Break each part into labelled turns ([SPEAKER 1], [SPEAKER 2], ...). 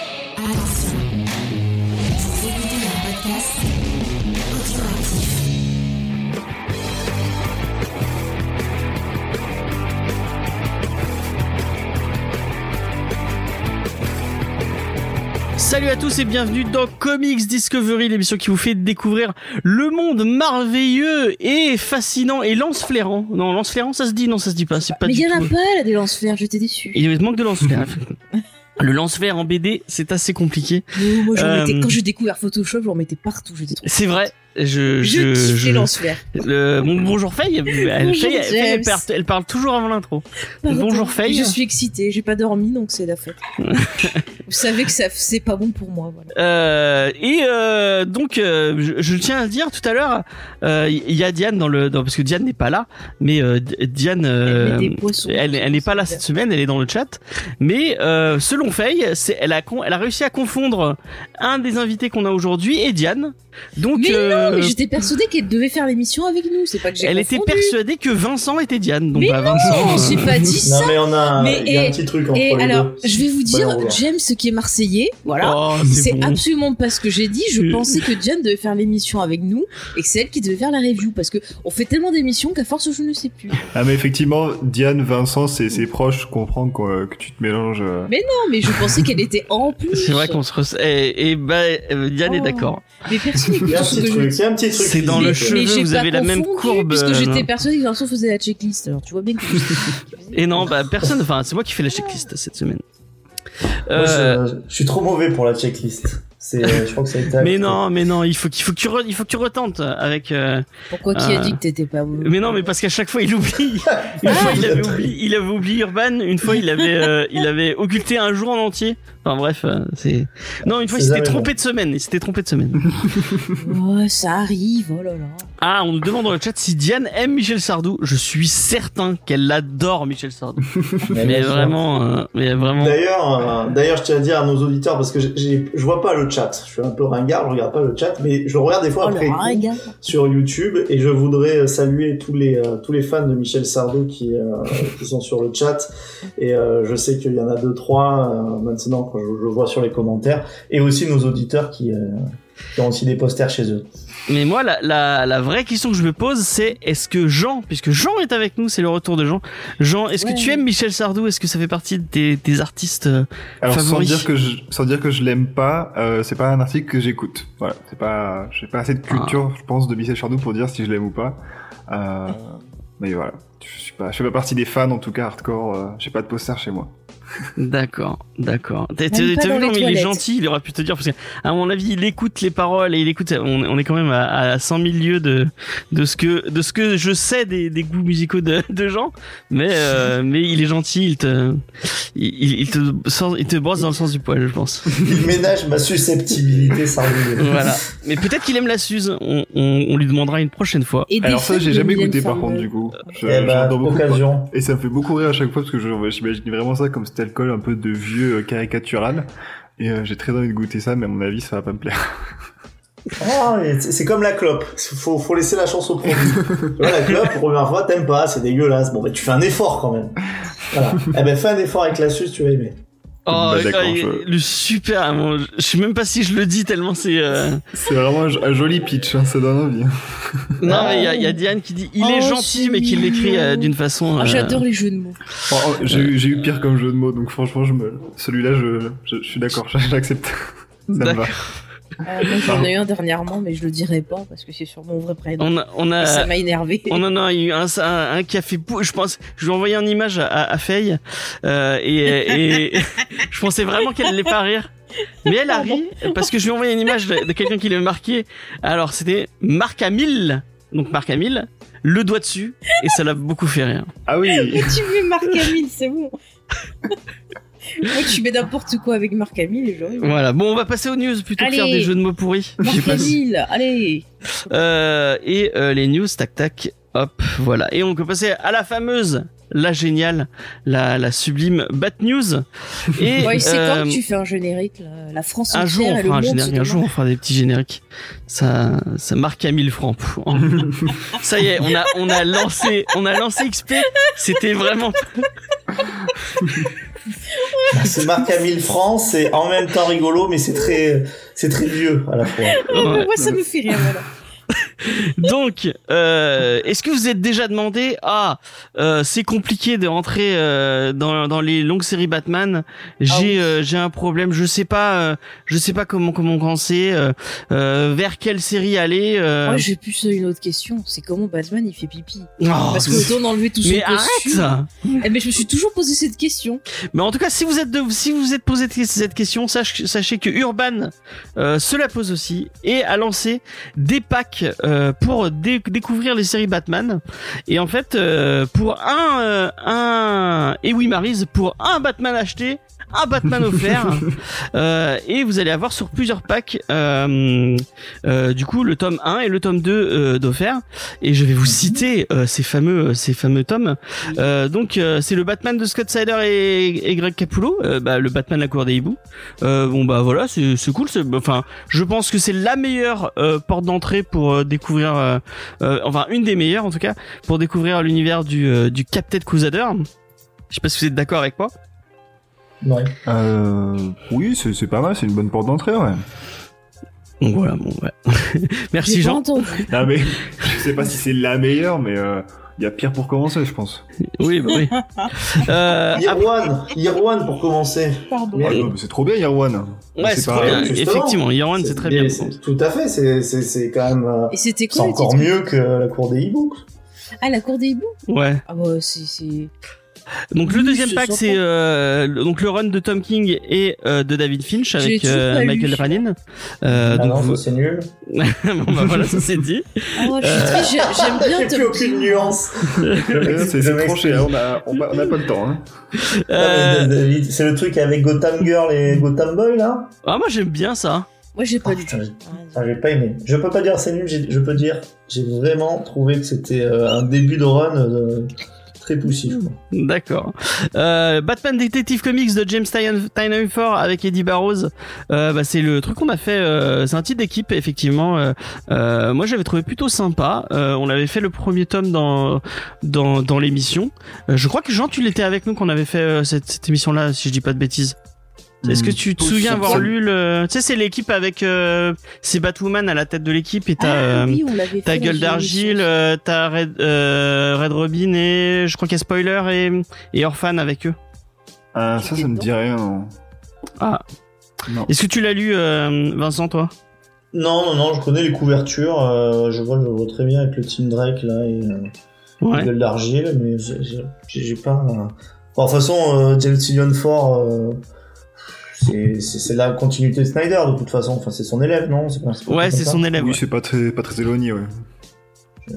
[SPEAKER 1] Attention, vous écoutez un podcast audioactif.
[SPEAKER 2] Salut à tous et bienvenue dans Comics Discovery, l'émission qui vous fait découvrir le monde merveilleux et fascinant et lance-flairant. Non, lance-flairant, ça se dit, non, ça se dit pas, c'est pas
[SPEAKER 3] Mais
[SPEAKER 2] du
[SPEAKER 3] il y en a
[SPEAKER 2] tout.
[SPEAKER 3] pas là des lance-fers, j'étais déçu.
[SPEAKER 2] Il manque de lance-flair. le lance-flair en BD, c'est assez compliqué.
[SPEAKER 3] Moi, j'en
[SPEAKER 2] Euh,
[SPEAKER 3] mettais- quand j'ai découvert Photoshop, j'en mettais partout, j'étais trop.
[SPEAKER 2] C'est vrai. Je,
[SPEAKER 3] Je,
[SPEAKER 2] je,
[SPEAKER 3] kiffe
[SPEAKER 2] je-
[SPEAKER 3] les lance-fers.
[SPEAKER 2] le- bon, bonjour Faye, elle,
[SPEAKER 3] Bonjour,
[SPEAKER 2] Faye- Faye, elle
[SPEAKER 3] James.
[SPEAKER 2] part- elle parle toujours avant l'intro.
[SPEAKER 3] Pardon.
[SPEAKER 2] Bonjour Faye.
[SPEAKER 3] Je suis excitée, j'ai pas dormi donc c'est la fête. Vous savez que ça c'est pas bon pour moi. Voilà.
[SPEAKER 2] Euh, et euh, donc, euh, je, je tiens à le dire tout à l'heure, euh, il y a Diane dans le, dans- parce que Diane n'est pas là, mais euh, D- Diane, euh,
[SPEAKER 3] Elle met des poissons.
[SPEAKER 2] elle, elle n'est pas là cette semaine, elle est dans le chat. Mais euh, selon Faye, c'est, elle a, con- elle a réussi à confondre un des invités qu'on a aujourd'hui et Diane. Donc,
[SPEAKER 3] Mais
[SPEAKER 2] euh,
[SPEAKER 3] Non, mais j'étais persuadée qu'elle devait faire l'émission avec nous. C'est pas que j'ai.
[SPEAKER 2] elle était
[SPEAKER 3] confondu.
[SPEAKER 2] persuadée que Vincent était Diane. Donc,
[SPEAKER 3] Mais
[SPEAKER 2] bah, Vincent,
[SPEAKER 3] Non,
[SPEAKER 2] euh,
[SPEAKER 3] j'ai pas dit
[SPEAKER 4] Non
[SPEAKER 3] ça.
[SPEAKER 4] mais on a,
[SPEAKER 3] Mais
[SPEAKER 4] il y a
[SPEAKER 3] et-
[SPEAKER 4] un petit truc entre
[SPEAKER 3] Et
[SPEAKER 4] les
[SPEAKER 3] alors,
[SPEAKER 4] deux. Bah,
[SPEAKER 3] je vais vous dire,
[SPEAKER 4] Voilà, voilà.
[SPEAKER 3] James qui est marseillais, voilà.
[SPEAKER 2] oh,
[SPEAKER 3] C'est
[SPEAKER 2] c'est bon.
[SPEAKER 3] absolument pas ce que j'ai dit. Je
[SPEAKER 2] Je-
[SPEAKER 3] pensais que Diane devait faire l'émission avec nous et que c'est elle qui devait faire la review parce que on fait tellement d'émissions qu'à force je ne sais plus. Non,
[SPEAKER 5] Ah mais effectivement, Diane, Vincent, c'est ses proches comprennent que, que tu te mélanges. euh.
[SPEAKER 3] Mais- mais je pensais qu'elle était en plus.
[SPEAKER 2] C'est vrai qu'on se res- et, et bah, euh, Diane est
[SPEAKER 3] Oh.
[SPEAKER 2] d'accord.
[SPEAKER 3] Mais personne
[SPEAKER 4] Il
[SPEAKER 3] n'écoute
[SPEAKER 4] y a un
[SPEAKER 3] ce
[SPEAKER 4] petit
[SPEAKER 3] que je
[SPEAKER 4] truc, c'est un petit truc.
[SPEAKER 2] C'est dans
[SPEAKER 3] Mais-
[SPEAKER 2] le
[SPEAKER 3] mais
[SPEAKER 2] cheveu,
[SPEAKER 3] j'ai
[SPEAKER 2] vous
[SPEAKER 3] pas
[SPEAKER 2] avez la même
[SPEAKER 3] confondu,
[SPEAKER 2] courbe,
[SPEAKER 3] Puisque
[SPEAKER 2] euh,
[SPEAKER 3] j'étais
[SPEAKER 2] non.
[SPEAKER 3] persuadée que Vincent faisait la checklist. Alors tu vois bien que.
[SPEAKER 2] Et non, bah personne. Enfin, c'est moi qui fais la checklist cette semaine.
[SPEAKER 4] Moi, je-
[SPEAKER 2] Euh,
[SPEAKER 4] je, suis trop mauvais pour la checklist. C'est, euh, je crois que ça a été.
[SPEAKER 2] mais
[SPEAKER 4] acté.
[SPEAKER 2] non, mais non, il faut qu'il faut que tu re- il faut que tu retentes avec. euh,
[SPEAKER 3] Pourquoi qui a
[SPEAKER 2] Euh,
[SPEAKER 3] dit que t'étais pas bon
[SPEAKER 2] Mais non, mais parce qu'à chaque fois il oublie. Une fois il avait oublié, il avait oublié Urban. Une fois il avait euh, il avait occulté un jour en entier. Enfin bref, euh, c'est non une fois il
[SPEAKER 4] C'est
[SPEAKER 2] s'était
[SPEAKER 4] jamais
[SPEAKER 2] trompé de semaine. Il s'était trompé de semaine.
[SPEAKER 3] Oh, ça arrive. Oh là là.
[SPEAKER 2] Ah, on nous demande dans le chat si Diane aime Michel Sardou. Je suis certain qu'elle adore Michel Sardou.
[SPEAKER 4] Mais
[SPEAKER 2] Mais
[SPEAKER 4] bien sûr.
[SPEAKER 2] vraiment, euh, mais vraiment.
[SPEAKER 4] D'ailleurs, euh, d'ailleurs, je tiens à dire à nos auditeurs parce que j'ai- j'ai- je vois pas le chat. Je suis un peu ringard, je regarde pas le chat, mais je regarde des fois
[SPEAKER 3] Oh le
[SPEAKER 4] après coup
[SPEAKER 3] ringard.
[SPEAKER 4] sur YouTube et je voudrais saluer tous les euh, tous les fans de Michel Sardou qui euh, qui sont sur le chat et euh, je sais qu'il y en a deux trois euh, maintenant quand je, je vois sur les commentaires et aussi nos auditeurs qui euh, qui ont aussi des posters chez eux.
[SPEAKER 2] Mais moi, la, la, la vraie question que je me pose, c'est est-ce que Jean, puisque Jean est avec nous, c'est le retour de Jean. Jean, est-ce
[SPEAKER 3] Ouais.
[SPEAKER 2] que tu aimes Michel Sardou Est-ce que ça fait partie de tes, tes artistes euh,
[SPEAKER 5] Alors
[SPEAKER 2] Favori.
[SPEAKER 5] sans dire que je, sans dire que je l'aime pas, euh, c'est pas un article que j'écoute. Voilà, c'est pas, j'ai pas assez de culture, je pense, de Michel Chardou pour dire si je l'aime ou pas. Euh, mais voilà, je suis pas, je fais pas partie des fans en tout cas hardcore. euh, j'ai pas de poster chez moi.
[SPEAKER 2] D'accord, d'accord. T'as t'as-
[SPEAKER 3] Même pas
[SPEAKER 2] t'as
[SPEAKER 3] dans
[SPEAKER 2] vu
[SPEAKER 3] les
[SPEAKER 2] comme il est
[SPEAKER 3] toilettes.
[SPEAKER 2] gentil Il aurait pu te dire parce que, à mon avis, il écoute les paroles et il écoute. On, on est quand même à, à 100 000 lieues de de ce que de ce que je sais des, des goûts musicaux de, de Jean. Mais euh, mais il est gentil. Il te il, il- il te sort- il te brosse dans le sens du poil, je pense.
[SPEAKER 4] Il ménage ma susceptibilité sardine.
[SPEAKER 2] voilà. Mais peut-être qu'il aime la Suze. On, on, on lui demandera une prochaine fois.
[SPEAKER 3] Et des
[SPEAKER 5] Alors ça,
[SPEAKER 3] fans
[SPEAKER 5] j'ai
[SPEAKER 3] de
[SPEAKER 5] jamais
[SPEAKER 3] Mylène
[SPEAKER 5] goûté par
[SPEAKER 3] Farmer.
[SPEAKER 5] contre du coup. Euh, Je-
[SPEAKER 4] Eh bah,
[SPEAKER 5] j'adore beaucoup.
[SPEAKER 4] occasion.
[SPEAKER 5] Et ça me fait beaucoup rire à chaque fois parce que je- j'imagine vraiment ça comme cet alcool un peu de vieux euh, caricatural. Et euh, j'ai très envie de goûter ça, mais à mon avis, ça va pas me plaire.
[SPEAKER 4] Oh, mais c'est c'est comme la clope. Faut, faut laisser la chance au produit. tu vois, la clope, première fois, t'aimes pas, c'est dégueulasse. Bon, bah, tu fais un effort quand même. Voilà. Eh ben, fais un effort avec la suce, tu vas aimer.
[SPEAKER 2] Oh,
[SPEAKER 5] Bah, d'accord,
[SPEAKER 2] euh,
[SPEAKER 5] je-
[SPEAKER 2] le super amour. Je- Je sais même pas si je le dis tellement c'est. euh,
[SPEAKER 5] C'est vraiment un, jo- un joli pitch, hein, ça donne envie.
[SPEAKER 2] Non, mais il y a- il y, a Diane qui dit il est
[SPEAKER 3] Oh,
[SPEAKER 2] gentil,
[SPEAKER 3] c'est
[SPEAKER 2] mais qu'il l'écrit euh,
[SPEAKER 3] mignon.
[SPEAKER 2] d'une façon.
[SPEAKER 3] Oh,
[SPEAKER 2] euh,
[SPEAKER 3] J'adore les jeux de mots.
[SPEAKER 5] Oh, oh, j'ai eu- j'ai eu pire comme jeu de mots, donc franchement, je me, celui-là, je, je, je suis d'accord, j'accepte. Ça me va.
[SPEAKER 2] D'accord.
[SPEAKER 3] Ah, moi, J'en ai eu un dernièrement, mais je le dirai pas parce que c'est sur mon vrai prénom.
[SPEAKER 2] On a, on
[SPEAKER 3] Et
[SPEAKER 2] a,
[SPEAKER 3] ça m'a énervé.
[SPEAKER 2] on en a eu un, un, un qui a fait bou- Je pense, je lui ai envoyé une image à, à Faye euh, et, et je pensais vraiment qu'elle allait pas rire. Mais elle
[SPEAKER 3] Ah
[SPEAKER 2] a ri parce que je lui ai envoyé une image de, de quelqu'un qui l'avait marqué. Alors c'était Marc Hamill, donc Marc Hamill, le doigt dessus et ça l'a beaucoup fait rire.
[SPEAKER 5] Ah oui,
[SPEAKER 3] Mais tu mets Marc Hamill, c'est bon. Moi, tu mets n'importe quoi avec Marc Hamill, et j'aurais.
[SPEAKER 2] Voilà. Bon, on va passer aux news plutôt que
[SPEAKER 3] Allez.
[SPEAKER 2] faire des jeux de mots pourris.
[SPEAKER 3] Marc Hamill, allez.
[SPEAKER 2] Euh, et euh, les news, tac tac, hop, voilà. Et on peut passer à la fameuse, la géniale, la, la sublime Bat News. Et
[SPEAKER 3] Bon, et c'est
[SPEAKER 2] euh,
[SPEAKER 3] Bah, quand que tu fais un générique là La France
[SPEAKER 2] un jour
[SPEAKER 3] entière
[SPEAKER 2] on
[SPEAKER 3] et le
[SPEAKER 2] fera un
[SPEAKER 3] monde se
[SPEAKER 2] générique, un
[SPEAKER 3] demande.
[SPEAKER 2] jour on fera des petits génériques. Ça, ça marque à 1000 francs. Pouf. ça y est, on a, on a lancé, on a lancé XP. C'était vraiment.
[SPEAKER 4] C'est marqué à 1000 francs, c'est en même temps rigolo, mais c'est très, c'est très vieux à la fois.
[SPEAKER 2] Ouais.
[SPEAKER 6] Moi, ça me fait rire, voilà.
[SPEAKER 2] Donc, euh, est-ce que vous êtes déjà demandé ah euh, c'est compliqué de rentrer euh, dans, dans les longues séries Batman. J'ai euh, j'ai un problème, je sais pas euh, je sais pas comment comment commencer, euh, euh, vers quelle série aller. euh.
[SPEAKER 3] Moi, j'ai plus une autre question. C'est comment Batman il fait pipi
[SPEAKER 2] Oh,
[SPEAKER 3] Parce qu'autant d'enlever tout son
[SPEAKER 2] mais
[SPEAKER 3] costume.
[SPEAKER 2] arrête
[SPEAKER 3] Eh, mais je me suis toujours posé cette question.
[SPEAKER 2] Mais en tout cas, si vous êtes de, si vous êtes posé t- cette question, sach- sachez que Urban euh, se la pose aussi et a lancé des packs euh, pour dé- découvrir les séries Batman. Et en fait, euh, pour un euh, un et oui Marise, pour un Batman acheté, un Batman offert. Euh, et vous allez avoir sur plusieurs packs euh, euh, du coup le tome 1 et le tome 2 euh, d'offert et je vais vous citer euh, ces fameux ces fameux tomes euh, donc euh, c'est le Batman de Scott Snyder et, et Greg Capullo euh, bah, le Batman la cour des hiboux Euh, bon bah voilà c'est c'est cool c'est bah, enfin je pense que c'est la meilleure euh, porte d'entrée pour euh, découvrir euh, euh, enfin une des meilleures en tout cas pour découvrir l'univers du euh, du Captain Crusader je sais pas si vous êtes d'accord avec moi
[SPEAKER 4] Ouais.
[SPEAKER 5] Euh, oui, c'est c'est pas mal, c'est une bonne porte d'entrée, ouais.
[SPEAKER 2] donc voilà bon ouais merci
[SPEAKER 3] J'ai pas
[SPEAKER 2] Jean
[SPEAKER 3] entendu.
[SPEAKER 5] Non, mais je sais pas si c'est la meilleure, mais il y a pire pour commencer, je pense.
[SPEAKER 2] oui bah oui euh,
[SPEAKER 4] Year One, Year One pour commencer.
[SPEAKER 6] Pardon.
[SPEAKER 4] Mais- euh,
[SPEAKER 5] Ah non, mais c'est trop bien, Year One.
[SPEAKER 2] ouais c'est trop
[SPEAKER 5] pas-
[SPEAKER 2] bien
[SPEAKER 4] justement.
[SPEAKER 2] effectivement Year One c'est très bien
[SPEAKER 4] mais Tout à fait, c'est, c'est, c'est quand même, euh,
[SPEAKER 3] Et c'était
[SPEAKER 4] c'est
[SPEAKER 3] quoi le
[SPEAKER 4] encore
[SPEAKER 3] titre
[SPEAKER 4] mieux que la cour des hiboux.
[SPEAKER 3] Ah, la cour des hiboux
[SPEAKER 2] ouais
[SPEAKER 3] Ah, bah, c'est. c'est-
[SPEAKER 2] Donc le
[SPEAKER 3] Oui,
[SPEAKER 2] deuxième
[SPEAKER 3] ce
[SPEAKER 2] pack
[SPEAKER 3] sont
[SPEAKER 2] c'est
[SPEAKER 3] pas-
[SPEAKER 2] euh, le- donc le run de Tom King et euh, de David Finch
[SPEAKER 3] J'ai
[SPEAKER 2] avec
[SPEAKER 3] toujours
[SPEAKER 2] euh,
[SPEAKER 3] pas lu.
[SPEAKER 2] Michael Ranin. Euh,
[SPEAKER 4] ah
[SPEAKER 2] donc
[SPEAKER 4] non,
[SPEAKER 2] vous-
[SPEAKER 4] ça, c'est nul.
[SPEAKER 2] Bon, bah, voilà ça c'est dit.
[SPEAKER 3] Oh, je
[SPEAKER 2] Euh.
[SPEAKER 3] suis triste, j'ai- j'aime bien
[SPEAKER 4] J'ai plus
[SPEAKER 3] Tom
[SPEAKER 4] aucune
[SPEAKER 3] King.
[SPEAKER 4] nuance. Le mec,
[SPEAKER 5] Ouais, C'est c'est
[SPEAKER 4] le mec,
[SPEAKER 5] tranché, hein, on, a, on, a- on a pas le temps. Hein.
[SPEAKER 2] Euh,
[SPEAKER 4] Ah, mais David, C'est le truc avec Gotham Girl et Gotham Boy là
[SPEAKER 2] ah moi j'aime bien ça.
[SPEAKER 3] Moi, j'ai pas du tout.
[SPEAKER 4] Ah, j'ai pas aimé. Je peux pas dire c'est nul, j'ai- je peux dire j'ai vraiment trouvé que c'était euh, un début de run euh, très poussif.
[SPEAKER 2] D'accord. Euh, Batman Detective Comics de James Tynion Tynion Ford avec Eddie Barrows. Euh, bah, c'est le truc qu'on a fait. euh, c'est un titre d'équipe effectivement. Euh, euh, moi j'avais trouvé plutôt sympa. Euh, on avait fait le premier tome dans dans, dans l'émission. Euh, je crois que Jean tu l'étais avec nous qu'on avait fait euh, cette, cette émission là si je dis pas de bêtises. Est-ce que tu te
[SPEAKER 5] Mmh,
[SPEAKER 2] souviens
[SPEAKER 5] ça-
[SPEAKER 2] avoir
[SPEAKER 5] ça-
[SPEAKER 2] lu le... Tu sais, c'est l'équipe avec... Euh, c'est Batwoman à la tête de l'équipe et t'as...
[SPEAKER 3] Ah,
[SPEAKER 2] euh,
[SPEAKER 3] oui, on l'avait
[SPEAKER 2] T'as
[SPEAKER 3] fait dans
[SPEAKER 2] gueule
[SPEAKER 3] une
[SPEAKER 2] d'argile,
[SPEAKER 3] émission.
[SPEAKER 2] euh, t'as Red, euh, Red Robin et je crois qu'il y a Spoiler et, et Orphan avec eux.
[SPEAKER 5] Ah, ça, ça me dit rien. non.
[SPEAKER 2] Ah.
[SPEAKER 5] Non.
[SPEAKER 2] Est-ce que tu l'as lu, euh, Vincent, toi
[SPEAKER 4] Non, non, non, je connais les couvertures, euh, je vois, je vois très bien avec le Team Drake là et euh, la
[SPEAKER 2] Ouais.
[SPEAKER 4] gueule d'argile, mais j'ai- j'ai j'ai pas. euh, bon, de toute façon, euh, James Tynion Ford, euh, c'est- c'est c'est la continuité de Snyder de toute façon, enfin c'est son élève, non pas- pas
[SPEAKER 2] Ouais,
[SPEAKER 4] comme
[SPEAKER 2] c'est
[SPEAKER 4] ça
[SPEAKER 2] son élève.
[SPEAKER 5] Oui,
[SPEAKER 2] ouais.
[SPEAKER 5] c'est pas très, pas très éloigné, ouais.
[SPEAKER 4] Euh,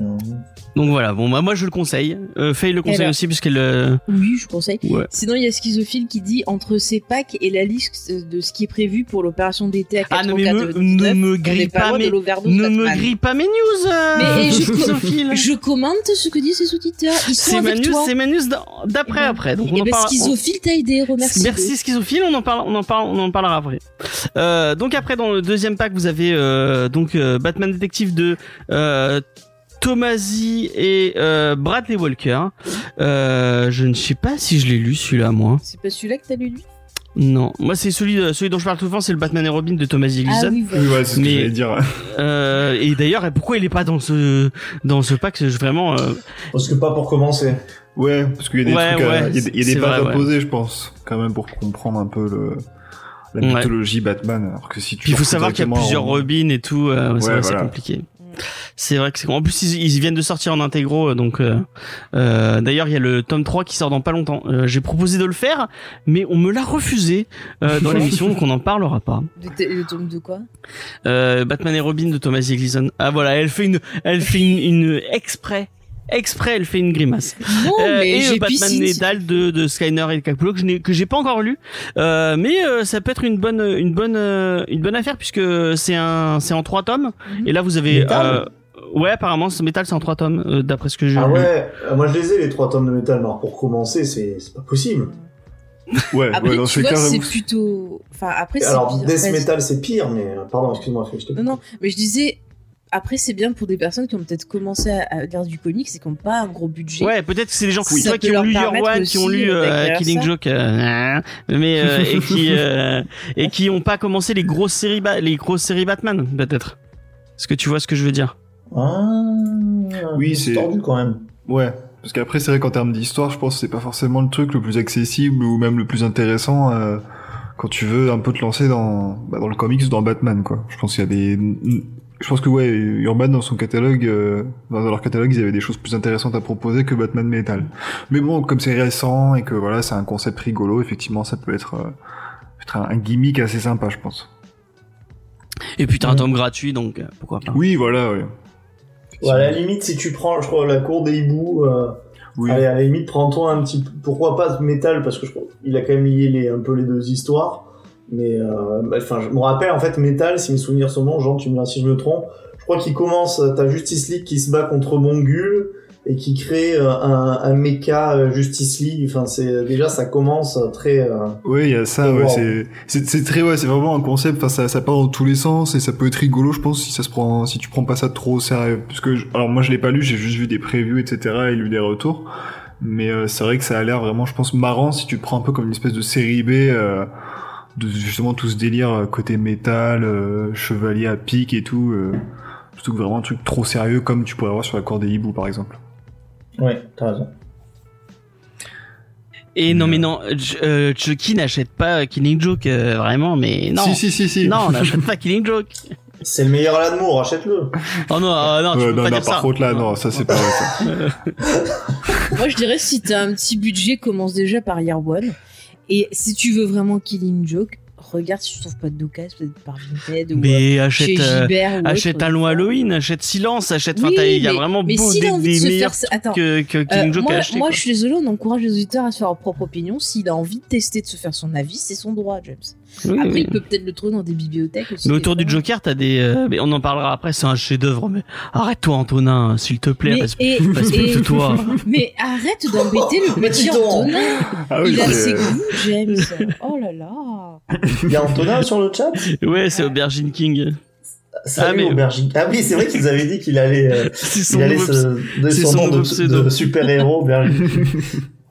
[SPEAKER 2] Donc voilà, bon, bah, moi je le conseille. Euh, Faye le conseille
[SPEAKER 3] Alors.
[SPEAKER 2] aussi puisqu'elle... euh,
[SPEAKER 3] Oui, je conseille.
[SPEAKER 2] Ouais.
[SPEAKER 3] Sinon, il y a Schizophile qui dit entre ces packs et la liste de ce qui est prévu pour l'opération d'été à
[SPEAKER 2] Ah,
[SPEAKER 3] 4
[SPEAKER 2] ne me, ne me grille pas, mes...
[SPEAKER 3] de l'overdose
[SPEAKER 2] Ne me
[SPEAKER 3] Batman.
[SPEAKER 2] grille pas mes news euh,
[SPEAKER 3] Mais, et je-
[SPEAKER 2] schizophile.
[SPEAKER 3] Je commente ce que disent ces auditeurs. Ils sont
[SPEAKER 2] C'est ma
[SPEAKER 3] avec
[SPEAKER 2] news,
[SPEAKER 3] toi.
[SPEAKER 2] c'est ma news d'a-
[SPEAKER 3] Eh
[SPEAKER 2] d'après
[SPEAKER 3] ben-
[SPEAKER 2] après. Donc on
[SPEAKER 3] Eh
[SPEAKER 2] en
[SPEAKER 3] ben,
[SPEAKER 2] parle. on-
[SPEAKER 3] Schizophile t'a aidé, remercie.
[SPEAKER 2] Merci schizophile, on en parle, on en parle, on en parlera après. Euh, donc après dans le deuxième pack vous avez euh, donc euh, Batman détective de euh, Tomasi et euh, Bradley Walker. Euh, je ne sais pas si je l'ai lu celui-là moi.
[SPEAKER 3] C'est pas celui-là que t'as lu lui
[SPEAKER 2] Non, moi c'est celui euh, celui dont je parle souvent, c'est le Batman et Robin de Tomasi et
[SPEAKER 3] Ah
[SPEAKER 2] Gleason.
[SPEAKER 3] oui,
[SPEAKER 5] Oui,
[SPEAKER 3] voilà.
[SPEAKER 5] ouais, c'est ce que
[SPEAKER 2] Mais-
[SPEAKER 5] j'allais dire.
[SPEAKER 2] Euh, et d'ailleurs pourquoi il est pas dans ce dans ce pack c'est vraiment euh,
[SPEAKER 4] Parce que pas pour commencer.
[SPEAKER 5] Ouais, parce qu'il y a des
[SPEAKER 2] Ouais,
[SPEAKER 5] trucs, à-
[SPEAKER 2] ouais,
[SPEAKER 5] il y a, des- il y a
[SPEAKER 2] c'est
[SPEAKER 5] des
[SPEAKER 2] vrai,
[SPEAKER 5] bases
[SPEAKER 2] ouais.
[SPEAKER 5] à poser, je pense, quand même, pour comprendre un peu le, la
[SPEAKER 2] Ouais.
[SPEAKER 5] mythologie Batman. Alors que si tu
[SPEAKER 2] Puis il faut
[SPEAKER 5] retrouves
[SPEAKER 2] savoir qu'il y a
[SPEAKER 5] directement
[SPEAKER 2] plusieurs
[SPEAKER 5] en-
[SPEAKER 2] Robin et tout, euh, c'est
[SPEAKER 5] Ouais,
[SPEAKER 2] vrai que c'est
[SPEAKER 5] voilà.
[SPEAKER 2] compliqué. C'est vrai que c'est en plus ils, ils viennent de sortir en intégro euh, donc euh, euh, d'ailleurs il y a le tome 3 qui sort dans pas longtemps. Euh, j'ai proposé de le faire mais on me l'a refusé euh, dans l'émission donc on n'en parlera pas.
[SPEAKER 3] De- de- Le tome de quoi
[SPEAKER 2] Euh, Batman et Robin de Thomas E. Gleason. Ah voilà, elle fait une elle fait une, une exprès exprès elle fait une grimace.
[SPEAKER 3] Non,
[SPEAKER 2] Euh,
[SPEAKER 3] mais
[SPEAKER 2] et euh,
[SPEAKER 3] j'ai
[SPEAKER 2] Batman
[SPEAKER 3] piscine.
[SPEAKER 2] et Dal de de Skyner et Capullo que je n'ai que j'ai pas encore lu euh, mais euh, ça peut être une bonne une bonne euh, une bonne affaire puisque c'est un c'est en trois tomes
[SPEAKER 3] Mhm.
[SPEAKER 2] et là vous avez
[SPEAKER 4] Metal
[SPEAKER 2] euh, ouais apparemment ce métal c'est en trois tomes euh, d'après ce que j'ai
[SPEAKER 4] Ah
[SPEAKER 2] lu.
[SPEAKER 4] ouais, euh, moi je les ai les trois tomes de métal, mais alors pour commencer, c'est c'est pas possible.
[SPEAKER 5] Ouais,
[SPEAKER 3] Après,
[SPEAKER 5] ouais, non,
[SPEAKER 3] Ah, tu
[SPEAKER 5] c'est
[SPEAKER 3] vois,
[SPEAKER 5] clair,
[SPEAKER 3] c'est
[SPEAKER 5] j'avoue.
[SPEAKER 3] plutôt. Enfin, après, c'est.
[SPEAKER 4] Alors
[SPEAKER 3] bizarre.
[SPEAKER 4] Death
[SPEAKER 3] Enfin,
[SPEAKER 4] Metal c'est pire, mais euh, pardon, excuse-moi, je t'ai
[SPEAKER 3] Non, non, mais je disais, après, c'est bien pour des personnes qui ont peut-être commencé à, à lire du comics et qui n'ont pas un gros budget.
[SPEAKER 2] Ouais, peut-être que c'est des gens
[SPEAKER 3] Ça
[SPEAKER 2] toi,
[SPEAKER 3] peut
[SPEAKER 2] qui ont
[SPEAKER 3] leur
[SPEAKER 2] lu Your
[SPEAKER 3] permettre
[SPEAKER 2] One, qui ont
[SPEAKER 3] aussi
[SPEAKER 2] lu euh,
[SPEAKER 3] d'acquérir
[SPEAKER 2] Killing
[SPEAKER 3] ça.
[SPEAKER 2] Joke, euh, mais euh, et qui euh, et qui ont pas commencé les grosses séries ba- les grosses séries Batman peut-être. Est-ce que tu vois ce que je veux dire
[SPEAKER 4] Ah,
[SPEAKER 5] Oui, c'est-
[SPEAKER 4] tordu quand même.
[SPEAKER 5] Ouais. Parce qu'après, c'est vrai qu'en termes d'histoire, je pense que c'est pas forcément le truc le plus accessible ou même le plus intéressant euh, quand tu veux un peu te lancer dans, bah, dans le comics ou dans Batman, quoi. Je pense qu'il y a des. Je pense que, ouais, Urban, dans son catalogue, euh, dans leur catalogue, ils avaient des choses plus intéressantes à proposer que Batman Metal. Mais bon, comme c'est récent et que voilà, c'est un concept rigolo, effectivement, ça peut être, euh, être un un gimmick assez sympa, je pense.
[SPEAKER 2] Et puis t'as un tome gratuit donc euh, pourquoi pas.
[SPEAKER 5] Oui, voilà, ouais.
[SPEAKER 4] Ouais, à la limite, si tu prends, je crois, la cour des hiboux, euh,
[SPEAKER 5] Oui.
[SPEAKER 4] allez, à la limite, prends-toi un petit, pourquoi pas Metal, parce que je crois, il a quand même lié les, un peu les deux histoires. Mais, euh, bah, enfin, je me rappelle, en fait, Metal, si mes souvenirs sont bons, Jean, tu me diras si je me trompe, je crois qu'il commence, euh, t'as Justice League qui se bat contre Mongul, et qui crée euh, un, un méca euh, Justice League, enfin, c'est, déjà, ça commence euh, très, euh,
[SPEAKER 5] Oui, il y a ça,
[SPEAKER 4] Wow.
[SPEAKER 5] ouais, c'est, c'est, c'est très, ouais, c'est vraiment un concept, enfin, ça, ça part dans tous les sens, et ça peut être rigolo, je pense, si ça se prend, si tu prends pas ça trop au sérieux. Parce que, je- alors moi je l'ai pas lu, j'ai juste vu des previews, etc., et lu des retours. Mais euh, c'est vrai que ça a l'air vraiment, je pense, marrant si tu le prends un peu comme une espèce de série B, euh, de justement tout ce délire euh, côté métal, euh, chevalier à pic et tout, euh, plutôt que vraiment un truc trop sérieux comme tu pourrais avoir sur la cour des hiboux, par exemple.
[SPEAKER 4] ouais, t'as raison.
[SPEAKER 2] Et non mais non, Ch- euh, Chucky n'achète pas Killing Joke euh, vraiment mais non.
[SPEAKER 5] Si, si, si, si.
[SPEAKER 2] Non, on n'achète pas Killing Joke.
[SPEAKER 4] C'est le meilleur Alan Moore, achète-le.
[SPEAKER 2] Oh non, ah, non, tu
[SPEAKER 5] Euh,
[SPEAKER 2] peux
[SPEAKER 5] non,
[SPEAKER 2] pas
[SPEAKER 5] non,
[SPEAKER 2] dire ça.
[SPEAKER 5] par contre là, non, ça c'est pas vrai, ça.
[SPEAKER 3] Moi, je dirais si t'as un petit budget, commence déjà par Year One. Et si tu veux vraiment Killing Joke, regarde si tu trouves pas de Doukas, peut-être par Vinted ou euh,
[SPEAKER 2] Mais
[SPEAKER 3] chez
[SPEAKER 2] achète euh,
[SPEAKER 3] Gilbert. ou
[SPEAKER 2] achète
[SPEAKER 3] autre.
[SPEAKER 2] un long Halloween, achète Silence, achète. Enfin,
[SPEAKER 3] Oui,
[SPEAKER 2] t'as- il y a
[SPEAKER 3] mais-
[SPEAKER 2] vraiment
[SPEAKER 3] mais
[SPEAKER 2] beau-
[SPEAKER 3] s'il
[SPEAKER 2] des,
[SPEAKER 3] a envie
[SPEAKER 2] des
[SPEAKER 3] de se
[SPEAKER 2] meilleurs
[SPEAKER 3] faire ça- Attends.
[SPEAKER 2] que, que
[SPEAKER 3] Euh,
[SPEAKER 2] Killing Joke
[SPEAKER 3] moi,
[SPEAKER 2] a acheté.
[SPEAKER 3] moi,
[SPEAKER 2] quoi.
[SPEAKER 3] je suis désolée, on encourage les auditeurs à se faire leur propre opinion. S'il a envie de tester, de se faire son avis, c'est son droit, James.
[SPEAKER 2] Oui,
[SPEAKER 3] Après,
[SPEAKER 2] oui.
[SPEAKER 3] il peut peut-être le trouver dans des bibliothèques aussi.
[SPEAKER 2] Mais autour du
[SPEAKER 3] Joker
[SPEAKER 2] Joker, t'as des. euh, mais on en parlera après, c'est un chef-d'œuvre. Mais arrête-toi, Antonin, s'il te plaît,
[SPEAKER 3] Mais,
[SPEAKER 2] parce-
[SPEAKER 3] et- et-
[SPEAKER 2] respecte-toi.
[SPEAKER 3] mais arrête d'embêter le
[SPEAKER 4] Mais
[SPEAKER 3] petit
[SPEAKER 4] dis donc.
[SPEAKER 3] Antonin.
[SPEAKER 5] Ah
[SPEAKER 3] Il a
[SPEAKER 5] c'est-
[SPEAKER 3] ses goûts, James. Oh là là.
[SPEAKER 4] Il y a Antonin sur le chat?
[SPEAKER 2] ouais, c'est Aubergine King.
[SPEAKER 4] Salut,
[SPEAKER 2] mais-
[SPEAKER 4] Aubergine. Ah oui, c'est vrai qu'ils avaient dit qu'il allait, euh,
[SPEAKER 2] C'est son
[SPEAKER 4] Il allait
[SPEAKER 2] nouveau
[SPEAKER 4] se donner
[SPEAKER 2] c'est
[SPEAKER 4] son,
[SPEAKER 2] son
[SPEAKER 4] nom
[SPEAKER 2] nouveau
[SPEAKER 4] de,
[SPEAKER 2] pseudo.
[SPEAKER 4] de super-héros, Berlin.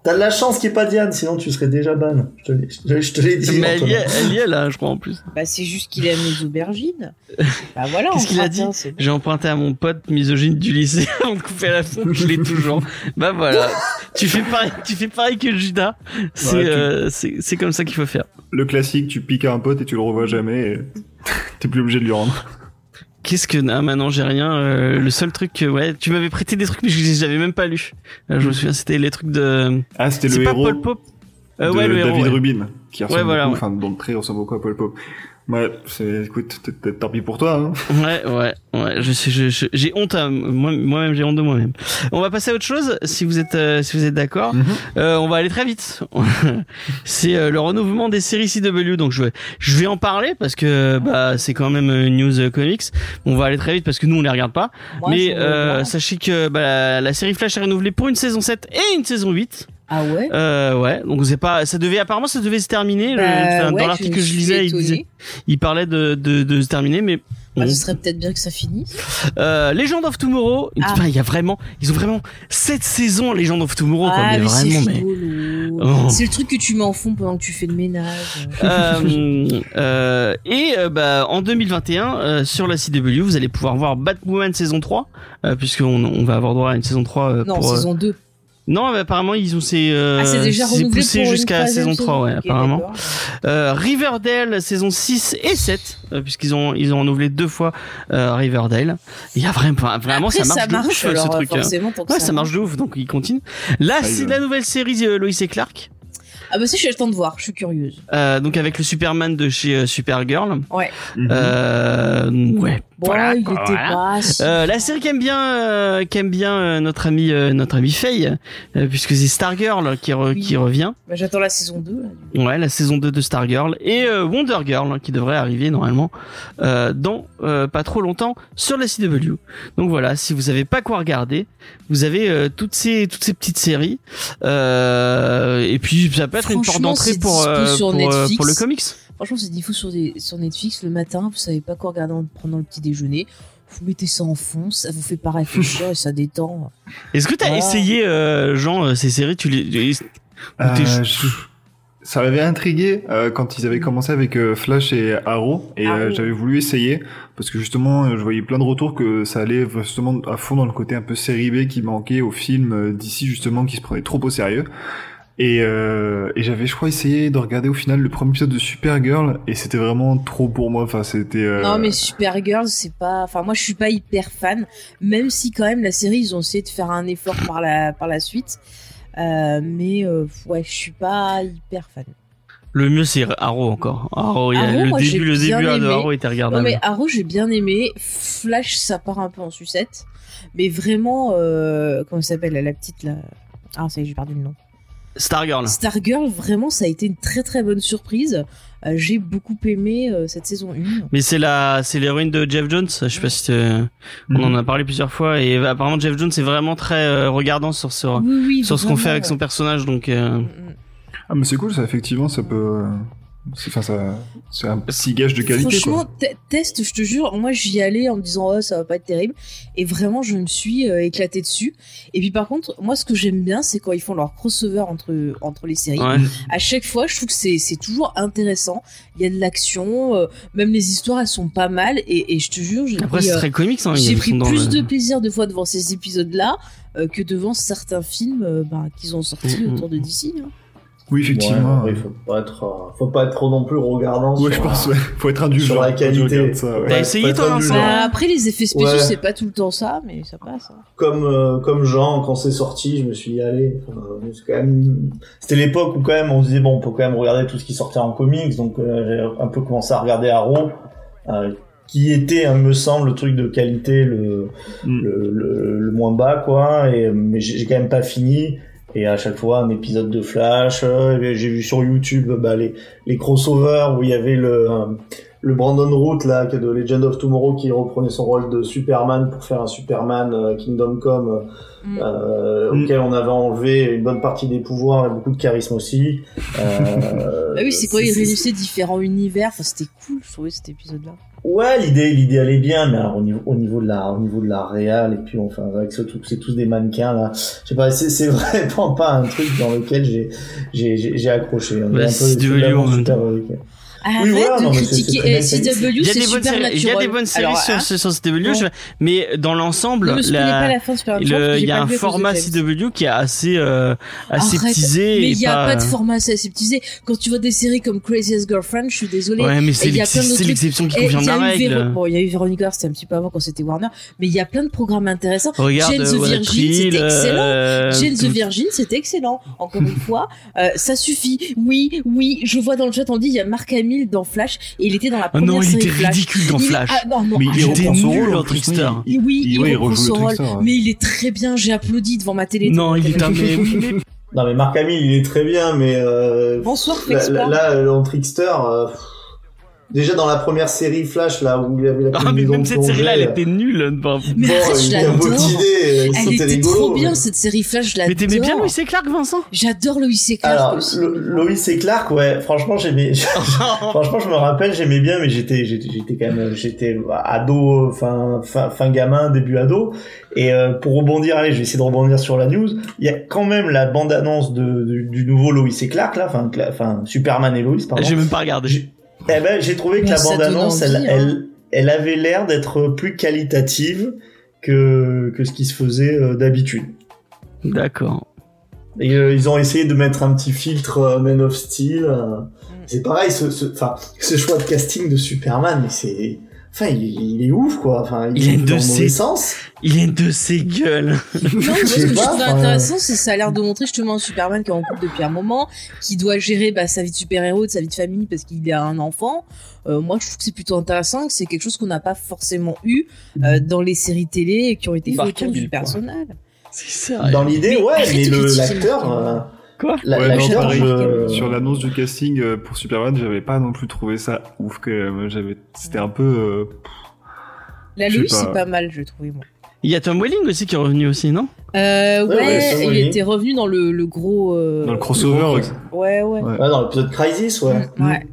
[SPEAKER 4] T'as de la chance qu'il n'y ait pas Diane, sinon tu serais déjà ban. Je te l'ai- je te, je te l'ai dit.
[SPEAKER 2] Mais elle y,
[SPEAKER 4] Antonin.
[SPEAKER 2] est, elle y est là, je crois en plus.
[SPEAKER 3] Bah, c'est juste qu'il aime les aubergines. Bah voilà.
[SPEAKER 2] Qu'est-ce qu'il a
[SPEAKER 3] emprunte,
[SPEAKER 2] dit
[SPEAKER 3] hein, c'est bon.
[SPEAKER 2] J'ai emprunté à mon pote misogyne du lycée avant de couper la fonte, je l'ai toujours. Bah voilà, tu fais pareil, tu fais pareil que Judas. C'est
[SPEAKER 5] Ouais, tu-
[SPEAKER 2] euh, c'est- c'est comme ça qu'il faut faire.
[SPEAKER 5] Le classique, tu piques à un pote et tu le
[SPEAKER 2] Mm.
[SPEAKER 5] revois jamais et t'es plus obligé de lui rendre.
[SPEAKER 2] Qu'est-ce que ah, maintenant j'ai rien. euh, le seul truc, que- ouais, tu m'avais prêté des trucs mais je les avais même pas lus. Euh, je me souviens, c'était les trucs de.
[SPEAKER 5] Ah, c'était
[SPEAKER 2] C'est
[SPEAKER 5] le
[SPEAKER 2] pas
[SPEAKER 5] héros
[SPEAKER 2] Paul Pope.
[SPEAKER 5] de
[SPEAKER 2] Euh, ouais, le
[SPEAKER 5] David
[SPEAKER 2] héros. ouais.
[SPEAKER 5] Rubin, qui ressemble
[SPEAKER 2] Ouais, voilà,
[SPEAKER 5] beaucoup,
[SPEAKER 2] ouais.
[SPEAKER 5] enfin, dont le trait ressemble beaucoup à Paul Pope. Ouais, c'est, écoute, t- t- tant pis pour toi, hein.
[SPEAKER 2] Ouais, ouais, ouais. Je suis, je, je- j'ai honte à moi- moi-même, j'ai honte de moi-même. On va passer à autre chose, si vous êtes, euh, si vous êtes d'accord.
[SPEAKER 5] Mhm.
[SPEAKER 2] Euh, on va aller très vite. c'est euh, le renouvellement des séries CW, donc je vais, je vais en parler parce que bah c'est quand même une news euh, comics. On va aller très vite parce que nous on les regarde pas.
[SPEAKER 3] Moi,
[SPEAKER 2] Mais
[SPEAKER 3] je-
[SPEAKER 2] euh, sachez que bah, la, la série Flash est renouvelée pour une saison 7 et une saison 8.
[SPEAKER 3] Ah ouais.
[SPEAKER 2] Euh, ouais, donc c'est pas, ça devait apparemment ça devait se terminer. Le-
[SPEAKER 3] Bah,
[SPEAKER 2] enfin,
[SPEAKER 3] ouais,
[SPEAKER 2] euh, dans l'article que je
[SPEAKER 3] suis
[SPEAKER 2] lisais, il,
[SPEAKER 3] étonnée.
[SPEAKER 2] disait, il parlait de, de, de se terminer, mais
[SPEAKER 3] Bah,
[SPEAKER 2] Mmh.
[SPEAKER 3] ce serait peut-être bien que ça finisse.
[SPEAKER 2] euh, Legend of Tomorrow, une-
[SPEAKER 3] Ah.
[SPEAKER 2] enfin, il y a vraiment, ils ont vraiment cette saison Legend of Tomorrow, quoi, mais
[SPEAKER 3] Ah, mais c'est
[SPEAKER 2] vraiment, mais.
[SPEAKER 3] rigolo.
[SPEAKER 2] Oh.
[SPEAKER 3] C'est le truc que tu mets en fond pendant que tu fais le ménage.
[SPEAKER 2] Euh, euh, et euh, bah, en 2021 euh, sur la CW vous allez pouvoir voir Batwoman saison 3 euh, puisqu'on on va avoir droit à une saison 3 euh,
[SPEAKER 3] Non,
[SPEAKER 2] pour, euh,
[SPEAKER 3] saison 2.
[SPEAKER 2] non mais apparemment ils ont c'est euh,
[SPEAKER 3] ah, c'est déjà
[SPEAKER 2] c'est
[SPEAKER 3] renouvelé
[SPEAKER 2] poussé
[SPEAKER 3] pour une
[SPEAKER 2] jusqu'à
[SPEAKER 3] troisième
[SPEAKER 2] saison 3 ouais
[SPEAKER 3] Ok,
[SPEAKER 2] apparemment
[SPEAKER 3] d'accord.
[SPEAKER 2] Euh, Riverdale saison 6 et 7 euh, puisqu'ils ont ils ont renouvelé deux fois euh, Riverdale il y a vraiment vraiment
[SPEAKER 3] Après,
[SPEAKER 2] ça marche, de ouf,
[SPEAKER 3] alors,
[SPEAKER 2] ce truc hein.
[SPEAKER 3] forcément, tant que
[SPEAKER 2] Ouais, ça marche de ouf, donc il continue. Là,
[SPEAKER 5] Ah, il
[SPEAKER 2] c'est
[SPEAKER 5] veut.
[SPEAKER 2] la nouvelle série euh, Lois et Clark,
[SPEAKER 3] Ah bah ça, j'ai le temps de voir. Je suis curieuse.
[SPEAKER 2] euh, donc avec le Superman de chez euh, Supergirl.
[SPEAKER 5] Mhm.
[SPEAKER 2] Euh, ouais.
[SPEAKER 3] Bon,
[SPEAKER 2] Voilà,
[SPEAKER 3] il
[SPEAKER 2] quoi,
[SPEAKER 3] était
[SPEAKER 2] voilà.
[SPEAKER 3] pas. si-
[SPEAKER 2] Euh, la série qu'aime bien, euh, qu'aime bien euh, notre ami, euh, notre ami Faye, euh, puisque c'est Stargirl qui, re-
[SPEAKER 3] Oui.
[SPEAKER 2] qui revient.
[SPEAKER 3] Bah, J'attends la saison 2. là.
[SPEAKER 2] Ouais, la saison 2 de Stargirl et euh, Wonder Girl qui devrait arriver normalement euh, dans euh, pas trop longtemps sur la CW. Donc voilà, si vous avez pas quoi regarder, vous avez euh, toutes ces toutes ces petites séries euh, et puis ça peut être une porte
[SPEAKER 3] Franchement,
[SPEAKER 2] d'entrée
[SPEAKER 3] c'est
[SPEAKER 2] pour
[SPEAKER 3] dispo sur
[SPEAKER 2] pour, euh,
[SPEAKER 3] Netflix.
[SPEAKER 2] pour le comics.
[SPEAKER 3] Franchement, c'est diffusé sur, des- sur Netflix le matin. Vous savez pas quoi regarder en prenant le petit déjeuner. vous mettez ça en fond, ça vous fait pas réfléchir et ça détend.
[SPEAKER 2] Est-ce que t'as
[SPEAKER 3] Voilà.
[SPEAKER 2] essayé, euh, Jean, euh, ces séries Tu les. les- ou
[SPEAKER 5] Euh,
[SPEAKER 2] t'es-
[SPEAKER 5] je- Ça m'avait intrigué euh, quand ils avaient commencé avec euh, Flash et Arrow et euh,
[SPEAKER 3] Arrow.
[SPEAKER 5] j'avais voulu essayer parce que justement euh, je voyais plein de retours que ça allait justement à fond dans le côté un peu série B qui manquait au film euh, d'ici justement qui se prenait trop au sérieux et, euh, et j'avais je crois essayé de regarder au final le premier épisode de Supergirl et c'était vraiment trop pour moi enfin c'était euh,
[SPEAKER 3] Non, mais Supergirl, c'est pas. Enfin, moi, je suis pas hyper fan, même si quand même la série, ils ont essayé de faire un effort par la, par la suite. Euh, mais euh, ouais, je suis pas hyper fan.
[SPEAKER 2] Le mieux, c'est Arrow encore. Arrow, il y a
[SPEAKER 3] Arrow,
[SPEAKER 2] le
[SPEAKER 3] moi, j'ai
[SPEAKER 2] début, le
[SPEAKER 3] bien
[SPEAKER 2] début hein, de
[SPEAKER 3] aimé.
[SPEAKER 2] Arrow était
[SPEAKER 3] Non,
[SPEAKER 2] regardable.
[SPEAKER 3] mais Arrow, j'ai bien aimé. Flash, ça part un peu en sucette. Mais vraiment, euh, comment ça s'appelle la petite là Ah, ça y est, j'ai perdu le nom.
[SPEAKER 2] Stargirl.
[SPEAKER 3] Stargirl, vraiment, ça a été une très très bonne surprise. Euh, j'ai beaucoup aimé euh, cette saison 1.
[SPEAKER 2] Mais c'est la, c'est l'héroïne de Jeff Jones. Je sais pas si t'es- on en a parlé plusieurs fois et apparemment Jeff Jones est vraiment très euh, regardant sur sur,
[SPEAKER 3] Oui, oui,
[SPEAKER 2] sur ce qu'on fait
[SPEAKER 3] vraiment.
[SPEAKER 2] avec son personnage. Donc euh,
[SPEAKER 3] Mm, mm.
[SPEAKER 5] ah mais c'est cool ça effectivement ça peut euh, c'est enfin ça c'est un petit gage de qualité
[SPEAKER 3] Franchement,
[SPEAKER 5] quoi.
[SPEAKER 3] te- test, je te jure, moi j'y allais en me disant oh ça va pas être terrible et vraiment je me suis euh, éclatée dessus. Et puis par contre, moi ce que j'aime bien c'est quand ils font leur crossover entre entre les séries.
[SPEAKER 2] ouais.
[SPEAKER 3] À chaque fois, je trouve que c'est c'est toujours intéressant. Il y a de l'action, euh, même les histoires elles sont pas mal et, et je te jure, j'ai
[SPEAKER 2] Après
[SPEAKER 3] pris,
[SPEAKER 2] c'est
[SPEAKER 3] euh,
[SPEAKER 2] très comique. Hein,
[SPEAKER 3] j'ai
[SPEAKER 2] ils
[SPEAKER 3] pris
[SPEAKER 2] sont dans
[SPEAKER 3] plus
[SPEAKER 2] le-
[SPEAKER 3] de plaisir de fois devant ces épisodes là que devant certains films euh, bah, qu'ils ont sortis
[SPEAKER 2] Mm,
[SPEAKER 3] autour de DC. hein.
[SPEAKER 5] oui effectivement
[SPEAKER 4] Ouais, ouais, faut pas être, euh, faut pas être trop non plus regardant. sur
[SPEAKER 5] Ouais, je
[SPEAKER 4] la-
[SPEAKER 5] pense, ouais. Faut être indulgent.
[SPEAKER 4] sur la
[SPEAKER 5] quand tu
[SPEAKER 4] qualité.
[SPEAKER 5] regardes ça, ouais.
[SPEAKER 2] T'as
[SPEAKER 4] Ouais,
[SPEAKER 2] essayé
[SPEAKER 4] faut être
[SPEAKER 2] toi,
[SPEAKER 4] indulgent.
[SPEAKER 2] Vincent
[SPEAKER 3] Bah, après les effets spéciaux
[SPEAKER 4] Ouais.
[SPEAKER 3] c'est pas tout le temps ça, mais ça passe. hein.
[SPEAKER 4] Comme euh, comme Jean, quand c'est sorti, je me suis dit allez, euh, c'est quand même. C'était l'époque où quand même on se disait bon, on peut quand même regarder tout ce qui sortait en comics, donc euh, j'ai un peu commencé à regarder Arrow, euh, qui était, hein, me semble, le truc de qualité le
[SPEAKER 5] Mm.
[SPEAKER 4] le, le- le moins bas quoi et mais j'ai j'ai quand même pas fini et à chaque fois un épisode de Flash euh, et j'ai vu sur YouTube bah, les les crossovers où il y avait le euh, le Brandon Root là qui est de Legend of Tomorrow qui reprenait son rôle de Superman pour faire un Superman euh, Kingdom Come
[SPEAKER 3] Mm.
[SPEAKER 4] euh,
[SPEAKER 5] Mm.
[SPEAKER 4] auquel on avait enlevé une bonne partie des pouvoirs et beaucoup de charisme aussi euh,
[SPEAKER 3] Bah oui, c'est quand ils
[SPEAKER 4] c'est-
[SPEAKER 3] réunissaient différents univers. Enfin, c'était cool, je trouvais cet épisode-là.
[SPEAKER 4] Ouais, l'idée, l'idée allait bien, mais alors, au niveau, au niveau de la, au niveau de la réal, et puis enfin avec ce truc, c'est tous des mannequins là. Je sais pas, c'est, c'est vraiment pas un truc dans lequel j'ai, j'ai, j'ai, j'ai accroché. On est
[SPEAKER 2] Bah,
[SPEAKER 4] un peu
[SPEAKER 2] CW
[SPEAKER 4] vraiment
[SPEAKER 2] en même
[SPEAKER 4] super
[SPEAKER 2] temps.
[SPEAKER 4] avec.
[SPEAKER 3] Arrête
[SPEAKER 4] Oui, voilà,
[SPEAKER 3] de
[SPEAKER 4] non, mais c'est-
[SPEAKER 3] critiquer
[SPEAKER 4] c'est très bien
[SPEAKER 3] eh, CW,
[SPEAKER 2] Il y a
[SPEAKER 3] c'est
[SPEAKER 2] des bonnes
[SPEAKER 3] super
[SPEAKER 2] séries.
[SPEAKER 3] naturel.
[SPEAKER 2] Il y a des bonnes séries sur, sur, sur CW,
[SPEAKER 3] bon.
[SPEAKER 2] je- mais dans l'ensemble,
[SPEAKER 3] ne me spoilez
[SPEAKER 2] la-
[SPEAKER 3] pas la fin de Supernatural, parce
[SPEAKER 2] le-
[SPEAKER 3] que j'ai
[SPEAKER 2] il y
[SPEAKER 3] pas
[SPEAKER 2] a un
[SPEAKER 3] vu à cause de
[SPEAKER 2] format
[SPEAKER 3] James.
[SPEAKER 2] CW qui est assez euh, aseptisé
[SPEAKER 3] Mais
[SPEAKER 2] et
[SPEAKER 3] il n'y a
[SPEAKER 2] pas,
[SPEAKER 3] pas de format assez aseptisé. Quand tu vois des séries comme Craziest Girlfriend, je suis désolée.
[SPEAKER 2] euh, Ouais, mais
[SPEAKER 3] Et
[SPEAKER 2] c'est
[SPEAKER 3] il y a
[SPEAKER 2] l'excep-
[SPEAKER 3] plein d'autres
[SPEAKER 2] c'est
[SPEAKER 3] trucs.
[SPEAKER 2] l'exception qui
[SPEAKER 3] Eh, il
[SPEAKER 2] confirme
[SPEAKER 3] y
[SPEAKER 2] la
[SPEAKER 3] a eu Véro-
[SPEAKER 2] règle.
[SPEAKER 3] Bon, il y a eu Veronica, c'était un petit peu avant quand c'était Warner, mais il y a plein de programmes intéressants.
[SPEAKER 2] Regarde,
[SPEAKER 3] Jane the
[SPEAKER 2] What a
[SPEAKER 3] Virgin,
[SPEAKER 2] Thrill,
[SPEAKER 3] c'était excellent.
[SPEAKER 2] euh,
[SPEAKER 3] Jane the
[SPEAKER 2] tout-
[SPEAKER 3] Virgin, c'était excellent. Encore une fois, euh, ça suffit. Oui, oui, je vois dans le chat, on dit il y a Marc Hamill dans Flash et il était dans la
[SPEAKER 2] Ah
[SPEAKER 3] première
[SPEAKER 2] non, il
[SPEAKER 3] série
[SPEAKER 2] était
[SPEAKER 3] Flash.
[SPEAKER 2] ridicule dans
[SPEAKER 3] Il-
[SPEAKER 2] Flash.
[SPEAKER 3] ah, non, non,
[SPEAKER 5] Mais
[SPEAKER 3] ah,
[SPEAKER 5] il
[SPEAKER 2] il
[SPEAKER 5] reprend
[SPEAKER 2] était
[SPEAKER 5] son
[SPEAKER 2] nul,
[SPEAKER 5] rôle,
[SPEAKER 2] en
[SPEAKER 5] en plus,
[SPEAKER 2] Trickster.
[SPEAKER 5] oui.
[SPEAKER 3] oui, il,
[SPEAKER 5] ouais, il
[SPEAKER 3] reprend
[SPEAKER 5] rejoue
[SPEAKER 3] son
[SPEAKER 5] le
[SPEAKER 3] rôle,
[SPEAKER 5] Trickster, ouais.
[SPEAKER 3] mais il est très bien. J'ai applaudi devant ma télé.
[SPEAKER 2] Non, il était un mais- mais-
[SPEAKER 4] Non mais Marc Hamill, il est très bien, mais euh,
[SPEAKER 3] Bonsoir,
[SPEAKER 4] là,
[SPEAKER 3] Flexport.
[SPEAKER 4] là, là, euh, en trickster. euh, pff, Déjà dans la première série Flash là où il y avait la
[SPEAKER 2] Ah, mais
[SPEAKER 4] combinaison
[SPEAKER 2] même cette série-là, elle
[SPEAKER 4] plongée, euh,
[SPEAKER 2] était nulle. hein, Bon,
[SPEAKER 3] Mais
[SPEAKER 4] bon,
[SPEAKER 3] arrête, je
[SPEAKER 4] il était un peu
[SPEAKER 3] l'adore.
[SPEAKER 4] idée,
[SPEAKER 3] Elle était trop bien cette série Flash, je
[SPEAKER 2] Mais t'aimais bien
[SPEAKER 3] l'adore.
[SPEAKER 2] Louis et Clark, Vincent
[SPEAKER 3] J'adore Lois et Clark
[SPEAKER 4] Alors,
[SPEAKER 3] aussi.
[SPEAKER 4] Lo- Loïs et Clark, ouais, franchement, j'aimais, franchement, je me rappelle, j'aimais bien, mais j'étais, j'étais, j'étais quand même, j'étais ado, euh, fin, fin, fin gamin, début ado. Et euh, pour rebondir, allez, je vais essayer de rebondir sur la news. Il y a quand même la bande annonce de, du, du nouveau Loïs et Clark, là, enfin, Cla- enfin, Superman et Loïs, pardon.
[SPEAKER 2] J'ai même pas regardé.
[SPEAKER 4] J'ai- Eh ben, j'ai trouvé que
[SPEAKER 3] Mais
[SPEAKER 4] la
[SPEAKER 3] ça
[SPEAKER 4] bande
[SPEAKER 3] donne
[SPEAKER 4] annonce,
[SPEAKER 3] envie,
[SPEAKER 4] elle,
[SPEAKER 3] hein.
[SPEAKER 4] elle, elle avait l'air d'être plus qualitative que que ce qui se faisait euh, d'habitude.
[SPEAKER 2] D'accord.
[SPEAKER 4] Et, euh, ils ont essayé de mettre un petit filtre euh, Man of Steel. euh. C'est pareil, ce, ce, enfin, ce choix de casting de Superman, mais c'est. Enfin, il, il est ouf, quoi. Enfin,
[SPEAKER 2] Il a
[SPEAKER 4] est
[SPEAKER 2] une
[SPEAKER 4] dans
[SPEAKER 2] de
[SPEAKER 4] le
[SPEAKER 2] ses-
[SPEAKER 4] mauvais sens.
[SPEAKER 2] Il est de ses gueules.
[SPEAKER 3] Non, mais
[SPEAKER 4] Je
[SPEAKER 3] ce
[SPEAKER 4] sais
[SPEAKER 3] que je
[SPEAKER 4] pas,
[SPEAKER 3] trouve
[SPEAKER 4] enfin,
[SPEAKER 3] intéressant, c'est que ça a l'air de montrer justement un Superman qui est en couple depuis un moment, qui doit gérer bah, sa vie de super-héros, de sa vie de famille parce qu'il a un enfant. Euh, moi, je trouve que c'est plutôt intéressant, que c'est quelque chose qu'on n'a pas forcément eu
[SPEAKER 4] Mm.
[SPEAKER 3] euh, dans les séries télé et qui ont été faites
[SPEAKER 2] Marc
[SPEAKER 3] autour
[SPEAKER 2] Hamill,
[SPEAKER 3] du
[SPEAKER 2] quoi.
[SPEAKER 3] personnage.
[SPEAKER 2] C'est
[SPEAKER 4] Dans l'idée,
[SPEAKER 3] Mais
[SPEAKER 4] ouais,
[SPEAKER 3] arrête
[SPEAKER 4] mais
[SPEAKER 3] de
[SPEAKER 4] le-
[SPEAKER 3] critiquer
[SPEAKER 4] l'acteur.
[SPEAKER 3] Marc
[SPEAKER 4] euh,
[SPEAKER 2] Quoi
[SPEAKER 4] la- euh,
[SPEAKER 5] Ouais, non,
[SPEAKER 4] l'acteur,
[SPEAKER 5] pareil,
[SPEAKER 4] je-
[SPEAKER 5] Sur l'annonce du casting euh, pour Superman, j'avais pas non plus trouvé ça ouf. Que euh, j'avais, c'était un peu. euh,
[SPEAKER 3] La
[SPEAKER 5] Je sais
[SPEAKER 3] Louis,
[SPEAKER 5] pas.
[SPEAKER 3] c'est pas mal, je trouve. Moi.
[SPEAKER 2] Il y a Tom Welling aussi qui est revenu aussi, non
[SPEAKER 3] Euh, ouais,
[SPEAKER 4] Ouais, ouais, ça,
[SPEAKER 3] il
[SPEAKER 4] oui.
[SPEAKER 3] était revenu dans le, le gros. euh,
[SPEAKER 5] dans le crossover.
[SPEAKER 3] Ouais, ouais.
[SPEAKER 5] Ouais.
[SPEAKER 4] Ouais, dans l'épisode Crisis, ouais.
[SPEAKER 3] Mm, ouais.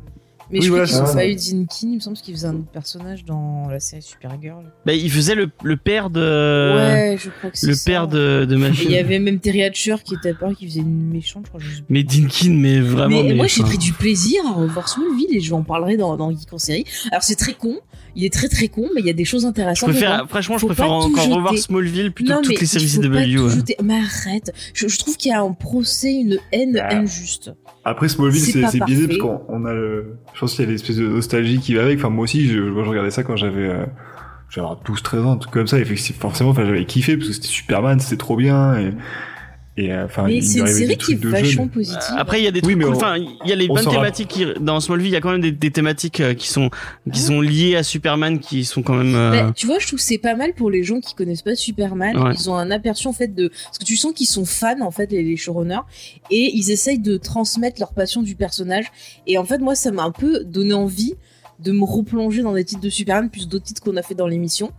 [SPEAKER 3] Mais
[SPEAKER 5] Oui,
[SPEAKER 3] je
[SPEAKER 5] voilà,
[SPEAKER 3] crois qu'ils
[SPEAKER 4] c'est
[SPEAKER 3] ont
[SPEAKER 4] ça.
[SPEAKER 3] pas eu Dinkin, il me semble qu'il faisait un autre personnage dans la série Supergirl.
[SPEAKER 2] Bah, il faisait le, le père de.
[SPEAKER 3] ouais, je crois que c'est
[SPEAKER 2] Euh, le
[SPEAKER 3] ça.
[SPEAKER 2] père de, de
[SPEAKER 3] Et il y
[SPEAKER 2] Machine.
[SPEAKER 3] avait même Terry Hatcher qui était à part, qui faisait une méchante, je crois. je sais plus.
[SPEAKER 2] Mais Dinkin, mais vraiment.
[SPEAKER 3] mais, moi, j'ai
[SPEAKER 2] enfin,
[SPEAKER 3] pris du plaisir à revoir Smallville et je vous en parlerai dans, dans Geek en série. Alors, c'est très con, il est très très con, mais il y a des choses
[SPEAKER 2] Je
[SPEAKER 3] intéressantes. dedans.
[SPEAKER 2] préfère, franchement, je
[SPEAKER 3] Faut
[SPEAKER 2] préfère
[SPEAKER 3] pas tout
[SPEAKER 2] encore
[SPEAKER 3] jeter.
[SPEAKER 2] revoir Smallville plutôt
[SPEAKER 3] Non,
[SPEAKER 2] que
[SPEAKER 3] mais
[SPEAKER 2] toutes les séries
[SPEAKER 3] il faut pas
[SPEAKER 2] CW.
[SPEAKER 3] tout
[SPEAKER 2] ouais.
[SPEAKER 3] jeter. Mais arrête, je, je trouve qu'il y a un procès, une haine
[SPEAKER 5] Ah.
[SPEAKER 3] injuste.
[SPEAKER 5] Après Smallville,
[SPEAKER 3] C'est
[SPEAKER 5] c'est
[SPEAKER 3] pas
[SPEAKER 5] c'est biaisé
[SPEAKER 3] parfait.
[SPEAKER 5] parce qu'on on a le. Je pense qu'il y a l'espèce de nostalgie qui va avec. Enfin, moi aussi, je, moi, je regardais ça quand j'avais. euh, genre 12, 13 ans, un truc comme ça. Et fait que c'est- forcément, enfin, j'avais kiffé parce que c'était Superman, c'était trop bien. Et. Et euh, enfin,
[SPEAKER 3] mais
[SPEAKER 5] il
[SPEAKER 3] c'est
[SPEAKER 5] lui
[SPEAKER 3] une
[SPEAKER 5] arrivait des
[SPEAKER 3] série qui est
[SPEAKER 5] trucs de jeunes.
[SPEAKER 3] vachement positive.
[SPEAKER 2] Après, il y a des
[SPEAKER 5] Oui,
[SPEAKER 2] trucs
[SPEAKER 5] mais
[SPEAKER 2] cool.
[SPEAKER 5] on-
[SPEAKER 2] Enfin, il y a les
[SPEAKER 5] on
[SPEAKER 2] bonnes
[SPEAKER 5] s'en
[SPEAKER 2] thématiques qui, dans Smallville. Il y a quand même des, des thématiques euh, qui sont qui sont liées à Superman, qui sont quand même. euh,
[SPEAKER 3] Ah. Bah, tu vois, je trouve que c'est pas mal pour les gens qui connaissent pas Superman.
[SPEAKER 2] Ouais.
[SPEAKER 3] Ils ont un aperçu en fait de parce que tu sens qu'ils sont fans en fait les, les showrunners et ils essayent de transmettre leur passion du personnage. Et en fait, moi, ça m'a un peu donné envie de me replonger dans des titres de Superman plus d'autres titres qu'on a fait dans l'émission.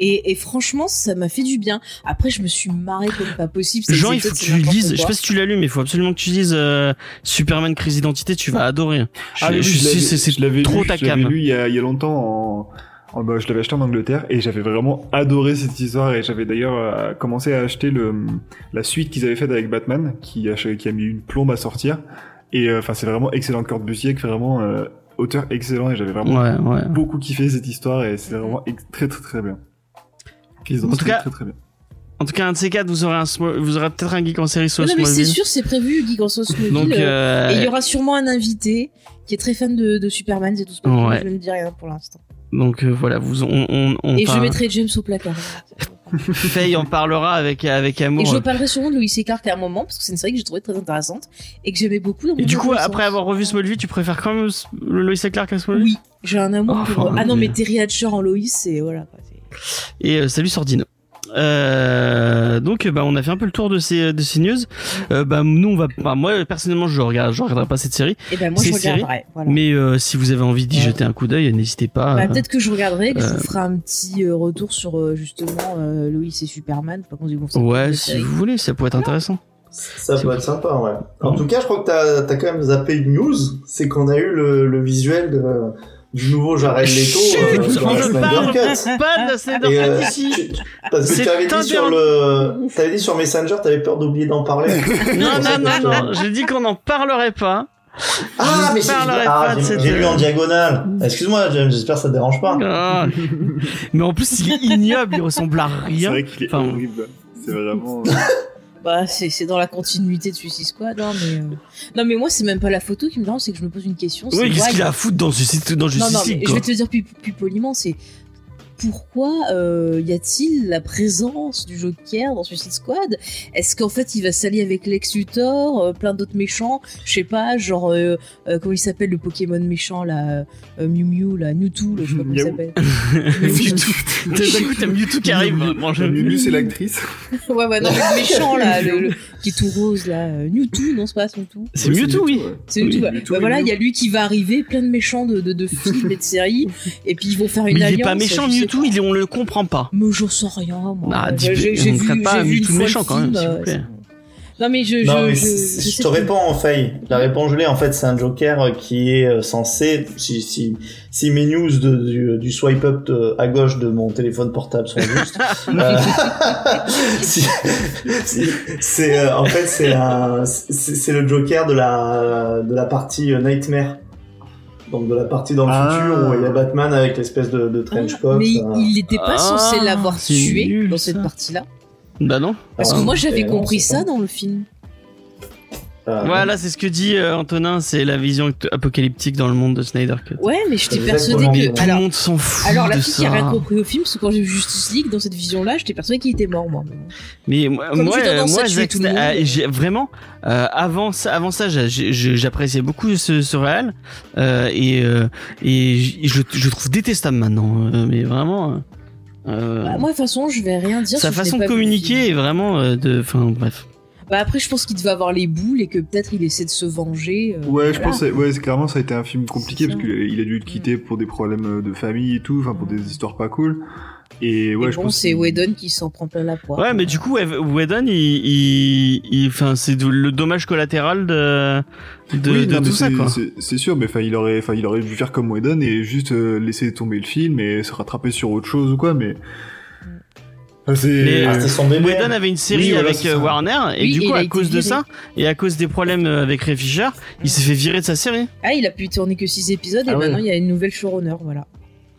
[SPEAKER 3] Et, et franchement, ça m'a fait du bien. Après, je me suis marrée comme pas possible.
[SPEAKER 2] Jean, il
[SPEAKER 3] c'était-
[SPEAKER 2] faut que
[SPEAKER 3] c'est
[SPEAKER 2] tu
[SPEAKER 3] n'importe
[SPEAKER 2] lises. Je sais
[SPEAKER 3] quoi.
[SPEAKER 2] pas si tu l'as lu, mais il faut absolument que tu lises euh, Superman Crise Identité. Tu vas adorer. Je,
[SPEAKER 5] Ah, mais oui,
[SPEAKER 2] je
[SPEAKER 5] je
[SPEAKER 2] sais,
[SPEAKER 5] l'avais-
[SPEAKER 2] c'est- c'est
[SPEAKER 5] je l'avais
[SPEAKER 2] trop
[SPEAKER 5] lu,
[SPEAKER 2] ta
[SPEAKER 5] je l'avais
[SPEAKER 2] cam.
[SPEAKER 5] lu il y a, il y a longtemps en. en- bah, je l'avais acheté en Angleterre et j'avais vraiment adoré cette histoire et j'avais d'ailleurs euh, commencé à acheter le, la suite qu'ils avaient faite avec Batman qui a, qui a mis une plombe à sortir et euh, enfin c'est vraiment excellent Kurt Busiek vraiment euh, auteur excellent et j'avais vraiment
[SPEAKER 2] Ouais, ouais.
[SPEAKER 5] beaucoup kiffé cette histoire et c'est vraiment ex- très très très bien. Qu'ils ont
[SPEAKER 2] En tout
[SPEAKER 5] très,
[SPEAKER 2] cas-
[SPEAKER 5] très très bien.
[SPEAKER 2] En tout cas, un de ces quatre, vous aurez un, Small- vous aurez peut-être un geek en série sur
[SPEAKER 3] Non, mais c'est
[SPEAKER 2] Smallville.
[SPEAKER 3] sûr, c'est prévu, Geek en sauce mobile.
[SPEAKER 2] Donc,
[SPEAKER 3] Euh,
[SPEAKER 2] euh,
[SPEAKER 3] Et il y aura sûrement un invité qui est très fan de, de Superman, c'est tout ce que
[SPEAKER 2] Ouais.
[SPEAKER 3] je ne dis rien pour l'instant.
[SPEAKER 2] donc euh, voilà, vous, on, on, on
[SPEAKER 3] Et je
[SPEAKER 2] enfin,
[SPEAKER 3] mettrai James au placard.
[SPEAKER 2] Faye en parlera avec avec
[SPEAKER 3] Et
[SPEAKER 2] amour.
[SPEAKER 3] je parlerai sûrement de Louis C. Clark à un moment, parce que c'est une série que j'ai trouvée très intéressante et que j'aimais beaucoup. dans
[SPEAKER 2] Et
[SPEAKER 3] mon
[SPEAKER 2] du coup,
[SPEAKER 3] adolescence.
[SPEAKER 2] après avoir revu Smallville, tu préfères quand même S- Lois et Clark à Smallville
[SPEAKER 3] Oui, j'ai un amour
[SPEAKER 2] Oh,
[SPEAKER 3] pour. Ah non,
[SPEAKER 2] formidable.
[SPEAKER 3] mais Terry Hatcher en Lois, c'est. Voilà. quoi, c'est-
[SPEAKER 2] Et euh, salut Sordino. Euh, donc euh, bah on a fait un peu le tour de ces de ces news. Euh, bah nous on va bah, moi personnellement je regarde je regarderai pas cette série
[SPEAKER 3] Et ben moi,
[SPEAKER 2] C'est
[SPEAKER 3] je
[SPEAKER 2] série,
[SPEAKER 3] regarderai. Voilà.
[SPEAKER 2] mais euh, si vous avez envie d'y
[SPEAKER 3] Ouais.
[SPEAKER 2] jeter un coup d'œil n'hésitez pas.
[SPEAKER 3] Bah,
[SPEAKER 2] euh,
[SPEAKER 3] Peut-être que je regarderai et que je
[SPEAKER 2] euh,
[SPEAKER 3] vous ferai un petit euh, retour sur euh, justement euh, Lois et Superman. Je sais pas comment on dit comme ça.
[SPEAKER 2] ouais
[SPEAKER 3] Les
[SPEAKER 2] si
[SPEAKER 3] séries.
[SPEAKER 2] vous voulez ça pourrait être intéressant.
[SPEAKER 4] Ça peut être sympa, ouais.
[SPEAKER 2] Mm.
[SPEAKER 4] En tout cas, je crois que t'as as quand même zappé une news, c'est qu'on a eu le, le visuel de- du nouveau Jared Leto
[SPEAKER 2] Chut,
[SPEAKER 4] euh, dans
[SPEAKER 2] on
[SPEAKER 4] la
[SPEAKER 2] ne
[SPEAKER 4] Snyder
[SPEAKER 2] parle
[SPEAKER 4] Cut.
[SPEAKER 2] Ah, Pas de la Snyder
[SPEAKER 4] Et,
[SPEAKER 2] Cut
[SPEAKER 4] euh,
[SPEAKER 2] ici.
[SPEAKER 4] tu- parce que
[SPEAKER 2] C'est
[SPEAKER 4] tu avais dit sur le, t'avais dit sur Messenger, t'avais peur d'oublier d'en parler.
[SPEAKER 2] Non non non non, j'ai dit qu'on n'en parlerait pas.
[SPEAKER 4] Ah, mais c'est-
[SPEAKER 2] parlerai
[SPEAKER 4] ah,
[SPEAKER 2] pas de
[SPEAKER 4] j'ai-
[SPEAKER 2] cette-
[SPEAKER 4] j'ai lu en diagonale. Excuse-moi, James, j'espère que ça te dérange pas.
[SPEAKER 2] Ah. Mais en plus il est ignoble, il ressemble à
[SPEAKER 5] C'est
[SPEAKER 2] rien.
[SPEAKER 5] vrai qu'il est
[SPEAKER 2] Enfin,
[SPEAKER 5] horrible. C'est vraiment.
[SPEAKER 3] Bah, c'est c'est dans la continuité de Suicide Squad. hein, mais, euh, Non, mais moi, c'est même pas la photo qui me dérange, c'est que je me pose une question. c'est
[SPEAKER 2] Oui, qu'est-ce
[SPEAKER 3] why
[SPEAKER 2] qu'il a à foutre dans Justice dans
[SPEAKER 3] Non, non,
[SPEAKER 2] Justice League
[SPEAKER 3] mais je
[SPEAKER 2] quoi.
[SPEAKER 3] vais te le dire plus, plus poliment, c'est pourquoi euh, y a-t-il la présence du Joker dans Suicide Squad Est-ce qu'en fait il va s'allier avec Lex Luthor, euh, plein d'autres méchants, je sais pas, genre euh, euh, comment il s'appelle le Pokémon méchant là, euh, Mew Mew là, Mewtwo, là, je sais pas comment il
[SPEAKER 5] Miaou.
[SPEAKER 3] s'appelle.
[SPEAKER 2] Mewtwo. D'un coup, t'as Mewtwo qui arrive. Bon, je-
[SPEAKER 5] Mimu, c'est l'actrice.
[SPEAKER 3] ouais, ouais, non, mais le méchant là, le, le- qui est tout rose là, euh, Mewtwo, non c'est pas son tout.
[SPEAKER 2] C'est Mewtwo, oui.
[SPEAKER 5] ouais.
[SPEAKER 3] C'est Mewtwo.
[SPEAKER 5] Oui,
[SPEAKER 3] ouais.
[SPEAKER 5] Mewtwo
[SPEAKER 3] Bah
[SPEAKER 5] et
[SPEAKER 3] voilà, il
[SPEAKER 5] Mew.
[SPEAKER 3] y a lui qui va arriver, plein de méchants de, de, de films et de séries, et puis ils vont faire
[SPEAKER 2] Mais
[SPEAKER 3] une
[SPEAKER 2] il
[SPEAKER 3] alliance.
[SPEAKER 2] est pas méchant,
[SPEAKER 3] je sais
[SPEAKER 2] Mewtwo,
[SPEAKER 3] pas.
[SPEAKER 2] il est- on le comprend pas.
[SPEAKER 3] Mais j'en sais rien, moi.
[SPEAKER 2] Ah,
[SPEAKER 3] Je-
[SPEAKER 2] dis-
[SPEAKER 3] j'ai
[SPEAKER 2] on
[SPEAKER 3] j'ai
[SPEAKER 2] ne
[SPEAKER 3] vu,
[SPEAKER 2] traite pas
[SPEAKER 3] j'ai vu une
[SPEAKER 2] Mewtwo
[SPEAKER 3] fois le
[SPEAKER 2] méchant, quand même,
[SPEAKER 3] film,
[SPEAKER 2] s'il vous
[SPEAKER 3] euh,
[SPEAKER 2] plaît.
[SPEAKER 3] c'est- Non, mais je.
[SPEAKER 4] Non,
[SPEAKER 3] je,
[SPEAKER 4] mais
[SPEAKER 3] je,
[SPEAKER 4] c'est-
[SPEAKER 3] je
[SPEAKER 4] je
[SPEAKER 3] sais
[SPEAKER 4] te
[SPEAKER 3] plus.
[SPEAKER 4] réponds en faille. La réponse je l'ai. En fait, c'est un Joker euh, qui est euh, censé, si, si, si mes news de- du, du swipe up de- à gauche de mon téléphone portable sont justes, euh, si- si- c'est euh, en fait c'est un- c'est c'est le Joker de la de la partie euh, Nightmare. Donc de la partie dans le
[SPEAKER 5] Ah.
[SPEAKER 4] futur où il y a Batman avec l'espèce de, de trench coat.
[SPEAKER 3] Ah, Mais
[SPEAKER 4] euh.
[SPEAKER 3] il n'était pas
[SPEAKER 2] Ah,
[SPEAKER 3] censé l'avoir
[SPEAKER 2] c'est
[SPEAKER 3] tué
[SPEAKER 2] nul,
[SPEAKER 3] dans
[SPEAKER 2] ça.
[SPEAKER 3] cette partie-là.
[SPEAKER 2] Bah non.
[SPEAKER 3] Parce
[SPEAKER 4] Ah,
[SPEAKER 3] que moi,
[SPEAKER 4] non,
[SPEAKER 3] j'avais
[SPEAKER 4] non,
[SPEAKER 3] compris
[SPEAKER 4] c'est pas-
[SPEAKER 3] ça dans le film.
[SPEAKER 4] Euh,
[SPEAKER 2] Voilà, c'est ce que dit euh, Antonin, c'est la vision act- apocalyptique dans le monde de Snyder Cut.
[SPEAKER 3] Ouais, mais j'étais persuadée
[SPEAKER 4] Exactement. Mais
[SPEAKER 3] que.
[SPEAKER 2] Tout le
[SPEAKER 3] Alors,
[SPEAKER 2] monde s'en fout
[SPEAKER 3] alors la
[SPEAKER 2] de
[SPEAKER 3] fille qui a rien
[SPEAKER 2] ça.
[SPEAKER 3] compris au film, parce que quand j'ai vu Justice League, dans cette vision-là, j'étais persuadée qu'il était mort, moi.
[SPEAKER 2] Mais moi,
[SPEAKER 3] Comme
[SPEAKER 2] moi,
[SPEAKER 3] tu t'entends,
[SPEAKER 2] euh, moi,
[SPEAKER 3] ça tue
[SPEAKER 2] Zack
[SPEAKER 3] tout le
[SPEAKER 2] Sna-
[SPEAKER 3] monde.
[SPEAKER 2] ah, j'ai- vraiment, euh, avant ça, avant ça, j'a- j'ai- j'ai- j'appréciais beaucoup ce, ce réal euh, et euh, et j- je, je le trouve détestable maintenant, euh, mais vraiment. euh,
[SPEAKER 3] Bah, moi, de toute façon, je vais rien dire.
[SPEAKER 2] sa
[SPEAKER 3] si je n'ai
[SPEAKER 2] façon
[SPEAKER 3] pas
[SPEAKER 2] de
[SPEAKER 3] vu le film.
[SPEAKER 2] communiquer est vraiment euh, de, enfin bref.
[SPEAKER 3] Bah après, je pense qu'il devait avoir les boules et que peut-être il essaie de se venger. euh,
[SPEAKER 5] Ouais, je
[SPEAKER 3] voilà.
[SPEAKER 5] pense, que- ouais, c'est- clairement, ça a été un film compliqué
[SPEAKER 3] C'est ça.
[SPEAKER 5] parce qu'il a- il a dû le quitter pour des problèmes euh, de famille et tout, enfin pour des histoires pas cool. Et ouais,
[SPEAKER 3] Et
[SPEAKER 5] je
[SPEAKER 3] bon,
[SPEAKER 5] pense.
[SPEAKER 3] c'est
[SPEAKER 5] qu'il-
[SPEAKER 3] Whedon qui s'en prend plein la poire.
[SPEAKER 2] Ouais, mais du coup, Ev- Whedon, il, il, il- enfin, c'est de- le dommage collatéral de, de,
[SPEAKER 5] Oui,
[SPEAKER 2] de
[SPEAKER 5] non, mais
[SPEAKER 2] tout ça,
[SPEAKER 5] c'est-
[SPEAKER 2] quoi.
[SPEAKER 5] c'est- C'est sûr, mais enfin, il aurait, enfin, il aurait dû faire comme Whedon et juste euh, laisser tomber le film et se rattraper sur autre chose ou quoi, mais.
[SPEAKER 3] Mm.
[SPEAKER 2] Mais-
[SPEAKER 5] Enfin,
[SPEAKER 2] euh,
[SPEAKER 5] C'est.
[SPEAKER 4] Ah, c'était son bébé.
[SPEAKER 2] Whedon avait une série
[SPEAKER 5] Oui, voilà,
[SPEAKER 2] avec
[SPEAKER 5] c'est
[SPEAKER 2] euh,
[SPEAKER 5] ça.
[SPEAKER 2] Warner, et
[SPEAKER 3] Oui,
[SPEAKER 2] du
[SPEAKER 3] il
[SPEAKER 2] coup,
[SPEAKER 3] a
[SPEAKER 2] à
[SPEAKER 3] été
[SPEAKER 2] cause de
[SPEAKER 3] viré.
[SPEAKER 2] ça, et à cause des problèmes euh, avec Ray Fisher, il s'est fait virer de sa série.
[SPEAKER 3] Ah, il a pu tourner que 6 épisodes et
[SPEAKER 5] Ah ouais.
[SPEAKER 3] maintenant il y a une nouvelle showrunner, voilà.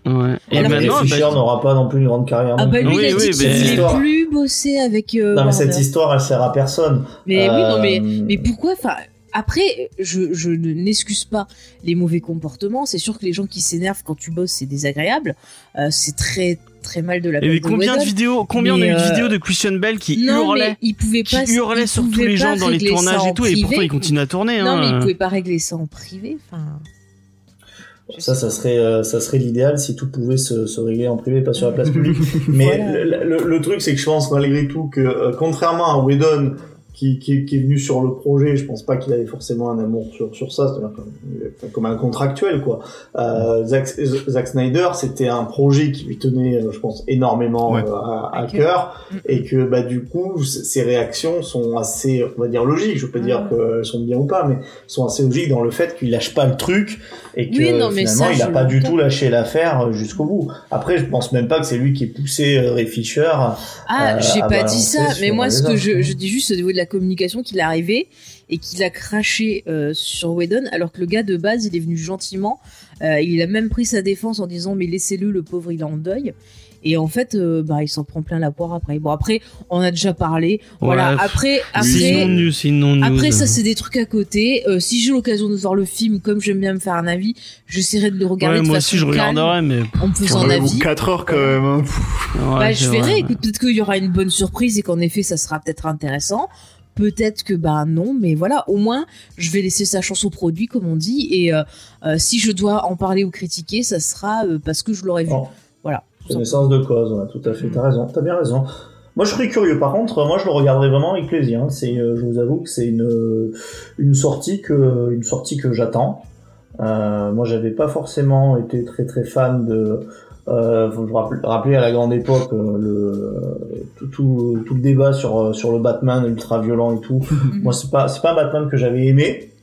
[SPEAKER 2] Ouais. Et
[SPEAKER 3] Alors,
[SPEAKER 4] Alors,
[SPEAKER 2] maintenant,
[SPEAKER 4] Fischer
[SPEAKER 2] bah,
[SPEAKER 4] n'aura pas non plus une grande carrière.
[SPEAKER 3] Ah
[SPEAKER 4] non
[SPEAKER 3] bah
[SPEAKER 4] plus.
[SPEAKER 3] lui, il
[SPEAKER 2] Oui,
[SPEAKER 3] a dit
[SPEAKER 2] oui,
[SPEAKER 3] qu'il
[SPEAKER 2] mais-
[SPEAKER 3] voulait plus bosser avec euh,
[SPEAKER 4] Non, mais
[SPEAKER 3] Warner.
[SPEAKER 4] cette histoire, elle sert à personne.
[SPEAKER 3] Mais oui, non, mais,
[SPEAKER 4] Euh,
[SPEAKER 3] mais pourquoi enfin, Après, je, je ne- n'excuse pas les mauvais comportements. C'est sûr que les gens qui s'énervent quand tu bosses, c'est désagréable. Euh, c'est très, très mal de la part
[SPEAKER 2] et
[SPEAKER 3] de
[SPEAKER 2] combien de
[SPEAKER 3] Whedon.
[SPEAKER 2] vidéos, combien
[SPEAKER 3] Mais,
[SPEAKER 2] on a eu de
[SPEAKER 3] euh,
[SPEAKER 2] vidéos de Christian Bell qui
[SPEAKER 3] Non, mais
[SPEAKER 2] hurlait,
[SPEAKER 3] il pouvait
[SPEAKER 2] qui
[SPEAKER 3] pas.
[SPEAKER 2] hurlait
[SPEAKER 3] il
[SPEAKER 2] sur tous
[SPEAKER 3] pouvait
[SPEAKER 2] les gens
[SPEAKER 3] pas
[SPEAKER 2] dans les
[SPEAKER 3] régler ça
[SPEAKER 2] tournages
[SPEAKER 3] en
[SPEAKER 2] et tout, et pourtant
[SPEAKER 3] privé.
[SPEAKER 2] il continue à tourner.
[SPEAKER 3] Non, mais il
[SPEAKER 2] hein.
[SPEAKER 3] pouvait pas régler ça en privé. Enfin. je
[SPEAKER 4] Ça,
[SPEAKER 3] sais
[SPEAKER 4] ça
[SPEAKER 3] pas.
[SPEAKER 4] serait, euh, ça serait l'idéal si tout pouvait se, se régler en privé, pas sur la place publique. Mais
[SPEAKER 3] Voilà.
[SPEAKER 4] le, le- le truc, c'est que je pense malgré tout que, euh, contrairement à Whedon, qui, qui, qui est venu sur le projet, je pense pas qu'il avait forcément un amour sur, sur ça, c'est-à-dire comme, enfin, comme un contractuel, quoi. Euh, Zack, Zack Snyder, c'était un projet qui lui tenait, euh, je pense, énormément
[SPEAKER 5] Ouais.
[SPEAKER 4] euh, à, à
[SPEAKER 3] À cœur.
[SPEAKER 4] cœur,
[SPEAKER 3] Mm.
[SPEAKER 4] et que, bah, du coup, c- ses réactions sont assez, on va dire, logiques. Je peux
[SPEAKER 3] Mm.
[SPEAKER 4] dire qu'elles sont bien ou pas, mais sont assez logiques dans le fait qu'il lâche pas le truc et que
[SPEAKER 3] Oui, non, mais
[SPEAKER 4] finalement
[SPEAKER 3] ça,
[SPEAKER 4] il n'a
[SPEAKER 3] je
[SPEAKER 4] pas du
[SPEAKER 3] l'entends.
[SPEAKER 4] tout lâché l'affaire euh, jusqu'au bout. Après, je pense même pas que c'est lui qui ait poussé euh, Ray Fisher.
[SPEAKER 3] Ah,
[SPEAKER 4] euh,
[SPEAKER 3] j'ai
[SPEAKER 4] à
[SPEAKER 3] pas
[SPEAKER 4] balancer
[SPEAKER 3] dit ça,
[SPEAKER 4] sur
[SPEAKER 3] mais moi,
[SPEAKER 4] les
[SPEAKER 3] ce que
[SPEAKER 4] autres.
[SPEAKER 3] je, je dis juste au niveau de la communication, qu'il est arrivé et qu'il a craché euh, sur Whedon, alors que le gars de base, il est venu gentiment. Euh, il a même pris sa défense en disant Mais laissez-le, le pauvre, il est en deuil. Et en fait, euh, bah, il s'en prend plein la poire après. Bon, après, on a déjà parlé. Voilà,
[SPEAKER 2] Ouais, pff,
[SPEAKER 3] après,
[SPEAKER 2] C'est
[SPEAKER 3] après,
[SPEAKER 2] une non-news, c'est une non-news.
[SPEAKER 3] après, ça, c'est des trucs à côté. Euh, si j'ai l'occasion de voir le film, comme j'aime bien me faire un avis, j'essaierai de le regarder
[SPEAKER 2] Ouais,
[SPEAKER 3] de
[SPEAKER 2] moi aussi
[SPEAKER 3] façon
[SPEAKER 2] je
[SPEAKER 3] calme,
[SPEAKER 2] regarderais, mais.
[SPEAKER 3] en me faisant
[SPEAKER 5] On
[SPEAKER 3] un
[SPEAKER 5] a eu
[SPEAKER 3] avis.
[SPEAKER 5] 4 heures quand même. hein. Pff,
[SPEAKER 2] Ouais,
[SPEAKER 3] bah, je
[SPEAKER 2] c'est
[SPEAKER 3] verrai.
[SPEAKER 2] vrai.
[SPEAKER 3] Écoute, peut-être qu'il y aura une bonne surprise et qu'en effet, ça sera peut-être intéressant. Peut-être que bah non, mais voilà, au moins je vais laisser sa chance au produit, comme on dit, et euh, euh, si je dois en parler ou critiquer, ça sera euh, parce que je l'aurais vu.
[SPEAKER 4] En
[SPEAKER 3] Voilà. tout simplement.
[SPEAKER 4] connaissance de cause, ouais, tout à fait.
[SPEAKER 3] Mm.
[SPEAKER 4] T'as raison, t'as bien raison. Moi, je serais curieux. Par contre, moi, je le regarderai vraiment avec plaisir. hein. C'est, euh, je vous avoue que c'est une une sortie que une sortie que j'attends. Euh, moi, j'avais pas forcément été très très fan de. Euh, vous vous rappelez- rappelez à la grande époque euh, le tout, tout tout le débat sur euh, sur le Batman ultra violent et tout.
[SPEAKER 3] Mm. Mhm.
[SPEAKER 4] Moi, c'est pas c'est pas un Batman que j'avais aimé.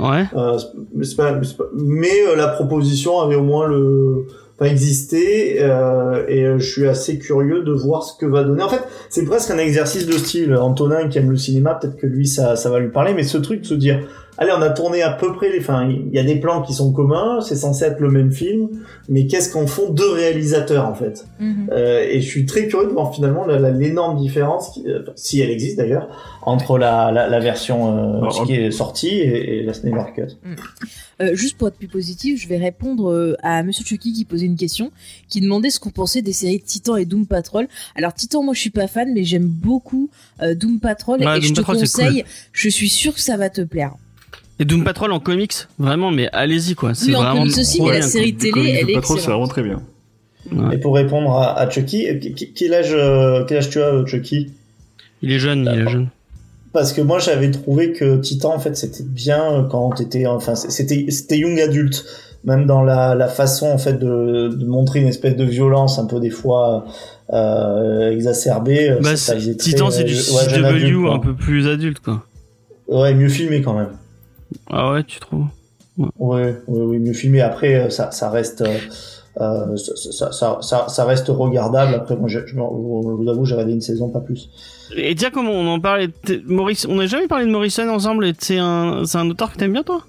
[SPEAKER 2] Ouais.
[SPEAKER 4] Euh, c'est- mais c'est pas- mais c'est pas- mais, euh, la proposition avait au moins le enfin, existé euh, et euh, je suis assez curieux de voir ce que va donner. En fait, c'est presque un exercice de style. Antonin qui aime le cinéma, peut-être que lui ça ça va lui parler, mais ce truc de se dire allez on a tourné à peu près les enfin il y a des plans qui sont communs, c'est censé être le même film, mais qu'est-ce qu'en font deux réalisateurs en fait
[SPEAKER 3] Mhm.
[SPEAKER 4] euh, et je suis très curieux de voir finalement la- la- l'énorme différence, qui- euh, si elle existe d'ailleurs, entre la, la, la version euh,
[SPEAKER 5] Alors,
[SPEAKER 4] qui est sortie et, et la Snyder Cut.
[SPEAKER 3] Euh, juste pour être plus positif, je vais répondre euh, à Monsieur Chucky qui posait une question, qui demandait ce qu'on pensait des séries Titan et Doom Patrol. Alors Titan, moi je suis pas fan, mais j'aime beaucoup euh, Doom Patrol
[SPEAKER 2] Ouais,
[SPEAKER 3] et
[SPEAKER 2] Doom
[SPEAKER 3] je te
[SPEAKER 2] Patrol, c'est cool.
[SPEAKER 3] conseille. Je suis sûr que ça va te plaire.
[SPEAKER 2] Et Doom Patrol en comics, vraiment, mais allez-y quoi. C'est
[SPEAKER 3] Oui, en
[SPEAKER 2] vraiment.
[SPEAKER 3] comics aussi,
[SPEAKER 2] trop
[SPEAKER 3] mais la
[SPEAKER 2] bien, quoi.
[SPEAKER 3] série
[SPEAKER 5] le
[SPEAKER 3] télé,
[SPEAKER 5] comics de
[SPEAKER 3] elle est
[SPEAKER 5] Patro, c'est
[SPEAKER 3] excellente.
[SPEAKER 5] vraiment très bien.
[SPEAKER 2] Ouais.
[SPEAKER 4] Et pour répondre à, à Chucky, euh, qui- qui- quel âge, euh, quel âge tu as, euh, Chucky
[SPEAKER 2] Il est jeune, il est jeune.
[SPEAKER 4] Ah, Parce que moi j'avais trouvé que Titan en fait c'était bien euh, quand t'étais, enfin c- c'était c'était young adulte. Même dans la, la façon en fait de, de montrer une espèce de violence un peu des fois euh, exacerbée. euh,
[SPEAKER 2] Bah,
[SPEAKER 4] ça- ça faisait
[SPEAKER 2] c'est-
[SPEAKER 4] très,
[SPEAKER 2] Titan, c'est du
[SPEAKER 4] euh, ouais, jeune adulte,
[SPEAKER 2] CW
[SPEAKER 4] quoi.
[SPEAKER 2] un peu plus adulte quoi.
[SPEAKER 4] Ouais, mieux filmé quand même.
[SPEAKER 2] Ah ouais, tu trouves
[SPEAKER 4] Ouais, oui, oui, mieux filmé. Après, euh, ça, ça reste, euh, euh, ça, ça, ça, ça, ça reste regardable. Après, moi, je, je m'en- vous, vous avoue, j'ai regardé une saison, pas plus.
[SPEAKER 2] Et tiens, comment on en parlait t'es- Maurice, on n'a jamais parlé de Morrison ensemble. Et c'est un, c'est un auteur que t'aimes bien toi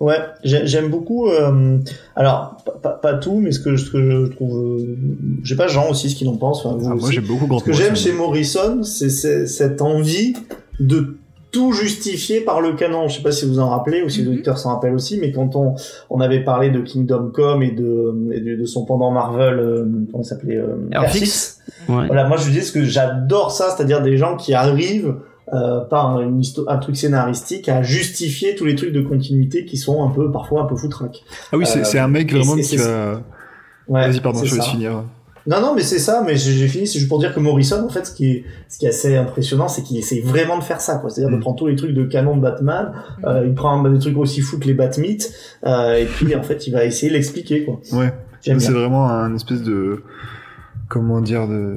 [SPEAKER 4] Ouais, j'ai- j'aime beaucoup. euh, alors, pas, pas, pas tout, mais ce que, ce que je trouve, euh, je sais pas, Jean aussi, ce qu'il en pense. enfin, vous
[SPEAKER 5] Ah, moi,
[SPEAKER 4] aussi.
[SPEAKER 5] j'aime beaucoup Grant
[SPEAKER 4] Ce que j'aime
[SPEAKER 5] Morrison.
[SPEAKER 4] chez Morrison, c'est c'est cette envie de tout justifier par le canon. Je sais pas si vous en rappelez ou si les
[SPEAKER 3] Mhm.
[SPEAKER 4] auditeurs s'en rappellent aussi, mais quand on, on avait parlé de Kingdom Come et de, et de, de son pendant Marvel, euh, comment ça s'appelait euh,
[SPEAKER 2] Airfix.
[SPEAKER 4] Airfix.
[SPEAKER 2] Ouais.
[SPEAKER 4] Voilà, moi je dis ce que j'adore ça, c'est-à-dire des gens qui arrivent euh, par une histo- un truc scénaristique à justifier tous les trucs de continuité qui sont un peu parfois un peu foutraques.
[SPEAKER 5] Ah oui, c'est
[SPEAKER 4] Euh,
[SPEAKER 5] c'est un mec
[SPEAKER 4] et
[SPEAKER 5] vraiment
[SPEAKER 4] c'est-
[SPEAKER 5] qui
[SPEAKER 4] c'est-
[SPEAKER 5] va.
[SPEAKER 4] Ouais,
[SPEAKER 5] Vas-y, pardon,
[SPEAKER 4] c'est
[SPEAKER 5] je vais
[SPEAKER 4] ça.
[SPEAKER 5] finir.
[SPEAKER 4] Non, non, mais c'est ça, mais j'ai j'ai fini, c'est juste pour dire que Morrison, en fait, ce qui est, ce qui est assez impressionnant, c'est qu'il essaie vraiment de faire ça, quoi. C'est-à-dire de
[SPEAKER 5] Mm.
[SPEAKER 4] prendre tous les trucs de canon de Batman, euh, il prend des trucs aussi fous que les Batmyths, euh, et puis, en fait, il va essayer de l'expliquer, quoi.
[SPEAKER 5] Ouais.
[SPEAKER 4] J'aime
[SPEAKER 5] C'est
[SPEAKER 4] bien.
[SPEAKER 5] vraiment un espèce de. Comment dire de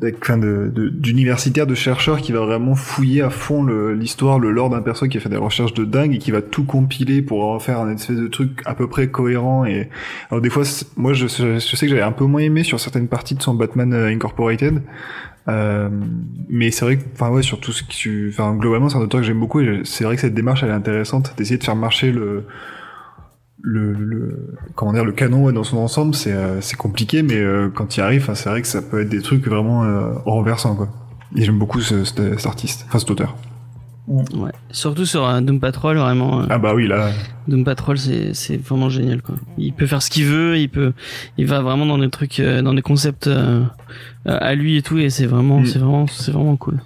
[SPEAKER 5] d'ec- enfin, de- de- d'universitaire, de, chercheur qui va vraiment fouiller à fond le- l'histoire, le, lore d'un perso qui a fait des recherches de dingue et qui va tout compiler pour en faire un espèce de truc à peu près cohérent. Et alors des fois, c'est- moi, je, je sais que j'avais un peu moins aimé sur certaines parties de son Batman euh, Incorporated. Euh, mais c'est vrai que, enfin ouais, sur tout ce que tu, enfin globalement, c'est un auteur que j'aime beaucoup. Et je- c'est vrai que cette démarche, elle est intéressante d'essayer de faire marcher le, le, le comment dire, le canon ouais, dans son ensemble. C'est, euh, c'est compliqué, mais euh, quand il arrive, enfin, c'est vrai que ça peut être des trucs vraiment euh, renversants quoi. Et j'aime beaucoup ce, cet- cet artiste, enfin cet auteur.
[SPEAKER 2] Ouais. Surtout sur euh, Doom Patrol, vraiment. euh,
[SPEAKER 5] Ah bah oui là,
[SPEAKER 2] Doom Patrol, c'est c'est vraiment génial quoi. Il peut faire ce qu'il veut, il peut, il va vraiment dans des trucs, euh, dans des concepts euh, euh, à lui et tout, et c'est vraiment,
[SPEAKER 5] Mm.
[SPEAKER 2] c'est vraiment, c'est vraiment cool.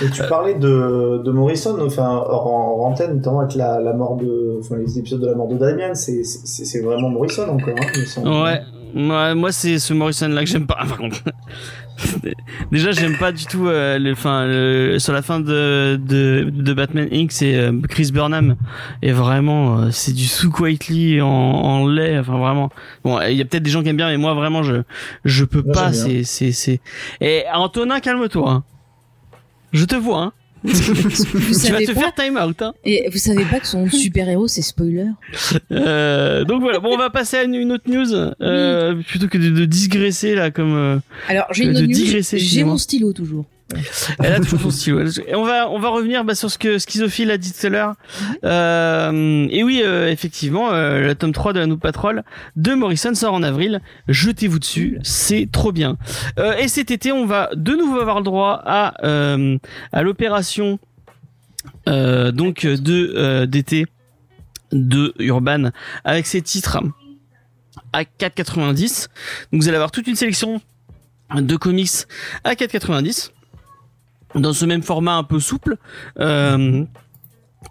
[SPEAKER 4] Et
[SPEAKER 2] Euh.
[SPEAKER 4] tu parlais de, de Morrison, enfin, hors, hors antenne, notamment avec la, la mort de, enfin, les épisodes de la mort de Damien, c'est, c'est, c'est vraiment Morrison encore, hein, il me semble.
[SPEAKER 2] Ouais, moi, moi c'est ce Morrison là que j'aime pas. Par contre, déjà j'aime pas du tout. euh, le, enfin, le- sur la fin de de, de Batman Inc, c'est euh, Chris Burnham et vraiment euh, c'est du sous Whiteley en, en lait. Enfin vraiment. Bon, il y a peut-être des gens qui aiment bien, mais moi vraiment je je peux
[SPEAKER 4] Moi,
[SPEAKER 2] pas. C'est
[SPEAKER 4] j'aime
[SPEAKER 2] c'est c'est. Et Antonin, calme-toi. hein. Je te vois. Hein. tu vas
[SPEAKER 3] savez
[SPEAKER 2] te
[SPEAKER 3] quoi
[SPEAKER 2] faire time out. Hein.
[SPEAKER 3] Et vous savez pas que son super héros c'est spoiler
[SPEAKER 2] Euh, donc voilà. Bon, on va passer à une, une autre news euh, plutôt que de, de digresser là comme. euh,
[SPEAKER 3] Alors j'ai
[SPEAKER 2] Euh,
[SPEAKER 3] une
[SPEAKER 2] de
[SPEAKER 3] news,
[SPEAKER 2] digresser,
[SPEAKER 3] j'ai
[SPEAKER 2] excusez-moi.
[SPEAKER 3] mon stylo toujours.
[SPEAKER 2] Elle a toujours son stylo. Et on va, on va revenir bah, sur ce que Schizophile a dit tout à l'heure. Euh, et oui, euh, effectivement, euh, le tome 3 de la Noob Patrol de Morrison sort en avril. Jetez-vous dessus, c'est trop bien. Euh, et cet été, on va de nouveau avoir le droit à, euh, à l'opération euh, donc euh, de euh, d'été de Urban avec ses titres à 4,90. Donc vous allez avoir toute une sélection de comics à 4,90 dans ce même format un peu souple. Euh,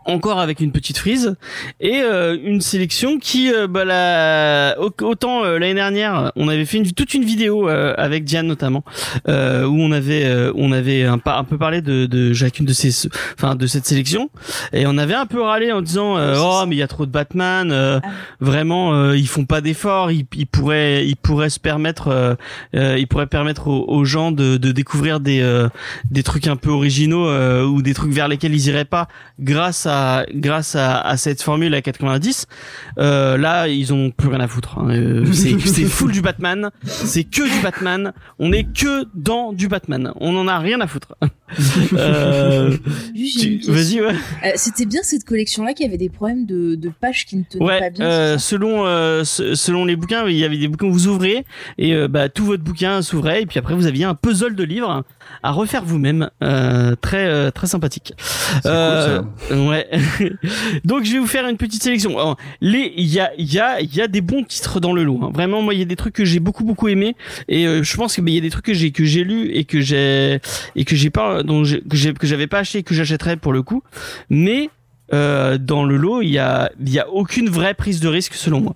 [SPEAKER 2] encore avec une petite frise et euh, une sélection qui euh, bah, la- au- autant euh, l'année dernière on avait fait une, toute une vidéo euh, avec Diane notamment euh, où on avait euh, on avait un, pa- un peu parlé de, de chacune de ces enfin de cette sélection et on avait un peu râlé en disant euh, oh mais il y a trop de Batman euh,
[SPEAKER 3] Ah.
[SPEAKER 2] vraiment euh, ils font pas d'efforts ils, ils pourraient ils pourraient se permettre euh, euh, ils pourraient permettre aux, aux gens de, de découvrir des euh, des trucs un peu originaux euh, ou des trucs vers lesquels ils iraient pas grâce à grâce à, à cette formule à 90 euh, là ils ont plus rien à foutre hein. Euh, c'est c'est full du Batman c'est que du Batman on est que dans du Batman on en a rien à foutre euh,
[SPEAKER 3] Juste, j'ai
[SPEAKER 2] tu-
[SPEAKER 3] une question.
[SPEAKER 2] vas-y ouais,
[SPEAKER 3] Euh, C'était bien cette collection là qui avait des problèmes de, de pages qui ne tenaient pas
[SPEAKER 2] ouais
[SPEAKER 3] bien.
[SPEAKER 2] euh, selon euh, se- selon les bouquins il y avait des bouquins que vous ouvriez et euh, bah tout votre bouquin s'ouvrait et puis après vous aviez un puzzle de livres à refaire vous-même euh, très euh, très sympathique
[SPEAKER 5] c'est
[SPEAKER 2] Euh,
[SPEAKER 5] cool,
[SPEAKER 2] Ouais. Donc je vais vous faire une petite sélection. Alors, les, il y a, il y a, il y a des bons titres dans le lot. hein. Vraiment, moi, il y a des trucs que j'ai beaucoup beaucoup aimé et euh, je pense que ben, il y a des trucs que j'ai que j'ai lu et que j'ai et que j'ai pas dont j'ai- que j'ai que j'avais pas acheté et que j'achèterais pour le coup. Mais euh, dans le lot, il y a il y a aucune vraie prise de risque selon moi.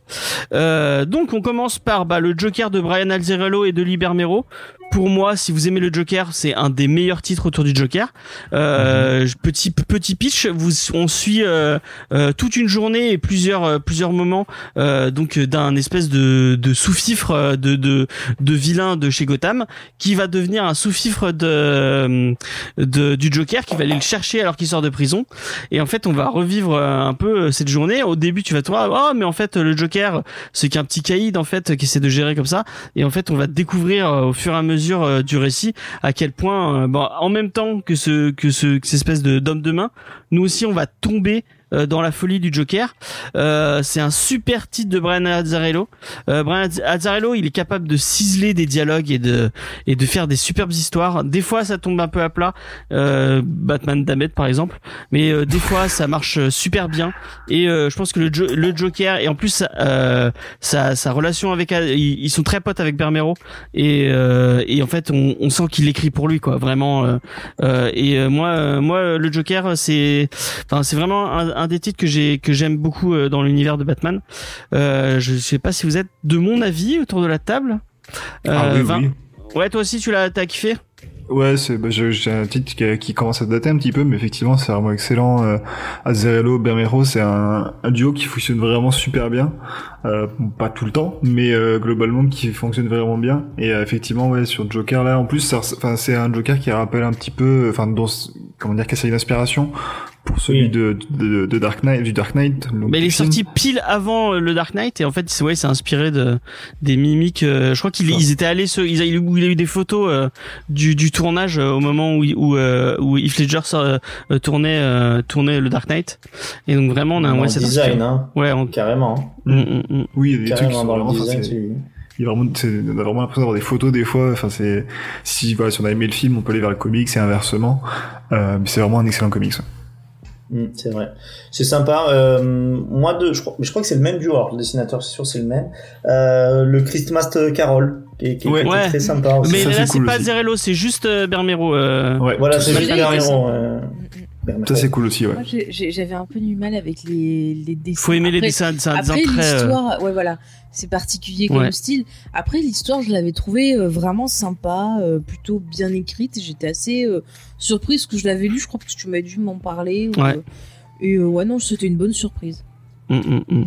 [SPEAKER 2] Euh, donc on commence par bah, le Joker de Brian Alzerello et de Liber Mero. Pour moi, si vous aimez le Joker, c'est un des meilleurs titres autour du Joker. Euh, petit petit pitch, vous, on suit euh, euh, toute une journée et plusieurs euh, plusieurs moments euh, donc euh, d'un espèce de, de sous-fifre euh, de, de de vilain de chez Gotham qui va devenir un sous-fifre de, euh, de du Joker qui va aller le chercher alors qu'il sort de prison et en fait on va revivre euh, un peu euh, cette journée au début tu vas te voir oh mais en fait euh, le Joker c'est qu'un petit caïd en fait qui essaie de gérer comme ça et en fait on va découvrir euh, au fur et à mesure euh, du récit à quel point euh, bon, en même temps que ce que ce que cette espèce de d'homme de main nous aussi on va tomber euh, dans la folie du Joker, Euh, c'est un super titre de Brian Azzarello. Euh, Brian Azz- Azzarello, il est capable de ciseler des dialogues et de et de faire des superbes histoires. Des fois, ça tombe un peu à plat, euh, Batman Damet par exemple, mais euh, des fois, ça marche euh, super bien. Et euh, je pense que le, Jo- le Joker et en plus euh, sa sa relation avec ils ils sont très potes avec Bermero et, euh, et en fait on, on sent qu'il écrit pour lui quoi vraiment euh, euh, et euh, moi euh, moi euh, le Joker euh, c'est enfin c'est vraiment un, un des titres que j'ai que j'aime beaucoup euh, dans l'univers de Batman euh, je sais pas si vous êtes de mon avis autour de la table
[SPEAKER 5] Ah
[SPEAKER 2] Euh,
[SPEAKER 5] oui,
[SPEAKER 2] Vin-
[SPEAKER 5] oui.
[SPEAKER 2] Ouais, toi aussi, tu l'as t'as kiffé
[SPEAKER 5] Ouais, c'est, bah, je- j'ai un titre qui, qui commence à dater un petit peu, mais effectivement, c'est vraiment excellent. Euh, Azerello, Bermero, c'est un, un duo qui fonctionne vraiment super bien. Euh, pas tout le temps, mais euh, globalement, qui fonctionne vraiment bien. Et euh, effectivement, ouais, sur Joker, là, en plus, ça res- enfin, c'est un Joker qui rappelle un petit peu, euh, enfin, dont, comment dire, qui a servi d'inspiration pour celui
[SPEAKER 4] Oui.
[SPEAKER 5] de, de, de Dark Knight, du Dark Knight. donc
[SPEAKER 2] Mais il
[SPEAKER 5] du
[SPEAKER 2] est
[SPEAKER 5] film.
[SPEAKER 2] sorti pile avant euh, le Dark Knight et en fait c'est ouais c'est inspiré de des mimiques. euh, je crois qu'ils
[SPEAKER 5] Ça.
[SPEAKER 2] ils étaient allés se, ils a, il a eu des photos euh, du, du tournage euh, au moment où il- où, euh, où Heath Ledger sort, euh, euh, tournait euh, tournait le Dark Knight et donc vraiment on a
[SPEAKER 4] Dans
[SPEAKER 2] ouais
[SPEAKER 4] le
[SPEAKER 2] ça
[SPEAKER 4] design, hein,
[SPEAKER 2] Ouais, on-
[SPEAKER 4] carrément.
[SPEAKER 2] mm, mm, mm.
[SPEAKER 5] Oui, il y a des trucs qui
[SPEAKER 4] Carrément
[SPEAKER 5] sont
[SPEAKER 4] dans
[SPEAKER 5] vraiment,
[SPEAKER 4] le
[SPEAKER 5] enfin,
[SPEAKER 4] design.
[SPEAKER 5] c'est-
[SPEAKER 4] tu-
[SPEAKER 5] Il y a vraiment, c'est- on a vraiment l'impression d'avoir des photos des fois. Enfin, c'est si voilà, si on a aimé le film, on peut aller vers le comics et inversement. Euh, mais c'est vraiment un excellent comics.
[SPEAKER 4] Mm, c'est vrai. C'est sympa. Euh, moi, de, je, crois, je crois que c'est le même duo. Alors, le dessinateur, c'est sûr, c'est le même. Euh, le Christmas Carol, qui, est- qui est-
[SPEAKER 5] Ouais.
[SPEAKER 4] qui est
[SPEAKER 2] Ouais.
[SPEAKER 4] très sympa aussi.
[SPEAKER 2] Mais
[SPEAKER 5] ça,
[SPEAKER 2] là
[SPEAKER 5] c'est
[SPEAKER 2] c'est
[SPEAKER 5] cool
[SPEAKER 2] pas
[SPEAKER 5] aussi.
[SPEAKER 2] Zerello, c'est juste euh, Bermero. euh.
[SPEAKER 5] Ouais,
[SPEAKER 4] Voilà, c'est
[SPEAKER 2] Ça,
[SPEAKER 4] juste
[SPEAKER 2] c'est
[SPEAKER 4] derrière.
[SPEAKER 3] intéressant.
[SPEAKER 4] euh,
[SPEAKER 5] ça c'est cool aussi. Ouais.
[SPEAKER 3] Moi, j'ai- j'ai- j'avais un peu du mal avec les, les dessins.
[SPEAKER 2] Faut aimer les
[SPEAKER 3] Après,
[SPEAKER 2] dessins, c'est un dessin
[SPEAKER 3] Après
[SPEAKER 2] très, euh,
[SPEAKER 3] l'histoire, ouais voilà, c'est particulier comme
[SPEAKER 2] Ouais.
[SPEAKER 3] style. Après l'histoire, je l'avais trouvée euh, vraiment sympa, euh, plutôt bien écrite. J'étais assez euh, surprise que je l'avais lu. Je crois que tu m'as dû m'en parler. ou,
[SPEAKER 2] Ouais.
[SPEAKER 3] euh, et euh, ouais non, c'était une bonne surprise.
[SPEAKER 2] Mm, mm, mm.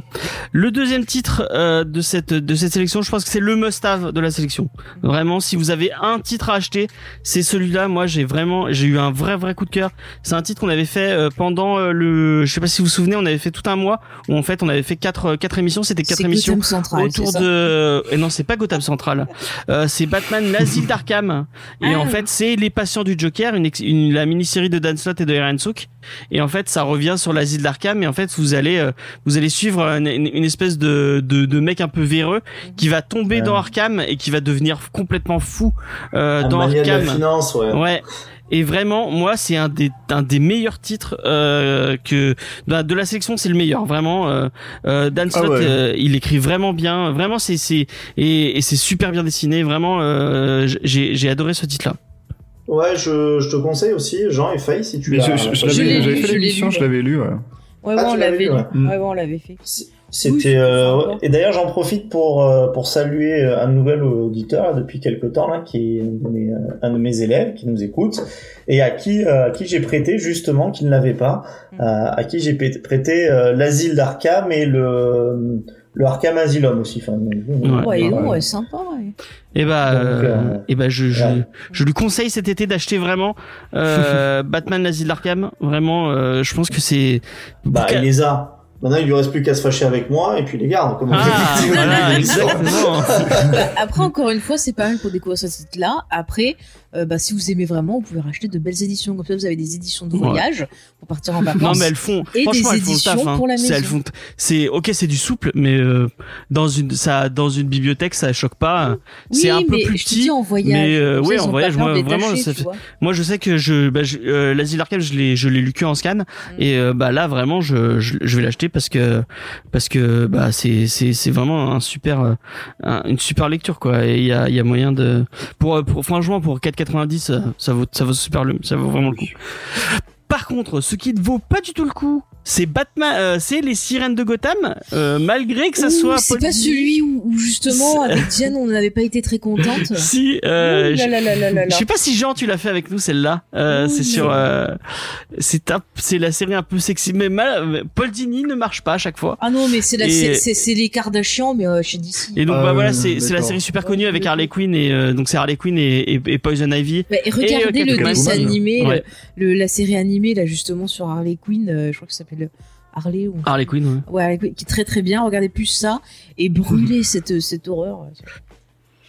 [SPEAKER 2] Le deuxième titre euh, de cette de cette sélection, je pense que c'est le must-have de la sélection. Vraiment, si vous avez un titre à acheter, c'est celui-là. Moi, j'ai vraiment, j'ai eu un vrai vrai coup de cœur. C'est un titre qu'on avait fait euh, pendant euh, le, je sais pas si vous vous souvenez, on avait fait tout un mois où en fait on avait fait quatre euh, quatre émissions. C'était
[SPEAKER 3] C'est
[SPEAKER 2] quatre émissions
[SPEAKER 3] Gotham Central,
[SPEAKER 2] autour
[SPEAKER 3] c'est ça
[SPEAKER 2] de et non c'est pas Gotham Central euh, c'est Batman l'asile d'Arkham et
[SPEAKER 3] Ah.
[SPEAKER 2] en fait c'est les patients du Joker une, ex- une- la mini-série de Dan Slott et de Aaron Sook et en fait ça revient sur l'asile d'Arkham et en fait vous allez euh, vous allez suivre une, une- une espèce de, de de mec un peu véreux qui va tomber
[SPEAKER 4] Ouais.
[SPEAKER 2] dans Arkham et qui va devenir complètement fou euh,
[SPEAKER 4] Un
[SPEAKER 2] dans
[SPEAKER 4] mania de la
[SPEAKER 2] Arkham
[SPEAKER 4] finance, ouais.
[SPEAKER 2] Ouais. Et vraiment, moi, c'est un des, un des meilleurs titres euh, que bah, de la sélection, c'est le meilleur. Vraiment, euh, euh, Dan
[SPEAKER 5] Ah
[SPEAKER 2] Slott,
[SPEAKER 5] ouais.
[SPEAKER 2] euh, il écrit vraiment bien. Vraiment, c'est c'est et, et c'est super bien dessiné. Vraiment, euh, j'ai j'ai adoré ce titre-là.
[SPEAKER 4] Ouais, je, je te conseille aussi, Jean et Faye, si tu
[SPEAKER 5] Mais
[SPEAKER 4] l'as- euh,
[SPEAKER 5] je, je, je
[SPEAKER 4] l'as
[SPEAKER 3] Je l'ai
[SPEAKER 5] l'avais,
[SPEAKER 4] pas
[SPEAKER 5] j'avais
[SPEAKER 3] lu,
[SPEAKER 5] fait
[SPEAKER 3] je l'ai
[SPEAKER 5] l'émission,
[SPEAKER 3] lu.
[SPEAKER 5] je l'avais lu. ouais.
[SPEAKER 3] Ouais,
[SPEAKER 4] Ah,
[SPEAKER 3] ouais,
[SPEAKER 4] tu
[SPEAKER 3] on
[SPEAKER 4] l'avais
[SPEAKER 3] l'avait
[SPEAKER 4] lu,
[SPEAKER 3] lu.
[SPEAKER 4] ouais.
[SPEAKER 5] Mm.
[SPEAKER 3] Ouais, ouais, on l'avait fait. Oui,
[SPEAKER 4] C'était
[SPEAKER 3] c'était
[SPEAKER 4] euh,
[SPEAKER 3] sympa.
[SPEAKER 4] ouais. et d'ailleurs j'en profite pour euh, pour saluer euh, un nouvel auditeur là, depuis quelque temps là qui est un de mes, euh, un de mes élèves qui nous écoute et à qui euh, à qui j'ai prêté justement qu'il n'avait pas
[SPEAKER 3] Mm.
[SPEAKER 4] euh, à qui j'ai prêté- prêté euh, l'asile d'Arkham et le le Arkham Asylum aussi enfin bah,
[SPEAKER 2] Ouais,
[SPEAKER 3] Ouais, et non,
[SPEAKER 4] ouais.
[SPEAKER 3] ouais, sympa. ouais.
[SPEAKER 2] Et bah,
[SPEAKER 4] Donc,
[SPEAKER 2] euh,
[SPEAKER 4] euh,
[SPEAKER 2] et bah, je, je,
[SPEAKER 4] ouais.
[SPEAKER 2] je lui conseille cet été d'acheter vraiment euh, Batman l'asile d'Arkham. Vraiment, euh, je pense que c'est.
[SPEAKER 4] bah
[SPEAKER 2] Bouquin-
[SPEAKER 4] il les a maintenant il lui reste plus qu'à se fâcher avec moi et puis les garde comme on
[SPEAKER 2] ah,
[SPEAKER 4] dit.
[SPEAKER 2] voilà, exactement.
[SPEAKER 3] Bah, après, encore une fois, c'est pas mal pour découvrir ce titre-là. Après, euh, bah, si vous aimez vraiment, vous pouvez racheter de belles éditions. Comme ça, vous avez des éditions de
[SPEAKER 2] Ouais.
[SPEAKER 3] voyage pour partir en vacances.
[SPEAKER 2] Non mais elles font.
[SPEAKER 3] Et
[SPEAKER 2] franchement, elles font
[SPEAKER 3] des
[SPEAKER 2] le taf.
[SPEAKER 3] éditions
[SPEAKER 2] hein.
[SPEAKER 3] pour la
[SPEAKER 2] C'est-
[SPEAKER 3] maison.
[SPEAKER 2] elles font. C'est ok, c'est du souple, mais euh, dans une ça dans une bibliothèque ça choque pas.
[SPEAKER 3] Oui,
[SPEAKER 2] c'est un peu
[SPEAKER 3] mais
[SPEAKER 2] plus
[SPEAKER 3] je te
[SPEAKER 2] petit,
[SPEAKER 3] dis en voyage.
[SPEAKER 2] mais, euh,
[SPEAKER 3] Comme ça,
[SPEAKER 2] oui,
[SPEAKER 3] ils
[SPEAKER 2] en
[SPEAKER 3] ont pas
[SPEAKER 2] voyage,
[SPEAKER 3] peur
[SPEAKER 2] moi,
[SPEAKER 3] de les
[SPEAKER 2] vraiment,
[SPEAKER 3] tâcher,
[SPEAKER 2] ça
[SPEAKER 3] tu
[SPEAKER 2] fait-
[SPEAKER 3] vois.
[SPEAKER 2] Moi je sais que je bah, je- euh, l'asile d'Arkham je l'ai je l'ai lu que en scan
[SPEAKER 3] Mm.
[SPEAKER 2] et euh, bah là vraiment je je, je vais l'acheter parce que parce que bah c'est c'est c'est vraiment un super euh, un- une super lecture quoi et il y a il y a moyen de pour, euh, pour franchement pour 4.90 euh, ça vaut ça vaut super le ça vaut vraiment le coup. Par contre, ce qui ne vaut pas du tout le coup, c'est Batman, euh, c'est les sirènes de Gotham, euh, malgré que ça
[SPEAKER 3] Ouh,
[SPEAKER 2] soit.
[SPEAKER 3] C'est
[SPEAKER 2] Paul-
[SPEAKER 3] pas celui où, où justement, avec Diane, on n'avait pas été très contente.
[SPEAKER 2] Si, euh,
[SPEAKER 3] Ouh là
[SPEAKER 2] je-
[SPEAKER 3] là là là là
[SPEAKER 2] je
[SPEAKER 3] là.
[SPEAKER 2] sais pas si Jean tu l'as fait avec nous celle-là. Euh,
[SPEAKER 3] Oui.
[SPEAKER 2] c'est sur, euh, c'est un- c'est la série un peu sexy, mais mal, mais Paul Dini ne marche pas à chaque fois.
[SPEAKER 3] Ah non, mais c'est la-
[SPEAKER 2] Et-
[SPEAKER 3] c'est- c'est- c'est les Kardashians, mais euh, chez DC.
[SPEAKER 2] Et donc
[SPEAKER 5] Ah
[SPEAKER 2] bah
[SPEAKER 5] oui,
[SPEAKER 2] voilà,
[SPEAKER 5] oui,
[SPEAKER 2] c'est c'est la
[SPEAKER 5] d'accord.
[SPEAKER 2] série super connue avec Harley Quinn et euh, donc c'est Harley Quinn et, et, et Poison Ivy.
[SPEAKER 3] Bah, et regardez
[SPEAKER 2] euh,
[SPEAKER 3] le
[SPEAKER 2] Catwoman.
[SPEAKER 3] dessin animé, le-
[SPEAKER 2] Ouais.
[SPEAKER 3] le, la série animée, là, justement, sur Harley Quinn, euh, je crois que ça s'appelle Harley ou...
[SPEAKER 2] Harley Quinn. ouais.
[SPEAKER 3] Ouais, Harley Quinn, qui est très très bien. Regardez plus ça et
[SPEAKER 2] Mmh.
[SPEAKER 3] brûlez cette, euh, cette horreur.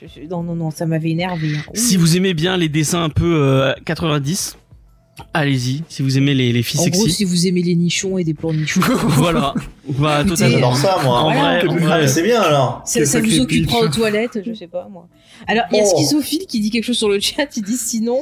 [SPEAKER 3] Je- je- non, non, non, ça m'avait énervé. hein.
[SPEAKER 2] Si vous aimez bien les dessins un peu euh, 90, allez-y. Si vous aimez les les filles
[SPEAKER 3] en gros,
[SPEAKER 2] sexy,
[SPEAKER 3] si vous aimez les nichons et des plans de nichons,
[SPEAKER 2] voilà. Bah,
[SPEAKER 4] Ah,
[SPEAKER 2] totalement.
[SPEAKER 4] j'adore ça moi
[SPEAKER 2] En vrai, en
[SPEAKER 4] ah, mais
[SPEAKER 2] vrai.
[SPEAKER 4] c'est bien alors
[SPEAKER 3] ça,
[SPEAKER 5] ça
[SPEAKER 3] ça
[SPEAKER 5] qui
[SPEAKER 3] vous
[SPEAKER 5] est
[SPEAKER 3] occupera
[SPEAKER 5] pitch.
[SPEAKER 3] aux toilettes, je sais pas moi. Alors, il y a
[SPEAKER 4] Oh.
[SPEAKER 3] Schizophile qui dit quelque chose sur le chat, il dit sinon,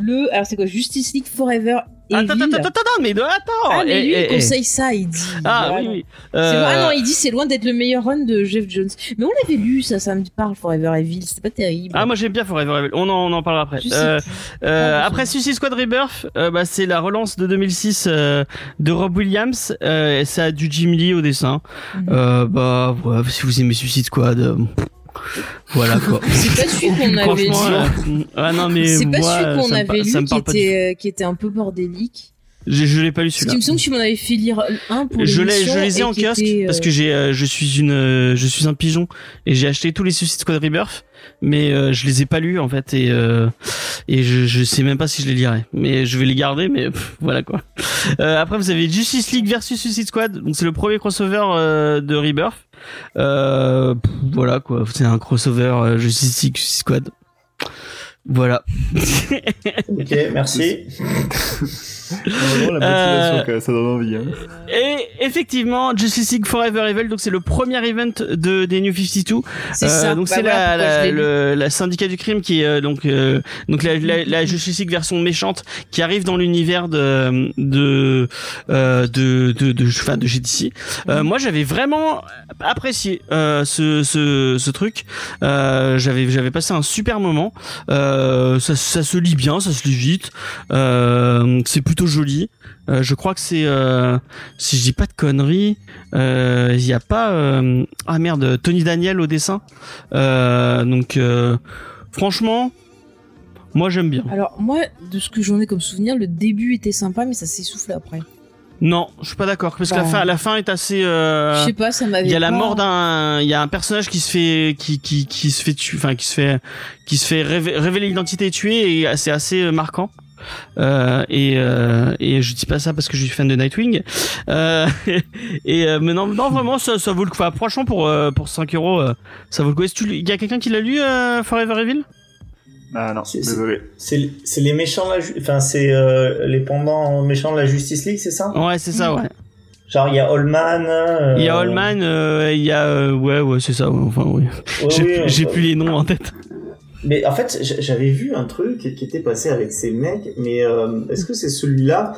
[SPEAKER 3] le. Alors, c'est quoi Justice League Forever Evil.
[SPEAKER 2] Attends, attends, attends, attends, mais de- attends.
[SPEAKER 3] ah, mais
[SPEAKER 2] Eh,
[SPEAKER 3] lui, il
[SPEAKER 2] eh, eh.
[SPEAKER 3] conseille ça, il dit.
[SPEAKER 2] Ah
[SPEAKER 3] Voilà.
[SPEAKER 2] oui, oui.
[SPEAKER 3] C'est
[SPEAKER 2] Euh,
[SPEAKER 3] loin- Ah non, il dit c'est loin d'être le meilleur run de Jeff Jones. Mais on l'avait lu, ça, ça me parle, Forever Evil, c'était pas terrible.
[SPEAKER 2] ah, moi j'aime bien Forever Evil. On en, on en parlera après.
[SPEAKER 3] Je sais
[SPEAKER 2] Euh,
[SPEAKER 3] plus.
[SPEAKER 2] euh,
[SPEAKER 3] Ah, je
[SPEAKER 2] après
[SPEAKER 3] sais.
[SPEAKER 2] Suicide Squad Rebirth, euh, bah, c'est la relance de 2006 euh, de Rob Williams. Euh, et ça a du Jim Lee au dessin.
[SPEAKER 3] Mhm.
[SPEAKER 2] Euh, bah ouais, si vous aimez Suicide Squad, euh, pff, Voilà quoi.
[SPEAKER 3] C'est pas celui qu'on avait
[SPEAKER 2] Franchement,
[SPEAKER 3] lu.
[SPEAKER 2] euh, ah non mais
[SPEAKER 3] C'est pas
[SPEAKER 2] moi,
[SPEAKER 3] celui qu'on
[SPEAKER 2] ça me
[SPEAKER 3] avait
[SPEAKER 2] par-
[SPEAKER 3] lu
[SPEAKER 2] ça me
[SPEAKER 3] qui
[SPEAKER 2] parle pas du tout.
[SPEAKER 3] était, euh, qui était un peu bordélique.
[SPEAKER 2] Je, je l'ai pas lu
[SPEAKER 3] Parce
[SPEAKER 2] celui-là.
[SPEAKER 3] qu'il me semble que tu m'en avais fait lire un pour
[SPEAKER 2] je l'ai,
[SPEAKER 3] l'émission
[SPEAKER 2] je les ai
[SPEAKER 3] et
[SPEAKER 2] en
[SPEAKER 3] qui
[SPEAKER 2] kiosque
[SPEAKER 3] était, euh,
[SPEAKER 2] parce que j'ai, euh, je suis une, euh, je suis un pigeon et j'ai acheté tous les Suicide Squad Rebirth, mais euh, je les ai pas lus en fait et euh, et je, je sais même pas si je les lirai, mais je vais les garder, mais pff, voilà quoi. Euh, après vous avez Justice League versus Suicide Squad, donc c'est le premier crossover euh, de Rebirth. Euh, pff, voilà quoi, c'est un crossover euh, Justice League Suicide Squad. Voilà.
[SPEAKER 4] Ok, merci.
[SPEAKER 5] Vraiment, la
[SPEAKER 4] Euh,
[SPEAKER 5] motivation, quoi, ça donne envie. Hein.
[SPEAKER 2] Et effectivement, Justice League Forever Evil, donc c'est le premier event de des New 52.
[SPEAKER 3] C'est
[SPEAKER 2] Euh,
[SPEAKER 3] ça.
[SPEAKER 2] donc
[SPEAKER 3] Bah
[SPEAKER 2] c'est
[SPEAKER 3] voilà
[SPEAKER 2] la,
[SPEAKER 3] pourquoi je
[SPEAKER 2] la,
[SPEAKER 3] l'ai lu.
[SPEAKER 2] le- la syndicat du crime qui est euh, donc euh, donc la, la,
[SPEAKER 3] Mm-hmm.
[SPEAKER 2] la Justice League version méchante qui arrive dans l'univers de de euh, de de de, enfin, de GDC.
[SPEAKER 3] Mm-hmm.
[SPEAKER 2] Euh, Moi j'avais vraiment apprécié euh, ce, ce ce truc. Euh, j'avais j'avais passé un super moment. Euh, ça, ça se lit bien, ça se lit vite. Euh, c'est plutôt joli. Euh, je crois que c'est euh, si je dis pas de conneries, euh, il y a pas euh, ah merde Tony Daniel au dessin. Euh, donc euh, franchement, moi j'aime bien.
[SPEAKER 3] Alors moi, de ce que j'en ai comme souvenir, le début était sympa, mais ça s'essouffle après.
[SPEAKER 2] Non, je suis pas d'accord parce que la
[SPEAKER 3] Bah.
[SPEAKER 2] fin la fin est assez. euh,
[SPEAKER 3] je sais pas, ça m'avait.
[SPEAKER 2] il y a la
[SPEAKER 3] pas-
[SPEAKER 2] mort d'un, il y a un personnage qui se fait, qui qui qui se fait tuer, enfin qui se fait, qui se fait révé- révéler l'identité et tuer et c'est assez euh, marquant. Euh, et euh, et je dis pas ça parce que je suis fan de Nightwing. Euh, et euh, mais non, non vraiment ça, ça vaut le coup. Enfin, franchement pour euh, pour 5 euros, euh, ça vaut le coup. Est-ce que tu l- il y a quelqu'un qui l'a lu euh, Forever Evil
[SPEAKER 5] Ah non,
[SPEAKER 4] C'est- c'est-
[SPEAKER 5] désolé.
[SPEAKER 4] C'est c'est les méchants, de la ju- enfin c'est euh, les pendants méchants de la Justice League, c'est ça
[SPEAKER 2] Ouais, c'est ça. Ouais.
[SPEAKER 4] Genre il y a Allman. euh,
[SPEAKER 2] Il y a Allman, euh, il y a euh, ouais ouais c'est ça. ouais, enfin Oh oui.
[SPEAKER 4] ouais,
[SPEAKER 2] J'ai
[SPEAKER 4] oui,
[SPEAKER 2] plus- j'ai
[SPEAKER 4] euh,
[SPEAKER 2] plus les noms en tête.
[SPEAKER 4] Mais en fait, j- j'avais vu un truc qui était passé avec ces mecs, mais euh, est-ce que c'est celui-là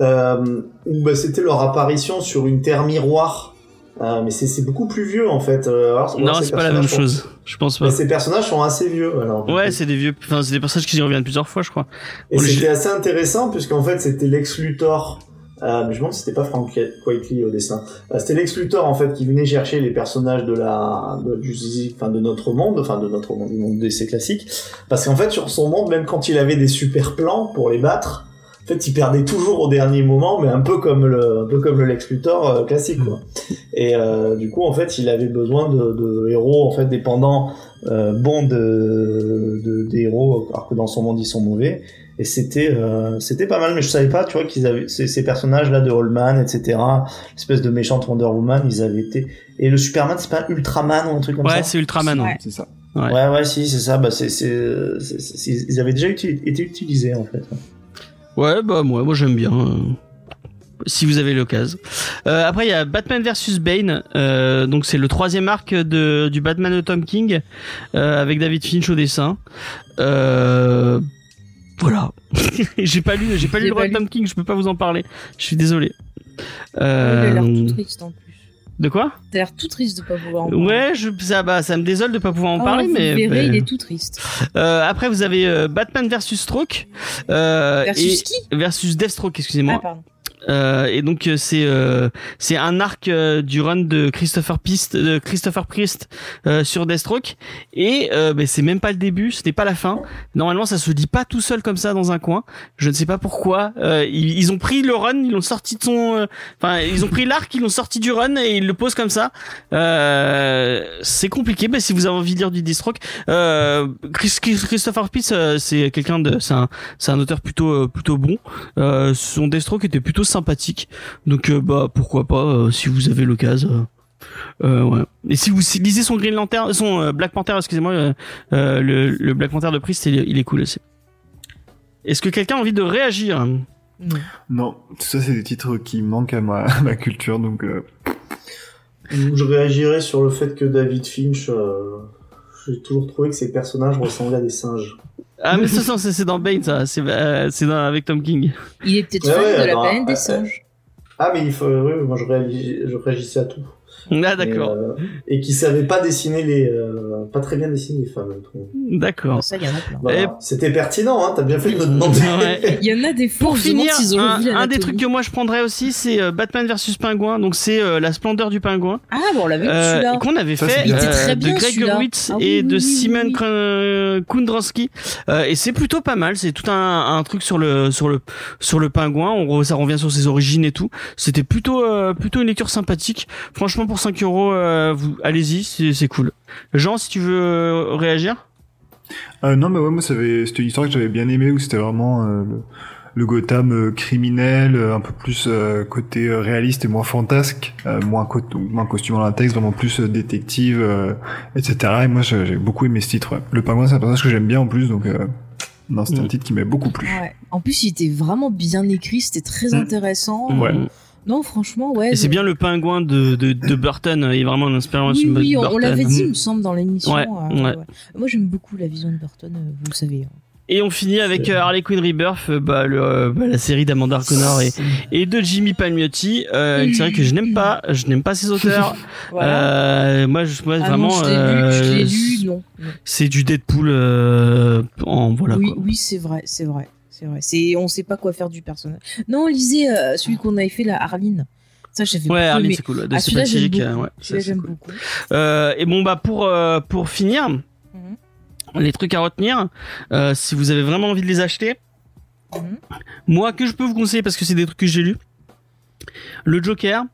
[SPEAKER 4] euh, où bah, c'était leur apparition sur une terre miroir Euh, Mais c'est- c'est beaucoup plus vieux en fait. Euh, alors,
[SPEAKER 2] Non,
[SPEAKER 4] ces
[SPEAKER 2] c'est pas la même
[SPEAKER 4] personnages sont-
[SPEAKER 2] chose. Je pense
[SPEAKER 4] Mais
[SPEAKER 2] pas.
[SPEAKER 4] ces personnages sont assez vieux alors.
[SPEAKER 2] Ouais, c'est des vieux, enfin c'est des personnages qui y reviennent plusieurs fois, je crois.
[SPEAKER 4] Et
[SPEAKER 2] on les-
[SPEAKER 4] c'était assez intéressant puisqu'en fait c'était Lex Luthor. Euh, mais je me demande si c'était pas Frank Quitely au dessin. Euh, c'était Lex Luthor en fait qui venait chercher les personnages de la de, du- enfin, de notre monde, enfin de notre monde, du monde DC classique. Parce qu'en fait sur son monde, même quand il avait des super plans pour les battre, en fait il perdait toujours au dernier moment, mais un peu comme le un peu comme le Lex Luthor euh, classique quoi. Et euh, du coup en fait il avait besoin de, de héros en fait dépendants euh, bons de, de des héros alors que dans son monde ils sont mauvais. Et c'était euh, c'était pas mal, mais je savais pas, tu vois, qu'ils avaient ces, ces personnages là de Allman, etc. L'espèce de méchante Wonder Woman, ils avaient été. Et le Superman, c'est pas Ultraman ou un truc comme
[SPEAKER 2] Ouais,
[SPEAKER 4] ça.
[SPEAKER 2] c'est Ultraman. ouais.
[SPEAKER 3] Ouais.
[SPEAKER 5] C'est ça.
[SPEAKER 2] ouais.
[SPEAKER 4] Ouais, ouais, si, c'est ça. Bah, c'est c'est c'est- c'est- ils avaient déjà uti- été utilisés en fait.
[SPEAKER 2] Ouais, bah moi, moi j'aime bien. euh, Si vous avez l'occasion. Euh, après, il y a Batman versus Bane. euh, donc, c'est le troisième arc de, du Batman de Tom King euh, avec David Finch au dessin. Euh, voilà. j'ai pas lu, j'ai pas lu
[SPEAKER 3] J'ai
[SPEAKER 2] le droit
[SPEAKER 3] pas
[SPEAKER 2] de
[SPEAKER 3] lu.
[SPEAKER 2] Tom King. Je peux pas vous en parler. Je suis désolé. Euh,
[SPEAKER 3] Elle Oh, a l'air tout triste en plus.
[SPEAKER 2] de quoi
[SPEAKER 3] T'as l'air tout triste de pas vouloir en parler.
[SPEAKER 2] Ouais, je, ça, bah, ça me désole de pas pouvoir en
[SPEAKER 3] Ah,
[SPEAKER 2] parler,
[SPEAKER 3] vous
[SPEAKER 2] mais
[SPEAKER 3] verrez,
[SPEAKER 2] bah,
[SPEAKER 3] il est tout triste.
[SPEAKER 2] euh, après vous avez euh, Batman versus Stroke euh,
[SPEAKER 3] Versus qui
[SPEAKER 2] et versus Deathstroke,
[SPEAKER 3] Ah
[SPEAKER 2] excusez-moi.
[SPEAKER 3] pardon.
[SPEAKER 2] Euh, et donc euh, c'est euh, c'est un arc euh, du run de Christopher Priest de Christopher Priest euh, sur Deathstroke et euh, ben, c'est même pas le début, ce n'est pas la fin. Normalement ça se lit pas tout seul comme ça dans un coin. Je ne sais pas pourquoi Euh, ils, ils ont pris le run, ils l'ont sorti de son euh, enfin ils ont pris l'arc, ils l'ont sorti du run et ils le posent comme ça. Euh, c'est compliqué mais si vous avez envie de lire du Deathstroke euh, Chris- Chris- Christopher Priest euh, c'est quelqu'un de c'est un c'est un auteur plutôt euh, plutôt bon. Euh, son Deathstroke était plutôt sympathique. Donc euh, bah pourquoi pas euh, si vous avez l'occasion. euh, euh, ouais. Et si vous lisez son Green Lantern, son euh, Black Panther, excusez-moi, euh, euh, le, le Black Panther de Priest, il, est- il est cool aussi. Est-ce que quelqu'un a envie de réagir
[SPEAKER 3] Non.
[SPEAKER 5] Non, tout ça, c'est des titres qui manquent à ma, à ma culture, donc euh,
[SPEAKER 4] Je réagirais sur le fait que David Finch, euh, j'ai toujours trouvé que ces personnages ressemblaient à des singes.
[SPEAKER 2] Ah mais ça, ça, c'est c'est dans Bane, ça. C'est euh, c'est dans- avec Tom King.
[SPEAKER 3] Il est peut-être
[SPEAKER 4] Ouais,
[SPEAKER 3] fan
[SPEAKER 4] ouais,
[SPEAKER 3] de la
[SPEAKER 4] alors,
[SPEAKER 3] planète
[SPEAKER 4] euh,
[SPEAKER 3] des singes.
[SPEAKER 4] Ah mais il faut, oui, moi je, réagis- je réagissais à tout.
[SPEAKER 2] Ah, d'accord.
[SPEAKER 4] Mais, euh, et qui savait pas dessiner les, euh, pas très bien dessiner les femmes, je trouve. euh,
[SPEAKER 2] D'accord.
[SPEAKER 3] Ça, il y en a plein.
[SPEAKER 4] Voilà.
[SPEAKER 2] Et-
[SPEAKER 4] C'était pertinent, hein, t'as bien fait de me demander.
[SPEAKER 2] Eh. Ouais.
[SPEAKER 3] Il y en a des fois,
[SPEAKER 2] Pour
[SPEAKER 3] on se demande
[SPEAKER 2] finir,
[SPEAKER 3] s'ils ont
[SPEAKER 2] un,
[SPEAKER 3] vu
[SPEAKER 2] un des
[SPEAKER 3] l'anatomie.
[SPEAKER 2] trucs que moi je prendrais aussi, c'est euh, Batman versus Pingouin. Donc c'est euh, la splendeur du pingouin
[SPEAKER 3] Ah, bon, on l'avait vu
[SPEAKER 2] euh,
[SPEAKER 3] celui-là.
[SPEAKER 2] qu'on avait
[SPEAKER 5] Ça, c'est
[SPEAKER 2] fait euh,
[SPEAKER 5] bien. Il
[SPEAKER 3] était très
[SPEAKER 2] de
[SPEAKER 3] bien,
[SPEAKER 2] Greg
[SPEAKER 3] celui-là.
[SPEAKER 2] Hurwitz
[SPEAKER 3] Ah oui,
[SPEAKER 2] et
[SPEAKER 3] oui,
[SPEAKER 2] de
[SPEAKER 3] oui,
[SPEAKER 2] Simon
[SPEAKER 3] oui.
[SPEAKER 2] Kra- Kundrowski. Euh, et c'est plutôt pas mal. C'est tout un, un truc sur le sur le sur le pingouin. On re- ça revient sur ses origines et tout. C'était plutôt euh, plutôt une lecture sympathique. Franchement, pour 5 euros, euh, vous allez-y, c'est c'est cool. Jean, si tu veux euh, réagir.
[SPEAKER 5] Euh, non, mais ouais, moi, ça avait- c'était une histoire que j'avais bien aimée où c'était vraiment euh, le, le Gotham euh, criminel, euh, un peu plus euh, côté euh, réaliste et moins fantasque, euh, moins, co- moins costume en latex, vraiment plus euh, détective, euh, etc. Et moi, j'ai j'ai beaucoup aimé ce titre. ouais. Le pingouin, c'est un personnage que j'aime bien en plus, donc euh, non, c'était
[SPEAKER 2] Mm.
[SPEAKER 5] un titre qui m'a beaucoup plu.
[SPEAKER 3] Ah, Ouais. En plus, il était vraiment bien écrit, c'était très
[SPEAKER 5] Mm.
[SPEAKER 3] intéressant.
[SPEAKER 5] Ouais.
[SPEAKER 3] Non, franchement, ouais.
[SPEAKER 2] Et c'est
[SPEAKER 3] je-
[SPEAKER 2] bien hein, le pingouin de, de, de Burton. Il est vraiment inspirant.
[SPEAKER 3] Oui, oui, on, on l'avait dit, il
[SPEAKER 5] Mm.
[SPEAKER 3] me semble, dans l'émission.
[SPEAKER 2] Ouais,
[SPEAKER 3] euh,
[SPEAKER 2] ouais.
[SPEAKER 3] ouais. Moi, j'aime beaucoup la vision de Burton, euh, vous le savez. hein.
[SPEAKER 2] Et on finit avec euh, Harley Quinn Rebirth, euh, bah, le, euh, bah, la série d'Amanda Arconor et, et de Jimmy Palmiotti. Euh, une série que je n'aime pas, je n'aime pas ses auteurs.
[SPEAKER 3] Voilà.
[SPEAKER 2] Euh, moi, je, moi
[SPEAKER 3] Ah
[SPEAKER 2] vraiment,
[SPEAKER 3] non, je l'ai lu, je l'ai lu,
[SPEAKER 2] euh,
[SPEAKER 3] non. non.
[SPEAKER 2] c'est du Deadpool euh, en voilà.
[SPEAKER 3] oui,
[SPEAKER 2] quoi.
[SPEAKER 3] oui, c'est vrai, c'est vrai, c'est vrai. C'est, on sait pas quoi faire du personnage. Non, lisez euh, celui qu'on avait fait la Harleen. Ça, j'avais
[SPEAKER 2] Ouais,
[SPEAKER 3] beaucoup
[SPEAKER 2] Harley,
[SPEAKER 3] aimé.
[SPEAKER 2] c'est cool. De
[SPEAKER 3] Ah,
[SPEAKER 2] Stéphane
[SPEAKER 3] celui-là, j'aime
[SPEAKER 2] Siddick,
[SPEAKER 3] beaucoup.
[SPEAKER 2] euh, ouais,
[SPEAKER 3] Celui-là,
[SPEAKER 2] ça, c'est
[SPEAKER 3] j'aime
[SPEAKER 2] cool.
[SPEAKER 3] beaucoup. Mhm.
[SPEAKER 2] Euh, et bon bah pour euh, pour finir, les trucs à retenir, euh, si vous avez vraiment envie de les acheter,
[SPEAKER 3] Mhm.
[SPEAKER 2] moi que je peux vous conseiller parce que c'est des trucs que j'ai lus, le Joker,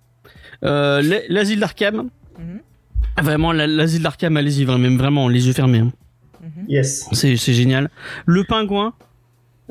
[SPEAKER 2] euh, l- l'asile d'Arkham,
[SPEAKER 3] Mhm.
[SPEAKER 2] vraiment la- l'asile d'Arkham, allez-y, vraiment, même vraiment les yeux fermés. hein.
[SPEAKER 3] Mhm.
[SPEAKER 4] yes.
[SPEAKER 2] C'est, c'est génial. Le pingouin,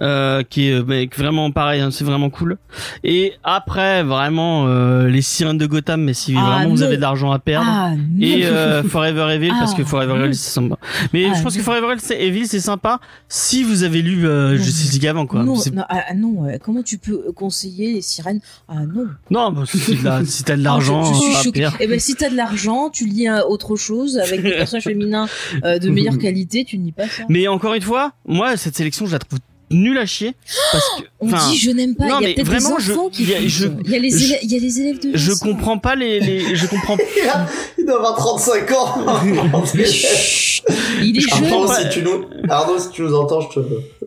[SPEAKER 2] euh, qui est euh, mec, vraiment pareil, hein, c'est vraiment cool. Et après, vraiment, euh, les sirènes de Gotham, mais si
[SPEAKER 3] Ah,
[SPEAKER 2] vraiment vous
[SPEAKER 3] non.
[SPEAKER 2] avez de l'argent à perdre.
[SPEAKER 3] Ah non.
[SPEAKER 2] Et euh, Forever Evil, parce que
[SPEAKER 3] Ah,
[SPEAKER 2] Forever
[SPEAKER 3] non.
[SPEAKER 2] Evil, c'est sympa. Mais
[SPEAKER 3] Ah,
[SPEAKER 2] je pense que
[SPEAKER 3] non.
[SPEAKER 2] Forever Evil, c'est- Evil, c'est sympa si vous avez lu euh,
[SPEAKER 3] Non.
[SPEAKER 2] Justice League avant, quoi.
[SPEAKER 3] non,
[SPEAKER 2] C'est-
[SPEAKER 3] non, ah, non, euh, comment tu peux conseiller les sirènes Ah non.
[SPEAKER 2] Non, bah, si t'as de la- si t'as de l'argent,
[SPEAKER 3] Ah, je, je suis
[SPEAKER 2] à
[SPEAKER 3] choquée.
[SPEAKER 2] perdre.
[SPEAKER 3] Eh ben, si t'as de l'argent, tu lis à autre chose avec des personnages féminins euh, de meilleure qualité, tu ne lis pas ça.
[SPEAKER 2] Mais encore une fois, moi, cette sélection, je la trouve nulle à chier. Parce que,
[SPEAKER 3] On
[SPEAKER 2] enfin,
[SPEAKER 3] dit je n'aime pas.
[SPEAKER 2] non,
[SPEAKER 3] Il y
[SPEAKER 2] mais
[SPEAKER 3] a peut-être des
[SPEAKER 2] vraiment, je-
[SPEAKER 3] enfants qui.
[SPEAKER 2] il y a-
[SPEAKER 3] écoutent.
[SPEAKER 2] je-
[SPEAKER 3] Il y a les
[SPEAKER 2] je-
[SPEAKER 3] élèves- il y a les élèves de.
[SPEAKER 2] je
[SPEAKER 3] Vincent.
[SPEAKER 2] comprends pas les, les je comprends
[SPEAKER 4] Il a, il doit avoir 35 ans.
[SPEAKER 3] Mais chut, Il est
[SPEAKER 2] Je
[SPEAKER 3] jeune.
[SPEAKER 2] comprends
[SPEAKER 4] Arnaud,
[SPEAKER 2] pas.
[SPEAKER 4] si tu nous, Arnaud, si tu nous entends, je te.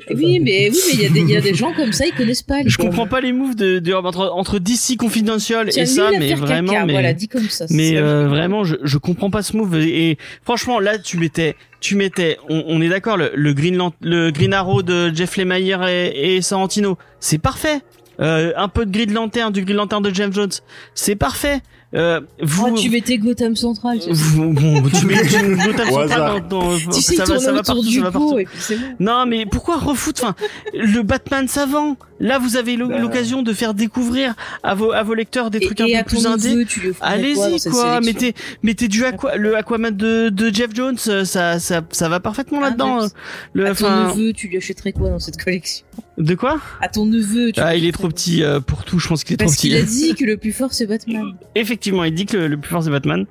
[SPEAKER 4] je te
[SPEAKER 3] Oui, mais oui, mais il y a des- il y, a des gens comme ça, ils connaissent pas. les
[SPEAKER 2] Je
[SPEAKER 3] gens.
[SPEAKER 2] comprends pas les moves de, de- entre, entre DC Confidential
[SPEAKER 3] Tu as
[SPEAKER 2] et
[SPEAKER 3] mis
[SPEAKER 2] ça,
[SPEAKER 3] la
[SPEAKER 2] mais
[SPEAKER 3] faire
[SPEAKER 2] vraiment,
[SPEAKER 3] caca,
[SPEAKER 2] mais,
[SPEAKER 3] voilà, dit comme ça.
[SPEAKER 2] mais
[SPEAKER 3] c'est-
[SPEAKER 2] euh, vraiment, je, je comprends pas ce move. Et, et franchement, là, tu mettais, tu mettais, on, on est d'accord, le, le Green Lan- le Green Arrow de Jeff Lemire et, et Sorrentino, c'est parfait. Euh, un peu de Green Lantern, du Green Lantern de James Jones, c'est parfait. Euh, vous,
[SPEAKER 3] Oh, tu mettais Gotham Central. Oh, Tu,
[SPEAKER 2] vous- bon, tu mets, tu mets Gotham
[SPEAKER 5] Au
[SPEAKER 2] Central
[SPEAKER 5] hasard.
[SPEAKER 2] dans- dans-
[SPEAKER 3] tu sais,
[SPEAKER 2] ça va,
[SPEAKER 3] tourner
[SPEAKER 2] ça va
[SPEAKER 3] autour
[SPEAKER 2] partout,
[SPEAKER 3] du
[SPEAKER 2] ça va partout.
[SPEAKER 3] pot et puis c'est bon.
[SPEAKER 2] Non, mais pourquoi refoutre enfin, Le Batman savant. Là, vous avez l'o-
[SPEAKER 5] Bah.
[SPEAKER 2] l'occasion de faire découvrir à vos, à vos lecteurs des
[SPEAKER 3] Et,
[SPEAKER 2] trucs un
[SPEAKER 3] et à
[SPEAKER 2] peu plus
[SPEAKER 3] ton
[SPEAKER 2] indés.
[SPEAKER 3] neveu, tu le ferais quoi, dans
[SPEAKER 2] Allez-y
[SPEAKER 3] cette
[SPEAKER 2] quoi,
[SPEAKER 3] sélection
[SPEAKER 2] mettez mettez du aqua, le Aquaman de, de Jeff Jones, euh, ça ça ça va parfaitement
[SPEAKER 3] Ah,
[SPEAKER 2] là-dedans.
[SPEAKER 3] mais-
[SPEAKER 2] euh, Le
[SPEAKER 3] À ton
[SPEAKER 2] enfin
[SPEAKER 3] neveu, tu lui achèterais quoi dans cette collection
[SPEAKER 2] de quoi
[SPEAKER 3] À ton neveu, tu.
[SPEAKER 2] Ah, il est trop petit euh, pour tout, je pense qu'il est trop
[SPEAKER 3] Parce qu'il a
[SPEAKER 2] petit.
[SPEAKER 3] dit que le plus fort c'est Batman.
[SPEAKER 2] Effectivement, il dit que le, le plus fort c'est Batman.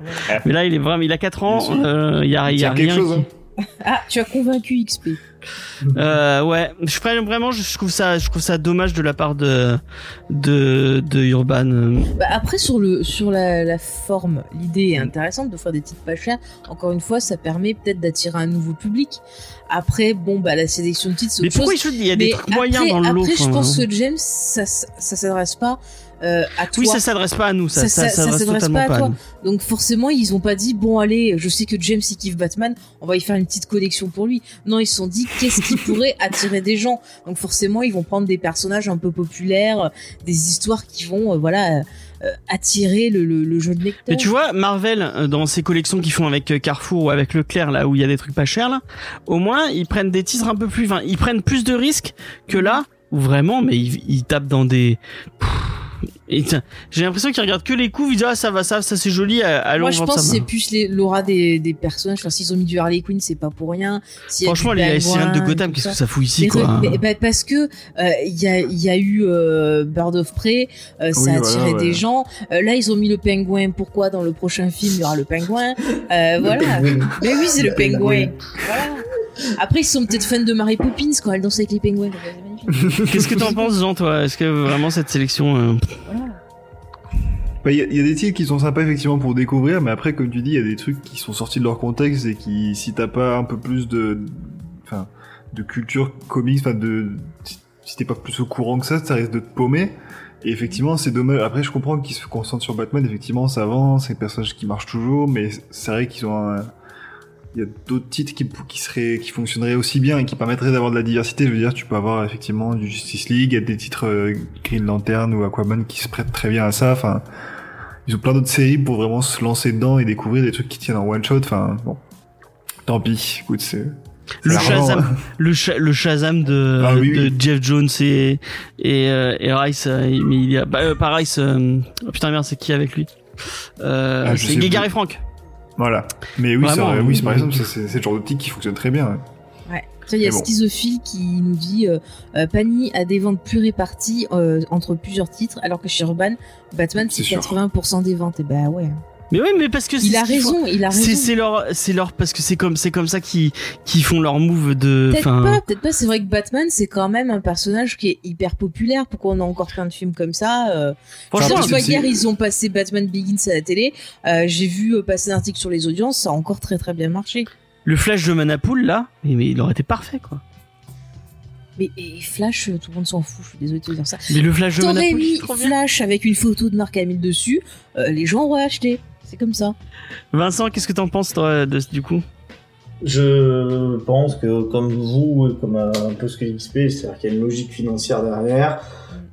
[SPEAKER 2] Mais là, il est vraiment il a 4 ans,
[SPEAKER 5] Bien sûr.
[SPEAKER 2] euh, il y a il y a
[SPEAKER 5] Tiens,
[SPEAKER 2] rien.
[SPEAKER 5] quelque chose,
[SPEAKER 2] qui-
[SPEAKER 5] hein.
[SPEAKER 3] Ah, tu as convaincu XP.
[SPEAKER 2] Euh, ouais, je ferais- vraiment je trouve ça je trouve ça dommage de la part de de de Urban. euh,
[SPEAKER 3] Bah, après sur le sur la, la forme, l'idée est intéressante de faire des titres pas chers. Encore une fois, ça permet peut-être d'attirer un nouveau public. Après, bon bah la sélection de titres c'est
[SPEAKER 2] Mais
[SPEAKER 3] autre chose.
[SPEAKER 2] pourquoi il shoot Il y a des
[SPEAKER 3] Mais
[SPEAKER 2] trucs moyens dans le lot. hein.
[SPEAKER 3] Après, je
[SPEAKER 2] quoi.
[SPEAKER 3] pense que James, ça, ça, ça s'adresse pas euh, à toi.
[SPEAKER 2] Oui, ça s'adresse pas à nous, ça. Ça,
[SPEAKER 3] Ça- ça- ça
[SPEAKER 2] s'adresse
[SPEAKER 3] s'adresse
[SPEAKER 2] totalement
[SPEAKER 3] pas à
[SPEAKER 2] pas à
[SPEAKER 3] toi.
[SPEAKER 2] nous.
[SPEAKER 3] Donc forcément, ils ont pas dit bon allez, je sais que James il kiffe Batman, on va y faire une petite collection pour lui. Non, ils se sont dit qu'est-ce qui pourrait attirer des gens. Donc forcément, ils vont prendre des personnages un peu populaires, euh, des histoires qui vont euh, voilà euh, euh, attirer le, le, le jeu de lecteur.
[SPEAKER 2] Mais tu vois, Marvel, euh, dans ses collections qu'ils font avec euh, Carrefour ou avec Leclerc, là où il y a des trucs pas chers, là, au moins, ils prennent des titres un peu plus. Enfin, ils prennent plus de risques que là, où vraiment, mais ils, ils tapent dans des. Pfff. Et tiens, J'ai l'impression qu'ils regardent que les coups, ils disent ah ça va ça ça c'est joli, euh, allons
[SPEAKER 3] Moi, je
[SPEAKER 2] vendre
[SPEAKER 3] pense que
[SPEAKER 2] ça.
[SPEAKER 3] c'est plus les- l'aura des, des personnages. Enfin, s'ils ont mis du Harley Quinn, c'est pas pour rien. S'il y a
[SPEAKER 2] Franchement
[SPEAKER 3] du
[SPEAKER 2] les les sirènes de
[SPEAKER 3] Penguin,
[SPEAKER 2] Gotham,
[SPEAKER 3] tout
[SPEAKER 2] qu'est-ce
[SPEAKER 3] ça.
[SPEAKER 2] que ça fout ici
[SPEAKER 3] Mais
[SPEAKER 2] quoi.
[SPEAKER 3] re- mais- bah, parce que il y, a, y a eu euh, Bird of Prey, euh, ça
[SPEAKER 5] Oui,
[SPEAKER 3] a
[SPEAKER 5] voilà,
[SPEAKER 3] attiré
[SPEAKER 5] ouais.
[SPEAKER 3] des gens. Euh, là, ils ont mis le pingouin. Pourquoi dans le prochain film il y aura le pingouin Euh, Voilà. Mais oui, c'est le pingouin. Voilà. Après, ils sont peut-être fans de Mary Poppins quand elle danse avec les pingouins. Donc, c'est magnifique.
[SPEAKER 2] Qu'est-ce que t'en penses Jean toi Est-ce que vraiment cette sélection euh,
[SPEAKER 3] Voilà.
[SPEAKER 5] Bah, Il y, a- il y a des titres qui sont sympas effectivement pour découvrir, mais après, comme tu dis, il y a des trucs qui sont sortis de leur contexte et qui, si t'as pas un peu plus de, enfin, de culture comics, enfin de, si- si t'es pas plus au courant que ça, ça risque de te paumer. Et effectivement, c'est dommage. Après, je comprends qu'ils se concentrent sur Batman. Effectivement, ça avance, c'est des personnages qui marchent toujours, mais c'est vrai qu'ils ont un- il y a d'autres titres qui, qui seraient, qui fonctionneraient aussi bien et qui permettraient d'avoir de la diversité. Je veux dire, tu peux avoir effectivement du Justice League, il y a des titres euh, Green Lantern ou Aquaman qui se prêtent très bien à ça. Enfin, ils ont plein d'autres séries pour vraiment se lancer dedans et découvrir des trucs qui tiennent en one shot. Enfin, bon. Tant pis. Écoute, c'est.
[SPEAKER 2] Le
[SPEAKER 5] c'est l'argent. hein.
[SPEAKER 2] Shazam. Le, Sha- le Shazam de,
[SPEAKER 5] Ah oui,
[SPEAKER 2] de
[SPEAKER 5] oui.
[SPEAKER 2] Jeff Jones et, et, euh, et Rice. euh, Mais il y a, bah, euh, pas Rice. euh, oh, putain, merde, c'est qui avec lui euh,
[SPEAKER 5] Ah, je
[SPEAKER 2] C'est
[SPEAKER 5] sais
[SPEAKER 2] Guégard
[SPEAKER 5] plus.
[SPEAKER 2] et Franck.
[SPEAKER 5] Voilà. Mais oui,
[SPEAKER 2] Vraiment, hein.
[SPEAKER 5] c'est vrai,
[SPEAKER 2] oui,
[SPEAKER 5] oui, c'est par
[SPEAKER 2] oui.
[SPEAKER 5] exemple, ça, c'est c'est le genre d'optique qui fonctionne très bien. hein. ouais.
[SPEAKER 3] Tiens, il y a
[SPEAKER 5] Mais bon.
[SPEAKER 3] Schizophile qui nous dit euh, euh, Pani a des ventes plus réparties euh, entre plusieurs titres, alors que chez Urban, Batman c'est
[SPEAKER 5] C'est sûr.
[SPEAKER 3] 80% des ventes. Et bah ouais.
[SPEAKER 2] Mais oui, mais parce que c'est
[SPEAKER 3] Il a
[SPEAKER 2] ce qu'ils font.
[SPEAKER 3] raison, il a
[SPEAKER 2] C'est
[SPEAKER 3] raison.
[SPEAKER 2] c'est leur, c'est leur, parce que c'est comme, c'est comme ça qu'ils, qu'ils font leur move de,
[SPEAKER 3] Peut-être
[SPEAKER 2] enfin.
[SPEAKER 3] pas, peut-être pas. C'est vrai que Batman, c'est quand même un personnage qui est hyper populaire. Pourquoi on a encore plein de films comme ça euh,
[SPEAKER 5] Enfin,
[SPEAKER 2] Franchement,
[SPEAKER 3] Genre,
[SPEAKER 5] un peu
[SPEAKER 3] tu vois,
[SPEAKER 5] ceci.
[SPEAKER 3] hier, ils ont passé Batman Begins à la télé. Euh, J'ai vu euh, passer un article sur les audiences. Ça a encore très très bien marché.
[SPEAKER 2] le flash de Manapool là, mais, mais il aurait été parfait quoi.
[SPEAKER 3] Mais et Flash, euh, tout le monde s'en fout. Je suis désolée de te dire ça.
[SPEAKER 2] Mais le flash de
[SPEAKER 3] T'aurais
[SPEAKER 2] Manapool,
[SPEAKER 3] mis
[SPEAKER 2] c'est trop bien.
[SPEAKER 3] Flash avec une photo de Marc Hamill dessus. euh, les gens auraient acheté. C'est comme ça.
[SPEAKER 2] Vincent, qu'est-ce que t'en penses toi de, du coup
[SPEAKER 4] Je pense que comme vous, et comme euh, un peu ce que dit XP, c'est-à-dire qu'il y a une logique financière derrière,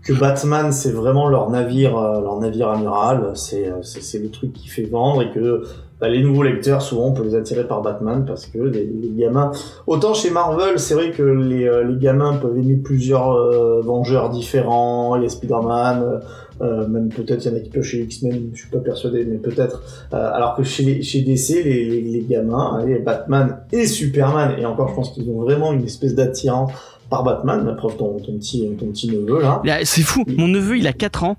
[SPEAKER 4] que Batman c'est vraiment leur navire, euh, leur navire amiral, c'est euh, c'est- c'est le truc qui fait vendre et que bah, les nouveaux lecteurs souvent on peut les attirer par Batman parce que les, les gamins, autant chez Marvel c'est vrai que les, euh, les gamins peuvent aimer plusieurs euh, Vengeurs différents, il y a Spider-Man. euh, euh, même peut-être il y en a qui peuvent chez X-Men, je suis pas persuadé, mais peut-être euh, alors que chez, chez DC, les, les, les gamins, allez, Batman et Superman, et encore, je pense qu'ils ont vraiment une espèce d'attirance par Batman, la preuve ton, ton petit, ton petit neveu, là.
[SPEAKER 2] Là, C'est fou. Mon neveu, il a 4 ans.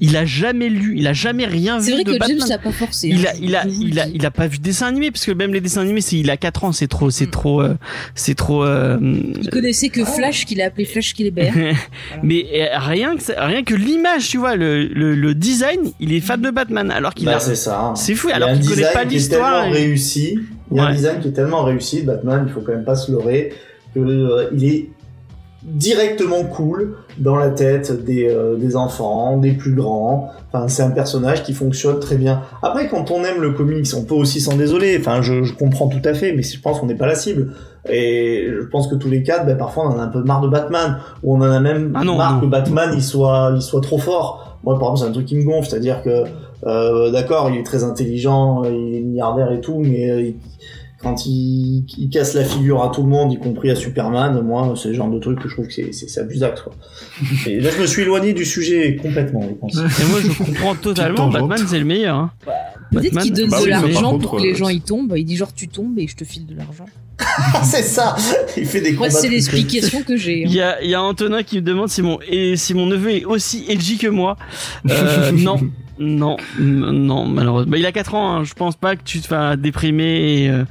[SPEAKER 2] Il a jamais lu, il a jamais rien vu
[SPEAKER 3] C'est vrai
[SPEAKER 2] Ah, de
[SPEAKER 3] que
[SPEAKER 2] Batman.
[SPEAKER 3] James l'a pas forcé.
[SPEAKER 2] il
[SPEAKER 3] hein,
[SPEAKER 2] a,
[SPEAKER 3] je-
[SPEAKER 2] il a,
[SPEAKER 3] je vous le
[SPEAKER 2] il a,
[SPEAKER 3] dis.
[SPEAKER 2] il a pas vu de dessin animé parce que même les dessins animés, c'est il a 4 ans, c'est trop, c'est
[SPEAKER 3] Mm.
[SPEAKER 2] trop, euh, c'est trop. euh,
[SPEAKER 3] Il connaissait que Flash, qu'il a appelé Flash Kléber.
[SPEAKER 2] mais euh, rien que, ça- rien que l'image, tu vois, le, le, le design, il est fan de Batman alors qu'il
[SPEAKER 4] Bah,
[SPEAKER 2] a.
[SPEAKER 4] c'est ça. hein.
[SPEAKER 2] C'est fou.
[SPEAKER 4] Il y a
[SPEAKER 2] Alors
[SPEAKER 4] un
[SPEAKER 2] qu'il connaît
[SPEAKER 4] design
[SPEAKER 2] pas
[SPEAKER 4] qui est
[SPEAKER 2] l'histoire.
[SPEAKER 4] tellement
[SPEAKER 2] et-
[SPEAKER 4] réussi. Il y a un
[SPEAKER 2] Ouais.
[SPEAKER 4] design qui est tellement réussi de Batman, il faut quand même pas se leurrer, que euh, il est directement cool dans la tête des, euh, des enfants, des plus grands. Enfin, c'est un personnage qui fonctionne très bien. Après, quand on aime le comics, on peut aussi s'en désoler. Enfin, je, je comprends tout à fait, mais je pense qu'on n'est pas la cible. Et je pense que tous les quatre, ben, parfois, on en a un peu marre de Batman, ou on en a même
[SPEAKER 2] Ah non,
[SPEAKER 4] marre
[SPEAKER 2] non.
[SPEAKER 4] que Batman il soit, il soit trop fort. Moi, par exemple, c'est un truc qui me gonfle, c'est-à-dire que euh, d'accord, il est très intelligent, euh, il est milliardaire et tout, mais euh, il- quand il, il casse la figure à tout le monde, y compris à Superman, moi, c'est le genre de truc que je trouve que c'est- c'est c'est abusax, quoi. Et là, je me suis éloigné du sujet complètement, je pense.
[SPEAKER 2] Et moi, je comprends totalement.
[SPEAKER 5] tangente.
[SPEAKER 2] Batman, c'est le meilleur. hein.
[SPEAKER 3] Peut-être
[SPEAKER 2] Batman-
[SPEAKER 3] qu'il donne
[SPEAKER 5] Bah
[SPEAKER 3] de
[SPEAKER 5] oui, ça, par
[SPEAKER 3] l'argent
[SPEAKER 5] contre,
[SPEAKER 3] pour que les
[SPEAKER 5] euh,
[SPEAKER 3] gens
[SPEAKER 5] c'est-
[SPEAKER 3] y tombent. Il dit genre tu tombes et je te file de l'argent.
[SPEAKER 4] Ah, c'est ça Il fait des combats.
[SPEAKER 3] Moi, c'est
[SPEAKER 4] de-
[SPEAKER 3] l'explication que j'ai.
[SPEAKER 2] Bah,
[SPEAKER 3] hein.
[SPEAKER 2] Il y a, il y a Antonin qui me demande si mon, et si mon neveu est aussi edgy que moi. Euh, non, non, m- non, malheureusement. Bah, il a 4 ans, hein, je pense pas que tu te fasses déprimer et. euh,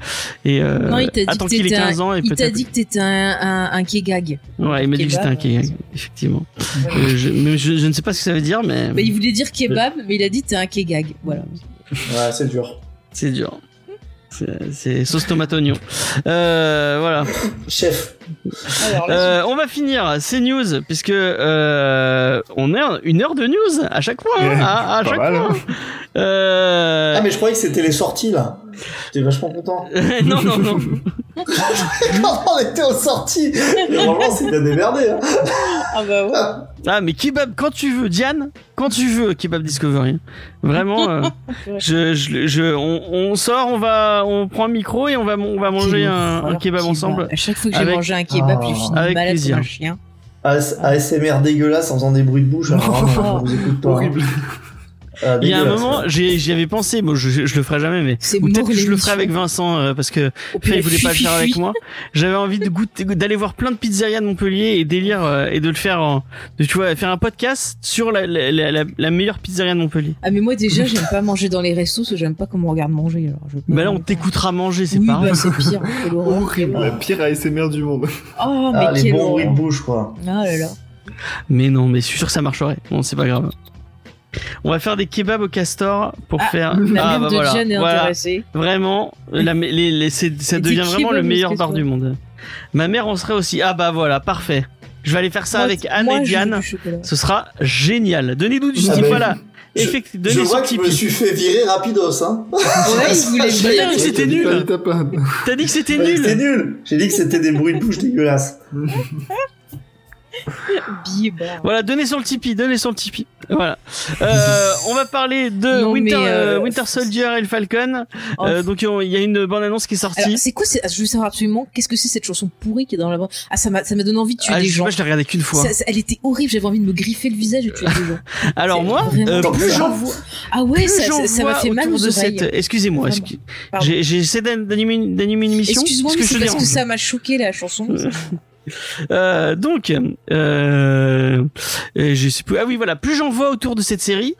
[SPEAKER 2] et euh,
[SPEAKER 3] Non, il t'a dit
[SPEAKER 2] attends
[SPEAKER 3] que
[SPEAKER 2] qu'il ait
[SPEAKER 3] t'étais un-
[SPEAKER 2] 15 ans et
[SPEAKER 3] Il t'a
[SPEAKER 2] peut-être.
[SPEAKER 3] dit que t'étais un, un, un Kegag.
[SPEAKER 2] Ouais, il m'a dit que j'étais un
[SPEAKER 3] Kebab,
[SPEAKER 2] gay, effectivement. Euh, je, mais je, je ne sais pas ce que ça veut dire, mais,
[SPEAKER 3] Mais Bah, il voulait dire kebab, mais il a dit t'es un Kegag. Voilà.
[SPEAKER 4] Ouais, c'est dur.
[SPEAKER 2] c'est dur. C'est- C'est sauce tomate oignon. Euh, voilà.
[SPEAKER 4] Chef.
[SPEAKER 3] Alors, là,
[SPEAKER 2] Euh, on va finir ces news puisque euh, on est à une heure de news à chaque fois. hein,
[SPEAKER 5] Ouais,
[SPEAKER 2] à, à
[SPEAKER 5] pas
[SPEAKER 2] chaque
[SPEAKER 5] mal, hein.
[SPEAKER 2] fois. Euh,
[SPEAKER 4] Ah, mais je croyais que c'était les sorties, là. J'étais vachement content.
[SPEAKER 2] non, non, non.
[SPEAKER 4] Quand on était aux sorties, normalement, c'est bien démerdé. Hein.
[SPEAKER 3] ah bah ouais.
[SPEAKER 2] Ah, mais kebab quand tu veux, Diane, quand tu veux, kebab Discovery. Vraiment, euh, je, je, je- on, on sort, on va, on prend le micro et on va, on va manger
[SPEAKER 3] Quel
[SPEAKER 2] un, un
[SPEAKER 3] horreur,
[SPEAKER 2] kebab ensemble.
[SPEAKER 3] À chaque fois que j'ai
[SPEAKER 2] Avec-
[SPEAKER 3] mangé un kebab, j'ai fini
[SPEAKER 2] Avec
[SPEAKER 3] malade
[SPEAKER 2] plaisir.
[SPEAKER 3] comme un chien.
[SPEAKER 4] AS- ASMR dégueulasse en faisant des bruits de bouche. Alors, vraiment, je vous écoute pas. hein.
[SPEAKER 5] Horrible.
[SPEAKER 4] Ah,
[SPEAKER 2] Il y a un
[SPEAKER 4] dégueulasse,
[SPEAKER 2] moment, j'ai- j'y avais pensé, moi, je, je, je le ferai jamais, mais
[SPEAKER 3] C'est
[SPEAKER 2] ou
[SPEAKER 3] mort
[SPEAKER 2] peut-être que je le ferai
[SPEAKER 3] l'émission.
[SPEAKER 2] avec Vincent euh, parce que
[SPEAKER 3] Oh,
[SPEAKER 2] Enfin,
[SPEAKER 3] putain,
[SPEAKER 2] il voulait pas le
[SPEAKER 3] fuis,
[SPEAKER 2] faire
[SPEAKER 3] fuis,
[SPEAKER 2] avec
[SPEAKER 3] fuis.
[SPEAKER 2] moi. J'avais envie de goûter, d'aller voir plein de pizzerias de Montpellier et délire euh, et de le faire, en, de tu vois, faire un podcast sur la, la, la- la- la meilleure pizzeria de Montpellier.
[SPEAKER 3] Ah mais moi déjà j'aime pas manger dans les restos, parce que j'aime pas qu'on me regarde manger. Alors je
[SPEAKER 2] Bah là, on t'écoutera manger, c'est
[SPEAKER 3] oui,
[SPEAKER 2] pas
[SPEAKER 3] bah, c'est pire. Quelle horreur.
[SPEAKER 5] La pire ASMR du monde.
[SPEAKER 3] Oh mais
[SPEAKER 4] Ah, les
[SPEAKER 3] quelle
[SPEAKER 4] bons bruits
[SPEAKER 3] horreur.
[SPEAKER 4] de bouche, quoi.
[SPEAKER 3] Ah là là.
[SPEAKER 2] Mais non, mais je suis sûr que ça marcherait. Bon, c'est pas grave. On va faire des kebabs au castor pour faire.
[SPEAKER 3] La
[SPEAKER 2] Ah,
[SPEAKER 3] mère
[SPEAKER 2] bah
[SPEAKER 3] de
[SPEAKER 2] voilà.
[SPEAKER 3] Jen est
[SPEAKER 2] Voilà.
[SPEAKER 3] intéressée.
[SPEAKER 2] Vraiment, la- les- les- c'est- ça
[SPEAKER 3] Et
[SPEAKER 2] devient
[SPEAKER 3] des
[SPEAKER 2] vraiment le
[SPEAKER 3] kebabs,
[SPEAKER 2] meilleur
[SPEAKER 3] qu'est-ce que
[SPEAKER 2] bar du monde. Ma mère en serait aussi. Ah bah voilà, parfait. Je vais aller faire ça
[SPEAKER 3] Moi,
[SPEAKER 2] avec
[SPEAKER 3] t-
[SPEAKER 2] Anne
[SPEAKER 3] moi,
[SPEAKER 2] et
[SPEAKER 3] je veux
[SPEAKER 2] Diane.
[SPEAKER 3] du chocolat.
[SPEAKER 2] Ce sera génial. Donnez-nous du
[SPEAKER 4] Ah
[SPEAKER 2] type,
[SPEAKER 4] bah,
[SPEAKER 2] voilà.
[SPEAKER 4] je-
[SPEAKER 2] Effectivement,
[SPEAKER 4] je
[SPEAKER 2] donnez
[SPEAKER 4] vois
[SPEAKER 2] son
[SPEAKER 4] que je me
[SPEAKER 2] Tipeee.
[SPEAKER 4] suis fait virer rapidos, hein.
[SPEAKER 3] Ouais, il voulait
[SPEAKER 4] Ça,
[SPEAKER 3] bien.
[SPEAKER 2] Ah,
[SPEAKER 4] j'ai-
[SPEAKER 2] c'était
[SPEAKER 5] T'as dit
[SPEAKER 2] nul.
[SPEAKER 5] pas les tapades.
[SPEAKER 2] T'as dit que c'était
[SPEAKER 4] Ouais, C'était
[SPEAKER 2] nul.
[SPEAKER 4] nul. J'ai dit que c'était des bruits de bouche dégueulasses.
[SPEAKER 3] Bibar.
[SPEAKER 2] Voilà, donnez son le Tipeee, donnez son le Tipeee. Voilà. Euh, on va parler de
[SPEAKER 3] Non,
[SPEAKER 2] Winter,
[SPEAKER 3] mais, euh,
[SPEAKER 2] euh, Winter Soldier et le Falcon.
[SPEAKER 3] Oh.
[SPEAKER 2] Euh, donc on- il y a une bonne annonce qui est sortie.
[SPEAKER 3] Alors, c'est quoi c'est- Je veux savoir absolument qu'est-ce que c'est cette chanson pourrie qui est dans la bande. Ah, ça m'a ça m'a donné envie de tuer
[SPEAKER 2] Ah,
[SPEAKER 3] des
[SPEAKER 2] je-
[SPEAKER 3] gens.
[SPEAKER 2] moi je l'ai regardé qu'une fois.
[SPEAKER 3] Ça- ça- elle était horrible, j'avais envie de me griffer le visage et de tuer des gens.
[SPEAKER 2] Alors
[SPEAKER 3] c'est
[SPEAKER 2] moi,
[SPEAKER 3] vraiment
[SPEAKER 2] euh,
[SPEAKER 4] Tant
[SPEAKER 2] plus
[SPEAKER 4] que
[SPEAKER 2] j'en
[SPEAKER 4] ça.
[SPEAKER 2] vois,
[SPEAKER 3] Ah ouais,
[SPEAKER 2] plus
[SPEAKER 3] ça,
[SPEAKER 2] j'en
[SPEAKER 3] ça, ça m'a
[SPEAKER 2] vois
[SPEAKER 3] fait mal
[SPEAKER 2] autour
[SPEAKER 3] aux
[SPEAKER 2] de
[SPEAKER 3] oreilles.
[SPEAKER 2] cette. Excusez-moi.
[SPEAKER 3] Vraiment.
[SPEAKER 2] excu-
[SPEAKER 3] Pardon.
[SPEAKER 2] j'ai- J'essaie d'an- d'animer une d'animer une émission.
[SPEAKER 3] Excuse-moi,
[SPEAKER 2] Est-ce
[SPEAKER 3] mais
[SPEAKER 2] que je
[SPEAKER 3] c'est
[SPEAKER 2] te
[SPEAKER 3] parce que
[SPEAKER 2] dérange
[SPEAKER 3] ça m'a choqué la chanson.
[SPEAKER 2] Euh, Euh, donc, euh, et je sais plus. Ah oui, voilà. Plus j'en vois autour de cette série.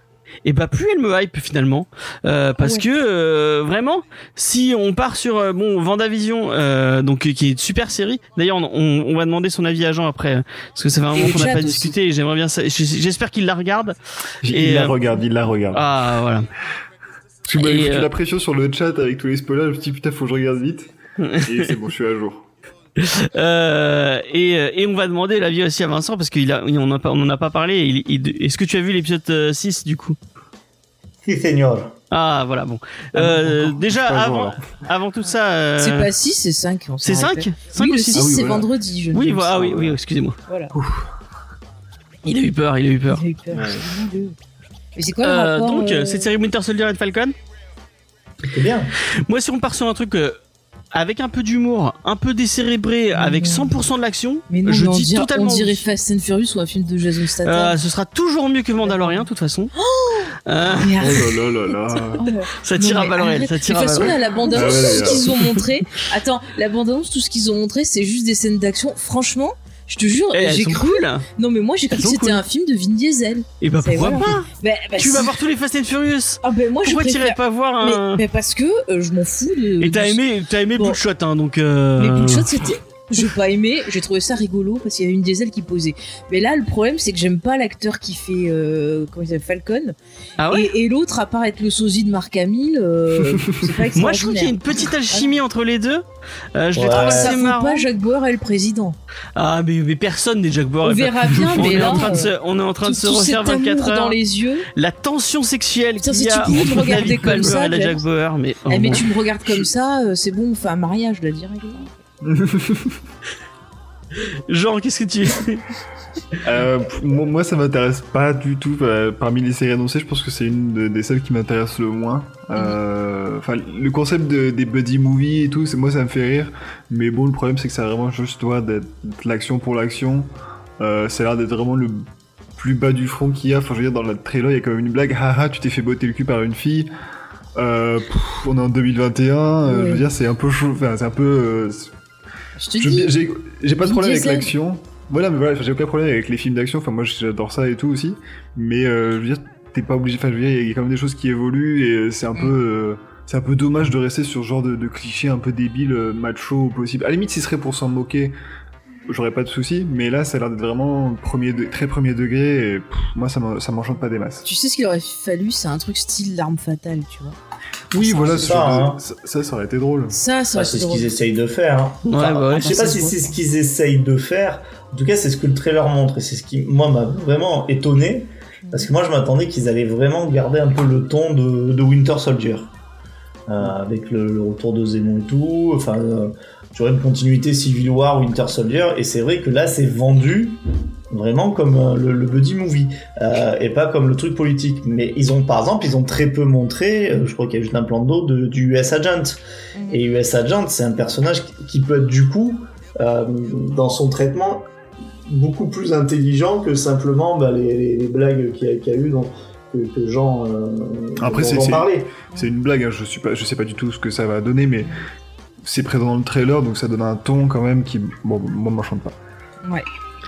[SPEAKER 2] Et bah plus elle me hype finalement Euh, parce
[SPEAKER 3] Ouais.
[SPEAKER 2] que euh, vraiment si on part sur euh, bon Vendavision euh, donc euh, qui est une super série d'ailleurs on, on- on va demander son avis à Jean après euh, parce que ça fait un
[SPEAKER 3] Et
[SPEAKER 2] moment
[SPEAKER 3] le
[SPEAKER 2] qu'on n'a
[SPEAKER 3] chat
[SPEAKER 2] pas
[SPEAKER 3] aussi.
[SPEAKER 2] discuté et j'aimerais bien ça j'espère qu'il la regarde
[SPEAKER 5] Il
[SPEAKER 2] Et,
[SPEAKER 5] la
[SPEAKER 2] euh,
[SPEAKER 5] regarde, il la regarde.
[SPEAKER 2] ah voilà
[SPEAKER 5] Parce que vous m'avez
[SPEAKER 2] Et,
[SPEAKER 5] foutu
[SPEAKER 2] euh,
[SPEAKER 5] la pression sur le chat avec tous les spoilers, je me suis dit putain, faut que je regarde vite. Et c'est bon, je suis à jour.
[SPEAKER 2] Euh, et, euh, et on va demander l'avis aussi à Vincent parce qu'il a, on n'en on en a pas parlé. Il- il- Est-ce que tu as vu l'épisode euh, 6 du coup
[SPEAKER 4] Si, seigneur.
[SPEAKER 2] Ah voilà bon. Euh, déjà
[SPEAKER 5] Pas à jour,
[SPEAKER 2] avant,
[SPEAKER 5] alors.
[SPEAKER 2] avant tout ça, euh,
[SPEAKER 3] C'est pas 6, c'est 5.
[SPEAKER 2] c'est 5 5
[SPEAKER 3] Oui,
[SPEAKER 2] ou
[SPEAKER 3] le
[SPEAKER 2] 6
[SPEAKER 3] 6,
[SPEAKER 5] Ah oui,
[SPEAKER 3] c'est
[SPEAKER 5] voilà.
[SPEAKER 3] vendredi. Je
[SPEAKER 2] Oui,
[SPEAKER 3] le dis.
[SPEAKER 2] voilà, ah oui, oui, excusez-moi.
[SPEAKER 3] Voilà.
[SPEAKER 2] Il a eu peur, il a eu peur.
[SPEAKER 3] J'ai eu peur,
[SPEAKER 5] Ouais.
[SPEAKER 3] j'ai eu le- Mais c'est quoi le
[SPEAKER 2] Euh,
[SPEAKER 3] rapport
[SPEAKER 2] donc,
[SPEAKER 3] euh,
[SPEAKER 2] cette série Winter Soldier et Falcon.
[SPEAKER 4] C'était bien.
[SPEAKER 2] Moi, si on part sur un truc euh, avec un peu d'humour, un peu décérébré, avec 100% de l'action,
[SPEAKER 3] Mais non,
[SPEAKER 2] je
[SPEAKER 3] mais on,
[SPEAKER 2] dis
[SPEAKER 3] dirait,
[SPEAKER 2] totalement
[SPEAKER 3] on dirait
[SPEAKER 2] oui.
[SPEAKER 3] Fast and Furious ou un film de Jason
[SPEAKER 2] euh,
[SPEAKER 3] Statham.
[SPEAKER 2] ce sera toujours mieux que Mandalorian, de toute façon. Euh,
[SPEAKER 3] Mais
[SPEAKER 5] Oh
[SPEAKER 3] arrête.
[SPEAKER 5] là là là là.
[SPEAKER 3] Oh, ouais.
[SPEAKER 2] ça tire
[SPEAKER 3] Non,
[SPEAKER 2] à
[SPEAKER 3] mais
[SPEAKER 2] balles réelles,
[SPEAKER 3] arrête.
[SPEAKER 2] ça tire
[SPEAKER 3] De
[SPEAKER 2] à
[SPEAKER 3] toute façon,
[SPEAKER 2] balles
[SPEAKER 3] là, la bande-annonce,
[SPEAKER 5] Ah ouais,
[SPEAKER 3] tout
[SPEAKER 5] là,
[SPEAKER 3] ce qu'ils ont montré. Attends, la bande-annonce, tout ce qu'ils ont montré, c'est juste des scènes d'action. Franchement, je te jure,
[SPEAKER 2] réelles. Eh, elles
[SPEAKER 3] j'ai
[SPEAKER 2] sont
[SPEAKER 3] cru.
[SPEAKER 2] cool.
[SPEAKER 3] Non, mais moi, j'ai cru
[SPEAKER 2] Elles
[SPEAKER 3] que
[SPEAKER 2] sont
[SPEAKER 3] c'était
[SPEAKER 2] cool.
[SPEAKER 3] un film de Vin Diesel.
[SPEAKER 2] Et bah
[SPEAKER 3] C'est-
[SPEAKER 2] pourquoi
[SPEAKER 3] voilà.
[SPEAKER 2] pas
[SPEAKER 3] Bah, bah,
[SPEAKER 2] Tu
[SPEAKER 3] si.
[SPEAKER 2] vas voir tous les Fast and Furious
[SPEAKER 3] Ah, ben moi, je
[SPEAKER 2] Pourquoi t'irais
[SPEAKER 3] préfère.
[SPEAKER 2] pas voir
[SPEAKER 3] Mais,
[SPEAKER 2] un...
[SPEAKER 3] mais parce que euh, je m'en fous de.
[SPEAKER 2] Et t'as
[SPEAKER 3] de-
[SPEAKER 2] aimé, t'as aimé
[SPEAKER 3] Bon.
[SPEAKER 2] Bloodshot, hein, donc... Euh...
[SPEAKER 3] Mais Bloodshot, c'était. J'ai pas aimé, j'ai trouvé ça rigolo parce qu'il y avait une diesel qui posait. Mais là, le problème, c'est que j'aime pas l'acteur qui fait. Euh, comment il s'appelle Falcon.
[SPEAKER 2] Ah ouais
[SPEAKER 3] et et l'autre, à part être le sosie de Marc Hamill, euh, c'est pas
[SPEAKER 2] Moi, je trouve qu'il y a
[SPEAKER 3] extraordinaire.
[SPEAKER 2] une petite alchimie entre les deux. Euh, je les
[SPEAKER 4] Ouais.
[SPEAKER 2] trouve
[SPEAKER 4] Ah,
[SPEAKER 3] Ça
[SPEAKER 2] assez
[SPEAKER 3] fout
[SPEAKER 2] marrants.
[SPEAKER 3] pas Jacques Bauer et le président.
[SPEAKER 2] Ah, mais, mais personne n'est Jack Bauer.
[SPEAKER 3] On verra bien,
[SPEAKER 2] bah, on,
[SPEAKER 3] mais
[SPEAKER 2] est
[SPEAKER 3] là.
[SPEAKER 2] en train de
[SPEAKER 3] euh,
[SPEAKER 2] se, on est en train de
[SPEAKER 3] tout-
[SPEAKER 2] se
[SPEAKER 3] tout
[SPEAKER 2] refaire
[SPEAKER 3] cet amour
[SPEAKER 2] 24 heures.
[SPEAKER 3] dans les yeux.
[SPEAKER 2] La tension sexuelle
[SPEAKER 3] Putain,
[SPEAKER 2] qu'il
[SPEAKER 3] si
[SPEAKER 2] y a
[SPEAKER 3] tu pouvais me
[SPEAKER 2] entre
[SPEAKER 3] regarder
[SPEAKER 2] David
[SPEAKER 3] comme
[SPEAKER 2] Palmer
[SPEAKER 3] ça,
[SPEAKER 2] et la
[SPEAKER 3] Jack.
[SPEAKER 2] Jack Bauer, mais... oh
[SPEAKER 3] Eh, mais
[SPEAKER 2] mon
[SPEAKER 3] tu me regardes comme ça, euh, c'est bon, on fait un mariage là direct.
[SPEAKER 2] Dieu. Jean, qu'est-ce que tu...
[SPEAKER 5] Euh, pff, moi, moi, ça m'intéresse pas du tout. Euh, Parmi les séries annoncées, je pense que c'est une de- des seules qui m'intéresse le moins. Euh, Enfin, le concept de- des buddy movies et tout, c'est moi ça me fait rire. Mais bon, le problème c'est que ça a vraiment juste ouais, d'être de l'action pour l'action. Euh, ça a l'air d'être vraiment le plus bas du front qu'il y a. Enfin, je veux dire, dans la trailer, il y a quand même une blague. Haha, tu t'es fait botter le cul par une fille. Euh, pff, on est en 2021. euh, Je veux
[SPEAKER 3] Ouais.
[SPEAKER 5] dire, c'est un peu chaud. Enfin, c'est un peu. euh,
[SPEAKER 3] Je te
[SPEAKER 5] je-
[SPEAKER 3] dis,
[SPEAKER 5] J'ai j'ai pas de
[SPEAKER 3] Vin
[SPEAKER 5] problème avec
[SPEAKER 3] Diesel.
[SPEAKER 5] l'action. Voilà, mais voilà, enfin, j'ai aucun problème avec les films d'action. Enfin, moi, j'adore ça et tout aussi. Mais euh, je veux dire, t'es pas obligé. Enfin, je veux dire, il y a quand même des choses qui évoluent et euh, c'est un peu. euh, c'est un peu dommage de rester sur ce genre de, de cliché un peu débile, euh, macho au possible. À la limite, si ce serait pour s'en moquer, j'aurais pas de souci. Mais là, ça a l'air d'être vraiment premier de- très premier degré. Et, pff, moi, ça m'en- ça m'enchante pas des masses.
[SPEAKER 3] tu sais ce qu'il aurait fallu, c'est un truc style l'arme fatale, tu vois.
[SPEAKER 5] Oui, voilà,
[SPEAKER 4] c'est
[SPEAKER 5] ce
[SPEAKER 4] ça,
[SPEAKER 5] genre de-
[SPEAKER 4] hein.
[SPEAKER 5] ça, ça, ça aurait été drôle.
[SPEAKER 3] Ça, ça
[SPEAKER 4] Ça,
[SPEAKER 3] aurait
[SPEAKER 4] c'est
[SPEAKER 3] été
[SPEAKER 4] ce qu'ils
[SPEAKER 3] drôle.
[SPEAKER 4] essayent de faire. hein.
[SPEAKER 2] Ouais,
[SPEAKER 4] Enfin,
[SPEAKER 2] bah ouais.
[SPEAKER 4] Je sais pas si c'est ce qu'ils essayent de faire. En tout cas, c'est ce que le trailer montre et c'est ce qui, moi, m'a vraiment étonné. Parce que moi, je m'attendais qu'ils allaient vraiment garder un peu le ton de, de Winter Soldier. Euh, avec le, le retour de Zemo et tout. Enfin, euh, tu aurais une continuité Civil War, Winter Soldier. Et c'est vrai que là, c'est vendu vraiment comme euh, le, le buddy movie. Euh, et pas comme le truc politique. Mais ils ont, par exemple, ils ont très peu montré, euh, je crois qu'il y a juste un plan d'eau, de- du US Agent.
[SPEAKER 2] Mhm.
[SPEAKER 4] Et US Agent, c'est un personnage qui- qui peut être du coup, euh, dans son traitement, beaucoup plus intelligent que simplement bah, les, les- les blagues qu'il y a, qu'il y a eu dans, que, que Jean euh,
[SPEAKER 5] Après,
[SPEAKER 4] dont
[SPEAKER 5] c'est-
[SPEAKER 4] Jean
[SPEAKER 5] c'est-
[SPEAKER 4] parlait.
[SPEAKER 5] C'est une blague, hein, je, suis pas, je sais pas du tout ce que ça va donner, mais c'est présent dans le trailer, donc ça donne un ton quand même qui, bon, moi, m'enchante pas.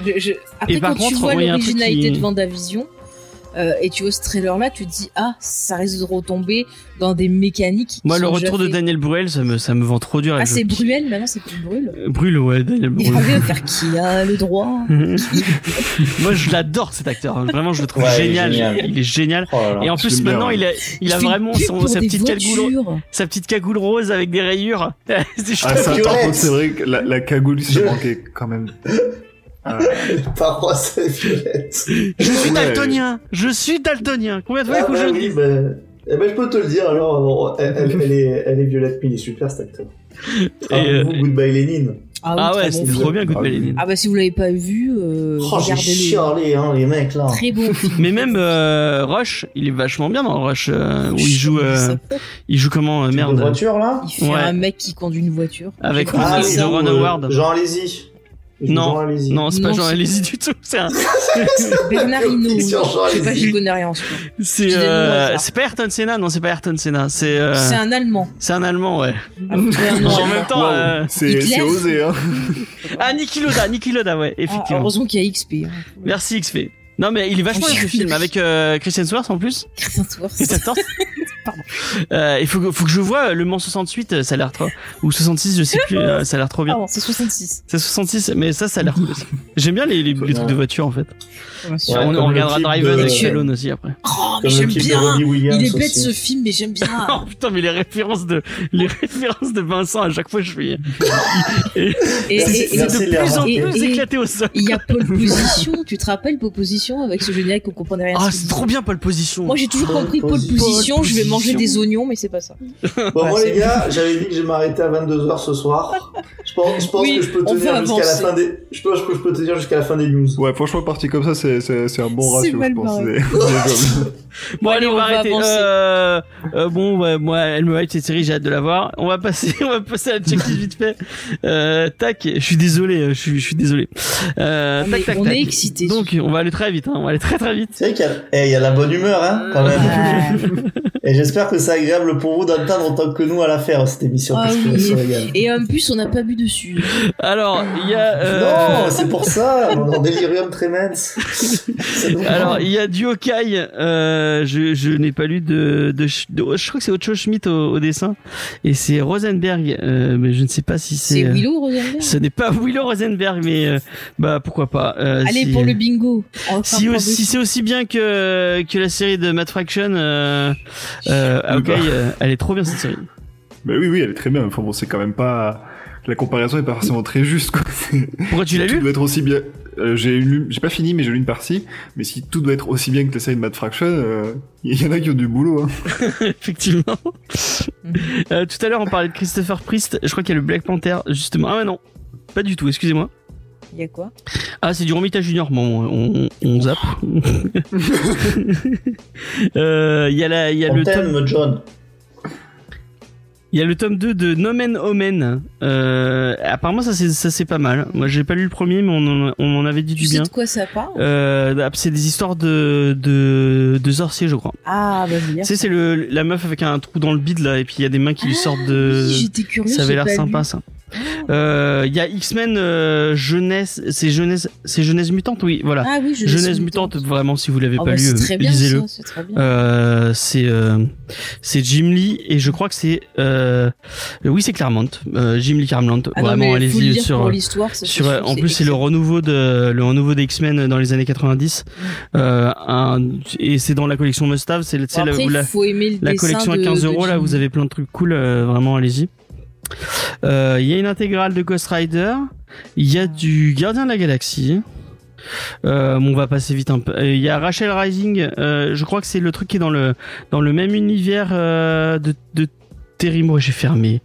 [SPEAKER 3] Je- je- Après,
[SPEAKER 2] Et par
[SPEAKER 3] quand tu
[SPEAKER 2] contre,
[SPEAKER 3] vois
[SPEAKER 2] oui, il y a un truc
[SPEAKER 3] l'originalité
[SPEAKER 2] qui-
[SPEAKER 3] de Vendavision, euh, et tu vois ce trailer-là, tu te dis ah ça risque de retomber dans des mécaniques. qui
[SPEAKER 2] Moi, le
[SPEAKER 3] sont déjà
[SPEAKER 2] retour de
[SPEAKER 3] faites.
[SPEAKER 2] Daniel Bruel, ça me, ça me vend trop dur.
[SPEAKER 3] Ah
[SPEAKER 2] avec
[SPEAKER 3] c'est
[SPEAKER 2] le-
[SPEAKER 3] Bruel, maintenant c'est plus Brûle.
[SPEAKER 2] Euh, Bruel, ouais, Daniel
[SPEAKER 3] Il
[SPEAKER 2] Bruel.
[SPEAKER 3] avait offert qui a le droit.
[SPEAKER 2] Moi, je l'adore cet acteur. hein. Vraiment, je le trouve
[SPEAKER 4] Ouais, il est
[SPEAKER 2] génial.
[SPEAKER 4] génial.
[SPEAKER 2] Il est génial.
[SPEAKER 4] Oh là là.
[SPEAKER 2] Et en plus,
[SPEAKER 5] j'aime bien,
[SPEAKER 2] maintenant,
[SPEAKER 5] ouais.
[SPEAKER 2] il a, il a
[SPEAKER 3] fait une
[SPEAKER 2] vraiment
[SPEAKER 3] pub
[SPEAKER 2] son-
[SPEAKER 3] pour
[SPEAKER 2] sa,
[SPEAKER 3] des
[SPEAKER 2] petite cagoule,
[SPEAKER 3] voitures.
[SPEAKER 2] sa petite cagoule rose avec des rayures. Je
[SPEAKER 5] Ah,
[SPEAKER 2] trouve
[SPEAKER 5] ça,
[SPEAKER 2] que-
[SPEAKER 5] par
[SPEAKER 4] Violette.
[SPEAKER 5] contre, c'est vrai que la, la cagoule, ça
[SPEAKER 4] Je-
[SPEAKER 5] manquait quand même. Ah,
[SPEAKER 4] Parfois, c'est violette.
[SPEAKER 2] je suis
[SPEAKER 5] Ouais.
[SPEAKER 2] daltonien. Je suis daltonien. Combien de fois
[SPEAKER 4] Ah,
[SPEAKER 2] que
[SPEAKER 4] bah
[SPEAKER 2] je le
[SPEAKER 4] oui,
[SPEAKER 2] dis
[SPEAKER 4] bah, eh ben, je peux te le dire, alors, alors, elle, elle- elle est, elle est violette, mais il est super cet acteur.
[SPEAKER 2] Et, euh,
[SPEAKER 4] Rappelez-vous, Goodbye
[SPEAKER 3] Ah, oui,
[SPEAKER 4] Lénine.
[SPEAKER 2] Ah ouais,
[SPEAKER 3] très bon
[SPEAKER 2] c'était
[SPEAKER 3] film.
[SPEAKER 2] trop bien, Good
[SPEAKER 5] Ah oui.
[SPEAKER 2] Baleine.
[SPEAKER 3] Ah bah si vous l'avez pas vu, euh,
[SPEAKER 4] Oh, j'ai
[SPEAKER 3] regardez-le.
[SPEAKER 4] chialé, hein, les mecs, là.
[SPEAKER 3] Très bon film.
[SPEAKER 2] Mais même euh, Rush, il est vachement bien dans Rush, euh, où il joue, euh, il joue comment euh,
[SPEAKER 4] De
[SPEAKER 2] Merde.
[SPEAKER 4] voiture, là
[SPEAKER 3] Il fait
[SPEAKER 2] Ouais.
[SPEAKER 3] un mec qui conduit une voiture.
[SPEAKER 2] Avec
[SPEAKER 3] Je sais pas.
[SPEAKER 2] Ron-
[SPEAKER 4] oui,
[SPEAKER 2] The Ah, Ron
[SPEAKER 4] où, euh,
[SPEAKER 2] Howard.
[SPEAKER 4] Jean Alési.
[SPEAKER 2] Non.
[SPEAKER 4] Jean Alési.
[SPEAKER 2] Non, c'est pas
[SPEAKER 3] Non,
[SPEAKER 2] Jean
[SPEAKER 3] c'est-
[SPEAKER 2] Alési du tout. C'est un-
[SPEAKER 3] Bernard Hinault. Ah, Je
[SPEAKER 4] Sur Jean
[SPEAKER 3] sais pas,
[SPEAKER 4] Alési.
[SPEAKER 3] j'y connais rien en ce moment.
[SPEAKER 2] C'est
[SPEAKER 3] Je l'ai mis au
[SPEAKER 2] euh,
[SPEAKER 3] hasard.
[SPEAKER 2] c'est pas Ayrton Senna, non, c'est pas Ayrton Senna, c'est euh,
[SPEAKER 3] C'est un Allemand.
[SPEAKER 2] c'est un Allemand, ouais.
[SPEAKER 3] Après, un Ah,
[SPEAKER 2] en
[SPEAKER 3] Allemand.
[SPEAKER 2] même temps,
[SPEAKER 5] waouh,
[SPEAKER 2] euh,
[SPEAKER 5] c'est
[SPEAKER 3] Hitler.
[SPEAKER 5] c'est osé, hein.
[SPEAKER 2] ah Niki Loda, Niki Loda, ouais,
[SPEAKER 3] Ah,
[SPEAKER 2] effectivement.
[SPEAKER 3] heureusement qu'il y a XP. hein.
[SPEAKER 2] Merci XP. Non mais il est vachement bien ce film avec euh, Christian Swartz en plus.
[SPEAKER 3] Christian Swartz.
[SPEAKER 2] Christian Swartz.
[SPEAKER 3] Pardon.
[SPEAKER 2] Euh, il faut que, faut que je vois euh, le Mans 68, euh, ça a l'air trop ou 66, je sais plus, euh, ça a l'air trop bien.
[SPEAKER 3] Pardon, c'est 66.
[SPEAKER 2] C'est 66, mais ça, ça a l'air cool. aussi. J'aime bien les, les, les trucs de voiture en fait.
[SPEAKER 3] Ouais,
[SPEAKER 4] Ouais,
[SPEAKER 2] on,
[SPEAKER 4] comme
[SPEAKER 2] on
[SPEAKER 4] le
[SPEAKER 2] regardera
[SPEAKER 4] clip
[SPEAKER 2] Driven
[SPEAKER 4] de-
[SPEAKER 2] avec Stallone aussi après.
[SPEAKER 3] Oh, mais
[SPEAKER 4] Comme le
[SPEAKER 3] j'aime
[SPEAKER 4] clip de
[SPEAKER 3] bien.
[SPEAKER 4] Robbie Williams.
[SPEAKER 3] Il est bête
[SPEAKER 4] aussi.
[SPEAKER 3] ce film, mais j'aime
[SPEAKER 2] Oh
[SPEAKER 3] bien.
[SPEAKER 2] putain, mais les références de les références de Vincent à chaque fois, je suis
[SPEAKER 3] Et-
[SPEAKER 4] Merci,
[SPEAKER 3] et- et-
[SPEAKER 2] de
[SPEAKER 4] merci,
[SPEAKER 2] plus
[SPEAKER 4] Léa.
[SPEAKER 2] en
[SPEAKER 3] Et-
[SPEAKER 2] plus
[SPEAKER 3] et-
[SPEAKER 2] éclaté au sol.
[SPEAKER 3] Il y a Paul Position, tu te rappelles Paul Position avec ce générique qu'on comprenait rien à
[SPEAKER 2] Ah,
[SPEAKER 3] ce
[SPEAKER 2] c'est
[SPEAKER 3] qu'il
[SPEAKER 2] trop bien Paul Position.
[SPEAKER 3] Moi j'ai toujours
[SPEAKER 4] Paul
[SPEAKER 3] compris Paul
[SPEAKER 4] Position.
[SPEAKER 3] Position, je vais
[SPEAKER 2] Paul
[SPEAKER 3] manger
[SPEAKER 2] Position.
[SPEAKER 3] des oignons, mais c'est pas ça.
[SPEAKER 4] Bon,
[SPEAKER 3] Ouais,
[SPEAKER 4] moi, les
[SPEAKER 3] Ah, c'est-
[SPEAKER 4] gars, j'avais dit que je m'arrêtais à 22h ce soir. Je pense, je pense
[SPEAKER 3] Oui,
[SPEAKER 4] que je peux
[SPEAKER 3] on
[SPEAKER 4] tenir
[SPEAKER 3] va
[SPEAKER 4] jusqu'à la
[SPEAKER 3] avancer.
[SPEAKER 4] fin des, je pense que je peux tenir jusqu'à la fin des news.
[SPEAKER 5] Ouais, franchement, parti comme ça, c'est- c'est c'est un bon
[SPEAKER 3] C'est
[SPEAKER 5] ratio,
[SPEAKER 3] mal
[SPEAKER 5] je pense.
[SPEAKER 3] barré.
[SPEAKER 5] C'est- c'est comme-
[SPEAKER 2] Bon, allez, on va
[SPEAKER 3] va
[SPEAKER 2] arrêter.
[SPEAKER 3] avancer.
[SPEAKER 2] Euh, euh, bon, ouais, moi, elle me hype cette série, j'ai hâte de la voir. On va passer, on va passer à la checklist vite fait. Euh, tac, je suis désolé, je suis, je suis désolé. Euh,
[SPEAKER 3] Non,
[SPEAKER 2] tac,
[SPEAKER 3] Ah, mais
[SPEAKER 2] tac,
[SPEAKER 3] on
[SPEAKER 2] tac.
[SPEAKER 3] est excités.
[SPEAKER 2] Donc, on va aller très vite, hein, on va aller très très vite.
[SPEAKER 4] C'est vrai qu'il y, a- eh, il y a la bonne humeur, hein, quand même.
[SPEAKER 3] Ah.
[SPEAKER 4] Et j'espère que c'est agréable pour vous d'entendre autant que nous à la faire, cette émission.
[SPEAKER 3] Ah
[SPEAKER 4] parce que
[SPEAKER 3] oui.
[SPEAKER 4] c'est régal.
[SPEAKER 3] Et en plus, on n'a pas bu dessus.
[SPEAKER 2] Alors, il y a. euh,
[SPEAKER 4] Non, c'est pour ça, on est en délirium tremens. C'est bon.
[SPEAKER 2] Alors, il y a du Hawkeye, euh, je, je n'ai pas lu de, de, de- je crois que c'est Ocho Schmidt au, au dessin, et c'est Rosenberg, euh, mais je ne sais pas si c'est.
[SPEAKER 3] C'est
[SPEAKER 2] euh,
[SPEAKER 3] Willow, Rosenberg.
[SPEAKER 2] Ce n'est pas Willow Rosenberg, mais euh, bah pourquoi pas. euh,
[SPEAKER 3] Allez,
[SPEAKER 2] si-
[SPEAKER 3] pour le bingo. On va faire
[SPEAKER 2] Si,
[SPEAKER 3] un point
[SPEAKER 2] aussi- si
[SPEAKER 3] dessus.
[SPEAKER 2] c'est aussi bien que, que la série de Matt Fraction, euh, euh, ah, ok,
[SPEAKER 5] Bah.
[SPEAKER 2] euh, elle est trop bien cette série.
[SPEAKER 5] Mais oui, oui, elle est très bien. Enfin bon, c'est quand même pas. La comparaison est pas forcément très juste, quoi.
[SPEAKER 2] Pourquoi tu l'as
[SPEAKER 5] tout
[SPEAKER 2] lu
[SPEAKER 5] doit être aussi bien. euh, j'ai lu, j'ai pas fini, mais j'ai lu une partie. Mais si tout doit être aussi bien que la série de Mad Fraction, euh, il y en a qui ont du boulot. Hein.
[SPEAKER 2] Effectivement.
[SPEAKER 3] Mhm.
[SPEAKER 2] Euh, tout à l'heure, on parlait de Christopher Priest. Je crois qu'il y a le Black Panther, justement. Ah, mais non. Pas du tout, excusez-moi.
[SPEAKER 3] Il y a quoi
[SPEAKER 2] Ah, c'est du Romita Junior. Bon, on, on- on zappe. Euh, Il y a, la, il y a
[SPEAKER 4] On
[SPEAKER 2] le tome
[SPEAKER 4] t'aime, John.
[SPEAKER 2] Il y a le tome 2 de Nomen Omen. Euh, apparemment, ça c'est ça c'est pas mal. Moi, j'ai pas lu le premier, mais on en, on en avait dit
[SPEAKER 3] Tu
[SPEAKER 2] du
[SPEAKER 3] sais
[SPEAKER 2] bien.
[SPEAKER 3] de quoi ça parle
[SPEAKER 2] Euh, c'est des histoires de de, de sorciers, je crois.
[SPEAKER 3] Ah, bah, je veux
[SPEAKER 2] Tu
[SPEAKER 3] dire.
[SPEAKER 2] sais, Euh, c'est le la meuf avec un trou dans le bide là, et puis il y a des mains qui lui
[SPEAKER 3] Ah,
[SPEAKER 2] sortent de.
[SPEAKER 3] Oui, J'étais curieuse.
[SPEAKER 2] euh, ça avait
[SPEAKER 3] j'ai
[SPEAKER 2] l'air
[SPEAKER 3] pas
[SPEAKER 2] sympa
[SPEAKER 3] lu.
[SPEAKER 2] ça. Euh, Il y a X-Men euh, jeunesse, c'est jeunesse, c'est jeunesse mutante, oui, voilà.
[SPEAKER 3] Ah oui, je
[SPEAKER 2] jeunesse mutante, vraiment, si vous l'avez
[SPEAKER 3] Oh,
[SPEAKER 2] pas
[SPEAKER 3] bah,
[SPEAKER 2] lu,
[SPEAKER 3] c'est
[SPEAKER 2] euh,
[SPEAKER 3] très bien,
[SPEAKER 2] lisez-le.
[SPEAKER 3] ça, c'est très bien.
[SPEAKER 2] Euh, c'est euh, c'est Jim Lee et je crois que c'est euh, oui c'est Claremont euh, Jim Lee Claremont
[SPEAKER 3] Ah non,
[SPEAKER 2] vraiment
[SPEAKER 3] mais faut le
[SPEAKER 2] allez-y
[SPEAKER 3] lire
[SPEAKER 2] sur
[SPEAKER 3] pour l'histoire. ça,
[SPEAKER 2] sur
[SPEAKER 3] c'est
[SPEAKER 2] euh,
[SPEAKER 3] sûr,
[SPEAKER 2] en plus c'est le renouveau de le renouveau des X-Men dans les années 90 euh, un, et c'est dans la collection Must Have c'est c'est
[SPEAKER 3] Mm. Bon,
[SPEAKER 2] la,
[SPEAKER 3] après,
[SPEAKER 2] la,
[SPEAKER 3] il faut aimer le
[SPEAKER 2] la
[SPEAKER 3] dessin
[SPEAKER 2] collection à
[SPEAKER 3] de-
[SPEAKER 2] 15
[SPEAKER 3] de
[SPEAKER 2] euros là
[SPEAKER 3] Jim.
[SPEAKER 2] vous avez plein de trucs cool euh, vraiment allez-y Euh, il y a une intégrale de Ghost Rider il y a du Gardien de la Galaxie euh, bon, on va passer vite un peu. Euh, Il y a Rachel Rising. euh, je crois que c'est le truc qui est dans le dans le même univers euh, de, de Terry Moore. J'ai fermé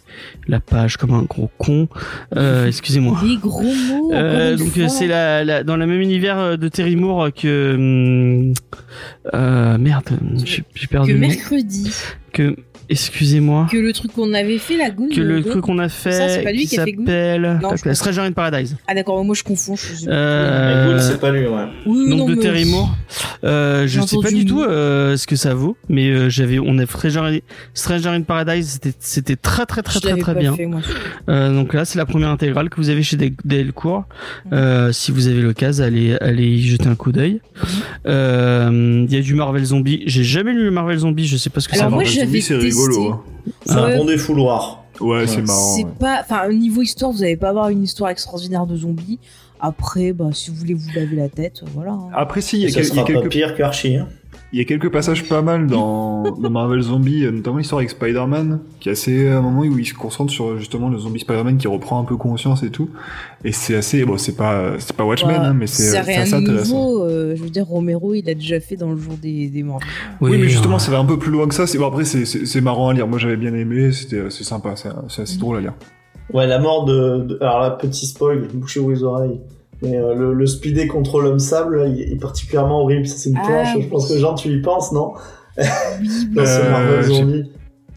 [SPEAKER 2] la page comme un gros con. Euh, Excusez-moi.
[SPEAKER 3] Des gros mots. Oh, encore
[SPEAKER 2] Euh,
[SPEAKER 3] une
[SPEAKER 2] donc
[SPEAKER 3] fois.
[SPEAKER 2] euh, c'est la, la- dans le même univers euh, de Terry Moore euh, que hum, euh, merde, j'ai j'ai
[SPEAKER 3] que
[SPEAKER 2] perdu le nom.
[SPEAKER 3] mercredi.
[SPEAKER 2] que Excusez-moi.
[SPEAKER 3] Que le truc qu'on avait fait, la goon.
[SPEAKER 2] Que le
[SPEAKER 3] Goon-
[SPEAKER 2] truc qu'on a fait,
[SPEAKER 3] Ça, c'est pas lui
[SPEAKER 2] qui
[SPEAKER 3] qui a fait Goon
[SPEAKER 2] s'appelle
[SPEAKER 3] Non, je pense-
[SPEAKER 2] Stranger in Paradise.
[SPEAKER 3] Ah d'accord, moi je confonds. Je suis...
[SPEAKER 2] Euh,
[SPEAKER 4] Gould, c'est pas lui, ouais.
[SPEAKER 3] oui, oui,
[SPEAKER 2] donc
[SPEAKER 3] non,
[SPEAKER 2] de
[SPEAKER 3] mais-
[SPEAKER 2] Terry Moore. Euh, je
[SPEAKER 3] J'ai
[SPEAKER 2] sais pas
[SPEAKER 3] entendu
[SPEAKER 2] du
[SPEAKER 3] le
[SPEAKER 2] tout
[SPEAKER 3] nom.
[SPEAKER 2] euh, ce que ça vaut, mais euh, j'avais, on a Stranger, Stranger in Paradise, c'était, c'était très très très
[SPEAKER 3] Je
[SPEAKER 2] très
[SPEAKER 3] l'avais
[SPEAKER 2] très
[SPEAKER 3] pas
[SPEAKER 2] bien.
[SPEAKER 3] fait, moi.
[SPEAKER 2] Euh, donc là, c'est la première intégrale que vous avez chez Del- Delcourt. Euh, si vous avez l'occasion, allez, allez y jeter un coup d'œil. Euh, Il y a du Marvel Zombie. J'ai jamais lu le Marvel Zombie. Je sais pas ce que
[SPEAKER 3] Alors
[SPEAKER 2] ça
[SPEAKER 3] moi,
[SPEAKER 2] va.
[SPEAKER 5] Marvel
[SPEAKER 3] j'avais
[SPEAKER 5] Zombie, c'est
[SPEAKER 3] testé.
[SPEAKER 5] rigolo. hein.
[SPEAKER 4] C'est un
[SPEAKER 3] Ouais,
[SPEAKER 4] bon défouloir.
[SPEAKER 5] Ouais, c'est
[SPEAKER 4] Ouais.
[SPEAKER 5] marrant.
[SPEAKER 3] C'est
[SPEAKER 5] ouais.
[SPEAKER 3] pas, enfin, au niveau histoire, vous n'allez pas avoir une histoire extraordinaire de zombies. Après, bah, si vous voulez vous laver la tête, voilà. hein.
[SPEAKER 5] Après, si, il y, a
[SPEAKER 4] Ça
[SPEAKER 5] quel- il y a
[SPEAKER 4] sera pas
[SPEAKER 5] quelques
[SPEAKER 4] pire qu'Archie. hein.
[SPEAKER 5] Il y a quelques passages pas mal dans, dans Marvel Zombie, euh, notamment l'histoire avec Spider-Man, qui est assez un moment où il se concentre sur justement le zombie Spider-Man qui reprend un peu conscience et tout. Et c'est assez, bon, c'est pas, c'est pas Watchmen,
[SPEAKER 3] Voilà.
[SPEAKER 5] hein, mais c'est
[SPEAKER 3] Ça
[SPEAKER 5] euh, c'est
[SPEAKER 3] Bah, rien
[SPEAKER 5] assez
[SPEAKER 3] de
[SPEAKER 5] intéressant.
[SPEAKER 3] nouveau. euh, je veux dire, Romero, il a déjà fait dans le jour des, des morts.
[SPEAKER 5] Oui, mais
[SPEAKER 2] euh,
[SPEAKER 5] justement, ça va un peu plus loin que ça. C'est bon, après, c'est- c'est c'est marrant à lire. Moi, j'avais bien aimé. C'était, euh, c'est sympa. C'est c'est assez
[SPEAKER 3] Mhm.
[SPEAKER 5] drôle à lire.
[SPEAKER 4] Ouais, la mort de. de- alors là, petit spoil, bouchez-vous les oreilles. Mais euh, le, le speedé contre l'homme sable, là, il est particulièrement horrible. Ça, C'est une
[SPEAKER 3] Ah,
[SPEAKER 4] planche.
[SPEAKER 3] oui.
[SPEAKER 4] Je pense que Jean, tu y penses, non
[SPEAKER 3] Oui,
[SPEAKER 4] Dans ce
[SPEAKER 5] Euh,
[SPEAKER 4] Marvel
[SPEAKER 5] j'ai-
[SPEAKER 4] Zombie.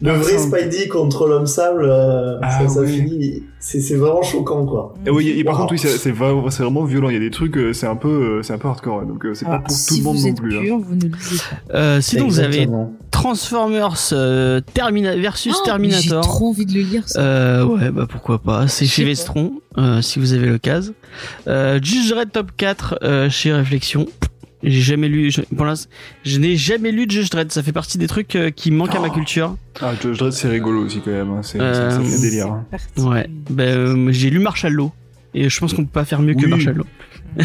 [SPEAKER 4] Le
[SPEAKER 5] Non,
[SPEAKER 4] vrai
[SPEAKER 5] ça-
[SPEAKER 4] Spidey contre l'homme sable, euh,
[SPEAKER 5] Ah,
[SPEAKER 4] ça, ça
[SPEAKER 5] oui.
[SPEAKER 4] finit. C'est c'est vraiment choquant, quoi.
[SPEAKER 5] Et eh oui, et par
[SPEAKER 4] Wow.
[SPEAKER 5] contre, oui, c'est c'est vraiment c'est vraiment violent. Il y a des trucs, euh, c'est un peu, euh, c'est un peu hardcore. ouais. Donc, euh, c'est pas
[SPEAKER 3] Alors,
[SPEAKER 5] pour tout
[SPEAKER 3] Ah, si
[SPEAKER 5] le monde
[SPEAKER 3] vous
[SPEAKER 5] non
[SPEAKER 3] êtes
[SPEAKER 5] plus. hein.
[SPEAKER 3] pur, vous ne lisez pas.
[SPEAKER 2] Euh, sinon, vous avez
[SPEAKER 4] Exactement.
[SPEAKER 2] Transformers euh, Termina- versus
[SPEAKER 3] Ah, mais J'ai
[SPEAKER 2] Terminator.
[SPEAKER 3] trop envie de le lire. Ça.
[SPEAKER 2] Euh, ouais, bah pourquoi pas. C'est
[SPEAKER 3] Je
[SPEAKER 2] chez
[SPEAKER 3] sais pas.
[SPEAKER 2] Vestron, euh, si vous avez l'occasion. Euh, Judge Dredd top 4 euh, chez Réflexion. J'ai jamais lu, je, pour l'instant, je n'ai jamais lu Judge Dredd. Ça fait partie des trucs euh, qui manquent à ma
[SPEAKER 5] Oh.
[SPEAKER 2] culture.
[SPEAKER 5] Ah, Judge Dredd, c'est rigolo aussi quand même. hein. C'est
[SPEAKER 2] Euh,
[SPEAKER 5] c'est- c'est un
[SPEAKER 3] C'est
[SPEAKER 5] délire. hein.
[SPEAKER 3] parti.
[SPEAKER 2] Ouais. Bah, euh, j'ai lu Marshall Law. Et je pense qu'on peut pas faire mieux que
[SPEAKER 5] Oui.
[SPEAKER 2] Marshall Law.
[SPEAKER 5] Ouais,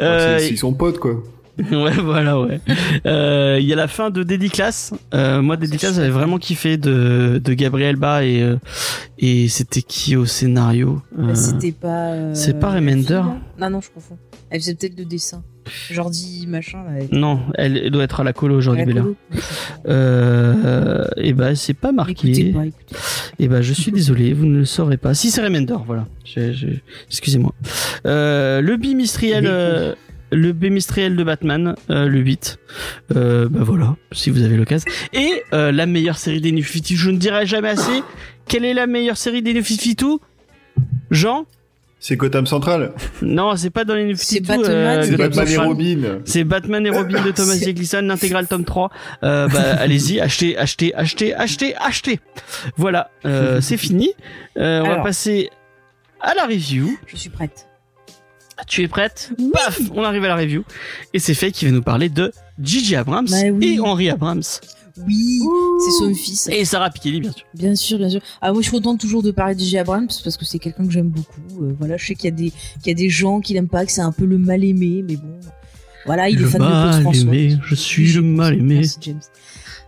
[SPEAKER 2] Euh,
[SPEAKER 5] c'est- c'est son pote, quoi.
[SPEAKER 2] ouais, voilà, ouais. Euh, Il y a la fin de Dédiclace. Euh, moi, Dédiclace, j'avais vraiment kiffé de, de Gabriel Ba et, euh, et c'était qui au scénario
[SPEAKER 3] Bah,
[SPEAKER 2] Euh,
[SPEAKER 3] C'était pas. euh,
[SPEAKER 2] c'est pas
[SPEAKER 3] la
[SPEAKER 2] Remender.
[SPEAKER 3] fille, là Non, non, je confonds. Elle faisait peut-être le dessin. Jordi machin. Là, avec-
[SPEAKER 2] Non, elle, elle doit être à la colo
[SPEAKER 3] la
[SPEAKER 2] aujourd'hui, Bella.
[SPEAKER 3] colo.
[SPEAKER 2] Euh, et bah, c'est pas marqué.
[SPEAKER 3] Écoutez pas, écoutez.
[SPEAKER 2] Et bah, je suis désolé, vous ne le saurez pas. Si c'est Remender, voilà. Je- je- Excusez-moi. Euh, le bimestriel.
[SPEAKER 4] Des
[SPEAKER 2] euh, le bimestriel de Batman, euh, le 8. Euh, bah voilà, si vous avez l'occasion. Et euh, la meilleure série des New 52, je ne dirai jamais assez. Quelle est la meilleure série des New 52 Jean
[SPEAKER 5] C'est Gotham Central.
[SPEAKER 2] Non, c'est pas dans les euh, New
[SPEAKER 3] C'est
[SPEAKER 2] 52.
[SPEAKER 3] Batman, c'est
[SPEAKER 2] Gotham
[SPEAKER 5] Batman et
[SPEAKER 2] Central.
[SPEAKER 5] Robin.
[SPEAKER 2] C'est Batman et Robin de Thomas
[SPEAKER 3] C'est-
[SPEAKER 2] J. Gleason, l'intégrale tome 3. Euh, bah, allez-y, achetez, achetez, achetez, achetez, achetez. Voilà, euh, c'est fini. Euh, on va
[SPEAKER 3] Alors.
[SPEAKER 2] passer à la review.
[SPEAKER 3] Je suis prête. Ah,
[SPEAKER 2] Tu es prête Paf On arrive à la review. Et c'est Faye qui va nous parler de Gigi Abrams
[SPEAKER 3] Bah oui.
[SPEAKER 2] et Henry Abrams.
[SPEAKER 3] Oui, c'est son fils.
[SPEAKER 2] Et Sarah Pikeli, bien sûr.
[SPEAKER 3] Bien sûr, bien sûr. Ah, moi, je suis contente toujours de parler de J. Abrams parce que c'est quelqu'un que j'aime beaucoup. Euh, voilà, je sais qu'il y, a des- qu'il y a des gens qui l'aiment pas, que c'est un peu le mal aimé, mais bon. Voilà, il est
[SPEAKER 2] Le
[SPEAKER 3] fan de Claude
[SPEAKER 2] mal
[SPEAKER 3] François.
[SPEAKER 2] aimé, je suis
[SPEAKER 3] Merci,
[SPEAKER 2] le mal aimé.
[SPEAKER 3] Merci, James.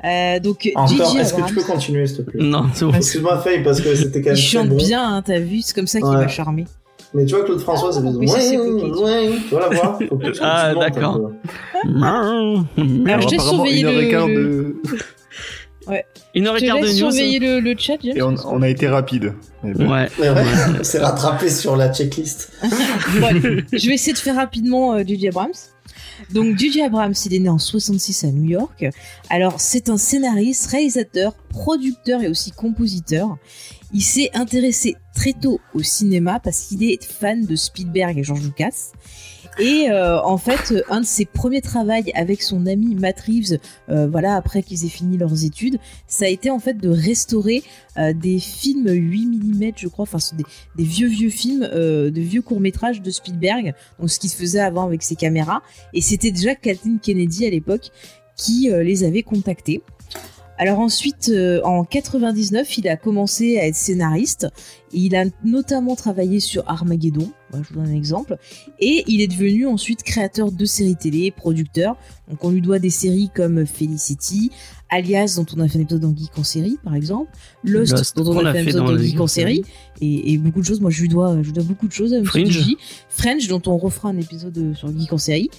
[SPEAKER 3] Euh, donc, J.J.
[SPEAKER 4] Encore, est-ce que
[SPEAKER 3] Abrams,
[SPEAKER 4] tu peux continuer, s'il te plaît
[SPEAKER 2] Non, c'est bon.
[SPEAKER 4] Excuse-moi, Faye, parce que c'était quand même.
[SPEAKER 3] il
[SPEAKER 4] très
[SPEAKER 3] chante
[SPEAKER 4] bon.
[SPEAKER 3] bien, hein, t'as vu, c'est comme ça qu'il
[SPEAKER 4] Ouais.
[SPEAKER 3] m'a charmé.
[SPEAKER 4] Mais tu vois, Claude François, c'est
[SPEAKER 3] Ah, Oui, ça, c'est bloqué.
[SPEAKER 4] Tu vois la voix Faut que tu-
[SPEAKER 2] Ah,
[SPEAKER 4] tu montes un
[SPEAKER 2] d'accord.
[SPEAKER 4] peu.
[SPEAKER 3] Alors, je t'ai
[SPEAKER 5] apparemment,
[SPEAKER 3] surveillé
[SPEAKER 5] une heure et
[SPEAKER 3] le-
[SPEAKER 5] quart
[SPEAKER 3] le-
[SPEAKER 5] de...
[SPEAKER 2] Une heure et
[SPEAKER 3] Je
[SPEAKER 2] quart
[SPEAKER 3] te
[SPEAKER 2] de
[SPEAKER 3] laisse
[SPEAKER 2] news. hein.
[SPEAKER 3] surveiller le, le chat, James.
[SPEAKER 5] Et on, on a été rapide. Mais bon.
[SPEAKER 2] Ouais.
[SPEAKER 4] Mais ouais, c'est rattrapé sur la checklist.
[SPEAKER 3] Bon, allez, je vais essayer de faire rapidement euh, J.J. Abrams. Donc, J.J. Abrams, il est né en 66 à New York. Alors, c'est un scénariste, réalisateur, producteur et aussi compositeur. Il s'est intéressé très tôt au cinéma parce qu'il est fan de Spielberg et George Lucas. Et euh, en fait, euh, un de ses premiers travails avec son ami Matt Reeves, euh, voilà, après qu'ils aient fini leurs études, ça a été en fait de restaurer euh, des films 8 mm, je crois, enfin, des, des vieux vieux films, euh, de vieux courts métrages de Spielberg, donc ce qu'il faisait avant avec ses caméras. Et c'était déjà Kathleen Kennedy à l'époque qui euh, les avait contactés. Alors ensuite, euh, en 99, il a commencé à être scénariste. Il a notamment travaillé sur Armageddon, Voilà, je vous donne un exemple, et il est devenu ensuite créateur de séries télé, producteur. Donc on lui doit des séries comme Felicity, Alias, dont on a fait un épisode dans Geek en série, par exemple, Lost,
[SPEAKER 2] Lost,
[SPEAKER 3] dont on a fait un épisode dans, Geek en série, et, et beaucoup de choses. Moi, je lui dois, je lui dois beaucoup de choses. à Monsieur
[SPEAKER 2] Fringe.
[SPEAKER 3] Gigi. Fringe, dont on refera un épisode euh, sur Geek en série.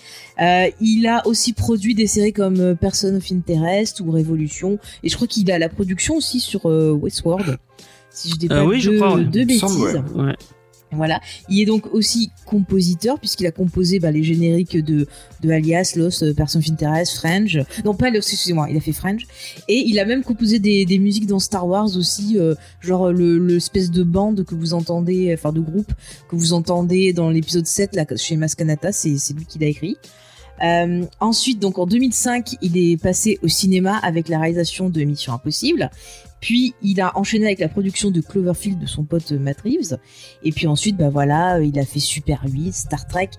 [SPEAKER 3] Euh, il a aussi produit des séries comme euh, Person of Interest ou Révolution. Et je crois qu'il a la production aussi sur euh, Westworld. Si je dis
[SPEAKER 2] Euh,
[SPEAKER 3] pas
[SPEAKER 2] oui,
[SPEAKER 3] de,
[SPEAKER 2] je crois, ouais.
[SPEAKER 3] de
[SPEAKER 5] Il me
[SPEAKER 3] bêtises.
[SPEAKER 5] semble, ouais.
[SPEAKER 2] Ouais.
[SPEAKER 3] Voilà. Il est donc aussi compositeur puisqu'il a composé bah, les génériques de, de Alias, Lost, euh, Person of Interest, Fringe. Non, pas Lost, excusez-moi, il a fait Fringe. Et il a même composé des, des musiques dans Star Wars aussi, euh, genre le l'espèce de bande que vous entendez, enfin de groupe que vous entendez dans l'épisode 7 là, chez Mascanata, c'est c'est lui qui l'a écrit. Euh, ensuite, donc en 2005, il est passé au cinéma avec la réalisation de Mission Impossible. Puis il a enchaîné avec la production de Cloverfield de son pote euh, Matt Reeves. Et puis ensuite, bah voilà, euh, il a fait Super 8, Star Trek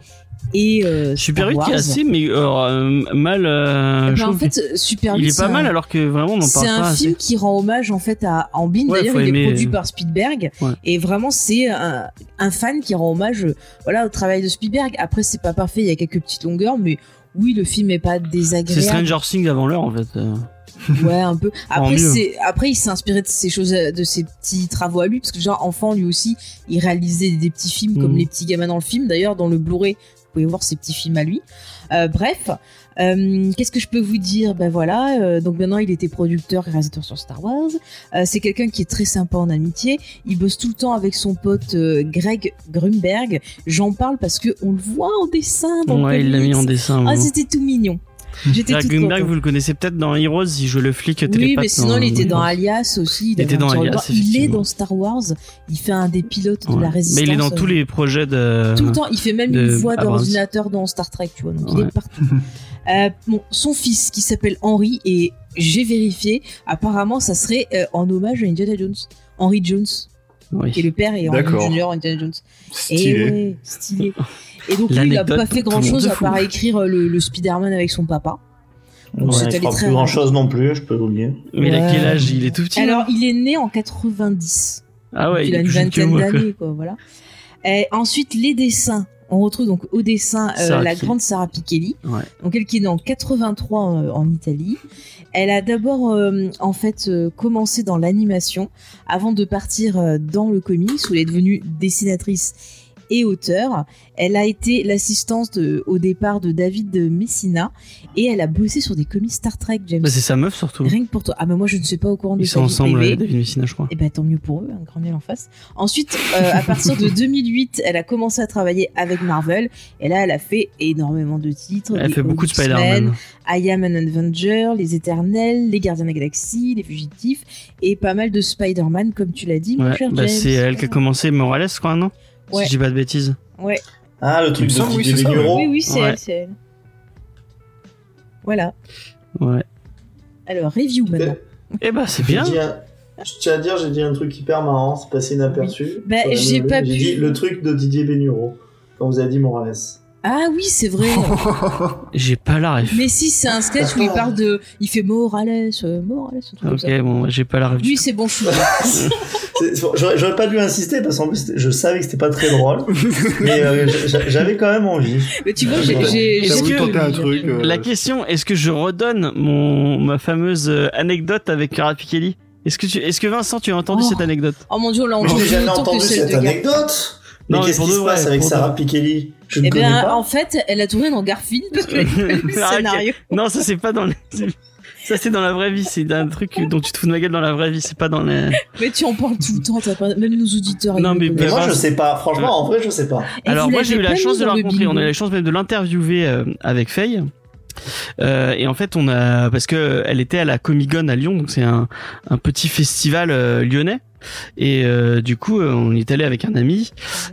[SPEAKER 3] et euh,
[SPEAKER 2] Super
[SPEAKER 3] Star
[SPEAKER 2] 8 qui est
[SPEAKER 3] Wars.
[SPEAKER 2] assez mais, euh, mal. euh,
[SPEAKER 3] Bah,
[SPEAKER 2] je
[SPEAKER 3] en
[SPEAKER 2] trouve
[SPEAKER 3] fait, Super 8,
[SPEAKER 2] il est
[SPEAKER 3] c'est
[SPEAKER 2] pas
[SPEAKER 3] un-
[SPEAKER 2] mal alors que vraiment on n'en parle
[SPEAKER 3] c'est un
[SPEAKER 2] pas.
[SPEAKER 3] film qui rend hommage en fait à Ambin.
[SPEAKER 2] Ouais,
[SPEAKER 3] D'ailleurs,
[SPEAKER 2] faut
[SPEAKER 3] il est
[SPEAKER 2] aimer,
[SPEAKER 3] produit
[SPEAKER 2] euh,
[SPEAKER 3] par Spielberg.
[SPEAKER 2] ouais.
[SPEAKER 3] Et vraiment, c'est un, un fan qui rend hommage, euh, voilà, au travail de Spielberg. Après, c'est pas parfait. Il y a quelques petites longueurs, mais oui, le film est pas
[SPEAKER 2] assez. C'est
[SPEAKER 3] désagréable.
[SPEAKER 2] Stranger Things avant l'heure en fait. euh.
[SPEAKER 3] Ouais, un peu.
[SPEAKER 2] Tant
[SPEAKER 3] Après,
[SPEAKER 2] mieux.
[SPEAKER 3] c'est après il s'est inspiré de ces choses, de ses petits travaux à lui, parce que genre enfant lui aussi, il réalisait des petits films comme
[SPEAKER 2] Mhm.
[SPEAKER 3] les petits gamins dans le film. D'ailleurs, dans le Blu-ray, vous pouvez voir ses petits films à lui. Euh, bref, euh, qu'est-ce que je peux vous dire Ben voilà, euh, donc maintenant il était producteur, et réalisateur sur Star Wars. Euh, c'est quelqu'un qui est très sympa en amitié. Il bosse tout le temps avec son pote euh, Greg Grunberg. J'en parle parce que on le voit en dessin. Dans le
[SPEAKER 2] Ouais, il l'a mis en
[SPEAKER 3] comics.
[SPEAKER 2] dessin.
[SPEAKER 3] Ah,
[SPEAKER 2] vraiment.
[SPEAKER 3] c'était tout mignon. J'étais
[SPEAKER 2] Ah,
[SPEAKER 3] toute
[SPEAKER 2] Greenberg,
[SPEAKER 3] contente.
[SPEAKER 2] vous le connaissez peut-être dans Heroes, si je le flic
[SPEAKER 3] Oui,
[SPEAKER 2] télépathe
[SPEAKER 3] mais sinon, il était dans
[SPEAKER 2] dans-
[SPEAKER 3] Alias aussi. Il,
[SPEAKER 2] Il
[SPEAKER 3] avait
[SPEAKER 2] était
[SPEAKER 3] un
[SPEAKER 2] dans
[SPEAKER 3] petit
[SPEAKER 2] Alias,
[SPEAKER 3] rôle. Il est
[SPEAKER 2] effectivement.
[SPEAKER 3] dans Star Wars. Il fait un des pilotes de
[SPEAKER 2] Ouais.
[SPEAKER 3] la résistance. euh,
[SPEAKER 2] Mais il est dans tous les projets de.
[SPEAKER 3] Tout le temps, il fait même
[SPEAKER 2] de
[SPEAKER 3] une voix
[SPEAKER 2] Abrams.
[SPEAKER 3] d'ordinateur dans Star Trek, tu vois. Donc il
[SPEAKER 2] Ouais.
[SPEAKER 3] est partout. Euh, bon, son fils, qui s'appelle Henry, et j'ai vérifié, apparemment, ça serait euh, en hommage à Indiana Jones. Henry Jones,
[SPEAKER 2] Oui.
[SPEAKER 3] qui est le père, et Henry
[SPEAKER 5] D'accord.
[SPEAKER 3] Junior, Indiana Jones. Et
[SPEAKER 5] Stylé.
[SPEAKER 3] ouais, stylé. Et donc lui, il a
[SPEAKER 2] L'anecdote
[SPEAKER 3] pas fait
[SPEAKER 2] pour tout le
[SPEAKER 3] grand-chose
[SPEAKER 2] monde
[SPEAKER 3] à
[SPEAKER 2] de fou.
[SPEAKER 3] part écrire euh, le, le Spider-Man avec son papa.
[SPEAKER 4] Donc,
[SPEAKER 3] Ouais,
[SPEAKER 4] ça
[SPEAKER 3] il
[SPEAKER 4] ne
[SPEAKER 3] fera
[SPEAKER 4] fera
[SPEAKER 3] très
[SPEAKER 4] plus
[SPEAKER 3] rare.
[SPEAKER 4] grand chose non plus, je peux vous le dire.
[SPEAKER 2] Mais il a
[SPEAKER 3] Ouais.
[SPEAKER 2] quel âge Il est tout petit.
[SPEAKER 3] euh, Alors, il est né en 90.
[SPEAKER 2] ah ouais,
[SPEAKER 3] Donc,
[SPEAKER 2] il
[SPEAKER 3] il a
[SPEAKER 2] est
[SPEAKER 3] une
[SPEAKER 2] plus jeune que
[SPEAKER 3] vingtaine
[SPEAKER 2] moi. quoi.
[SPEAKER 3] d'années, quoi, voilà. Et ensuite, les dessins. On retrouve donc au dessin euh,
[SPEAKER 2] Sarah
[SPEAKER 3] la
[SPEAKER 2] Pi-
[SPEAKER 3] grande Sarah Pichelli,
[SPEAKER 2] Ouais.
[SPEAKER 3] donc elle qui est née en 83 euh, en Italie. Elle a d'abord euh, en fait euh, commencé dans l'animation avant de partir euh, dans le comics où elle est devenue dessinatrice et auteur. Elle a été l'assistante de- au départ de David de Messina et elle a bossé sur des comics Star Trek, James.
[SPEAKER 2] Bah, c'est sa meuf surtout.
[SPEAKER 3] Rien que pour toi. Ah mais moi je ne suis pas au courant de
[SPEAKER 2] Ils
[SPEAKER 3] sa
[SPEAKER 2] sont
[SPEAKER 3] vie
[SPEAKER 2] ensemble,
[SPEAKER 3] privée.
[SPEAKER 2] euh, David Messina, je crois.
[SPEAKER 3] Et ben tant mieux pour eux, un grand miel en face. Ensuite, euh, à partir de 2008, elle a commencé à travailler avec Marvel. Et là, elle a fait énormément de titres.
[SPEAKER 2] Elle
[SPEAKER 3] des
[SPEAKER 2] fait beaucoup de
[SPEAKER 3] X-Men,
[SPEAKER 2] Spider-Man.
[SPEAKER 3] I Am an Avenger, Les Éternels, Les Gardiens de la Galaxie, Les Fugitifs et pas mal de Spider-Man, comme tu l'as dit, mon
[SPEAKER 2] Ouais,
[SPEAKER 3] cher
[SPEAKER 2] bah,
[SPEAKER 3] James.
[SPEAKER 2] c'est elle qui a commencé Morales, je crois, non
[SPEAKER 3] Ouais.
[SPEAKER 2] Si je dis pas de bêtises.
[SPEAKER 3] Ouais.
[SPEAKER 4] Ah, le truc
[SPEAKER 5] me
[SPEAKER 4] de
[SPEAKER 5] semble, oui,
[SPEAKER 4] Didier
[SPEAKER 5] c'est ça,
[SPEAKER 4] Vigneron.
[SPEAKER 3] Oui, oui, c'est
[SPEAKER 2] Ouais.
[SPEAKER 3] elle, c'est elle. Voilà.
[SPEAKER 2] Ouais.
[SPEAKER 3] Alors, review
[SPEAKER 4] Euh.
[SPEAKER 3] maintenant.
[SPEAKER 2] Et bah, c'est
[SPEAKER 4] J'ai
[SPEAKER 2] bien.
[SPEAKER 4] dit un- Je tiens à dire, j'ai dit un truc hyper marrant, c'est passé inaperçu.
[SPEAKER 3] Bah,
[SPEAKER 4] Sur la
[SPEAKER 3] j'ai
[SPEAKER 4] nouvelle,
[SPEAKER 3] pas pu.
[SPEAKER 4] dit le truc de Didier Bénureau, quand vous avez dit Morales.
[SPEAKER 3] Ah oui, c'est vrai.
[SPEAKER 2] J'ai pas la ref.
[SPEAKER 3] Mais si, c'est un sketch où il parle de. Il fait Morales, euh, Morales, un truc comme
[SPEAKER 2] Ok,
[SPEAKER 3] ça.
[SPEAKER 2] bon, j'ai pas la ref.
[SPEAKER 3] Lui, c'est bon, je suis
[SPEAKER 4] C'est- c'est- J'aurais j'aurais pas dû insister parce qu'en plus c'était- je savais que c'était pas très drôle, mais euh, j'a- j'avais quand même envie.
[SPEAKER 3] Mais tu vois,
[SPEAKER 5] Ouais,
[SPEAKER 3] j'ai.
[SPEAKER 5] ouais.
[SPEAKER 3] j'ai-
[SPEAKER 5] T'as
[SPEAKER 3] j'ai-
[SPEAKER 5] voulu
[SPEAKER 2] que-
[SPEAKER 5] tenter un truc. euh,
[SPEAKER 2] La question, est-ce que je redonne mon, ma fameuse euh, anecdote avec Cara Pikeli Est-ce que, tu- est-ce que Vincent, tu as entendu
[SPEAKER 3] Oh.
[SPEAKER 2] cette anecdote
[SPEAKER 3] Oh mon dieu, on l'a
[SPEAKER 4] J'ai
[SPEAKER 3] entendu
[SPEAKER 4] jamais
[SPEAKER 3] autant que
[SPEAKER 4] entendu
[SPEAKER 3] celle
[SPEAKER 4] cette
[SPEAKER 3] de Garfield.
[SPEAKER 4] anecdote. Mais
[SPEAKER 2] Non, mais
[SPEAKER 4] qu'est-ce
[SPEAKER 2] pour
[SPEAKER 4] qui
[SPEAKER 2] de
[SPEAKER 4] se
[SPEAKER 2] vrai,
[SPEAKER 4] passe avec
[SPEAKER 2] pour de
[SPEAKER 4] Sarah Pikeli Je ne
[SPEAKER 3] Eh
[SPEAKER 4] connais
[SPEAKER 3] bien,
[SPEAKER 4] pas.
[SPEAKER 3] en fait, elle a tourné dans Garfield parce qu'elle a lu le
[SPEAKER 2] Ah, ok.
[SPEAKER 3] scénario.
[SPEAKER 2] Non, ça c'est pas dans les... Ça c'est dans la vraie vie, c'est un truc dont tu te fous de ma gueule dans la vraie vie, c'est pas dans les...
[SPEAKER 3] Mais tu en parles tout le temps, t'as pas- même nos auditeurs. ils
[SPEAKER 2] Non,
[SPEAKER 3] le
[SPEAKER 2] mais-
[SPEAKER 4] Mais
[SPEAKER 3] connaissent.
[SPEAKER 4] moi
[SPEAKER 2] ben,
[SPEAKER 4] je sais pas. Franchement, en vrai je sais pas.
[SPEAKER 3] Et
[SPEAKER 2] Alors
[SPEAKER 3] vous
[SPEAKER 2] moi j'ai eu
[SPEAKER 3] l'avez
[SPEAKER 2] la
[SPEAKER 3] pas
[SPEAKER 2] chance
[SPEAKER 3] mis
[SPEAKER 2] de
[SPEAKER 3] dans
[SPEAKER 2] la
[SPEAKER 3] le
[SPEAKER 2] rencontrer, on a eu
[SPEAKER 3] bingo.
[SPEAKER 2] la chance même de l'interviewer euh, avec Faye. Euh, et en fait, on a parce que elle était à la Comic Con à Lyon, donc c'est un, un petit festival euh, lyonnais. Et euh, du coup, euh, on y est allé avec un ami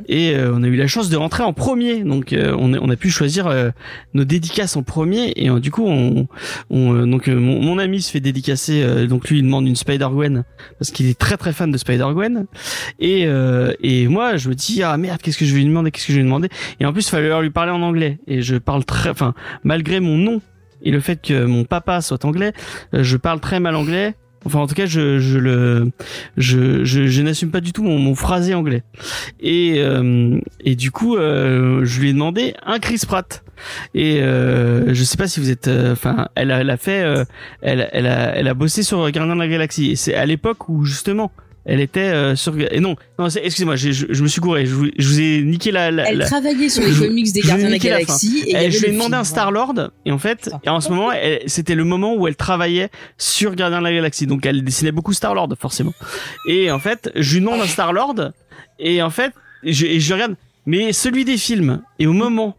[SPEAKER 2] et euh, on a eu la chance de rentrer en premier. Donc, euh, on, a, on a pu choisir euh, nos dédicaces en premier. Et euh, du coup, on, on, euh, donc euh, mon, mon ami se fait dédicacer. euh, donc lui, il demande une Spider Gwen parce qu'il est très très fan de Spider Gwen. Et, euh, et moi, je me dis ah merde, qu'est-ce que je vais lui demander, qu'est-ce que je vais lui demander. Et en plus, il fallait leur lui parler en anglais. Et je parle très, enfin, malgré mon nom et le fait que mon papa soit anglais, euh, je parle très mal anglais. Enfin, en tout cas, je, je le, je, je, je n'assume pas du tout mon, mon phrasé anglais. Et, euh, et du coup, euh, je lui ai demandé un Chris Pratt. Et euh, je sais pas si vous êtes, euh, enfin, elle, a, elle a fait, euh, elle, elle a, elle a bossé sur Gardien de la Galaxie. Et c'est à l'époque où justement. Elle était euh, sur et non non c'est- excusez-moi j'ai- je, je me suis gouré je vous, je vous ai niqué la, la,
[SPEAKER 3] Elle
[SPEAKER 2] la-
[SPEAKER 3] travaillait sur les
[SPEAKER 2] Je-
[SPEAKER 3] comics des
[SPEAKER 2] je vais
[SPEAKER 3] Gardiens de la
[SPEAKER 2] niquer la fin.
[SPEAKER 3] Galaxie. et il y
[SPEAKER 2] elle,
[SPEAKER 3] avait
[SPEAKER 2] Eh,
[SPEAKER 3] hein.
[SPEAKER 2] je lui ai
[SPEAKER 3] le
[SPEAKER 2] demandé
[SPEAKER 3] film,
[SPEAKER 2] un Star Lord et en fait
[SPEAKER 3] Putain.
[SPEAKER 2] et en ce moment elle- c'était le moment où elle travaillait sur Gardien de la Galaxie donc elle dessinait beaucoup Star Lord forcément et en fait je lui demande un Star Lord et en fait et je, et je regarde, mais celui des films. Et au moment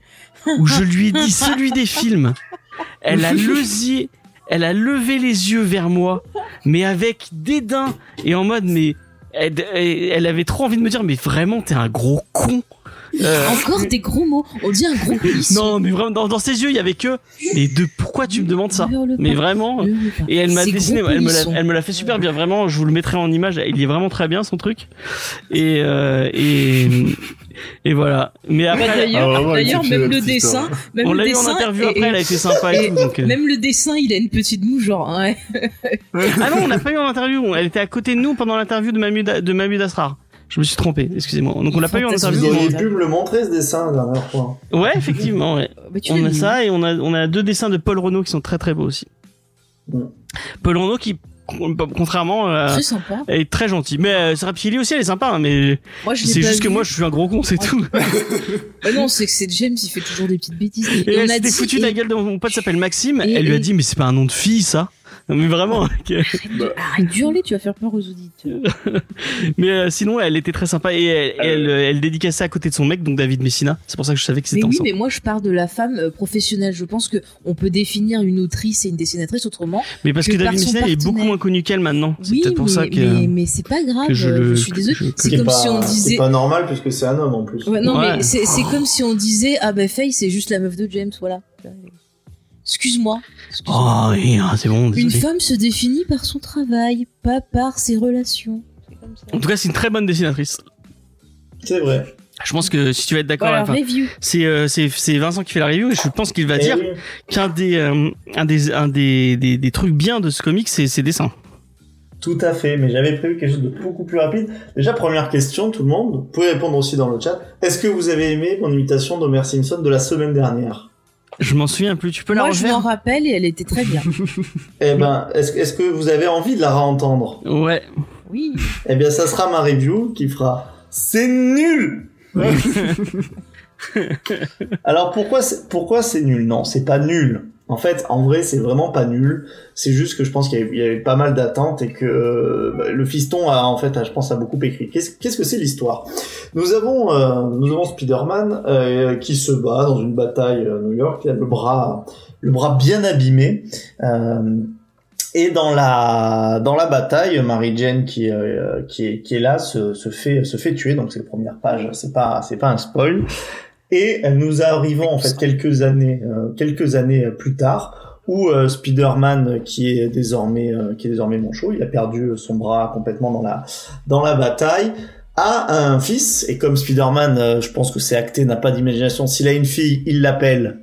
[SPEAKER 2] où je lui ai dit celui des films, elle a lesié, elle a levé les yeux vers moi, mais avec dédain et en mode, mais elle, elle avait trop envie de me dire, mais vraiment, t'es un gros con. Euh,
[SPEAKER 1] Encore des gros mots. On dit un gros policier.
[SPEAKER 2] non, mais vraiment, dans, dans ses yeux, il y avait que. Et de pourquoi tu me demandes ça Mais vraiment. Et elle m'a
[SPEAKER 1] Ces
[SPEAKER 2] dessiné,
[SPEAKER 1] gros
[SPEAKER 2] elle me, l'a,
[SPEAKER 3] hein.
[SPEAKER 1] polissons.
[SPEAKER 2] elle me l'a fait super bien, vraiment. Je vous le mettrai en image. Il est vraiment très bien son truc. Et euh, et et voilà. Mais
[SPEAKER 3] Bah,
[SPEAKER 2] après,
[SPEAKER 5] Ah,
[SPEAKER 3] D'ailleurs,
[SPEAKER 5] vraiment
[SPEAKER 3] d'ailleurs, même
[SPEAKER 5] exceptionnel,
[SPEAKER 3] le
[SPEAKER 5] cette
[SPEAKER 3] dessin,
[SPEAKER 5] histoire.
[SPEAKER 3] même
[SPEAKER 2] on
[SPEAKER 3] le
[SPEAKER 2] l'a eu en
[SPEAKER 3] dessin,
[SPEAKER 2] interview
[SPEAKER 3] et-
[SPEAKER 2] après. Elle a été sympa et,
[SPEAKER 3] et-
[SPEAKER 2] tout. Donc, euh.
[SPEAKER 3] même le dessin, il a une petite moue, genre. Ouais.
[SPEAKER 2] Ah non, on l'a pas eu en interview. Elle était à côté de nous pendant l'interview de Mamu Da- de Mamu Dasrar. Je me suis trompé, excusez-moi. Donc on l'a pas eu en
[SPEAKER 3] Fantastique.
[SPEAKER 2] interview.
[SPEAKER 4] Vous
[SPEAKER 3] Absolument.
[SPEAKER 4] auriez pu me le montrer ce dessin la dernière fois.
[SPEAKER 2] Ouais, effectivement. Ouais.
[SPEAKER 3] Bah, tu
[SPEAKER 2] On
[SPEAKER 3] l'as
[SPEAKER 2] a
[SPEAKER 3] mis.
[SPEAKER 2] ça et on a, on a deux dessins de Paul Renault qui sont très très beaux aussi.
[SPEAKER 4] Mm.
[SPEAKER 2] Paul Renault qui, con- contrairement, euh,
[SPEAKER 3] C'est sympa.
[SPEAKER 2] est très gentil. Mais euh, Sarah Pili aussi, elle est sympa, hein, mais
[SPEAKER 3] Moi, je l'ai
[SPEAKER 2] c'est
[SPEAKER 3] pas
[SPEAKER 2] juste que
[SPEAKER 3] vu.
[SPEAKER 2] moi je suis un gros con, c'est
[SPEAKER 3] Ouais.
[SPEAKER 2] tout.
[SPEAKER 3] Bah non, c'est que c'est James, il fait toujours des petites bêtises.
[SPEAKER 2] Et,
[SPEAKER 3] on
[SPEAKER 2] elle
[SPEAKER 3] a
[SPEAKER 2] s'était
[SPEAKER 3] dit. eh,
[SPEAKER 2] foutue
[SPEAKER 3] et-
[SPEAKER 2] de la gueule de mon pote s'appelle Maxime.
[SPEAKER 3] et-
[SPEAKER 2] elle lui a
[SPEAKER 3] et-
[SPEAKER 2] dit, mais c'est pas un nom de fille ça. Mais vraiment. que-
[SPEAKER 3] Arrête de- arrête d'hurler, tu vas faire peur aux auditeurs.
[SPEAKER 2] mais euh, sinon, elle était très sympa et elle,
[SPEAKER 3] Euh.
[SPEAKER 2] elle, euh, elle dédicaçait à côté de son mec, donc David Messina. C'est pour ça que je savais que
[SPEAKER 3] Mais
[SPEAKER 2] c'était
[SPEAKER 3] oui,
[SPEAKER 2] ensemble.
[SPEAKER 3] mais moi je pars de la femme euh, professionnelle. Je pense que on peut définir une autrice et une dessinatrice autrement.
[SPEAKER 2] Mais, parce
[SPEAKER 3] que
[SPEAKER 2] que,
[SPEAKER 3] par
[SPEAKER 2] David
[SPEAKER 3] son
[SPEAKER 2] Messina, il est beaucoup
[SPEAKER 3] partenaire.
[SPEAKER 2] moins connu qu'elle maintenant. C'est
[SPEAKER 3] oui,
[SPEAKER 2] peut-être pour
[SPEAKER 3] mais,
[SPEAKER 2] ça que. euh,
[SPEAKER 3] mais, mais c'est pas grave.
[SPEAKER 2] que je
[SPEAKER 3] euh, je,
[SPEAKER 2] le-
[SPEAKER 3] suis
[SPEAKER 2] que
[SPEAKER 3] désolée.
[SPEAKER 2] je-
[SPEAKER 3] C'est
[SPEAKER 4] qui est
[SPEAKER 3] comme
[SPEAKER 4] pas-
[SPEAKER 3] si on
[SPEAKER 4] C'est
[SPEAKER 3] disait.
[SPEAKER 4] pas normal puisque c'est un homme en plus.
[SPEAKER 3] Ouais, non,
[SPEAKER 2] Ouais.
[SPEAKER 3] mais c'est c'est comme si on disait ah ben Faye, c'est juste la meuf de James, voilà. Excuse-moi. Excuse-moi.
[SPEAKER 2] Oh, oui, ah, c'est bon.
[SPEAKER 3] une
[SPEAKER 2] désolé.
[SPEAKER 3] femme se définit par son travail, pas par ses relations. C'est comme ça.
[SPEAKER 2] En tout cas, c'est une très bonne dessinatrice.
[SPEAKER 4] C'est vrai.
[SPEAKER 2] Bah, Je pense que si tu vas être d'accord,
[SPEAKER 3] Voilà,
[SPEAKER 2] à la fin,
[SPEAKER 3] review.
[SPEAKER 2] c'est euh, c'est c'est Vincent qui fait la review et je pense qu'il va
[SPEAKER 4] Eh
[SPEAKER 2] dire
[SPEAKER 4] oui.
[SPEAKER 2] qu'un des euh, un des un des, des des trucs bien de ce comic, c'est ses dessins.
[SPEAKER 4] Tout à fait, mais j'avais prévu quelque chose de beaucoup plus rapide. Déjà, première question, tout le monde, vous pouvez répondre aussi dans le chat. Est-ce que vous avez aimé mon imitation d'Homer Simpson de la semaine dernière
[SPEAKER 2] Je m'en souviens plus. Tu peux la
[SPEAKER 3] Moi je m'en
[SPEAKER 2] refaire
[SPEAKER 3] rappelle et elle était très bien.
[SPEAKER 4] Eh ben, est-ce est-ce que vous avez envie de la réentendre
[SPEAKER 2] Ouais.
[SPEAKER 3] Oui.
[SPEAKER 4] Eh bien, ça sera ma review qui fera « C'est nul !» Alors, pourquoi c'est pourquoi c'est nul Non, c'est pas nul. En fait, en vrai, c'est vraiment pas nul. C'est juste que je pense qu'il y, avait- il y avait pas mal d'attentes et que euh, bah, le fiston a, en fait, a, je pense, a beaucoup écrit. Qu'est-ce qu'est-ce que c'est l'histoire Nous avons, euh, nous avons Spider-Man euh, qui se bat dans une bataille euh, à New York. Il a le bras, le bras bien abîmé. Euh, et dans la dans la bataille, Mary Jane qui est, euh, qui est qui est là se, se fait se fait tuer. Donc c'est les premières pages. C'est pas c'est pas un spoil. Et euh, nous arrivons en fait quelques années euh, quelques années plus tard où euh, Spider-Man qui est désormais euh, qui est désormais manchot, il a perdu son bras complètement dans la dans la bataille a un fils et comme Spider-Man, euh, je pense que c'est acté, n'a pas d'imagination. S'il a une fille, il l'appelle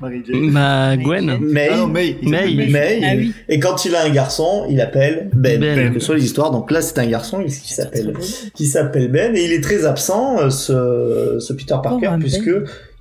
[SPEAKER 5] Mary Jane.
[SPEAKER 2] Bah
[SPEAKER 3] Gwen.
[SPEAKER 2] Gwen.
[SPEAKER 4] May.
[SPEAKER 5] Ah non, May. il
[SPEAKER 2] May.
[SPEAKER 5] s'appelle
[SPEAKER 2] May.
[SPEAKER 4] May.
[SPEAKER 3] Ah oui.
[SPEAKER 4] Et quand il a un garçon, il appelle Ben.
[SPEAKER 2] Ben.
[SPEAKER 4] Quelle que soit l'histoire. Donc là, c'est un garçon qui s'appelle qui s'appelle Ben et il est très absent euh, ce, ce Peter Parker
[SPEAKER 3] un Ben.
[SPEAKER 4] puisque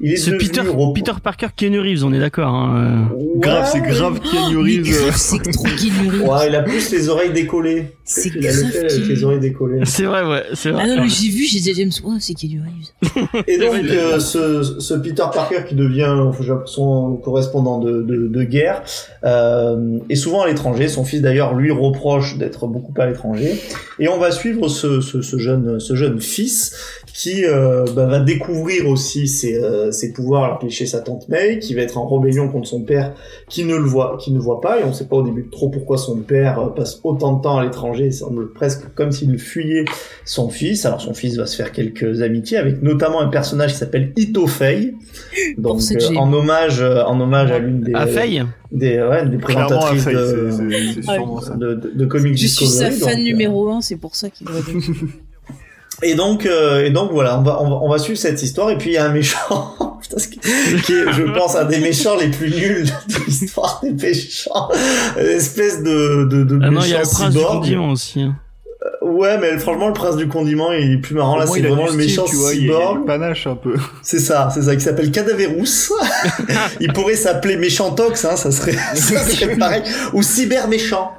[SPEAKER 4] il est
[SPEAKER 2] Ce
[SPEAKER 4] devenu
[SPEAKER 2] Peter
[SPEAKER 4] repos-
[SPEAKER 2] Peter Parker Keanu Reeves, on est d'accord. Hein. euh.
[SPEAKER 4] Ouais,
[SPEAKER 5] Grave, c'est grave Keanu Reeves. euh,
[SPEAKER 3] Mais grave, c'est trop Guignory.
[SPEAKER 4] euh, Ouais, il a plus les oreilles décollées.
[SPEAKER 3] C'est
[SPEAKER 4] Il a le
[SPEAKER 3] grave
[SPEAKER 4] fait avec
[SPEAKER 3] Keanu.
[SPEAKER 4] les oreilles décollées.
[SPEAKER 2] euh. C'est vrai, ouais, c'est vrai.
[SPEAKER 3] Ah non, mais j'ai vu, j'ai dit à James, ouais, c'est Keanu Reeves.
[SPEAKER 4] Et donc,
[SPEAKER 5] vrai, il a-
[SPEAKER 4] euh, ce, ce Peter Parker qui devient j'ai son correspondant de, de, de guerre euh, est souvent à l'étranger. Son fils, d'ailleurs, lui reproche d'être beaucoup à l'étranger. Et on va suivre ce, ce, ce jeune, ce jeune fils qui euh, bah, va découvrir aussi ses, euh, ses pouvoirs alors qu'il est chez sa tante May, qui va être en rébellion contre son père qui ne le voit, qui ne voit pas. Et on ne sait pas au début trop pourquoi son père euh, passe autant de temps à l'étranger. Il semble presque comme s'il fuyait son fils. Alors son fils va se faire quelques amitiés avec notamment un personnage qui s'appelle Ito Fey, donc
[SPEAKER 3] Pour ceux que
[SPEAKER 4] euh,
[SPEAKER 3] j'ai
[SPEAKER 4] en hommage euh, en hommage à l'une des
[SPEAKER 2] À Ah, Faye
[SPEAKER 4] des, ouais, des
[SPEAKER 5] Clairement,
[SPEAKER 4] présentatrices
[SPEAKER 5] Faye,
[SPEAKER 4] de,
[SPEAKER 5] c'est- c'est- c'est
[SPEAKER 3] Ah,
[SPEAKER 5] sûrement ça.
[SPEAKER 4] de, de, de Comic
[SPEAKER 3] Je suis sa
[SPEAKER 4] Discovery,
[SPEAKER 3] fan
[SPEAKER 4] donc, euh,
[SPEAKER 3] numéro un, c'est pour ça qu'il doit être.
[SPEAKER 4] Et donc, euh, et donc voilà, on va, on va, on va suivre cette histoire. Et puis il y a un méchant, putain, ce qui qui est, je pense, un des méchants les plus nuls de l'histoire des méchants. Une espèce de, de, de
[SPEAKER 2] Ah non, il y a
[SPEAKER 4] méchant
[SPEAKER 2] le prince du
[SPEAKER 4] cyborg.
[SPEAKER 2] condiment aussi. hein.
[SPEAKER 4] ouais, mais franchement, le prince du condiment, il est plus marrant.
[SPEAKER 5] Au
[SPEAKER 4] Là,
[SPEAKER 5] moins,
[SPEAKER 4] c'est
[SPEAKER 5] il a
[SPEAKER 4] vraiment
[SPEAKER 5] du
[SPEAKER 4] le
[SPEAKER 5] style,
[SPEAKER 4] méchant
[SPEAKER 5] tu vois, il y a- Il y a
[SPEAKER 4] cyborg.
[SPEAKER 5] du panache un peu.
[SPEAKER 4] C'est ça, c'est ça, qui s'appelle Cadaverous. il pourrait s'appeler Méchant Tox, hein, ça serait, ça serait pareil. Ou Cyber Méchant.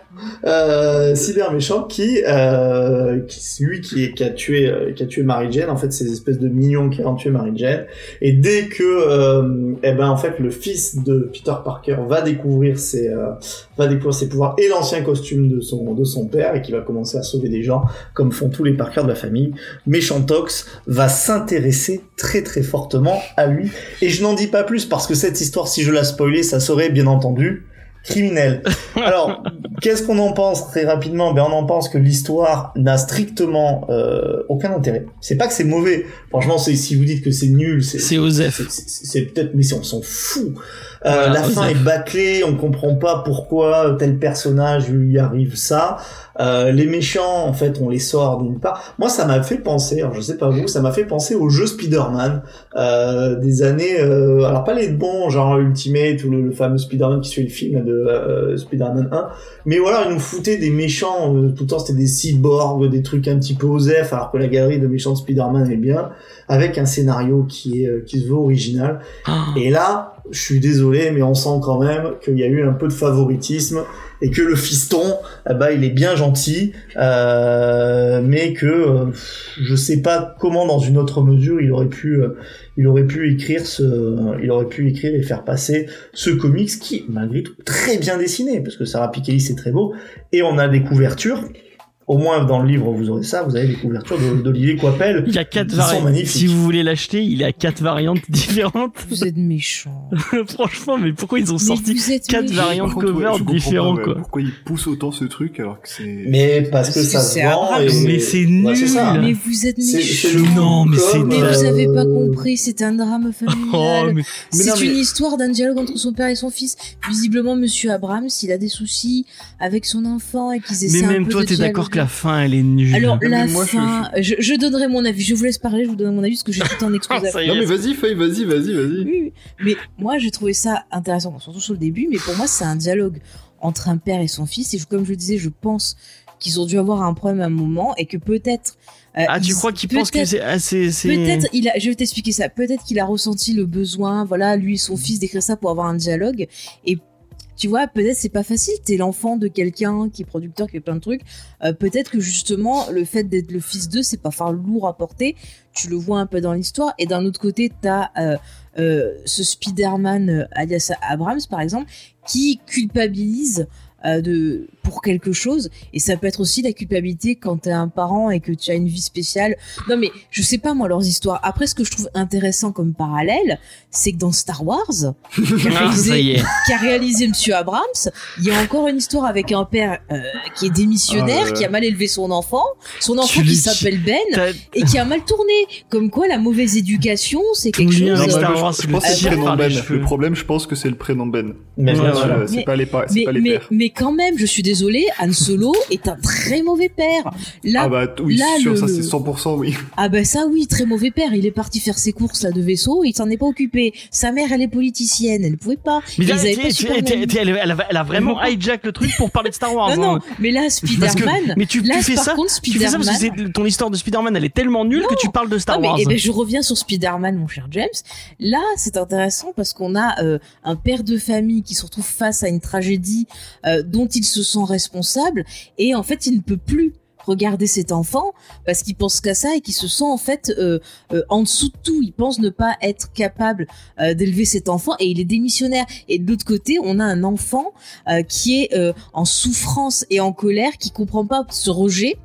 [SPEAKER 4] euh, cyber méchant qui, euh, qui- lui qui, est- qui a tué euh, qui a tué Mary Jane en fait ces espèces de mignons qui ont tué Mary Jane et dès que euh, eh ben en fait le fils de Peter Parker va découvrir ses euh, va découvrir ses pouvoirs et l'ancien costume de son de son père et qui va commencer à sauver des gens comme font tous les Parker de la famille Méchantox va s'intéresser très très fortement à lui et je n'en dis pas plus parce que cette histoire si je la spoilais ça serait bien entendu criminel alors, qu'est-ce qu'on en pense très rapidement Ben, on en pense que l'histoire n'a strictement euh, aucun intérêt. C'est pas que c'est mauvais. Franchement, c'est si vous dites que c'est nul, c'est
[SPEAKER 2] C'est Osef.
[SPEAKER 4] c'est- c'est c'est peut-être, mais c'est- on s'en fout. Euh,
[SPEAKER 2] Voilà,
[SPEAKER 4] la fin
[SPEAKER 2] Osef.
[SPEAKER 4] est bâclée, on comprend pas pourquoi tel personnage lui arrive ça. Euh, les méchants, en fait, on les sort d'une part. Moi, ça m'a fait penser, alors je sais pas vous, ça m'a fait penser au jeu Spider-Man euh, des années, euh, alors pas les bons, genre Ultimate ou le, le fameux Spider-Man qui suit le film là, de euh, Spider-Man 1, mais voilà, ils nous foutaient des méchants, euh, tout le temps c'était des cyborgs, des trucs un petit peu osef, alors que la galerie de méchants de Spider-Man est bien, avec un scénario qui, est, euh, qui se veut original.
[SPEAKER 2] Ah,
[SPEAKER 4] Et là, je suis désolé, mais on sent quand même qu'il y a eu un peu de favoritisme et que le fiston, eh ben, il est bien gentil, euh, mais que euh, je sais pas comment, dans une autre mesure, il aurait pu, euh, il aurait pu écrire ce, il aurait pu écrire et faire passer ce comics qui, malgré tout, très bien dessiné, parce que Sarah Piketty c'est très beau, et on a des couvertures. Au moins dans le livre, vous aurez ça. Vous avez des couvertures de- d'Olivier Coipel.
[SPEAKER 2] Il y a quatre
[SPEAKER 4] Ils sont
[SPEAKER 2] variantes.
[SPEAKER 4] magnifiques.
[SPEAKER 2] Si vous voulez l'acheter, il a quatre variantes différentes.
[SPEAKER 3] Vous êtes méchant.
[SPEAKER 2] Franchement, mais pourquoi ils ont sorti
[SPEAKER 3] vous êtes
[SPEAKER 2] quatre
[SPEAKER 3] méchant.
[SPEAKER 2] variantes.
[SPEAKER 5] Par contre, ouais,
[SPEAKER 2] cover
[SPEAKER 5] je comprends pas,
[SPEAKER 2] différents,
[SPEAKER 5] ouais,
[SPEAKER 2] quoi.
[SPEAKER 5] Pourquoi ils poussent autant ce truc alors que c'est.
[SPEAKER 4] Mais parce que
[SPEAKER 3] Parce
[SPEAKER 4] ça
[SPEAKER 3] que
[SPEAKER 4] se
[SPEAKER 3] c'est
[SPEAKER 4] vend.
[SPEAKER 3] abrable.
[SPEAKER 4] et-
[SPEAKER 2] Mais c'est nul.
[SPEAKER 4] Ouais, c'est ça.
[SPEAKER 3] Mais vous êtes
[SPEAKER 4] C'est-
[SPEAKER 3] méchant.
[SPEAKER 4] c'est le
[SPEAKER 2] Non, mais c'est
[SPEAKER 4] comme,
[SPEAKER 3] Mais
[SPEAKER 2] nul.
[SPEAKER 3] vous avez pas
[SPEAKER 4] euh,
[SPEAKER 3] compris, c'est un drame
[SPEAKER 2] Oh,
[SPEAKER 3] familial.
[SPEAKER 2] mais
[SPEAKER 4] mais non,
[SPEAKER 3] c'est
[SPEAKER 4] mais-
[SPEAKER 3] une histoire d'un dialogue entre son père et son fils. Visiblement, Monsieur Abrams, il a des soucis avec son enfant et qu'ils essaient
[SPEAKER 2] mais
[SPEAKER 3] un
[SPEAKER 2] même
[SPEAKER 3] peu
[SPEAKER 2] toi,
[SPEAKER 3] de
[SPEAKER 2] t'es d'accord que la
[SPEAKER 3] dialoguer.
[SPEAKER 2] fin, elle est nulle.
[SPEAKER 3] Alors
[SPEAKER 5] Mais
[SPEAKER 3] la
[SPEAKER 5] moi, je-
[SPEAKER 3] fin, je, je donnerai mon avis. Je vous laisse parler. Je vous donne mon avis parce que j'ai tout un
[SPEAKER 2] Ah,
[SPEAKER 3] exposé. à
[SPEAKER 2] ça y
[SPEAKER 5] Non, mais
[SPEAKER 2] est.
[SPEAKER 5] vas-y, Faye, vas-y, vas-y, vas-y.
[SPEAKER 3] Oui, oui. Mais moi, j'ai trouvé ça intéressant, bon, surtout sur le début, mais pour moi, c'est un dialogue entre un père et son fils. Et je- comme je le disais, je pense qu'ils ont dû avoir un problème à un moment et que peut-être. euh,
[SPEAKER 2] Ah, tu
[SPEAKER 3] ils-
[SPEAKER 2] crois qu'ils pensent que
[SPEAKER 3] peut-être-
[SPEAKER 2] c'est. ah, c'est- c'est-
[SPEAKER 3] Peut-être, il a, je vais t'expliquer ça. Peut-être qu'il a ressenti le besoin, voilà, lui et son fils d'écrire ça pour avoir un dialogue. Et tu vois, peut-être c'est pas facile. T'es l'enfant de quelqu'un qui est producteur, qui fait plein de trucs. Euh, peut-être que justement, le fait d'être le fils d'eux, c'est pas faire lourd à porter. Tu le vois un peu dans l'histoire. Et d'un autre côté, t'as euh, euh, ce Spider-Man euh, alias Abrams, par exemple, qui culpabilise. euh, de, pour quelque chose et ça peut être aussi la culpabilité quand t'es un parent et que tu as une vie spéciale non mais je sais pas moi leurs histoires. Après ce que je trouve intéressant comme parallèle, c'est que dans Star Wars,
[SPEAKER 2] Ah, ça y est.
[SPEAKER 3] qu'a réalisé Monsieur Abrams, il y a encore une histoire avec un père euh, qui est démissionnaire,
[SPEAKER 5] Ah, ouais.
[SPEAKER 3] qui a mal élevé son enfant, son enfant
[SPEAKER 2] Tu
[SPEAKER 3] qui
[SPEAKER 2] lis-
[SPEAKER 3] s'appelle Ben
[SPEAKER 2] T'as-
[SPEAKER 3] et qui a mal tourné. Comme quoi la mauvaise éducation, c'est
[SPEAKER 2] Ton
[SPEAKER 3] quelque
[SPEAKER 2] lien
[SPEAKER 3] chose.
[SPEAKER 5] Non,
[SPEAKER 2] avec
[SPEAKER 5] mais
[SPEAKER 2] Star
[SPEAKER 5] je-
[SPEAKER 2] Wars,
[SPEAKER 5] je,
[SPEAKER 2] le
[SPEAKER 5] pense que c'est
[SPEAKER 2] tire
[SPEAKER 5] le prénom
[SPEAKER 2] par les
[SPEAKER 5] Ben.
[SPEAKER 2] cheveux.
[SPEAKER 5] Le problème, je pense que c'est le prénom Ben.
[SPEAKER 4] Mais
[SPEAKER 2] Ouais,
[SPEAKER 4] bien
[SPEAKER 2] voilà.
[SPEAKER 4] sûr.
[SPEAKER 5] Euh, C'est
[SPEAKER 3] Mais-
[SPEAKER 5] pas les, pa- c'est
[SPEAKER 3] Mais,
[SPEAKER 5] pas les
[SPEAKER 3] mais,
[SPEAKER 5] pères.
[SPEAKER 3] mais quand même, je suis désolée, Han Solo est un très mauvais père. Là,
[SPEAKER 5] ah bah t- oui,
[SPEAKER 3] là,
[SPEAKER 5] sûr,
[SPEAKER 3] le-
[SPEAKER 5] ça
[SPEAKER 3] le-
[SPEAKER 5] c'est 100%, oui.
[SPEAKER 3] Ah bah ça oui, très mauvais père. Il est parti faire ses courses là de vaisseau, il s'en est pas occupé. Sa mère, elle est politicienne, elle pouvait pas.
[SPEAKER 2] Mais
[SPEAKER 3] Ils
[SPEAKER 2] là,
[SPEAKER 3] avaient
[SPEAKER 2] t'es-
[SPEAKER 3] pas
[SPEAKER 2] t'es-
[SPEAKER 3] Superman.
[SPEAKER 2] t'es- t'es- elle elle- elle a vraiment hijack le truc pour parler de Star Wars.
[SPEAKER 3] Non
[SPEAKER 2] hein.
[SPEAKER 3] non, mais là
[SPEAKER 2] Parce que-
[SPEAKER 3] Spider-Man,
[SPEAKER 2] mais tu,
[SPEAKER 3] là
[SPEAKER 2] tu fais
[SPEAKER 3] par
[SPEAKER 2] ça,
[SPEAKER 3] contre
[SPEAKER 2] tu fais ça
[SPEAKER 3] Spider-Man.
[SPEAKER 2] parce que c'est- ton histoire de Spider-Man elle est tellement nulle que tu parles de Star
[SPEAKER 3] Ah, mais,
[SPEAKER 2] Wars.
[SPEAKER 3] eh ben, je reviens sur Spider-Man, mon cher James. Là, c'est intéressant parce qu'on a euh, un père de famille qui se retrouve face à une tragédie euh, dont il se sent responsable et en fait, il ne peut plus regarder cet enfant parce qu'il pense qu'à ça et qu'il se sent en fait euh, euh, en dessous de tout. Il pense ne pas être capable euh, d'élever cet enfant et il est démissionnaire. Et de l'autre côté, on a un enfant euh, qui est euh, en souffrance et en colère, qui comprend pas ce rejet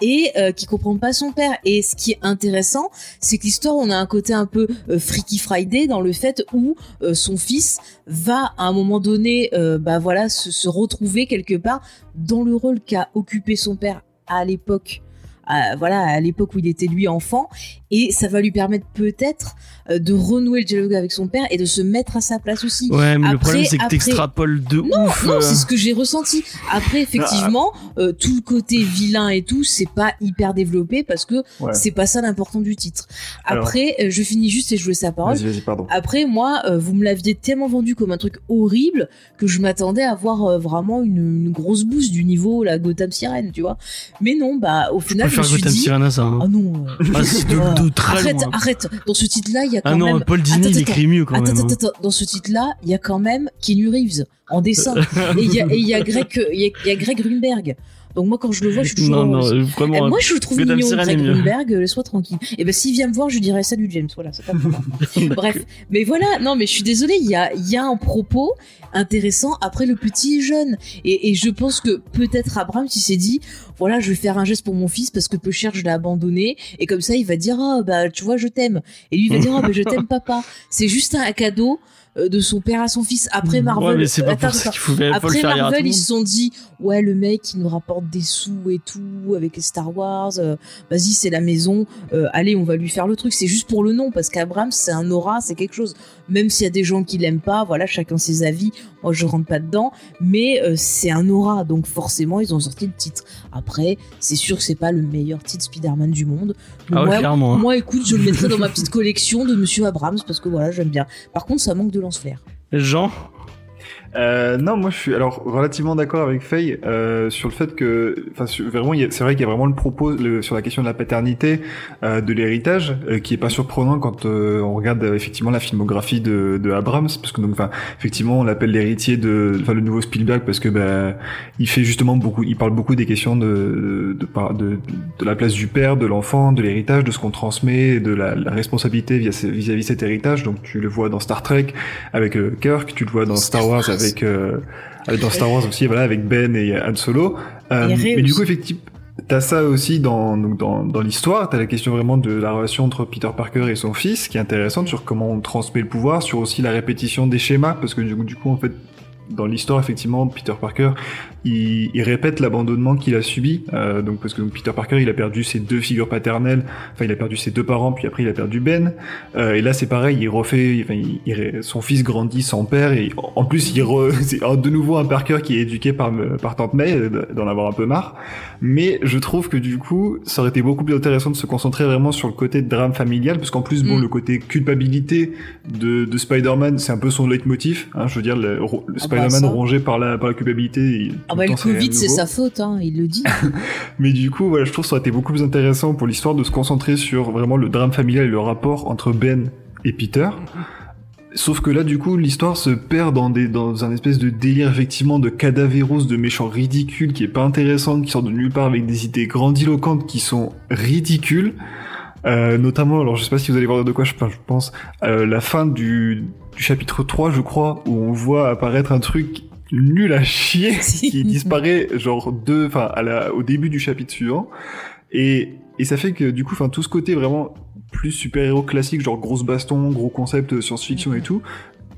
[SPEAKER 3] et euh, qui comprend pas son père. Et ce qui est intéressant, c'est que l'histoire, on a un côté un peu euh, Freaky Friday dans le fait où euh, son fils va à un moment donné, euh, bah voilà, se, se retrouver quelque part dans le rôle qu'a occupé son père à l'époque. à- voilà, à l'époque où il était lui enfant, et ça va lui permettre peut-être euh, de renouer le dialogue avec son père et de se mettre à sa place aussi.
[SPEAKER 2] Ouais, mais le
[SPEAKER 3] Après-
[SPEAKER 2] problème c'est que
[SPEAKER 3] après-
[SPEAKER 2] t'extrapoles de
[SPEAKER 3] Non,
[SPEAKER 2] ouf.
[SPEAKER 3] non,
[SPEAKER 2] euh. Ah.
[SPEAKER 3] c'est ce que j'ai ressenti. Après, effectivement, euh, tout le côté vilain et tout, c'est pas hyper développé parce que
[SPEAKER 5] Ouais.
[SPEAKER 3] c'est pas ça l'important du titre.
[SPEAKER 5] Alors-
[SPEAKER 3] Après, euh, je finis juste et je vous laisse la parole.
[SPEAKER 5] Vas-y, vas-y, pardon.
[SPEAKER 3] Après, moi, euh, vous me l'aviez tellement vendu comme un truc horrible que je m'attendais à voir euh, vraiment une, une grosse bouse du niveau la Gotham Sirène, tu vois. Mais non, bah, au final,
[SPEAKER 2] faire
[SPEAKER 3] me suis
[SPEAKER 2] Gotham
[SPEAKER 3] dit-
[SPEAKER 2] Sirena, ça. hein.
[SPEAKER 3] Ah non. euh,
[SPEAKER 2] Ah, c'est de,
[SPEAKER 3] voilà.
[SPEAKER 2] de très
[SPEAKER 3] arrête,
[SPEAKER 2] loin.
[SPEAKER 3] arrête. Dans ce titre-là, il y a quand
[SPEAKER 2] Ah non,
[SPEAKER 3] même.
[SPEAKER 2] Paul Dini,
[SPEAKER 3] Attends,
[SPEAKER 2] il écrit mieux quand
[SPEAKER 3] Attends,
[SPEAKER 2] même. hein.
[SPEAKER 3] attends, attends. Dans ce titre-là, il y a quand même Keanu Reeves en dessin. et il y a, et il y a Greg, euh, il y a, il y a Greg Grunberg. Donc moi, quand je le vois, je suis toujours
[SPEAKER 2] Non,
[SPEAKER 3] heureuse.
[SPEAKER 2] non, euh,
[SPEAKER 3] Eh,
[SPEAKER 2] vraiment.
[SPEAKER 3] moi, je le trouve
[SPEAKER 2] Gotham
[SPEAKER 3] mignon,
[SPEAKER 2] Sirène
[SPEAKER 3] Greg
[SPEAKER 2] est mieux.
[SPEAKER 3] Grunberg, euh, laisse-moi tranquille. Et ben, s'il vient me voir, je dirais salut James, voilà, c'est pas pour moi. Bref, mais voilà, non, mais je suis désolée, il y a, il y a un propos intéressant après le petit est jeune. Et, et je pense que peut-être Abraham, s'il s'est dit, voilà, je vais faire un geste pour mon fils parce que peu cher, je l'ai abandonné. Et comme ça, il va dire, ah, bah, tu vois, je t'aime. Et lui, il va dire, ah, bah, je t'aime, papa. C'est juste un cadeau euh, de son père à son fils après Marvel.
[SPEAKER 2] Ouais, mais c'est pas
[SPEAKER 3] Attends,
[SPEAKER 2] pour ça
[SPEAKER 3] attends.
[SPEAKER 2] qu'il faut, faut le
[SPEAKER 3] Après
[SPEAKER 2] faire lire à tout le
[SPEAKER 3] Marvel, ils
[SPEAKER 2] monde.
[SPEAKER 3] se sont dit ouais le mec il nous rapporte des sous et tout avec les Star Wars. euh, Vas-y c'est la maison. euh, allez on va lui faire le truc. C'est juste pour le nom parce qu'Abrams c'est un aura c'est quelque chose. Même s'il y a des gens qui l'aiment pas voilà chacun ses avis. Moi je rentre pas dedans mais euh, c'est un aura donc forcément ils ont sorti le titre. Après c'est sûr que c'est pas le meilleur titre Spider-Man du monde. Mais
[SPEAKER 2] Ah ouais,
[SPEAKER 3] moi,
[SPEAKER 2] clairement. hein.
[SPEAKER 3] moi, écoute je le mettrai dans ma petite collection de Monsieur Abrams parce que voilà j'aime bien. Par contre ça manque de lance-flair.
[SPEAKER 2] Jean,
[SPEAKER 5] Euh, non, moi je suis alors relativement d'accord avec Faye euh, sur le fait que, enfin, sur- vraiment, il y a- c'est vrai qu'il y a vraiment le propos le- sur la question de la paternité, euh, de l'héritage, euh, qui est pas surprenant quand euh, on regarde euh, effectivement la filmographie de, de Abrams, parce que donc, enfin, effectivement, on l'appelle l'héritier de, enfin, le nouveau Spielberg, parce que bah, il fait justement beaucoup, il parle beaucoup des questions de de, par- de, de la place du père, de l'enfant, de l'héritage, de ce qu'on transmet, de la, la responsabilité via ce- vis-à-vis cet héritage. Donc, tu le vois dans Star Trek avec euh, Kirk, tu le vois dans Star Wars avec euh, avec- dans Star Wars aussi, voilà, avec Ben et Han Solo. Euh,
[SPEAKER 3] Et Rey
[SPEAKER 5] mais du coup,
[SPEAKER 3] aussi.
[SPEAKER 5] effectivement, t'as ça aussi dans donc dans, dans l'histoire. T'as la question vraiment de la relation entre Peter Parker et son fils, qui est intéressante sur comment on transmet le pouvoir, sur aussi la répétition des schémas, parce que du coup, du coup, en fait, dans l'histoire, effectivement, Peter Parker, il, il répète l'abandonnement qu'il a subi. euh, donc parce que donc, Peter Parker, il a perdu ses deux figures paternelles. Enfin, il a perdu ses deux parents, puis après, il a perdu Ben. Euh, et là, c'est pareil. Il refait. Enfin, il- il ré- son fils grandit sans père. Et en- en plus, il re- c'est un- de nouveau un Parker qui est éduqué par par tante May, euh, d'en avoir un peu marre. Mais je trouve que du coup, ça aurait été beaucoup plus intéressant de se concentrer vraiment sur le côté drame familial, parce qu'en plus, bon,
[SPEAKER 3] Mm.
[SPEAKER 5] le côté culpabilité de, de Spider-Man, c'est un peu son leitmotiv. Hein, je veux dire, le, ro- le
[SPEAKER 3] Ah bah,
[SPEAKER 5] Spider-Man
[SPEAKER 3] ça.
[SPEAKER 5] rongé par la, par la culpabilité. il-
[SPEAKER 3] Ah
[SPEAKER 5] tout
[SPEAKER 3] bah
[SPEAKER 5] temps,
[SPEAKER 3] le Covid
[SPEAKER 5] rien de
[SPEAKER 3] c'est
[SPEAKER 5] nouveau.
[SPEAKER 3] sa faute hein il le dit.
[SPEAKER 5] Mais du coup, voilà, je trouve que ça aurait été beaucoup plus intéressant pour l'histoire de se concentrer sur vraiment le drame familial et le rapport entre Ben et Peter. Sauf que là, du coup, l'histoire se perd dans, des, dans un espèce de délire, effectivement, de cadavéros, de méchants ridicules, qui est pas intéressant, qui sort de nulle part avec des idées grandiloquentes qui sont ridicules. Euh, notamment, alors je sais pas si vous allez voir de quoi je parle, je pense, euh, la fin du, du chapitre 3, je crois, où on voit apparaître un truc nul à chier qui disparaît genre deux, enfin à la- au début du chapitre suivant, et, et ça fait que du coup, enfin tout ce côté vraiment plus super héros classique, genre grosse baston, gros concept euh, science-fiction et tout,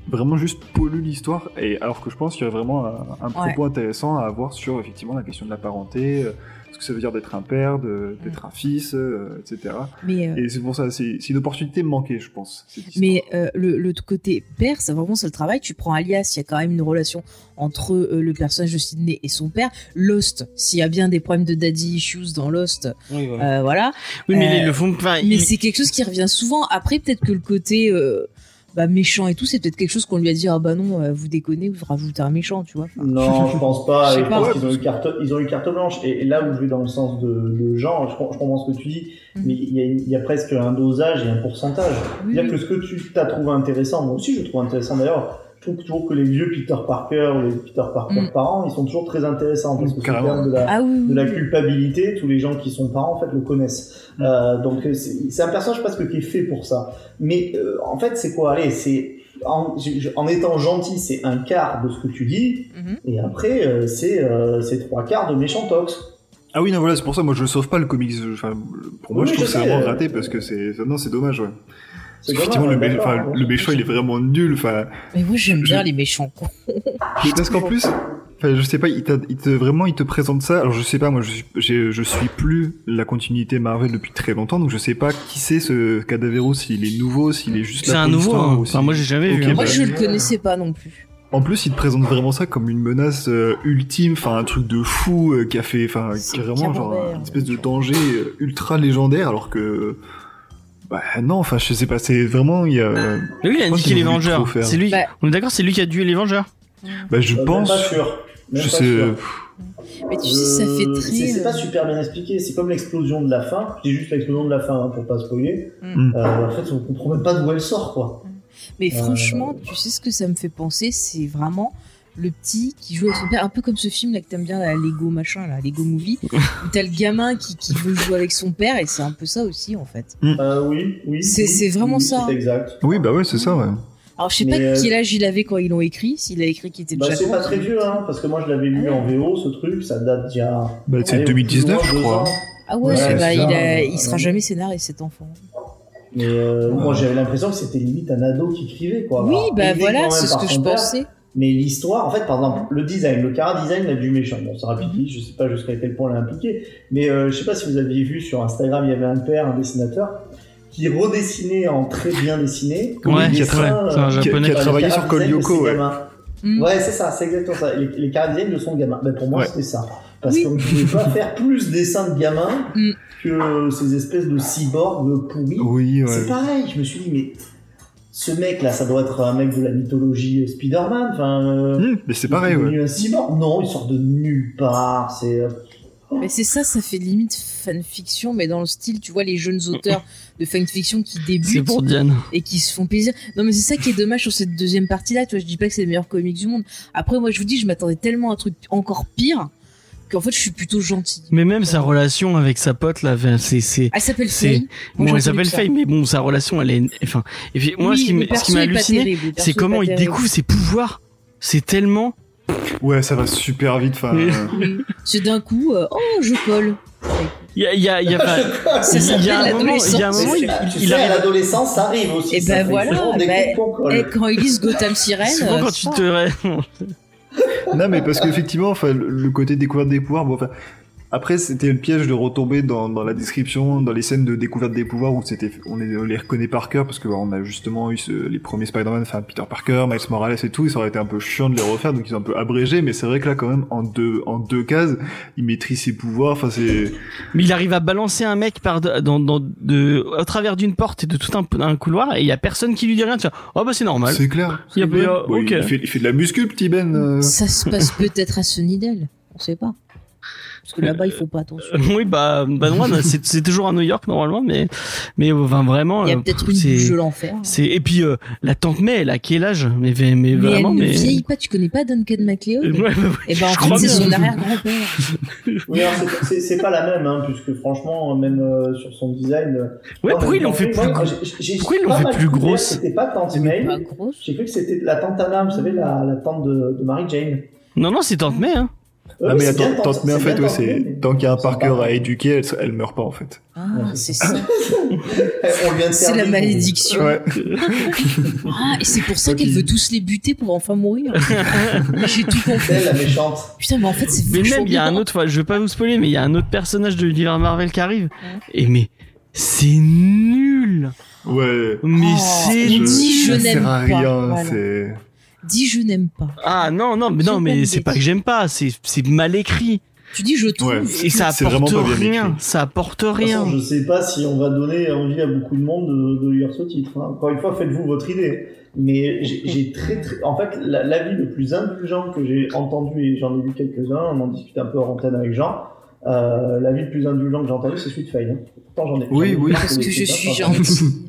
[SPEAKER 5] vraiment juste pollue l'histoire. Et alors que je pense qu'il y a vraiment un, un propos intéressant à avoir sur effectivement la question de la parenté, euh, ce que ça veut dire d'être un père, de- d'être un fils, euh, etc.
[SPEAKER 3] Mais euh,
[SPEAKER 5] Et c'est pour ça, c'est c'est une opportunité manquée, je pense. cette histoire.
[SPEAKER 3] mais euh, le, le côté père, ça vraiment c'est le travail. Tu prends Alias, il y a quand même une relation entre euh, le personnage de Sidney et son père. Lost, s'il y a bien des problèmes de daddy issues dans Lost, euh, voilà.
[SPEAKER 2] Oui, mais
[SPEAKER 3] Euh,
[SPEAKER 2] ils le font. enfin,
[SPEAKER 3] Mais
[SPEAKER 2] ils-
[SPEAKER 3] c'est quelque chose qui revient souvent. Après, peut-être que le côté euh, bah, méchant et tout, c'est peut-être quelque chose qu'on lui a dit ah bah non, euh, vous déconnez, vous rajoutez un méchant, tu vois. Enfin,
[SPEAKER 4] Non, je pense pas.
[SPEAKER 3] Je sais
[SPEAKER 4] Je pense
[SPEAKER 5] pas.
[SPEAKER 4] qu'ils ont eu carte, ils ont eu carte blanche. Et et là où je vais dans le sens de, de genre, je, com- je comprends ce que tu dis,
[SPEAKER 3] Mhm.
[SPEAKER 4] mais il y, a une- il y a presque un dosage et un pourcentage.
[SPEAKER 3] oui,
[SPEAKER 4] C'est-à-dire
[SPEAKER 3] oui.
[SPEAKER 4] que ce que tu t'as trouvé intéressant, moi aussi je le trouve intéressant d'ailleurs. Je trouve toujours que les vieux Peter Parker, les Peter Parker
[SPEAKER 3] Mm.
[SPEAKER 4] parents, ils sont toujours très intéressants parce que ce
[SPEAKER 5] Carrément.
[SPEAKER 4] terme de la,
[SPEAKER 3] Ah oui, oui,
[SPEAKER 4] de la
[SPEAKER 3] oui.
[SPEAKER 4] culpabilité, tous les gens qui sont parents en fait le connaissent.
[SPEAKER 3] Mm.
[SPEAKER 4] Euh, donc c'est c'est un personnage presque qui est fait pour ça. Mais euh, en fait c'est quoi Allez, c'est en, je- je- en étant gentil, c'est un quart de ce que tu dis,
[SPEAKER 3] Mhm.
[SPEAKER 4] et après euh, c'est euh, c'est trois quarts de méchant tox.
[SPEAKER 5] Ah oui, non, voilà, c'est pour ça, moi je sauve pas le comics. Enfin, pour moi,
[SPEAKER 4] Oui,
[SPEAKER 5] je trouve
[SPEAKER 4] je
[SPEAKER 5] que c'est
[SPEAKER 4] sais,
[SPEAKER 5] vraiment
[SPEAKER 4] euh,
[SPEAKER 5] raté parce que c'est. Non, c'est dommage, ouais. Parce
[SPEAKER 4] C'est
[SPEAKER 5] qu'effectivement, le,
[SPEAKER 4] dommage,
[SPEAKER 5] mé-
[SPEAKER 4] d'accord,
[SPEAKER 5] enfin,
[SPEAKER 4] hein.
[SPEAKER 5] le méchant, il est vraiment nul. Enfin,
[SPEAKER 3] Mais moi j'aime
[SPEAKER 5] Je-
[SPEAKER 3] bien les méchants. quoi.
[SPEAKER 4] Eh
[SPEAKER 5] Mais parce qu'en plus, enfin, je sais pas, il, t'a- il te vraiment, il te présente ça. Alors je sais pas, moi, je suis, j'ai- je suis plus la continuité Marvel depuis très longtemps, donc je sais pas qui c'est ce Cadavero, s'il est nouveau, s'il est juste là
[SPEAKER 2] C'est
[SPEAKER 5] pour
[SPEAKER 2] un nouveau.
[SPEAKER 5] l'histoire
[SPEAKER 2] hein.
[SPEAKER 5] ou
[SPEAKER 2] Enfin,
[SPEAKER 5] si-
[SPEAKER 2] moi, j'ai jamais
[SPEAKER 5] Ok,
[SPEAKER 2] vu. hein.
[SPEAKER 5] bah,
[SPEAKER 3] Moi je le
[SPEAKER 4] ouais.
[SPEAKER 3] connaissais pas non plus.
[SPEAKER 5] En plus, il te présente vraiment ça comme une menace euh, ultime, enfin un truc de fou euh, qui a fait, enfin
[SPEAKER 3] C'est
[SPEAKER 5] qui est vraiment genre
[SPEAKER 3] Camembert.
[SPEAKER 5] une espèce de danger euh, ultra légendaire, alors que bah non, enfin je sais pas, c'est vraiment il y a,
[SPEAKER 4] Bah,
[SPEAKER 2] Mais lui, il a
[SPEAKER 5] Moi,
[SPEAKER 2] dit
[SPEAKER 5] c'est
[SPEAKER 2] qu'il est
[SPEAKER 5] voulu
[SPEAKER 2] vengeur.
[SPEAKER 5] trop faire.
[SPEAKER 2] C'est lui.
[SPEAKER 3] Bah.
[SPEAKER 2] On est d'accord, c'est lui qui a tué les vengeurs.
[SPEAKER 5] bah je
[SPEAKER 4] Euh, même
[SPEAKER 5] pense,
[SPEAKER 4] pas sûr. Même
[SPEAKER 5] je
[SPEAKER 4] pas
[SPEAKER 5] sais, euh,
[SPEAKER 4] sûr.
[SPEAKER 5] pff,
[SPEAKER 3] Mais tu sais, ça fait
[SPEAKER 4] Euh,
[SPEAKER 3] très.
[SPEAKER 4] C'est c'est pas
[SPEAKER 3] euh,
[SPEAKER 4] super bien expliqué. C'est comme l'explosion de la fin. Je dis juste l'explosion de la fin hein, pour pas spoiler.
[SPEAKER 3] Mm.
[SPEAKER 4] Euh, en fait, on comprend même pas d'où elle sort, quoi.
[SPEAKER 3] Mais
[SPEAKER 4] Euh,
[SPEAKER 3] franchement, tu sais ce que ça me fait penser, c'est vraiment le petit qui joue avec son père, un peu comme ce film là que t'aimes bien, la Lego machin, la Lego Movie, où t'as le gamin qui, qui veut jouer avec son père, et c'est un peu ça aussi en fait.
[SPEAKER 4] Euh, oui, oui.
[SPEAKER 3] C'est-
[SPEAKER 4] oui,
[SPEAKER 3] c'est vraiment
[SPEAKER 4] oui,
[SPEAKER 3] ça.
[SPEAKER 4] C'est exact.
[SPEAKER 5] Oui, bah ouais, c'est ça, ouais.
[SPEAKER 3] Alors je sais
[SPEAKER 4] Mais,
[SPEAKER 3] pas
[SPEAKER 4] euh,
[SPEAKER 3] quel âge il avait quand ils l'ont écrit, s'il a écrit qu'il était
[SPEAKER 4] Bah,
[SPEAKER 3] déjà
[SPEAKER 4] c'est pas
[SPEAKER 3] grand,
[SPEAKER 4] très vieux, hein, parce que moi je l'avais
[SPEAKER 3] Ah
[SPEAKER 4] lu en VO, ce truc, ça date d'il y a.
[SPEAKER 5] Bah, c'est
[SPEAKER 4] allez,
[SPEAKER 5] 2019,
[SPEAKER 4] plus ou moins
[SPEAKER 5] je
[SPEAKER 4] deux
[SPEAKER 5] crois.
[SPEAKER 4] ans.
[SPEAKER 3] Ah ouais,
[SPEAKER 4] Ouais,
[SPEAKER 3] bah,
[SPEAKER 4] c'est
[SPEAKER 3] il,
[SPEAKER 4] ça,
[SPEAKER 3] a-
[SPEAKER 4] euh,
[SPEAKER 3] il sera
[SPEAKER 4] euh,
[SPEAKER 3] jamais scénariste cet enfant.
[SPEAKER 4] Mais euh,
[SPEAKER 5] Ouais.
[SPEAKER 4] moi j'avais l'impression que c'était limite un ado qui écrivait, quoi.
[SPEAKER 3] Oui,
[SPEAKER 4] Alors,
[SPEAKER 3] bah
[SPEAKER 4] aidé quand
[SPEAKER 3] voilà,
[SPEAKER 4] même
[SPEAKER 3] c'est ce
[SPEAKER 4] par
[SPEAKER 3] que je
[SPEAKER 4] son père,
[SPEAKER 3] pensais.
[SPEAKER 4] Mais l'histoire, en fait, par exemple, le design, le cara design là, du méchant, bon, ça
[SPEAKER 3] Mhm.
[SPEAKER 4] rapide, je sais pas jusqu'à quel point l'a impliqué, mais euh, je sais pas si vous aviez vu sur Instagram, il y avait un père, un dessinateur, qui redessinait en très bien dessiné.
[SPEAKER 2] Ouais,
[SPEAKER 4] les
[SPEAKER 2] qui a
[SPEAKER 4] dessins,
[SPEAKER 2] travaillé- c'est un
[SPEAKER 4] euh,
[SPEAKER 5] japonais. Qui a
[SPEAKER 4] bah, les
[SPEAKER 5] travaillé
[SPEAKER 4] cara
[SPEAKER 5] sur Code
[SPEAKER 4] design de
[SPEAKER 5] Lyoko,
[SPEAKER 4] ses
[SPEAKER 5] ouais.
[SPEAKER 4] gamins.
[SPEAKER 3] Mm.
[SPEAKER 4] Ouais, c'est ça, c'est exactement ça. Les, les cara design de son gamin. Ben, pour moi,
[SPEAKER 5] Ouais.
[SPEAKER 4] c'était ça. Parce
[SPEAKER 3] Oui.
[SPEAKER 4] qu'on ne pouvait pas faire plus de dessins de gamins
[SPEAKER 3] Mm.
[SPEAKER 4] que ces espèces de cyborgs pourris.
[SPEAKER 5] Oui, ouais.
[SPEAKER 4] C'est pareil, je me suis dit, mais ce mec là, ça doit être un mec de la mythologie Spider-Man. Enfin, euh,
[SPEAKER 5] Hum, mais c'est pareil,
[SPEAKER 4] il est
[SPEAKER 5] ouais.
[SPEAKER 4] devenu un cyborg. Non, il sort de nulle part. C'est euh,
[SPEAKER 3] Mais c'est ça, ça fait limite fanfiction, mais dans le style, tu vois, les jeunes auteurs de fanfiction qui
[SPEAKER 2] C'est
[SPEAKER 3] débutent
[SPEAKER 2] pour Diane.
[SPEAKER 3] et qui se font plaisir. Non, mais c'est ça qui est dommage sur cette deuxième partie-là. Tu vois, je dis pas que c'est les meilleurs comics du monde. Après, moi, je vous dis, je m'attendais tellement à un truc encore pire qu'en fait, je suis plutôt gentil. Ah,
[SPEAKER 2] Mais même sa relation avec sa pote là, c'est c'est
[SPEAKER 3] Elle s'appelle
[SPEAKER 2] C'est-
[SPEAKER 3] Faye. Moi,
[SPEAKER 2] bon,
[SPEAKER 3] j'ai
[SPEAKER 2] elle s'appelle
[SPEAKER 3] entendu que ça.
[SPEAKER 2] Faye, mais bon, sa relation, elle est, enfin, et puis, moi,
[SPEAKER 3] Oui,
[SPEAKER 2] ce qui
[SPEAKER 3] le
[SPEAKER 2] m- ce
[SPEAKER 3] perso
[SPEAKER 2] qui m'a
[SPEAKER 3] est pas
[SPEAKER 2] halluciné,
[SPEAKER 3] terrible, le perso
[SPEAKER 2] c'est
[SPEAKER 3] est pas
[SPEAKER 2] comment il
[SPEAKER 3] terrible.
[SPEAKER 2] découvre ses pouvoirs. C'est tellement.
[SPEAKER 5] Ouais, ça va super vite, enfin.
[SPEAKER 2] Mais-
[SPEAKER 5] euh,
[SPEAKER 3] C'est d'un coup, euh, oh, je colle.
[SPEAKER 2] Il y a, il y a, il y a pas-
[SPEAKER 3] Ça
[SPEAKER 2] il y a
[SPEAKER 3] s'appelle
[SPEAKER 2] un moment, il y a un
[SPEAKER 3] l'adolescence.
[SPEAKER 2] moment, il,
[SPEAKER 4] tu
[SPEAKER 2] il
[SPEAKER 4] sais, à
[SPEAKER 2] arrive.
[SPEAKER 4] l'adolescence, ça arrive aussi.
[SPEAKER 3] Eh
[SPEAKER 4] ça
[SPEAKER 3] ben
[SPEAKER 4] fait
[SPEAKER 3] voilà,
[SPEAKER 4] souvent des
[SPEAKER 3] ben,
[SPEAKER 4] coups de colle.
[SPEAKER 3] Et quand ils lisent Gotham Sirène.
[SPEAKER 2] Souvent,
[SPEAKER 3] euh,
[SPEAKER 2] quand
[SPEAKER 3] c'est
[SPEAKER 2] tu
[SPEAKER 3] pas-
[SPEAKER 2] te,
[SPEAKER 5] non, mais parce qu'effectivement, enfin, le- le côté découverte des pouvoirs, bon, enfin. Après, c'était le piège de retomber dans, dans la description, dans les scènes de découverte des pouvoirs où c'était, on les, on les reconnaît par cœur parce que bah, on a justement eu ce- les premiers Spider-Man, enfin Peter Parker, Miles Morales et tout, et ça aurait été un peu chiant de les refaire, donc ils ont un peu abrégé, mais c'est vrai que là quand même en deux en deux cases, il maîtrise ses pouvoirs, enfin c'est
[SPEAKER 2] mais il arrive à balancer un mec par, de- dans, dans, de, au travers d'une porte et de tout un, un couloir et il y a personne qui lui dit rien. Tu vois, oh bah c'est normal.
[SPEAKER 5] c'est clair.
[SPEAKER 2] Il y a
[SPEAKER 5] C'est
[SPEAKER 2] pas-
[SPEAKER 5] clair.
[SPEAKER 2] euh,
[SPEAKER 5] Bon, il-
[SPEAKER 2] ok.
[SPEAKER 5] il, fait, il fait de la muscu, le petit Ben. euh.
[SPEAKER 3] Ça se passe peut-être à Sunnydale. On sait pas. Parce
[SPEAKER 2] Euh,
[SPEAKER 3] que là-bas, ils font pas attention.
[SPEAKER 2] Oui, bah, bah non, non, c'est c'est toujours à New York normalement, mais, mais enfin, vraiment.
[SPEAKER 3] Il y a
[SPEAKER 2] euh,
[SPEAKER 3] peut-être une
[SPEAKER 2] c'est-
[SPEAKER 3] bouche de l'enfer.
[SPEAKER 2] C'est et puis euh, la tante May, elle a quel âge Mais, mais, mais
[SPEAKER 3] Mais elle
[SPEAKER 2] vraiment,
[SPEAKER 3] ne
[SPEAKER 2] mais.
[SPEAKER 3] vieillit pas. Tu connais pas Duncan
[SPEAKER 2] Ouais,
[SPEAKER 3] MacLeod
[SPEAKER 2] bah, ouais,
[SPEAKER 3] Et ben, en
[SPEAKER 2] je crois
[SPEAKER 3] fait, c'est
[SPEAKER 2] bien.
[SPEAKER 3] son arrière-grand-père.
[SPEAKER 4] Oui, alors, c'est- c'est- c'est pas la même, hein, puisque franchement, même euh, sur son design. euh,
[SPEAKER 2] Ouais,
[SPEAKER 4] moi,
[SPEAKER 2] pourquoi ils l'ont
[SPEAKER 4] j'ai-
[SPEAKER 2] fait plus
[SPEAKER 4] moi,
[SPEAKER 2] gros
[SPEAKER 4] j'ai- j'ai-
[SPEAKER 2] pourquoi ils l'ont
[SPEAKER 4] pas
[SPEAKER 2] fait
[SPEAKER 4] mal
[SPEAKER 2] plus
[SPEAKER 4] découvert que
[SPEAKER 2] grosse
[SPEAKER 4] C'était pas Tante
[SPEAKER 3] Pas
[SPEAKER 4] May.
[SPEAKER 3] grosse.
[SPEAKER 4] J'ai cru que c'était la tante Anna, vous savez, la, la tante de, de Mary Jane.
[SPEAKER 2] Non, non, c'est tante May. Hein.
[SPEAKER 4] Euh,
[SPEAKER 5] Ah, mais
[SPEAKER 4] c'est
[SPEAKER 5] attends,
[SPEAKER 4] bien
[SPEAKER 5] tente- mais en
[SPEAKER 4] c'est
[SPEAKER 5] fait,
[SPEAKER 4] bien
[SPEAKER 5] ouais,
[SPEAKER 4] Tante May,
[SPEAKER 5] c'est
[SPEAKER 4] mais-
[SPEAKER 5] tant qu'il y a un
[SPEAKER 4] c'est
[SPEAKER 5] Parker
[SPEAKER 4] pas-
[SPEAKER 5] à éduquer, elle, se- elle meurt pas en fait.
[SPEAKER 3] Ah, c'est ça.
[SPEAKER 4] On vient de
[SPEAKER 3] C'est la
[SPEAKER 4] terminer.
[SPEAKER 3] malédiction.
[SPEAKER 5] Ouais.
[SPEAKER 3] Ah, et c'est pour ça
[SPEAKER 5] Ouais,
[SPEAKER 3] qu'elle
[SPEAKER 5] puis-
[SPEAKER 3] veut tous les buter pour enfin mourir. J'ai tout compris.
[SPEAKER 4] C'est elle, la méchante.
[SPEAKER 3] Putain, mais en fait, c'est
[SPEAKER 2] Mais
[SPEAKER 3] vachement
[SPEAKER 2] même, il y a
[SPEAKER 3] bien.
[SPEAKER 2] un autre. enfin, Je vais pas vous spoiler, mais il y a un autre personnage de l'univers Marvel qui arrive.
[SPEAKER 3] Ouais.
[SPEAKER 2] Et mais c'est nul.
[SPEAKER 5] Ouais.
[SPEAKER 2] Mais
[SPEAKER 3] Oh,
[SPEAKER 2] c'est
[SPEAKER 3] on
[SPEAKER 2] nul.
[SPEAKER 3] dit je
[SPEAKER 5] ça
[SPEAKER 3] n'aime
[SPEAKER 5] sert
[SPEAKER 3] pas,
[SPEAKER 5] à rien,
[SPEAKER 3] voilà.
[SPEAKER 5] c'est.
[SPEAKER 3] Dis je n'aime pas.
[SPEAKER 2] Ah non, non, mais non,
[SPEAKER 3] Je
[SPEAKER 2] mais
[SPEAKER 3] t'aime
[SPEAKER 2] c'est
[SPEAKER 3] des-
[SPEAKER 2] pas que j'aime pas. C'est c'est mal écrit
[SPEAKER 3] Tu dis je trouve.
[SPEAKER 5] Ouais.
[SPEAKER 2] et ça
[SPEAKER 5] C'est vraiment
[SPEAKER 2] apporte
[SPEAKER 5] pas bien
[SPEAKER 2] rien.
[SPEAKER 5] écrit.
[SPEAKER 2] Ça apporte
[SPEAKER 4] De toute
[SPEAKER 2] rien.
[SPEAKER 4] façon, je sais pas si on va donner envie à beaucoup de monde de, de lire ce titre. hein. Encore une fois, faites-vous votre idée. Mais j'ai j'ai très, très, en fait, la- l'avis le plus indulgent que j'ai entendu, et j'en ai vu quelques-uns, on en discutait un peu en antenne avec Jean, euh, l'avis le plus indulgent que j'ai entendu, c'est Sweet Fail. Hein. Pourtant, j'en ai
[SPEAKER 5] Oui,
[SPEAKER 4] j'en ai
[SPEAKER 5] oui.
[SPEAKER 4] marre
[SPEAKER 3] Parce
[SPEAKER 4] de
[SPEAKER 3] que
[SPEAKER 4] les
[SPEAKER 3] je
[SPEAKER 4] trucs, hein,
[SPEAKER 3] suis
[SPEAKER 4] par contre.
[SPEAKER 3] gentille.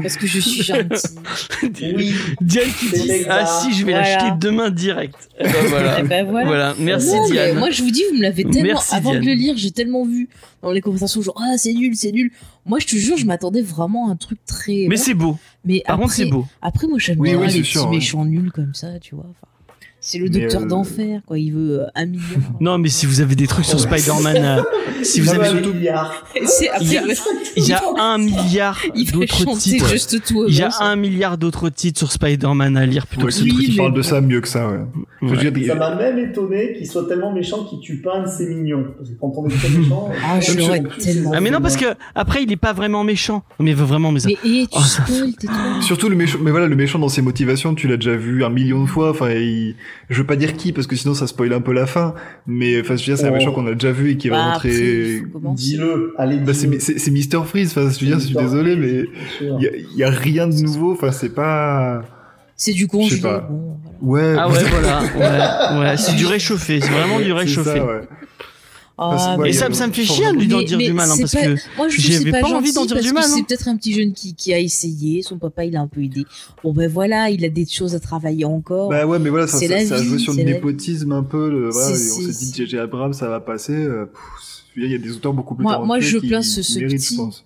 [SPEAKER 3] Parce que je suis gentille.
[SPEAKER 4] Oui,
[SPEAKER 2] Diane qui
[SPEAKER 4] C'est
[SPEAKER 2] dit
[SPEAKER 4] exact.
[SPEAKER 2] ah si, je vais
[SPEAKER 3] Voilà.
[SPEAKER 2] l'acheter demain direct. Eh ben, voilà.
[SPEAKER 3] Eh ben voilà.
[SPEAKER 2] Voilà. Merci
[SPEAKER 3] Non, mais
[SPEAKER 2] Diane.
[SPEAKER 3] Moi, je vous dis, vous me l'avez tellement.
[SPEAKER 2] Merci,
[SPEAKER 3] avant de
[SPEAKER 2] Diane.
[SPEAKER 3] le lire, j'ai tellement vu dans les conversations, genre, ah, c'est nul, c'est nul. Moi, je te jure, je m'attendais vraiment à un truc très.
[SPEAKER 2] Mais c'est beau.
[SPEAKER 3] Mais
[SPEAKER 2] Par contre,
[SPEAKER 3] après,
[SPEAKER 2] c'est beau.
[SPEAKER 3] Après, moi, j'aime
[SPEAKER 5] Oui,
[SPEAKER 3] bien
[SPEAKER 5] oui,
[SPEAKER 3] les
[SPEAKER 5] c'est
[SPEAKER 3] petits
[SPEAKER 5] sûr, ouais.
[SPEAKER 3] méchants nuls comme ça, tu vois. Enfin, c'est le
[SPEAKER 5] Mais,
[SPEAKER 3] docteur
[SPEAKER 5] euh,
[SPEAKER 3] d'enfer, quoi. Il veut euh, un million.
[SPEAKER 2] Non, mais si vous avez des trucs sur
[SPEAKER 4] Oh, ouais. Ah bah,
[SPEAKER 2] Spider-Man, euh, si vous
[SPEAKER 4] Comme
[SPEAKER 2] avez,
[SPEAKER 4] un milliard.
[SPEAKER 3] C'est
[SPEAKER 2] Il y a-
[SPEAKER 3] après,
[SPEAKER 2] il y a un milliard
[SPEAKER 3] il va
[SPEAKER 2] d'autres
[SPEAKER 3] chanter
[SPEAKER 2] titres.
[SPEAKER 3] juste tout.
[SPEAKER 2] Il y a un milliard d'autres titres sur Spider-Man à lire plutôt
[SPEAKER 5] Ouais,
[SPEAKER 2] que ce
[SPEAKER 5] c'est le truc
[SPEAKER 2] truc.
[SPEAKER 5] qui parle de ça mieux que ça, ouais. Je veux
[SPEAKER 2] Ouais.
[SPEAKER 5] dire,
[SPEAKER 4] Ça
[SPEAKER 5] il-
[SPEAKER 4] m'a même étonné qu'il soit tellement méchant qu'il tue pas un de ses mignons. Parce que quand on est très méchant.
[SPEAKER 3] Ah, je
[SPEAKER 4] même si
[SPEAKER 3] l'aurais
[SPEAKER 4] on tue ses
[SPEAKER 3] tellement-
[SPEAKER 2] Ah mais non
[SPEAKER 4] enfants,
[SPEAKER 2] parce que après il est pas vraiment méchant. Non, Mais vraiment mais ça.
[SPEAKER 3] Mais hé, tu
[SPEAKER 2] Oh, ça-
[SPEAKER 3] spoil, tes trucs.
[SPEAKER 5] Surtout le méchant, mais voilà, le méchant dans ses motivations, tu l'as déjà vu un million de fois. Enfin, il- je veux pas dire qui parce que sinon ça spoil un peu la fin. Mais enfin, je veux dire, c'est un
[SPEAKER 4] Oh.
[SPEAKER 5] méchant qu'on a déjà vu et qui va
[SPEAKER 3] Bah, après,
[SPEAKER 5] montrer.
[SPEAKER 3] il faut commencer.
[SPEAKER 4] Dis-le, allez,
[SPEAKER 5] Bah, c'est
[SPEAKER 4] dis-le.
[SPEAKER 5] Mi- c'est c'est Mister Freeze. Enfin, je veux dire, je suis
[SPEAKER 4] Mister
[SPEAKER 5] désolé,
[SPEAKER 4] Freeze.
[SPEAKER 5] mais
[SPEAKER 4] Bien sûr.
[SPEAKER 5] il y a, il y a rien de nouveau. Enfin, c'est pas.
[SPEAKER 3] C'est du
[SPEAKER 5] Je sais
[SPEAKER 3] congelé.
[SPEAKER 5] pas.
[SPEAKER 3] Bon, voilà.
[SPEAKER 5] Ouais.
[SPEAKER 2] Ah ouais, voilà. Ouais, ouais. C'est du réchauffé. C'est vraiment du
[SPEAKER 5] c'est
[SPEAKER 2] réchauffé.
[SPEAKER 5] ça, ouais.
[SPEAKER 3] Ah,
[SPEAKER 5] ouais,
[SPEAKER 2] Et
[SPEAKER 3] mais-
[SPEAKER 2] ça, me- ça me fait chier de lui
[SPEAKER 3] Mais-
[SPEAKER 2] d'en dire
[SPEAKER 3] mais
[SPEAKER 2] du mal, hein,
[SPEAKER 3] c'est
[SPEAKER 2] parce
[SPEAKER 3] pas-
[SPEAKER 2] que
[SPEAKER 3] Moi, je trouve
[SPEAKER 2] J'avais
[SPEAKER 3] que c'est
[SPEAKER 2] pas envie d'en
[SPEAKER 3] gentil
[SPEAKER 2] dire
[SPEAKER 3] parce
[SPEAKER 2] du
[SPEAKER 3] que
[SPEAKER 2] mal,
[SPEAKER 3] C'est
[SPEAKER 2] hein.
[SPEAKER 3] peut-être un petit jeune qui, qui a essayé, son papa il a un peu aidé. Bon ben voilà, il a des choses à travailler encore.
[SPEAKER 5] Bah ouais, mais voilà, ça,
[SPEAKER 3] Oh, C'est
[SPEAKER 5] ça,
[SPEAKER 3] la
[SPEAKER 5] ça a
[SPEAKER 3] vie,
[SPEAKER 5] joué sur le
[SPEAKER 3] c'est la
[SPEAKER 5] népotisme un peu. Le, voilà,
[SPEAKER 3] C'est-
[SPEAKER 5] et on
[SPEAKER 3] c'est-
[SPEAKER 5] s'est dit JJ Abrams, ça va passer. euh, pff, Il y a des auteurs beaucoup plus
[SPEAKER 3] Moi- moi,
[SPEAKER 5] talentueux
[SPEAKER 3] je
[SPEAKER 5] qui-
[SPEAKER 3] plains ce-
[SPEAKER 5] qui
[SPEAKER 3] ce
[SPEAKER 5] méritent,
[SPEAKER 3] petit
[SPEAKER 5] je pense.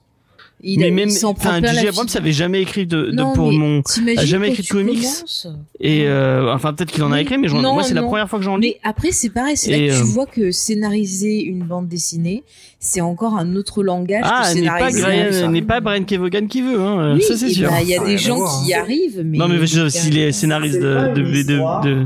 [SPEAKER 3] il a-
[SPEAKER 2] mais
[SPEAKER 3] il
[SPEAKER 2] même,
[SPEAKER 3] s'en prend
[SPEAKER 2] enfin,
[SPEAKER 3] plein la
[SPEAKER 2] J.J.
[SPEAKER 3] fille.
[SPEAKER 2] Abrams avait jamais écrit de, de-
[SPEAKER 3] Non,
[SPEAKER 2] pour
[SPEAKER 3] mais
[SPEAKER 2] mon.
[SPEAKER 3] T'imagines
[SPEAKER 2] a jamais
[SPEAKER 3] quand
[SPEAKER 2] écrit de
[SPEAKER 3] tu
[SPEAKER 2] comics.
[SPEAKER 3] commences
[SPEAKER 2] Et euh, enfin, peut-être qu'il en a écrit, mais j'en-
[SPEAKER 3] Non,
[SPEAKER 2] moi, c'est la
[SPEAKER 3] non.
[SPEAKER 2] première fois que j'en lis.
[SPEAKER 3] Mais après, c'est pareil, c'est là
[SPEAKER 2] Et,
[SPEAKER 3] que
[SPEAKER 2] euh,
[SPEAKER 3] tu vois que scénariser une bande dessinée, c'est encore un autre langage
[SPEAKER 2] Ah,
[SPEAKER 3] que
[SPEAKER 2] n'est pas,
[SPEAKER 3] scénariser.
[SPEAKER 5] Graham-
[SPEAKER 3] un
[SPEAKER 2] Brian,
[SPEAKER 3] film.
[SPEAKER 2] n'est pas Brian Kevogan qui veut, hein.
[SPEAKER 3] Oui,
[SPEAKER 2] ça c'est
[SPEAKER 3] et
[SPEAKER 2] sûr.
[SPEAKER 3] bah, Il y a
[SPEAKER 5] Ça a
[SPEAKER 3] des
[SPEAKER 5] rien à
[SPEAKER 3] gens
[SPEAKER 5] voir,
[SPEAKER 3] qui y
[SPEAKER 4] hein.
[SPEAKER 3] arrivent, mais.
[SPEAKER 2] non, mais je veux dire, s'il est scénariste
[SPEAKER 4] C'est pas
[SPEAKER 2] de, de,
[SPEAKER 4] une
[SPEAKER 2] de,
[SPEAKER 4] histoire.
[SPEAKER 2] de-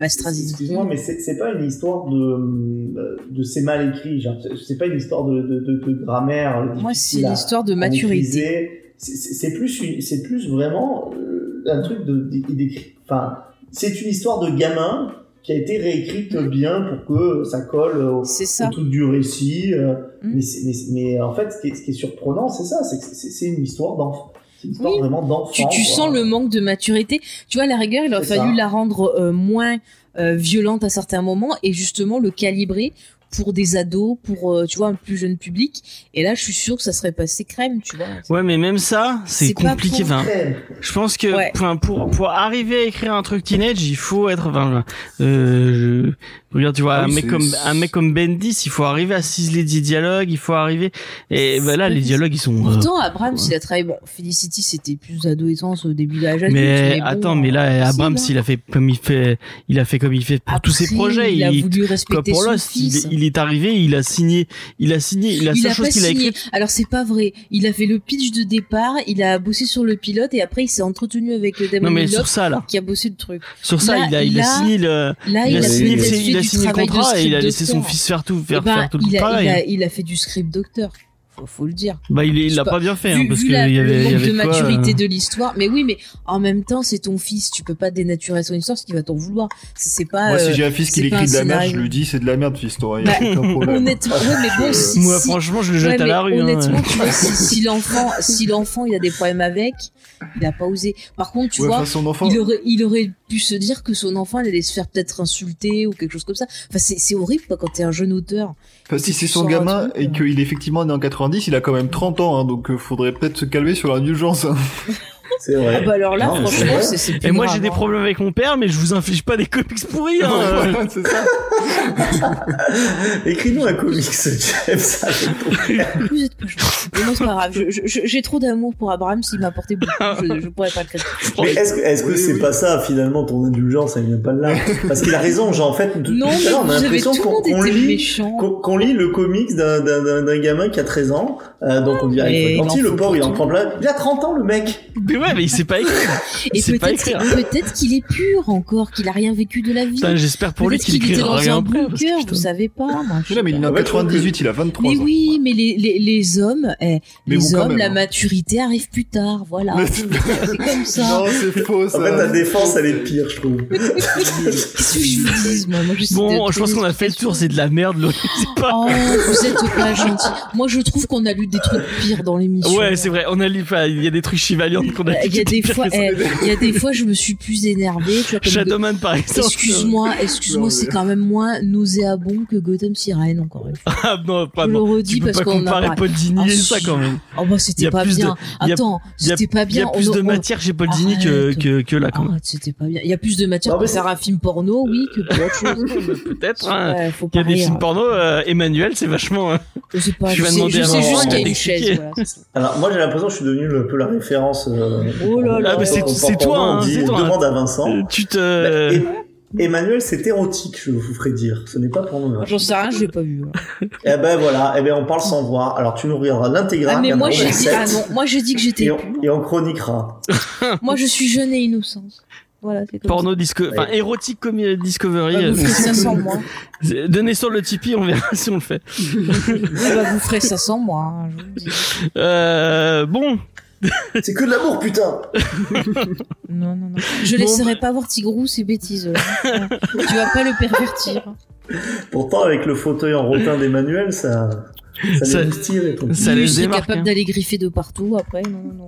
[SPEAKER 3] Bah, Straczynski.
[SPEAKER 4] Excuse-moi, mais c'est c'est pas une histoire de, de c'est mal écrit. genre, C'est c'est pas une histoire de, de, de, de grammaire. euh,
[SPEAKER 3] Moi, c'est
[SPEAKER 4] difficile à-
[SPEAKER 3] l'histoire de
[SPEAKER 4] à
[SPEAKER 3] maturité.
[SPEAKER 4] maîtriser. C'est- C'est c'est plus, une- c'est plus vraiment euh, un truc de, d- d'écrit. Enfin, c'est une histoire de gamin qui a été réécrite bien pour que ça colle au,
[SPEAKER 3] C'est
[SPEAKER 4] au
[SPEAKER 3] ça.
[SPEAKER 4] truc du récit. euh,
[SPEAKER 3] Mhm.
[SPEAKER 4] mais, c'est- mais, c'est- mais euh, en fait, ce qui est, ce qui est surprenant, c'est ça, c'est que c'est- c'est une histoire d'enfant. C'est une histoire
[SPEAKER 3] Oui.
[SPEAKER 4] vraiment d'enfant.
[SPEAKER 3] Tu, tu
[SPEAKER 4] quoi.
[SPEAKER 3] sens le manque de maturité. Tu vois, à la rigueur, il aurait
[SPEAKER 4] C'est
[SPEAKER 3] fallu
[SPEAKER 4] ça.
[SPEAKER 3] la rendre euh, moins euh, violente à certains moments et justement le calibrer pour des ados, pour, euh, tu vois, un plus jeune public. Et là, je suis sûre que ça serait passé crème, tu vois.
[SPEAKER 2] Ouais, mais même ça, c'est
[SPEAKER 3] C'est pas
[SPEAKER 2] compliqué.
[SPEAKER 3] pour-
[SPEAKER 2] Enfin,
[SPEAKER 4] Ouais.
[SPEAKER 2] je pense que
[SPEAKER 3] Ouais.
[SPEAKER 2] enfin, pour, pour arriver à écrire un truc teenage, il faut être. Enfin, euh, je- regarde, tu vois,
[SPEAKER 5] Ah oui,
[SPEAKER 2] un, mec
[SPEAKER 5] c'est-
[SPEAKER 2] comme, un mec comme Bendis, il faut arriver à ciseler des dialogues, il faut arriver. Et bah là, les dialogues, ils sont. euh,
[SPEAKER 3] Pourtant, Abrams,
[SPEAKER 2] ouais.
[SPEAKER 3] il a travaillé. Bon, Felicity, c'était plus adolescence au début de l'âge adulte.
[SPEAKER 2] Mais
[SPEAKER 3] bon, euh,
[SPEAKER 2] attends, mais
[SPEAKER 3] c'est
[SPEAKER 2] là, Abrams,
[SPEAKER 3] là.
[SPEAKER 2] il a fait comme il fait, il a fait comme il fait pour tous ses
[SPEAKER 3] Après,
[SPEAKER 2] projets.
[SPEAKER 3] il, a
[SPEAKER 2] il-
[SPEAKER 3] voulu
[SPEAKER 2] Quoi
[SPEAKER 3] respecter
[SPEAKER 2] pour
[SPEAKER 3] son
[SPEAKER 2] Lost, il,
[SPEAKER 3] fils.
[SPEAKER 2] il est arrivé, il a signé, il a signé, il a
[SPEAKER 3] Il
[SPEAKER 2] seule
[SPEAKER 3] a
[SPEAKER 2] chose
[SPEAKER 3] pas
[SPEAKER 2] qu'il a
[SPEAKER 3] signé.
[SPEAKER 2] écrite.
[SPEAKER 3] Alors c'est pas vrai. Il a fait le pitch de départ, il a bossé sur le pilote et après il s'est entretenu avec le Damon
[SPEAKER 2] Non mais
[SPEAKER 3] Lindelof
[SPEAKER 2] sur ça là,
[SPEAKER 3] qui a bossé le truc.
[SPEAKER 2] sur ça
[SPEAKER 3] Là,
[SPEAKER 2] il a il a
[SPEAKER 3] là,
[SPEAKER 2] signé le,
[SPEAKER 3] Là,
[SPEAKER 2] il a
[SPEAKER 5] il a
[SPEAKER 2] signé,
[SPEAKER 5] peut-être
[SPEAKER 2] c'est-
[SPEAKER 3] fait
[SPEAKER 2] il a
[SPEAKER 3] du
[SPEAKER 2] signé le
[SPEAKER 3] travail de
[SPEAKER 2] contrat et il a
[SPEAKER 3] script
[SPEAKER 2] laissé son
[SPEAKER 3] docteur.
[SPEAKER 2] fils faire tout
[SPEAKER 3] Eh
[SPEAKER 2] faire,
[SPEAKER 3] ben,
[SPEAKER 2] faire tout le
[SPEAKER 3] il, a,
[SPEAKER 2] travail.
[SPEAKER 3] il, a, il a fait du script docteur. Faut, faut le dire.
[SPEAKER 2] Bah il est- il
[SPEAKER 3] je
[SPEAKER 2] l'a
[SPEAKER 3] sais
[SPEAKER 2] pas bien fait hein,
[SPEAKER 3] vu
[SPEAKER 2] parce
[SPEAKER 3] vu
[SPEAKER 2] qu'il y
[SPEAKER 3] la-
[SPEAKER 2] avait
[SPEAKER 3] le
[SPEAKER 2] il y
[SPEAKER 3] manque
[SPEAKER 2] avait
[SPEAKER 3] de
[SPEAKER 2] de quoi,
[SPEAKER 3] maturité
[SPEAKER 2] euh,
[SPEAKER 3] de l'histoire. Mais oui, mais en même temps, c'est ton fils. Tu peux pas dénaturer son histoire parce qu'il va t'en vouloir. C'est c'est pas.
[SPEAKER 5] Moi,
[SPEAKER 3] euh,
[SPEAKER 5] si j'ai un fils qui
[SPEAKER 3] c'est pas
[SPEAKER 5] écrit de
[SPEAKER 3] un
[SPEAKER 5] la merde, je
[SPEAKER 3] scénario.
[SPEAKER 5] lui dis c'est de la merde, fils, t'auras
[SPEAKER 3] Bah,
[SPEAKER 5] aucun problème.
[SPEAKER 3] honnêtement, ouais, mais bon, si-
[SPEAKER 2] Moi
[SPEAKER 3] si-
[SPEAKER 2] franchement je le
[SPEAKER 3] Ouais,
[SPEAKER 2] jette à
[SPEAKER 3] mais
[SPEAKER 2] la rue. hein.
[SPEAKER 3] Honnêtement, tu vois, si, si l'enfant, si l'enfant, il a des problèmes avec, il a pas osé. Par contre, tu
[SPEAKER 5] Ouais,
[SPEAKER 3] vois,
[SPEAKER 5] enfin, son enfant.
[SPEAKER 3] il aurait, il aurait pu se dire que son enfant il allait se faire peut-être insulter ou quelque chose comme ça. Enfin, c'est, c'est horrible quoi, quand t'es un jeune auteur.
[SPEAKER 5] Enfin, si
[SPEAKER 3] tu
[SPEAKER 5] c'est son
[SPEAKER 3] sens un
[SPEAKER 5] gamin
[SPEAKER 3] truc,
[SPEAKER 5] et
[SPEAKER 3] euh.
[SPEAKER 5] qu'il est effectivement né en 90, il a quand même 30 ans, hein, donc euh, faudrait peut-être se calmer sur la l'indulgence. hein.
[SPEAKER 4] C'est vrai.
[SPEAKER 3] Ah bah alors là,
[SPEAKER 4] Non, mais c'est
[SPEAKER 3] franchement,
[SPEAKER 4] vrai.
[SPEAKER 3] c'est, c'est plus
[SPEAKER 2] Et moi
[SPEAKER 3] grave,
[SPEAKER 2] j'ai des
[SPEAKER 3] hein.
[SPEAKER 2] problèmes avec mon père mais je vous inflige pas des comics pourris. hein.
[SPEAKER 5] Voilà, c'est ça.
[SPEAKER 3] bah.
[SPEAKER 4] Écris-nous un comics, James. avec ton-
[SPEAKER 3] Vous êtes pas gentil. Mais moi, c'est pas grave. Je- je- je- j'ai trop d'amour pour Abraham, s'il m'a apporté beaucoup, je, je pourrais pas le critiquer.
[SPEAKER 4] Mais est-ce que est-ce que
[SPEAKER 5] Oui,
[SPEAKER 4] c'est
[SPEAKER 5] oui.
[SPEAKER 4] pas ça finalement ton indulgence Elle vient pas de là. Parce qu'il a raison. Genre en fait, tout
[SPEAKER 3] Non,
[SPEAKER 4] tout à
[SPEAKER 3] mais
[SPEAKER 4] l'heure, on a
[SPEAKER 3] vous avez
[SPEAKER 4] l'impression
[SPEAKER 3] tout le
[SPEAKER 4] qu'on
[SPEAKER 3] monde
[SPEAKER 4] qu'on
[SPEAKER 3] était
[SPEAKER 4] lit.
[SPEAKER 3] méchant.
[SPEAKER 4] Qu'on qu'on lit le comics d'un- d'un d'un- d'un gamin qui a 13 ans, euh, donc on dirait
[SPEAKER 3] mais
[SPEAKER 4] qu'il faut être
[SPEAKER 3] il en
[SPEAKER 4] gentil,
[SPEAKER 3] faut
[SPEAKER 4] le pauvre il
[SPEAKER 3] pour
[SPEAKER 4] en
[SPEAKER 3] tout.
[SPEAKER 4] prend plein. Il a 30 ans le mec
[SPEAKER 2] Mais ouais mais il sait pas écrire.
[SPEAKER 3] Et
[SPEAKER 2] il sait pas
[SPEAKER 3] peut-être,
[SPEAKER 2] écrire.
[SPEAKER 3] peut-être qu'il est pur encore, qu'il a rien vécu de la vie.
[SPEAKER 2] Putain, J'espère pour lui
[SPEAKER 3] Peut-être
[SPEAKER 2] qu'il
[SPEAKER 3] qu'il était
[SPEAKER 2] écrira
[SPEAKER 3] dans
[SPEAKER 2] rien
[SPEAKER 3] un
[SPEAKER 2] après. parce que,
[SPEAKER 3] bunker, vous
[SPEAKER 2] putain.
[SPEAKER 3] savez pas. moi, je
[SPEAKER 5] Mais là, mais
[SPEAKER 3] sais
[SPEAKER 5] il est
[SPEAKER 3] pas.
[SPEAKER 5] en
[SPEAKER 4] Ah Ouais, je trouve
[SPEAKER 5] 98, il a 23
[SPEAKER 3] Mais
[SPEAKER 5] ans.
[SPEAKER 3] oui, mais les, les, les hommes, eh,
[SPEAKER 5] Mais
[SPEAKER 3] les
[SPEAKER 5] bon, quand
[SPEAKER 3] hommes,
[SPEAKER 5] même,
[SPEAKER 3] la
[SPEAKER 5] hein.
[SPEAKER 3] maturité arrive plus tard, voilà.
[SPEAKER 5] Mais c'est-
[SPEAKER 3] C'est comme ça.
[SPEAKER 5] Non, c'est faux, ça.
[SPEAKER 4] En fait, ta défense elle est pire, je trouve.
[SPEAKER 3] Qu'est-ce que je vous dis, moi, moi je suis
[SPEAKER 2] Bon
[SPEAKER 3] de-
[SPEAKER 2] je pense qu'on a fait le tour c'est de la merde Laurie, c'est pas.
[SPEAKER 3] Oh, vous êtes pas gentils. Moi, je trouve qu'on a lu des trucs pires dans l'émission.
[SPEAKER 2] Ouais, c'est vrai, on a lu, enfin, il y a des trucs chevaliers qu'on a
[SPEAKER 3] Euh, Il y a des fois, eh, il y a des fois, je me suis plus énervée. Tu vois, comme
[SPEAKER 2] Shadowman par
[SPEAKER 3] Go-
[SPEAKER 2] exemple.
[SPEAKER 3] Excuse-moi, excuse-moi,
[SPEAKER 5] Non,
[SPEAKER 3] c'est
[SPEAKER 5] mais-
[SPEAKER 3] quand même moins nauséabond que Gotham Sirène, encore une fois.
[SPEAKER 2] Ah non, pas
[SPEAKER 3] je le
[SPEAKER 2] non.
[SPEAKER 3] redis
[SPEAKER 2] Tu peux
[SPEAKER 3] parce
[SPEAKER 2] pas
[SPEAKER 3] qu'on a
[SPEAKER 2] comparer
[SPEAKER 3] parlé.
[SPEAKER 2] Paul Dini
[SPEAKER 3] Ah,
[SPEAKER 2] et ça
[SPEAKER 3] si.
[SPEAKER 2] quand même.
[SPEAKER 3] Oh, bah,
[SPEAKER 2] Il y
[SPEAKER 3] c'était
[SPEAKER 2] a
[SPEAKER 3] pas
[SPEAKER 2] plus de-
[SPEAKER 3] bien.
[SPEAKER 2] il y a-
[SPEAKER 3] Attends,
[SPEAKER 2] il y a-
[SPEAKER 3] c'était pas
[SPEAKER 2] Il y
[SPEAKER 3] bien.
[SPEAKER 2] a plus
[SPEAKER 3] On-
[SPEAKER 2] de
[SPEAKER 3] on-
[SPEAKER 2] matière chez Paul Dini que,
[SPEAKER 3] Arrête.
[SPEAKER 2] que, que là quand même.
[SPEAKER 3] Ah, c'était pas bien. Il y a plus de matière
[SPEAKER 4] Non, mais
[SPEAKER 3] pour faire un film porno, oui, que pour autre chose.
[SPEAKER 2] Peut-être. hein.
[SPEAKER 3] Ouais, faut
[SPEAKER 2] Il y
[SPEAKER 3] pas
[SPEAKER 2] a des
[SPEAKER 3] rire.
[SPEAKER 2] films porno, euh, Emmanuel, c'est vachement. euh,
[SPEAKER 3] Je sais pas,
[SPEAKER 2] Je
[SPEAKER 3] je,
[SPEAKER 2] vais
[SPEAKER 3] sais,
[SPEAKER 2] demander
[SPEAKER 3] je
[SPEAKER 2] à
[SPEAKER 3] sais
[SPEAKER 2] Laurent
[SPEAKER 3] juste qu'il y a
[SPEAKER 2] de
[SPEAKER 3] une chaise.
[SPEAKER 2] l'expliquer.
[SPEAKER 3] Voilà.
[SPEAKER 4] Alors moi j'ai l'impression que je suis devenu le- un peu la référence. euh,
[SPEAKER 3] Oh là là.
[SPEAKER 2] Ah, mais c'est-
[SPEAKER 4] pour-
[SPEAKER 2] c'est
[SPEAKER 4] pour- pour
[SPEAKER 2] toi,
[SPEAKER 4] moi, on
[SPEAKER 2] hein, Euh,
[SPEAKER 4] dit,
[SPEAKER 2] c'est toi.
[SPEAKER 4] Demande à Vincent.
[SPEAKER 2] Tu te.
[SPEAKER 4] Bah, et- Bah, Emmanuel, c'est érotique, je vous ferai dire. Ce n'est pas pour nous.
[SPEAKER 3] J'en sais rien, je l'ai pas vu. hein. voilà.
[SPEAKER 4] Eh ben voilà, eh ben on parle sans voir. Alors tu nous regarderas l'intégrale.
[SPEAKER 3] Ah, mais
[SPEAKER 4] il y en
[SPEAKER 3] moi
[SPEAKER 4] a
[SPEAKER 3] j'ai dit,
[SPEAKER 4] 27,
[SPEAKER 3] ah non, moi j'ai dit que j'étais.
[SPEAKER 4] Et on, et on chroniquera.
[SPEAKER 3] Moi je suis jeune et innocente. Voilà, c'est comme
[SPEAKER 2] Porno disco, enfin
[SPEAKER 4] Ouais.
[SPEAKER 2] érotique comme euh, discovery.
[SPEAKER 3] ça. Bah,
[SPEAKER 2] euh,
[SPEAKER 3] vous ferez ça sans moi.
[SPEAKER 2] c'est- Donnez sur le Tipeee, on verra si on le fait.
[SPEAKER 3] Ouais, bah, vous ferez ça sans moi. hein, je vous le dis.
[SPEAKER 2] Euh, bon,
[SPEAKER 4] C'est que de l'amour, putain.
[SPEAKER 3] Non, non, non. Je
[SPEAKER 2] Bon,
[SPEAKER 4] bah-
[SPEAKER 3] laisserai pas voir Tigrou ces bêtises. hein. Ouais. tu vas pas le pervertir.
[SPEAKER 4] Pourtant, avec le fauteuil en rotin d'Emmanuel, ça, ça,
[SPEAKER 2] Ça-
[SPEAKER 4] les moustille et tout.
[SPEAKER 2] ça
[SPEAKER 3] Lui,
[SPEAKER 2] laisse
[SPEAKER 3] c'est
[SPEAKER 2] des marques.
[SPEAKER 3] capable
[SPEAKER 2] hein.
[SPEAKER 3] d'aller griffer de partout après. Non, non, non.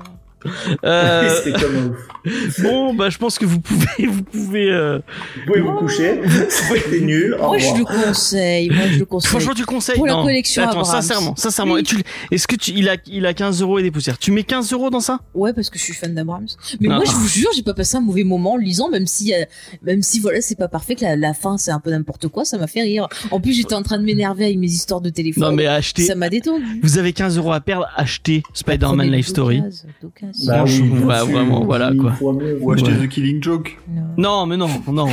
[SPEAKER 2] Euh,
[SPEAKER 4] C'est comme un ouf.
[SPEAKER 2] bon, bah, je pense que vous pouvez, vous pouvez. euh,
[SPEAKER 4] Vous pouvez vous coucher, c'est nul, au
[SPEAKER 3] Moi, je
[SPEAKER 4] revoir.
[SPEAKER 3] le conseille. Moi, je le conseille.
[SPEAKER 2] Franchement, tu conseilles.
[SPEAKER 3] Pour la
[SPEAKER 2] non.
[SPEAKER 3] collection
[SPEAKER 2] Attends,
[SPEAKER 3] Abrams.
[SPEAKER 2] sincèrement, sincèrement,
[SPEAKER 3] Oui.
[SPEAKER 2] tu l- est-ce que tu, il a, il a 15 euros et des poussières. Tu mets 15 euros dans ça
[SPEAKER 3] Ouais, parce que je suis fan d'Abrams. Mais
[SPEAKER 2] Ah.
[SPEAKER 3] moi, je vous jure, j'ai pas passé un mauvais moment en le lisant, même si, euh, même si voilà, c'est pas parfait, que la, la fin, c'est un peu n'importe quoi, ça m'a fait rire. En plus, j'étais en train de m'énerver avec mes histoires de téléphone.
[SPEAKER 2] Non, mais achetez.
[SPEAKER 3] Ça m'a détendu.
[SPEAKER 2] Vous avez 15 euros à perdre, achetez Spider-Man
[SPEAKER 3] Prenez
[SPEAKER 2] Life Story.
[SPEAKER 3] d'occasion, d'occasion.
[SPEAKER 2] Bah,
[SPEAKER 4] oui,
[SPEAKER 2] je-
[SPEAKER 4] tout de
[SPEAKER 2] ouais,
[SPEAKER 4] suite,
[SPEAKER 2] vraiment, voilà,
[SPEAKER 4] mille
[SPEAKER 2] quoi.
[SPEAKER 4] fois mieux.
[SPEAKER 5] Ou acheter
[SPEAKER 2] Ouais.
[SPEAKER 5] The Killing Joke.
[SPEAKER 4] Bah,
[SPEAKER 3] Non.
[SPEAKER 2] Non, mais non, non,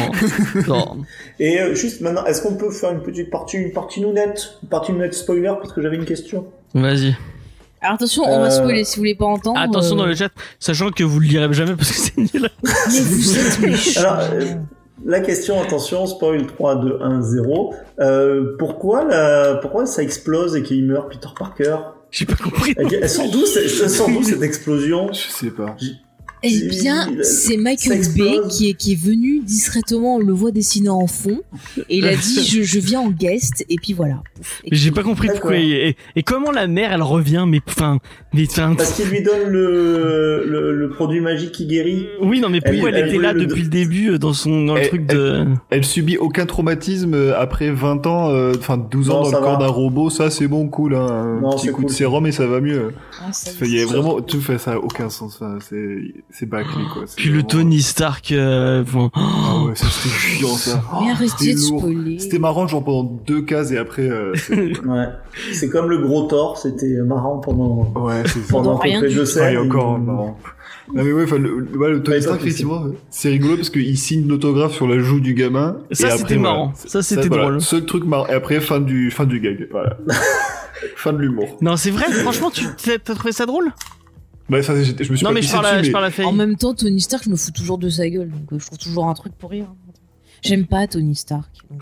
[SPEAKER 2] non.
[SPEAKER 4] Et euh, juste maintenant, est-ce qu'on peut faire une petite partie, une partie nounette, une partie nounette spoiler parce que j'avais une question.
[SPEAKER 2] Vas-y.
[SPEAKER 3] Alors, attention, on va
[SPEAKER 4] Euh,
[SPEAKER 3] spoiler si vous voulez pas entendre.
[SPEAKER 2] Attention
[SPEAKER 3] euh,
[SPEAKER 2] dans le chat, sachant que vous le lirez jamais parce que c'est nul.
[SPEAKER 4] Ah,
[SPEAKER 3] Mais vous êtes méchants.
[SPEAKER 4] Alors, euh, La question, attention, spoil 3, 2, 1, 0. Euh, pourquoi, la... pourquoi ça explose et qu'il meurt Peter Parker
[SPEAKER 2] J'ai pas compris.
[SPEAKER 4] Elle- Elle sort d'où cette- elle sort d'où cette explosion
[SPEAKER 5] Je sais pas.
[SPEAKER 3] Eh bien,
[SPEAKER 4] Il-
[SPEAKER 3] c'est
[SPEAKER 4] ça
[SPEAKER 3] Michael Bay
[SPEAKER 4] explose.
[SPEAKER 3] qui est, qui est venu discrètement, on le voit dessiner en fond, et il a dit je, je viens en guest, et puis voilà. Pouf. Et-
[SPEAKER 2] J'ai pas compris pourquoi.
[SPEAKER 4] D'accord.
[SPEAKER 2] Et, et- et comment la mère, elle revient, mais enfin, mais enfin.
[SPEAKER 4] Parce qu'il lui donne le, le, le produit magique qui guérit.
[SPEAKER 2] Oui, non, mais
[SPEAKER 4] Elle-
[SPEAKER 2] pourquoi elle,
[SPEAKER 4] elle
[SPEAKER 2] était là
[SPEAKER 4] voulait le-
[SPEAKER 2] depuis le début euh, dans son dans le
[SPEAKER 5] Elle-
[SPEAKER 2] truc de.
[SPEAKER 5] Elle subit aucun traumatisme euh, après 20 ans, euh, enfin 12 ans
[SPEAKER 4] Non,
[SPEAKER 5] dans
[SPEAKER 4] ça
[SPEAKER 5] le corps
[SPEAKER 4] va.
[SPEAKER 5] d'un robot, ça c'est bon, cool, hein, un
[SPEAKER 4] Non,
[SPEAKER 5] petit
[SPEAKER 4] c'est
[SPEAKER 5] coup de
[SPEAKER 4] cool.
[SPEAKER 5] sérum et ça va mieux.
[SPEAKER 3] Ah, ça y est.
[SPEAKER 5] Enfin, Il y a vraiment, tout fait ça, a aucun sens, enfin, c'est, c'est bâclé quoi. C'est
[SPEAKER 2] Puis le
[SPEAKER 5] vraiment-
[SPEAKER 2] Tony Stark. euh, enfin,
[SPEAKER 5] Ah ouais, ça, c'était chiant ça.
[SPEAKER 3] Oh, Mais arrêtez
[SPEAKER 5] c'était
[SPEAKER 3] de
[SPEAKER 5] lourd.
[SPEAKER 3] spoiler.
[SPEAKER 5] C'était marrant genre pendant deux cases et après, euh, c'est-
[SPEAKER 4] Ouais. C'est comme le gros tort, c'était marrant pendant,
[SPEAKER 5] ouais, c'est ça.
[SPEAKER 4] pendant à peu
[SPEAKER 3] rien
[SPEAKER 4] près
[SPEAKER 3] du
[SPEAKER 4] deux
[SPEAKER 5] Ah, il
[SPEAKER 4] scènes.
[SPEAKER 5] y a encore, marrant. Non mais ouais, enfin, le, le- ouais, le Tony
[SPEAKER 4] Ouais,
[SPEAKER 5] Stark
[SPEAKER 4] pas de souci.
[SPEAKER 5] effectivement, c'est rigolo parce qu'il signe l'autographe sur la joue du gamin.
[SPEAKER 2] Ça,
[SPEAKER 5] et
[SPEAKER 2] c'était
[SPEAKER 5] après, voilà.
[SPEAKER 2] marrant. Ça, c'était
[SPEAKER 5] voilà,
[SPEAKER 2] drôle.
[SPEAKER 5] Seul truc marrant. Et après, fin du, fin du gag. Voilà. fin de l'humour.
[SPEAKER 2] Non, c'est vrai. Franchement, tu t'as t'as trouvé ça drôle
[SPEAKER 5] Bah, ça, j'ai- je me suis
[SPEAKER 2] Non,
[SPEAKER 5] pas
[SPEAKER 2] mais je
[SPEAKER 5] pissé
[SPEAKER 2] parle, à,
[SPEAKER 5] dessus,
[SPEAKER 2] je
[SPEAKER 5] mais-
[SPEAKER 2] parle à Faye.
[SPEAKER 3] En même temps, Tony Stark, je me fous toujours de sa gueule, donc euh, je trouve toujours un truc pour rire. J'aime pas Tony Stark. donc.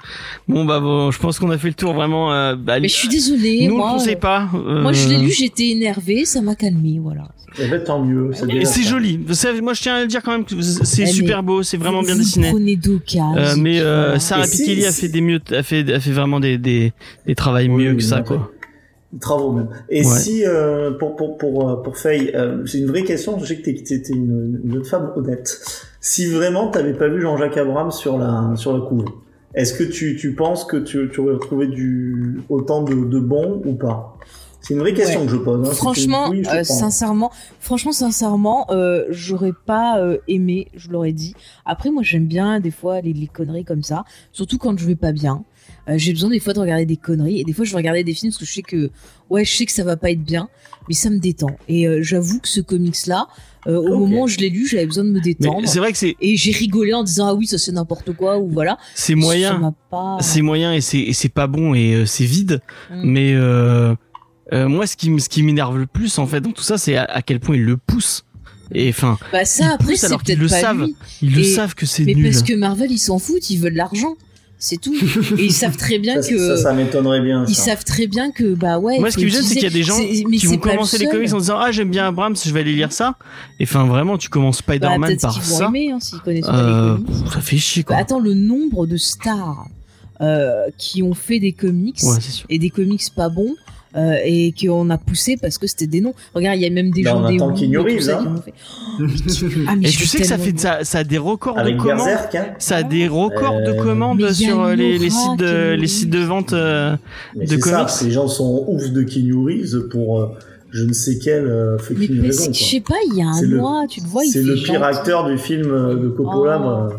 [SPEAKER 2] Bon, bah, bon, je pense qu'on a fait le tour vraiment. euh, bah,
[SPEAKER 3] Mais je suis désolée,
[SPEAKER 2] nous, on
[SPEAKER 3] moi.
[SPEAKER 2] le conseille
[SPEAKER 3] euh,
[SPEAKER 2] pas. euh,
[SPEAKER 3] Moi, je l'ai lu, j'étais énervée, ça m'a calmée, voilà.
[SPEAKER 4] Eh ben, tant mieux. c'est
[SPEAKER 2] Et
[SPEAKER 4] déjà
[SPEAKER 2] c'est
[SPEAKER 4] ça.
[SPEAKER 2] joli. Ça, Moi, je tiens à le dire quand même que
[SPEAKER 3] Eh,
[SPEAKER 2] c'est
[SPEAKER 3] mais
[SPEAKER 2] super beau, c'est vraiment
[SPEAKER 3] Vous-
[SPEAKER 2] bien
[SPEAKER 3] vous
[SPEAKER 2] dessiné.
[SPEAKER 3] Prenez d'occasion.
[SPEAKER 2] Euh, mais euh, Sarah
[SPEAKER 4] Et c'est-
[SPEAKER 2] Pikeli a
[SPEAKER 4] c'est-
[SPEAKER 2] fait des mieux, a fait, a fait vraiment des des, des travails
[SPEAKER 4] Oui,
[SPEAKER 2] mieux que
[SPEAKER 4] oui,
[SPEAKER 2] ça
[SPEAKER 4] oui.
[SPEAKER 2] quoi.
[SPEAKER 4] Travaux même.
[SPEAKER 2] Ouais.
[SPEAKER 4] Et si, euh, pour, pour, pour, euh, pour Faye, euh, c'est une vraie question, je sais que t'es, t'es, t'es une, une femme honnête. Si vraiment t'avais pas vu Jean-Jacques Abrams sur la, sur la couve, est-ce que tu, tu penses que tu, tu aurais trouvé du, autant de, de bons ou pas C'est une vraie question
[SPEAKER 3] Ouais.
[SPEAKER 4] que je pose. hein. C'est
[SPEAKER 3] Franchement,
[SPEAKER 4] une- oui, je
[SPEAKER 3] euh,
[SPEAKER 4] pense.
[SPEAKER 3] sincèrement, franchement, sincèrement, euh, j'aurais pas euh, aimé, je l'aurais dit. Après, moi, j'aime bien des fois les, les conneries comme ça, surtout quand je vais pas bien. Euh, j'ai besoin des fois de regarder des conneries et des fois je vais regarder des films parce que je sais que ouais je sais que ça va pas être bien mais ça me détend et euh, j'avoue que ce comics là au
[SPEAKER 4] Ok.
[SPEAKER 3] moment où je l'ai lu j'avais besoin de me détendre
[SPEAKER 2] Mais c'est vrai que c'est
[SPEAKER 3] et j'ai rigolé en disant ah oui ça c'est n'importe quoi ou voilà
[SPEAKER 2] c'est
[SPEAKER 3] ça
[SPEAKER 2] moyen,
[SPEAKER 3] m'a pas
[SPEAKER 2] c'est moyen et c'est et c'est pas bon et euh, c'est vide.
[SPEAKER 3] Mm.
[SPEAKER 2] Mais euh, euh, moi, ce qui m- ce qui m'énerve le plus en fait dans tout ça, c'est à, à quel point ils le poussent. Et enfin,
[SPEAKER 3] bah
[SPEAKER 2] ils
[SPEAKER 3] ça après
[SPEAKER 2] poussent
[SPEAKER 3] c'est
[SPEAKER 2] alors qu'ils
[SPEAKER 3] peut-être
[SPEAKER 2] le
[SPEAKER 3] pas
[SPEAKER 2] savent.
[SPEAKER 3] lui.
[SPEAKER 2] ils le
[SPEAKER 3] Et-
[SPEAKER 2] savent que c'est
[SPEAKER 3] Mais
[SPEAKER 2] nul.
[SPEAKER 3] parce que Marvel, ils s'en foutent, ils veulent l'argent. C'est tout. Et ils savent très bien
[SPEAKER 4] ça,
[SPEAKER 3] que.
[SPEAKER 4] ça, hein. ça m'étonnerait bien.
[SPEAKER 3] ils
[SPEAKER 4] ça.
[SPEAKER 3] savent très bien que, bah ouais.
[SPEAKER 2] Moi, ce
[SPEAKER 3] faut
[SPEAKER 2] qui me gêne, c'est qu'il y a des gens
[SPEAKER 3] c'est- mais
[SPEAKER 2] qui
[SPEAKER 3] c'est
[SPEAKER 2] vont
[SPEAKER 3] pas le
[SPEAKER 2] commencer les
[SPEAKER 3] seul.
[SPEAKER 2] comics en disant ah j'aime bien Abrams, je vais aller lire ça. Et enfin vraiment, tu commences
[SPEAKER 3] Bah,
[SPEAKER 2] Spider-Man
[SPEAKER 3] peut-être
[SPEAKER 2] par
[SPEAKER 3] qu'ils vont
[SPEAKER 2] ça.
[SPEAKER 3] aimer, hein, s'ils connaissent pas
[SPEAKER 2] Euh,
[SPEAKER 3] les comics.
[SPEAKER 2] pff, ça fait chier
[SPEAKER 3] Bah,
[SPEAKER 2] quoi.
[SPEAKER 3] attends, le nombre de stars euh, qui ont fait des comics
[SPEAKER 2] Ouais, c'est sûr.
[SPEAKER 3] et des comics pas bons. euh, et qu'on a poussé parce que c'était des noms. Regarde, il y a même des
[SPEAKER 4] Bah, on
[SPEAKER 3] gens des
[SPEAKER 4] attend
[SPEAKER 3] Who,
[SPEAKER 4] Keanu
[SPEAKER 3] et tout
[SPEAKER 4] Reeves,
[SPEAKER 3] ça qui
[SPEAKER 4] hein.
[SPEAKER 3] l'ont fait. Ah, mais
[SPEAKER 2] Et
[SPEAKER 3] je
[SPEAKER 2] tu
[SPEAKER 3] veux
[SPEAKER 2] sais que ça
[SPEAKER 3] tellement-
[SPEAKER 2] fait ça, ça a des records
[SPEAKER 4] Avec
[SPEAKER 2] de commandes.
[SPEAKER 4] Berserk, hein
[SPEAKER 2] Ça a des records
[SPEAKER 4] Euh,
[SPEAKER 2] de commandes
[SPEAKER 3] Mais y a
[SPEAKER 2] sur euh, les, les
[SPEAKER 3] Nora
[SPEAKER 2] sites
[SPEAKER 3] qui
[SPEAKER 2] de
[SPEAKER 3] est
[SPEAKER 2] les sites de vente. euh,
[SPEAKER 4] Mais
[SPEAKER 2] de
[SPEAKER 4] c'est ça,
[SPEAKER 2] comics.
[SPEAKER 4] ces gens sont ouf de Keanu Reeves pour euh, je ne sais quelle euh,
[SPEAKER 3] Mais
[SPEAKER 4] fucking
[SPEAKER 3] parce
[SPEAKER 4] raison.
[SPEAKER 3] que,
[SPEAKER 4] quoi.
[SPEAKER 3] je sais pas, il y a un
[SPEAKER 4] C'est le-
[SPEAKER 3] mois, tu le vois, il
[SPEAKER 4] C'est
[SPEAKER 3] fait
[SPEAKER 4] le pire
[SPEAKER 3] gentil.
[SPEAKER 4] acteur du film euh, de Coppola,
[SPEAKER 3] Oh.
[SPEAKER 4] moi.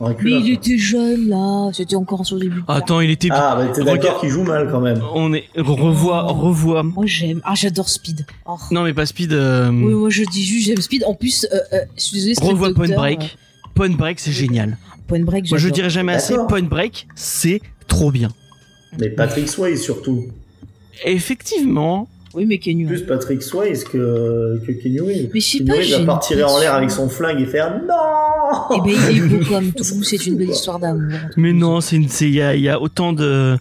[SPEAKER 4] dans la
[SPEAKER 3] Mais
[SPEAKER 4] culotte.
[SPEAKER 3] il était jeune là, c'était encore en son début. de carrière.
[SPEAKER 2] Attends, il était.
[SPEAKER 4] Ah, bah t'es
[SPEAKER 2] Regarde.
[SPEAKER 4] d'accord qu'il joue mal quand même.
[SPEAKER 2] euh. On est revoit
[SPEAKER 3] Oh.
[SPEAKER 2] revoit.
[SPEAKER 3] Moi j'aime. Ah, j'adore Speed. Oh.
[SPEAKER 2] Non mais pas Speed. euh,
[SPEAKER 3] Oui, moi je dis juste j'aime Speed. En plus, euh, euh, je suis désolée, Street
[SPEAKER 2] revois Point
[SPEAKER 3] Doctor,
[SPEAKER 2] Break. Point Break, c'est génial.
[SPEAKER 3] euh, Point Break,
[SPEAKER 2] Moi, je
[SPEAKER 3] euh. j'adore.
[SPEAKER 2] dirais jamais assez.
[SPEAKER 4] D'accord.
[SPEAKER 2] Point Break, c'est trop bien.
[SPEAKER 4] Mais Patrick Swayze surtout.
[SPEAKER 2] Effectivement,
[SPEAKER 3] Oui, mais Kenyu.
[SPEAKER 4] Plus Patrick Swayze que, que Keanu Reeves.
[SPEAKER 3] Mais je sais
[SPEAKER 4] Keanu
[SPEAKER 3] pas,
[SPEAKER 4] Reeves
[SPEAKER 3] j'ai
[SPEAKER 4] va
[SPEAKER 3] une
[SPEAKER 4] partir en l'air
[SPEAKER 3] impression-
[SPEAKER 4] avec son flingue et faire non
[SPEAKER 3] Eh ben, il est beau comme tout, c'est une belle histoire d'amour.
[SPEAKER 2] mais non, c'est une, c'est- il y a, il y a autant de,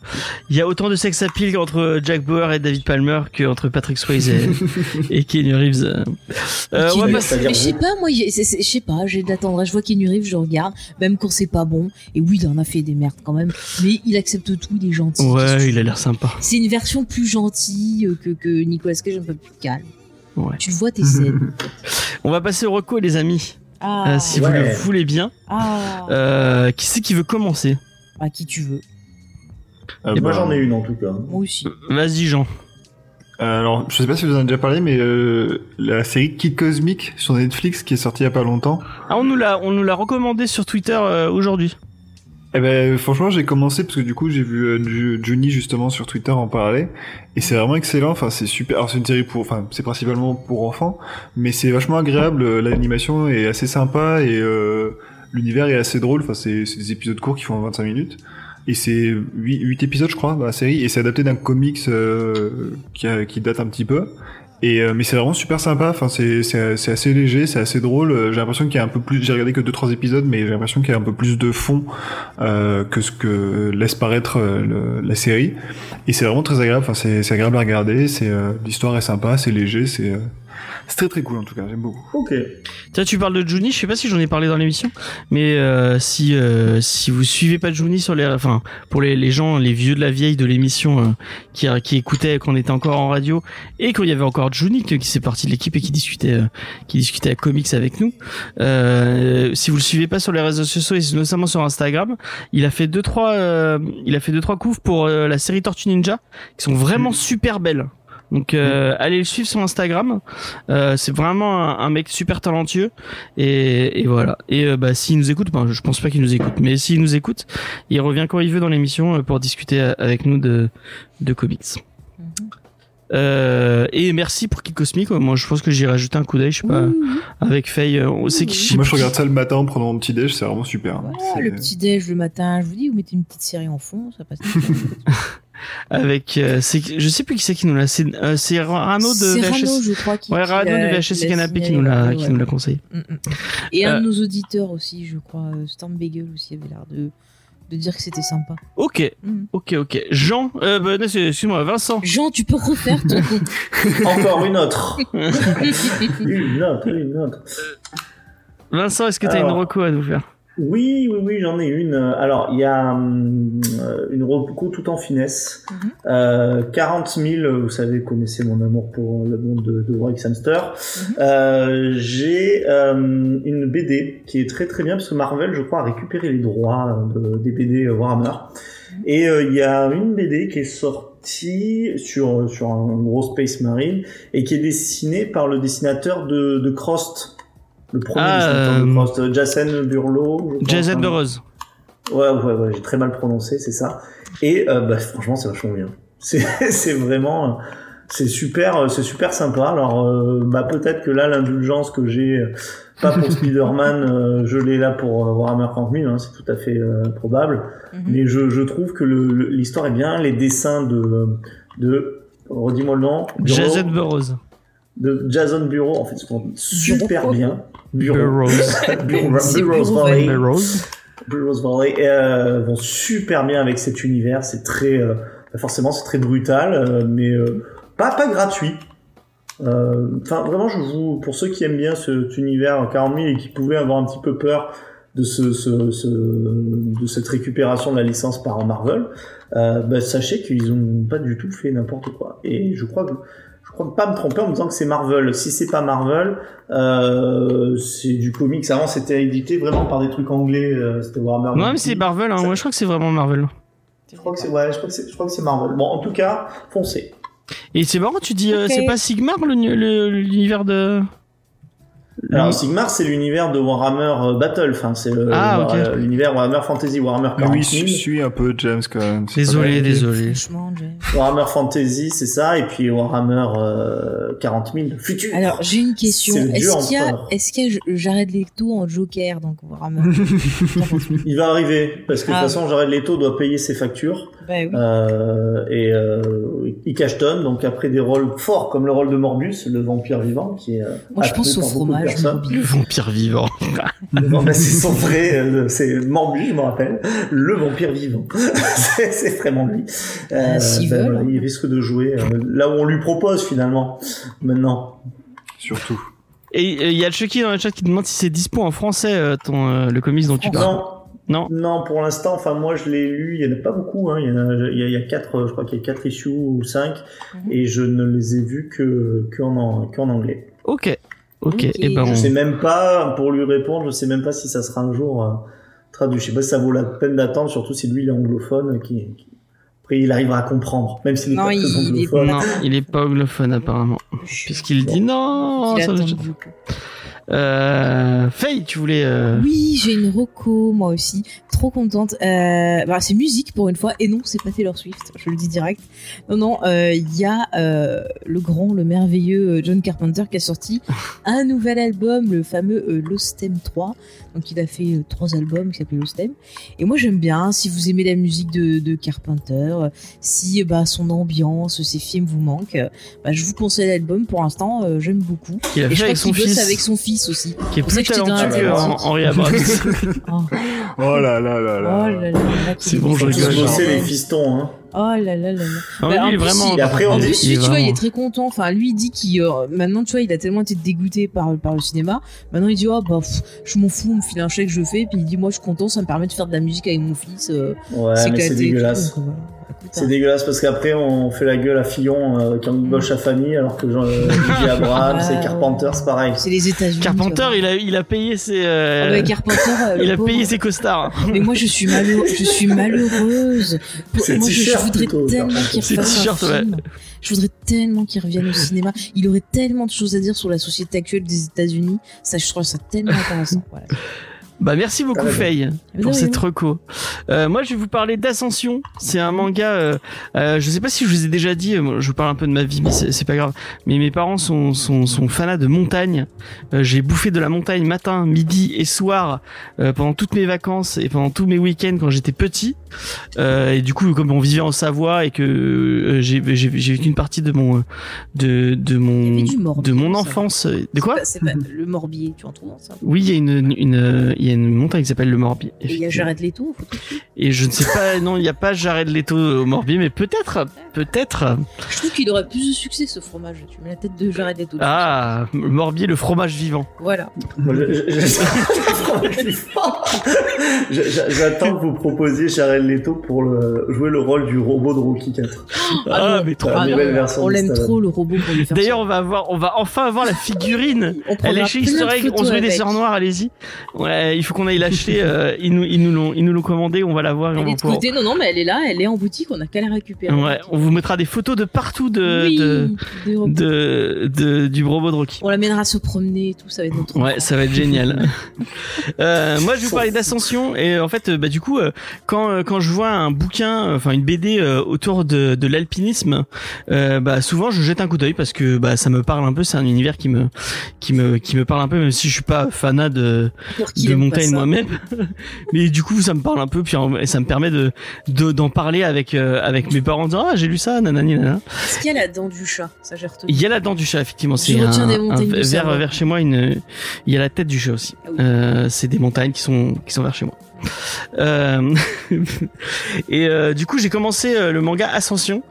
[SPEAKER 2] il y a autant de sex appeal entre Jack Bauer et David Palmer qu'entre Patrick Swayze et, et Keanu Reeves. euh. Euh,
[SPEAKER 3] Keanu-
[SPEAKER 2] on va
[SPEAKER 4] Mais
[SPEAKER 2] passer-
[SPEAKER 4] c'est-à-dire-
[SPEAKER 3] Mais je sais pas, moi, j'ai- c'est- c'est- je sais pas, j'ai de la tendresse. Je vois Kenyu Reeves, je regarde, même quand c'est pas bon. Et oui, il en a fait des merdes quand même. Mais il accepte tout, il est gentil. Qu'est-ce que
[SPEAKER 2] ouais,
[SPEAKER 3] tu
[SPEAKER 2] il a
[SPEAKER 3] veux
[SPEAKER 2] l'air sympa.
[SPEAKER 3] C'est une version plus gentille euh, que, que Nicolas Cage, un peu plus calme.
[SPEAKER 2] Ouais.
[SPEAKER 3] Tu le vois, t'es saine.
[SPEAKER 2] On va passer au reco, les amis,
[SPEAKER 3] Ah,
[SPEAKER 2] euh, si vous
[SPEAKER 4] Ouais.
[SPEAKER 2] le voulez bien.
[SPEAKER 3] ah.
[SPEAKER 2] Euh, qui c'est qui veut commencer
[SPEAKER 3] Bah, qui tu veux.
[SPEAKER 5] Euh,
[SPEAKER 4] moi
[SPEAKER 5] bah,
[SPEAKER 4] j'en ai une en tout cas.
[SPEAKER 3] Moi aussi.
[SPEAKER 2] Vas-y, Jean.
[SPEAKER 5] Euh, alors, je sais pas si vous en avez déjà parlé, mais euh, la série Kid Cosmic sur Netflix qui est sortie il y a pas longtemps.
[SPEAKER 2] Ah, on nous l'a, on nous l'a recommandé sur Twitter euh, aujourd'hui.
[SPEAKER 5] Eh ben, franchement, j'ai commencé parce que du coup, j'ai vu euh, Ju- Juni justement sur Twitter en parler, et c'est vraiment excellent. Enfin, c'est super. Alors, c'est une série pour, enfin, c'est principalement pour enfants, mais c'est vachement agréable. euh, L'animation est assez sympa et euh, l'univers est assez drôle. Enfin, c'est c'est des épisodes courts qui font 25 minutes. Et c'est 8, épisodes, je crois, dans la série. Et c'est adapté d'un comics euh, qui, a- qui date un petit peu. Et euh, mais c'est vraiment super sympa. Enfin, c'est c'est c'est assez léger, c'est assez drôle. Euh, J'ai l'impression qu'il y a un peu plus. J'ai regardé que deux trois épisodes, mais j'ai l'impression qu'il y a un peu plus de fond euh, que ce que laisse paraître euh, le- la série. Et c'est vraiment très agréable. Enfin, c'est c'est agréable à regarder. C'est euh, l'histoire est sympa, c'est léger, c'est euh, c'est très très cool en tout cas. J'aime beaucoup.
[SPEAKER 4] Ok.
[SPEAKER 2] Tiens, tu parles de Juni, je sais pas si j'en ai parlé dans l'émission, mais euh, si euh, si vous suivez pas Juni sur les, enfin pour les, les gens, les vieux de la vieille de l'émission euh, qui qui écoutaient quand on était encore en radio et quand il y avait encore Juni qui, qui s'est parti de l'équipe et qui discutait euh, qui discutait à comics avec nous, euh, si vous le suivez pas sur les réseaux sociaux et notamment sur Instagram, il a fait deux trois euh, il a fait deux trois coups pour euh, la série Tortue Ninja qui sont vraiment super belles. Donc euh, allez le suivre sur Instagram. Euh, c'est vraiment un, un mec super talentueux et, et voilà. Et euh, bah s'il nous écoute, ben, je pense pas qu'il nous écoute, mais s'il nous écoute, il revient quand il veut dans l'émission euh, pour discuter euh, avec nous de de comics. Euh, et merci pour Kid Cosmic. ouais, Moi, je pense que j'ai rajouté un coup d'œil, je sais pas,
[SPEAKER 3] Ah,
[SPEAKER 2] avec Faye. euh, on sait qui. sais
[SPEAKER 5] Moi,
[SPEAKER 2] plus
[SPEAKER 5] je regarde ça le matin en prenant mon petit déj. C'est vraiment super. hein.
[SPEAKER 3] Voilà,
[SPEAKER 5] C'est-
[SPEAKER 3] Oh, le petit déj le matin, je vous dis, vous mettez une petite série en fond, ça passe.
[SPEAKER 2] Avec, euh, c'est- je sais plus qui c'est qui nous l'a. C'est euh, c'est Rano de
[SPEAKER 3] C'est Rano,
[SPEAKER 2] VHS.
[SPEAKER 3] je crois, qui
[SPEAKER 2] Ouais,
[SPEAKER 3] qui
[SPEAKER 2] Rano
[SPEAKER 3] l'a-
[SPEAKER 2] de
[SPEAKER 3] qui
[SPEAKER 2] VHS et
[SPEAKER 3] l'a
[SPEAKER 2] Canapé qui
[SPEAKER 3] signalé,
[SPEAKER 2] nous l'a,
[SPEAKER 3] ouais,
[SPEAKER 2] qui
[SPEAKER 3] ouais.
[SPEAKER 2] nous l'a conseillé.
[SPEAKER 3] Mm, mm. Et un
[SPEAKER 2] Euh,
[SPEAKER 3] de nos auditeurs aussi, je crois, euh, Stormbagel aussi avait l'air de, de dire que c'était sympa.
[SPEAKER 2] Ok,
[SPEAKER 3] Mm.
[SPEAKER 2] ok, ok. Jean, euh, bah, non, c'est- excuse-moi, Vincent.
[SPEAKER 3] Jean, tu peux refaire ton
[SPEAKER 4] Encore une autre. Une autre, une autre.
[SPEAKER 2] Vincent, est-ce que t'as une
[SPEAKER 4] Alors.
[SPEAKER 2] reco à nous faire
[SPEAKER 4] Oui, oui, oui, j'en ai une. Euh, Alors, il y a hum, euh, une reco tout en finesse.
[SPEAKER 3] Mhm.
[SPEAKER 4] Euh, 40 000, vous savez, vous connaissez mon amour pour euh, le monde de, de Warwick Samster. Euh, J'ai euh, une BD qui est très très bien parce que Marvel, je crois, a récupéré les droits euh, de- des BD Warhammer. Et euh, il y a une BD qui est sortie sur, sur un gros Space Marine et qui est dessinée par le dessinateur de, de Crost. Le premier
[SPEAKER 2] Ah,
[SPEAKER 4] dessinateur
[SPEAKER 2] euh,
[SPEAKER 4] de Crost, Jason Burlow. je
[SPEAKER 2] Jason
[SPEAKER 4] pense,
[SPEAKER 2] de
[SPEAKER 4] hein.
[SPEAKER 2] Rose.
[SPEAKER 4] Ouais, ouais, ouais, j'ai très mal prononcé, c'est ça. Et euh, bah, franchement, c'est vachement bien. C'est c'est vraiment, euh, c'est super, euh, c'est super sympa. Alors, euh, bah, peut-être que là, l'indulgence que j'ai, euh, pas pour Spider-Man, euh, je l'ai là pour euh, Warhammer 30 000, hein, c'est tout à fait euh, probable.
[SPEAKER 3] Mhm.
[SPEAKER 4] Mais je, je trouve que le- le- l'histoire est bien, les dessins de, de redis-moi le nom, Bureau-
[SPEAKER 2] Jason de Rose.
[SPEAKER 4] de Jason Bureau, en fait, ils sont super
[SPEAKER 3] Bureau.
[SPEAKER 4] bien. Bureau.
[SPEAKER 2] Burrows.
[SPEAKER 4] Bureau.
[SPEAKER 3] C'est
[SPEAKER 4] Bureau
[SPEAKER 3] Bureau
[SPEAKER 4] Valley.
[SPEAKER 2] Burrows.
[SPEAKER 4] Blue Rose Valley euh, vont super bien avec cet univers. C'est très, euh, forcément, c'est très brutal, euh, mais euh, pas pas gratuit. Euh, Enfin, vraiment, je vous, pour ceux qui aiment bien cet univers 40 000 et qui pouvaient avoir un petit peu peur de ce, ce- ce- de cette récupération de la licence par Marvel, euh, bah, sachez qu'ils ont pas du tout fait n'importe quoi. Et je crois que je crois pas me tromper en me disant que c'est Marvel. Si c'est pas Marvel, euh, c'est du comics. Avant, c'était édité vraiment par des trucs anglais. euh, c'était Warner.
[SPEAKER 2] Non, mais c'est Marvel. Hein. Moi, je crois que c'est vraiment Marvel.
[SPEAKER 4] Je crois que c'est ouais, je crois que c'est- je crois que c'est Marvel. Bon, en tout cas, foncez.
[SPEAKER 2] Et c'est marrant, tu dis, euh,
[SPEAKER 3] Ok.
[SPEAKER 2] c'est pas Sigmar le nu- le- l'univers de.
[SPEAKER 4] Alors, Sigmar, c'est l'univers de Warhammer euh, Battle. Enfin, c'est le-
[SPEAKER 2] Ah, ok.
[SPEAKER 4] euh, l'univers Warhammer Fantasy, Warhammer
[SPEAKER 5] Mais
[SPEAKER 4] 40
[SPEAKER 5] Ah oui,
[SPEAKER 4] 000.
[SPEAKER 5] suis, suis un peu James quand même. c'est
[SPEAKER 2] Ah,
[SPEAKER 5] pas
[SPEAKER 2] Désolé,
[SPEAKER 5] mal.
[SPEAKER 2] désolé.
[SPEAKER 3] Franchement, j'ai-
[SPEAKER 4] Warhammer Fantasy, c'est ça. Et puis Warhammer euh, 40 000, futur.
[SPEAKER 3] Alors, j'ai une question.
[SPEAKER 4] C'est le dieu
[SPEAKER 3] Est-ce qu'il y a,
[SPEAKER 4] empereur.
[SPEAKER 3] est-ce qu'il y a J- Jared Leto en Joker donc Warhammer T'en penses quoi
[SPEAKER 4] Il va arriver parce que de
[SPEAKER 3] Ah.
[SPEAKER 4] toute façon, Jared Leto doit payer ses factures.
[SPEAKER 3] Bah oui.
[SPEAKER 4] Euh, et euh, Ick Ashton, donc après des rôles forts comme le rôle de Morbus, le vampire vivant, qui est. euh,
[SPEAKER 3] Moi, je
[SPEAKER 4] appelé
[SPEAKER 3] pense au
[SPEAKER 4] par beaucoup de
[SPEAKER 3] fromage.
[SPEAKER 4] personnes.
[SPEAKER 2] Le vampire vivant.
[SPEAKER 4] Non, mais c'est son vrai, euh, c'est Morbus, je me rappelle, le vampire vivant. c'est c'est vraiment lui. Euh, ben
[SPEAKER 3] Ah, s'ils veulent.
[SPEAKER 4] voilà, il risque de jouer euh, là où on lui propose finalement. Maintenant,
[SPEAKER 5] Surtout.
[SPEAKER 2] Et il y a Chucky dans le chat qui demande si c'est dispo en français euh, ton euh, le comics dont tu parles.
[SPEAKER 4] non.
[SPEAKER 2] Non.
[SPEAKER 4] Non, pour l'instant, enfin moi je l'ai lu, il y en a pas beaucoup, hein. il, y en a, il, y a, il y a quatre, euh, je crois qu'il y a quatre issues ou cinq,
[SPEAKER 3] Mhm.
[SPEAKER 4] et je ne les ai vus que qu'en en, qu'en anglais.
[SPEAKER 2] Ok. Ok,
[SPEAKER 3] Ok.
[SPEAKER 2] et ben
[SPEAKER 4] Je
[SPEAKER 2] on-
[SPEAKER 4] sais même pas, pour lui répondre, je sais même pas si ça sera un jour euh, traduit. Je sais pas si ça vaut la peine d'attendre, surtout si lui il est anglophone, qui, qui- après il arrivera à comprendre, même s'il n'est
[SPEAKER 3] Non,
[SPEAKER 4] pas très
[SPEAKER 3] il- il est-
[SPEAKER 4] anglophone.
[SPEAKER 2] Non, il est pas anglophone apparemment. Puisqu'il dit non.
[SPEAKER 3] Il
[SPEAKER 2] ça va-
[SPEAKER 3] attend beaucoup.
[SPEAKER 2] Euh, Faye, tu voulais. euh,
[SPEAKER 3] Oui, j'ai une reco, moi aussi. Trop contente. Euh, bah, c'est musique pour une fois. Et non, c'est pas Taylor Swift, je le dis direct. Non, non, euh, il y a euh, le grand, le merveilleux euh, John Carpenter qui a sorti un nouvel album, le fameux euh, Lost Theme 3. Donc il a fait euh, trois albums qui s'appellent Lost Theme. Et moi j'aime bien, si vous aimez la musique de, de Carpenter, euh, si euh, bah, son ambiance, ses films vous manquent, euh, bah, je vous conseille l'album. Pour l'instant, euh, j'aime beaucoup.
[SPEAKER 2] Qu'il a
[SPEAKER 3] Et
[SPEAKER 2] fait
[SPEAKER 3] je crois
[SPEAKER 2] avec son
[SPEAKER 3] qu'il bosse
[SPEAKER 2] fils.
[SPEAKER 3] avec son fils aussi.
[SPEAKER 2] Qui est
[SPEAKER 3] pour ça
[SPEAKER 2] plus
[SPEAKER 3] que j'étais dans la
[SPEAKER 2] talentueux en
[SPEAKER 3] thématique.
[SPEAKER 2] Henri Abrams.
[SPEAKER 3] Oh.
[SPEAKER 5] Oh là là là
[SPEAKER 3] Oh là
[SPEAKER 5] là.
[SPEAKER 3] là là,
[SPEAKER 2] C'est bon, je
[SPEAKER 4] Ils
[SPEAKER 2] rigole.
[SPEAKER 4] se
[SPEAKER 5] Genre,
[SPEAKER 4] bossaient
[SPEAKER 5] euh,
[SPEAKER 4] les fistons, hein.
[SPEAKER 3] Oh là là là là.
[SPEAKER 2] Ah oui,
[SPEAKER 3] Bah, en
[SPEAKER 2] il est
[SPEAKER 3] plus,
[SPEAKER 2] vraiment.
[SPEAKER 3] il-
[SPEAKER 4] Et après, on
[SPEAKER 3] En
[SPEAKER 4] dit-
[SPEAKER 3] plus, lui, tu vois, il
[SPEAKER 2] vraiment-
[SPEAKER 3] est très content. Enfin, lui, il dit qu'il, euh, maintenant, tu vois, il a tellement été dégoûté par, par le cinéma. Maintenant, il dit, oh, bah, pff, je m'en fous, on me file un chèque, je fais. Puis il dit, moi, je suis content, ça me permet de faire de la musique avec mon fils. euh,
[SPEAKER 4] Ouais, mais
[SPEAKER 3] éclaté
[SPEAKER 4] c'est
[SPEAKER 3] et tout.
[SPEAKER 4] dégueulasse.
[SPEAKER 3] Donc, voilà. Écoute,
[SPEAKER 4] C'est
[SPEAKER 3] hein.
[SPEAKER 4] dégueulasse parce qu'après on fait la gueule à Fillon euh, quand il bosse à famille alors que genre euh, J.J. Abrams
[SPEAKER 3] Hmm. Ouais,
[SPEAKER 4] et
[SPEAKER 3] ouais.
[SPEAKER 4] Carpenter c'est pareil.
[SPEAKER 3] C'est les États-Unis.
[SPEAKER 2] Carpenter,
[SPEAKER 3] tu vois.
[SPEAKER 2] il a, il a payé ses. euh,
[SPEAKER 3] Ah ouais, Carpenter, euh,
[SPEAKER 2] il
[SPEAKER 3] le
[SPEAKER 2] a
[SPEAKER 3] pauvre.
[SPEAKER 2] payé ses costards.
[SPEAKER 3] Mais moi, je suis, malheureux, je suis malheureuse. Pour-
[SPEAKER 4] C'est
[SPEAKER 3] Moi, je, je
[SPEAKER 4] t-shirt
[SPEAKER 3] voudrais
[SPEAKER 4] plutôt,
[SPEAKER 3] tellement
[SPEAKER 4] Carpenter.
[SPEAKER 3] qu'il
[SPEAKER 2] C'est
[SPEAKER 3] refasse un
[SPEAKER 2] t-shirt, ouais.
[SPEAKER 3] film. Je voudrais tellement qu'il revienne au cinéma. Il aurait tellement de choses à dire sur la société actuelle des États-Unis. Ça, je trouve ça tellement intéressant. Voilà.
[SPEAKER 2] Bah, merci beaucoup,
[SPEAKER 4] Ah ouais.
[SPEAKER 2] Faye.
[SPEAKER 3] Mais
[SPEAKER 2] pour
[SPEAKER 3] non,
[SPEAKER 2] cette
[SPEAKER 3] mais
[SPEAKER 2] reco. Euh, moi, je vais vous parler d'Ascension. C'est un manga. Euh, euh, je sais pas si je vous ai déjà dit. euh, moi, Je vous parle un peu de ma vie, mais c'est c'est pas grave. Mais mes parents sont sont, sont fanas de montagne. Euh, J'ai bouffé de la montagne matin, midi et soir euh, pendant toutes mes vacances et pendant tous mes week-ends quand j'étais petit. Euh, et du coup, comme on vivait en Savoie et que euh, j'ai j'ai j'ai vécu une partie de mon euh, de de
[SPEAKER 3] Il y
[SPEAKER 2] mon
[SPEAKER 3] avait du Morbihan,
[SPEAKER 2] de mon
[SPEAKER 3] ça.
[SPEAKER 2] enfance. De quoi
[SPEAKER 3] Bah, c'est pas- le Morbier, tu en trouves hein, ça
[SPEAKER 2] Oui, il y a une une euh, il y a une montagne qui s'appelle le Morbihan.
[SPEAKER 3] Et il y a
[SPEAKER 2] effectivement.
[SPEAKER 3] Jared Leto, faut tout-
[SPEAKER 2] Et je ne sais pas, non, il n'y a pas Jared Leto au Morbi, mais peut-être, peut-être.
[SPEAKER 3] Je trouve qu'il aurait plus de succès ce fromage. Tu mets la tête de Jared Leto. dessus.
[SPEAKER 2] Ah, Morbi, le fromage vivant.
[SPEAKER 3] Voilà.
[SPEAKER 4] Moi, je- je- je- Je- je- J'attends que vous proposiez Jared Leto pour le- jouer le rôle du robot de Rocky 4.
[SPEAKER 2] Ah, mais trop
[SPEAKER 4] Ah,
[SPEAKER 3] bien.
[SPEAKER 4] nouvelle version
[SPEAKER 3] on
[SPEAKER 4] de
[SPEAKER 3] l'aime
[SPEAKER 4] Stallone.
[SPEAKER 3] trop le robot pour lui faire
[SPEAKER 2] D'ailleurs, on va avoir, on va enfin avoir la figurine.
[SPEAKER 3] ça. on prendra
[SPEAKER 2] Elle est chez
[SPEAKER 3] plein de
[SPEAKER 2] Easter Egg,
[SPEAKER 3] photos
[SPEAKER 2] on se met des
[SPEAKER 3] avec.
[SPEAKER 2] sœurs noires, allez-y. Ouais, il faut qu'on aille l'acheter, euh, ils nous, ils nous l'ont, ils nous l'ont commandé, on va la voir et on
[SPEAKER 3] Elle
[SPEAKER 2] va
[SPEAKER 3] est de
[SPEAKER 2] pouvoir-
[SPEAKER 3] côté, non, non, mais elle est là, elle est en boutique, on a qu'à la récupérer.
[SPEAKER 2] Ouais, on vous mettra des photos de partout de,
[SPEAKER 3] Oui,
[SPEAKER 2] de,
[SPEAKER 3] des robots.
[SPEAKER 2] de, de- du robot de Rocky.
[SPEAKER 3] On l'amènera se promener et tout, ça va être notre.
[SPEAKER 2] Ouais,
[SPEAKER 3] enfant.
[SPEAKER 2] ça va être génial. Euh, moi, je vais vous parler d'ascension et euh, en fait, euh, bah du coup, euh, quand euh, quand je vois un bouquin, euh, enfin une BD euh, autour de de l'alpinisme, euh, bah souvent je jette un coup d'œil parce que bah ça me parle un peu. C'est un univers qui me qui me qui me parle un peu, même si je suis pas fanat de
[SPEAKER 3] Pour qu'il
[SPEAKER 2] de
[SPEAKER 3] aime pas
[SPEAKER 2] montagne
[SPEAKER 3] ça.
[SPEAKER 2] moi-même. Mais du coup, ça me parle un peu, puis en- et ça me permet de de- d'en parler avec euh, avec mes parents en disant ah j'ai lu ça, nanani nanana.
[SPEAKER 3] Est-ce qu'il y a la dent du chat Ça, j'ai retenu.
[SPEAKER 2] Il y a la dent du chat, effectivement. C'est
[SPEAKER 3] Je
[SPEAKER 2] un,
[SPEAKER 3] retiens des
[SPEAKER 2] un-
[SPEAKER 3] montagnes du
[SPEAKER 2] vers,
[SPEAKER 3] Savoie.
[SPEAKER 2] vers chez moi, une, il y a la tête du chat aussi.
[SPEAKER 3] Ah oui.
[SPEAKER 2] Euh, c'est des montagnes qui sont, qui sont vers chez moi. Euh, et euh, du coup, j'ai commencé euh, le manga Ascension.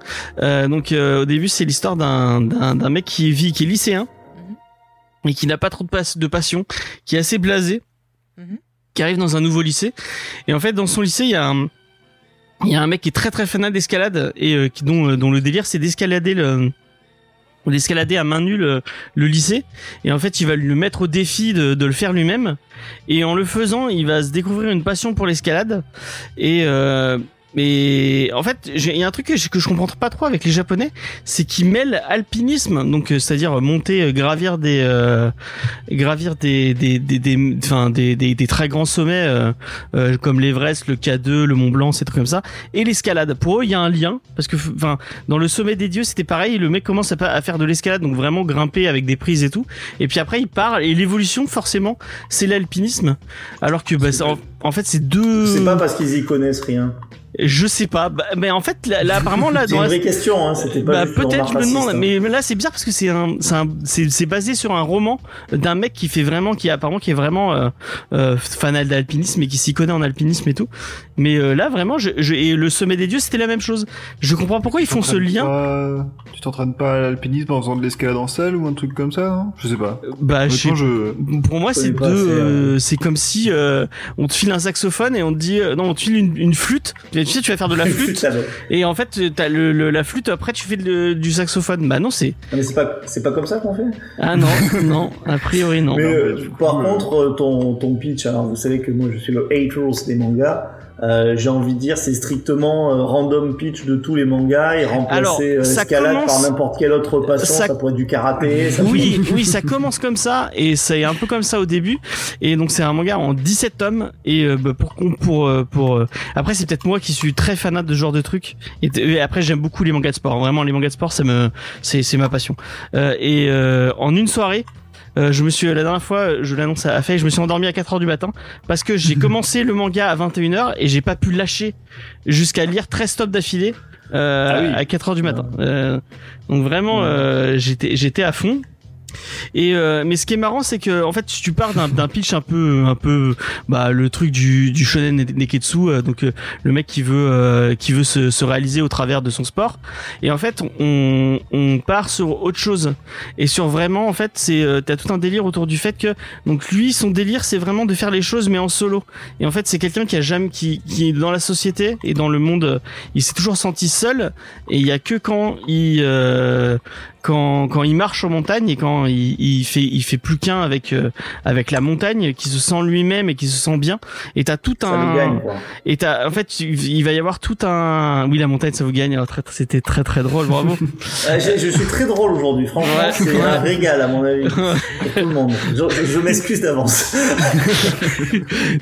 [SPEAKER 2] Euh, donc, euh, au début, c'est l'histoire d'un, d'un, d'un mec qui vit, qui est lycéen et qui n'a pas trop de, pas- de passion, qui est assez blasé,
[SPEAKER 3] Mhm.
[SPEAKER 2] qui arrive dans un nouveau lycée. Et en fait, dans son lycée, il y a un, il y a un mec qui est très très fanat d'escalade et euh, qui, dont, euh, dont le délire c'est d'escalader le d'escalader à main nue le, le lycée et en fait il va le mettre au défi de, de le faire lui-même et en le faisant il va se découvrir une passion pour l'escalade et euh, et en fait, j'ai- il y a un truc que je, que je comprends pas trop avec les Japonais, c'est qu'ils mêlent alpinisme, donc euh, c'est-à-dire monter, euh, gravir des, euh, gravir des, des, des, des, enfin, des, des, des très grands sommets euh, euh, comme l'Everest, le K2, le Mont Blanc, ces trucs comme ça, et l'escalade. Pour eux, il y a un lien parce que, enfin, dans le sommet des dieux, c'était pareil. Le mec commence à, pa- à faire de l'escalade, donc vraiment grimper avec des prises et tout. Et puis après, il part. Et l'évolution, forcément, c'est l'alpinisme. Alors que, bah, ça- en, en fait, c'est deux.
[SPEAKER 4] C'est pas parce qu'ils y connaissent rien.
[SPEAKER 2] Je sais pas, Bah, mais en fait, là, là, apparemment, là, dans
[SPEAKER 4] C'est une
[SPEAKER 2] la-
[SPEAKER 4] vraie question, hein. C'était
[SPEAKER 2] Ah,
[SPEAKER 4] pas
[SPEAKER 2] bah,
[SPEAKER 4] juste une
[SPEAKER 2] peut-être,
[SPEAKER 4] remarque
[SPEAKER 2] je me demande,
[SPEAKER 4] raciste, hein.
[SPEAKER 2] mais mais là, c'est bizarre parce que c'est un, c'est un- c'est, c'est basé sur un roman d'un mec qui fait vraiment, qui est apparemment, qui est vraiment euh, euh, fanat d'alpinisme et qui s'y connaît en alpinisme et tout. Mais euh, là, vraiment, je, je- et le sommet des dieux, c'était la même chose. Je comprends pourquoi ils font ce
[SPEAKER 5] T'entraînes
[SPEAKER 2] lien.
[SPEAKER 5] pas- Tu t'entraînes pas à l'alpinisme en faisant de l'escalade en selle ou un truc comme ça non Je sais pas.
[SPEAKER 2] Bah, je sais
[SPEAKER 5] Honnêtement, je...
[SPEAKER 2] Pour moi,
[SPEAKER 4] connais
[SPEAKER 2] c'est
[SPEAKER 4] pas
[SPEAKER 2] deux.
[SPEAKER 4] assez,
[SPEAKER 2] euh, c'est comme si euh, on te file un saxophone et on te dit euh, non, on te file une, une flûte. Et Tu sais, tu vas faire de la flûte.
[SPEAKER 4] Putain, mais-
[SPEAKER 2] Et en fait, t'as le, le- la flûte, après, tu fais de- du saxophone. Bah non, c'est.
[SPEAKER 4] mais c'est pas, c'est pas comme ça qu'on fait.
[SPEAKER 2] Ah non, non, a priori non.
[SPEAKER 4] mais
[SPEAKER 5] bah,
[SPEAKER 4] euh,
[SPEAKER 5] du coup,
[SPEAKER 4] par
[SPEAKER 5] euh,
[SPEAKER 4] contre, euh, ton, ton pitch, alors vous savez que moi je suis le haters des mangas. Euh, J'ai envie de dire, c'est strictement euh, random pitch de tous les mangas et remplacer
[SPEAKER 2] Alors,
[SPEAKER 4] euh,
[SPEAKER 2] ça
[SPEAKER 4] escalade
[SPEAKER 2] commence- euh,
[SPEAKER 4] par n'importe quel autre passant. Ça...
[SPEAKER 2] ça-
[SPEAKER 4] pourrait être du karaté. Ça
[SPEAKER 2] Oui, oui, ça commence comme ça et c'est un peu comme ça au début. Et donc c'est un manga en 17 tomes et euh, bah, pour qu'on- pour euh, pour euh, après c'est peut-être moi qui suis très fanat de ce genre de truc et, t- et après j'aime beaucoup les mangas de sport. Vraiment les mangas de sport ça me c'est c'est ma passion. Euh, et euh, en une soirée euh, je me suis la dernière fois, je l'annonce à Faye, je me suis endormi à 4h du matin parce que j'ai commencé le manga à 21h et j'ai pas pu lâcher jusqu'à lire 13 tomes d'affilée euh,
[SPEAKER 5] Ah oui.
[SPEAKER 2] à 4h du matin. Euh, donc vraiment euh, j'étais j'étais à fond. Et euh, mais ce qui est marrant, c'est que en fait, tu tu pars d'un- d'un pitch un peu, un peu, bah le truc du, du shonen neketsu, euh, donc euh, le mec qui veut, euh, qui veut se, se réaliser au travers de son sport. Et en fait, on, on part sur autre chose et sur vraiment, en fait, c'est, euh, t'as tout un délire autour du fait que donc lui, son délire, c'est vraiment de faire les choses mais en solo. Et en fait, c'est quelqu'un qui a jamais, qui, qui est dans la société et dans le monde, euh, il s'est toujours senti seul. Et il y a que quand il euh, quand, quand il marche en montagne et quand il, il fait il fait plus qu'un avec euh, avec la montagne qui se sent lui-même et qui se sent bien et t'as tout
[SPEAKER 4] Ça
[SPEAKER 2] un
[SPEAKER 4] le gagne, quoi.
[SPEAKER 2] et t'as en fait il il va y avoir tout un oui la montagne ça vous gagne Alors, très- c'était très très drôle bravo
[SPEAKER 4] Euh, j'ai- je, suis très drôle aujourd'hui, franchement,
[SPEAKER 2] Ouais.
[SPEAKER 4] c'est un régal à mon avis pour tout le monde. Je, je m'excuse d'avance.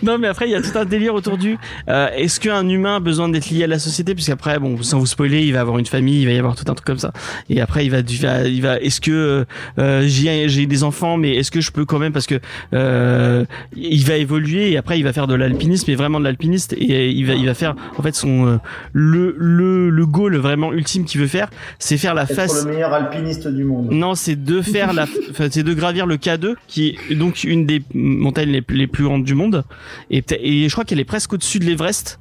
[SPEAKER 2] non mais après il y a tout un délire autour du euh, est-ce qu'un humain a besoin d'être lié à la société puisqu'après bon sans vous spoiler il va avoir une famille il va y avoir tout un truc comme ça et après il va il va, il va est-ce que euh, j'ai j'ai des enfants mais est-ce que je peux quand même parce que euh, il va évoluer et après il va faire de l'alpinisme et vraiment de l'alpiniste et il va il va faire en fait son euh, le le le goal vraiment ultime qu'il veut faire c'est faire la
[SPEAKER 4] Être
[SPEAKER 2] face
[SPEAKER 4] le meilleur alpiniste du monde.
[SPEAKER 2] non, c'est de faire la, enfin, c'est de gravir le K2, qui est donc une des montagnes les, les plus grandes du monde, et, peut- et je crois qu'elle est presque au-dessus de l'Everest,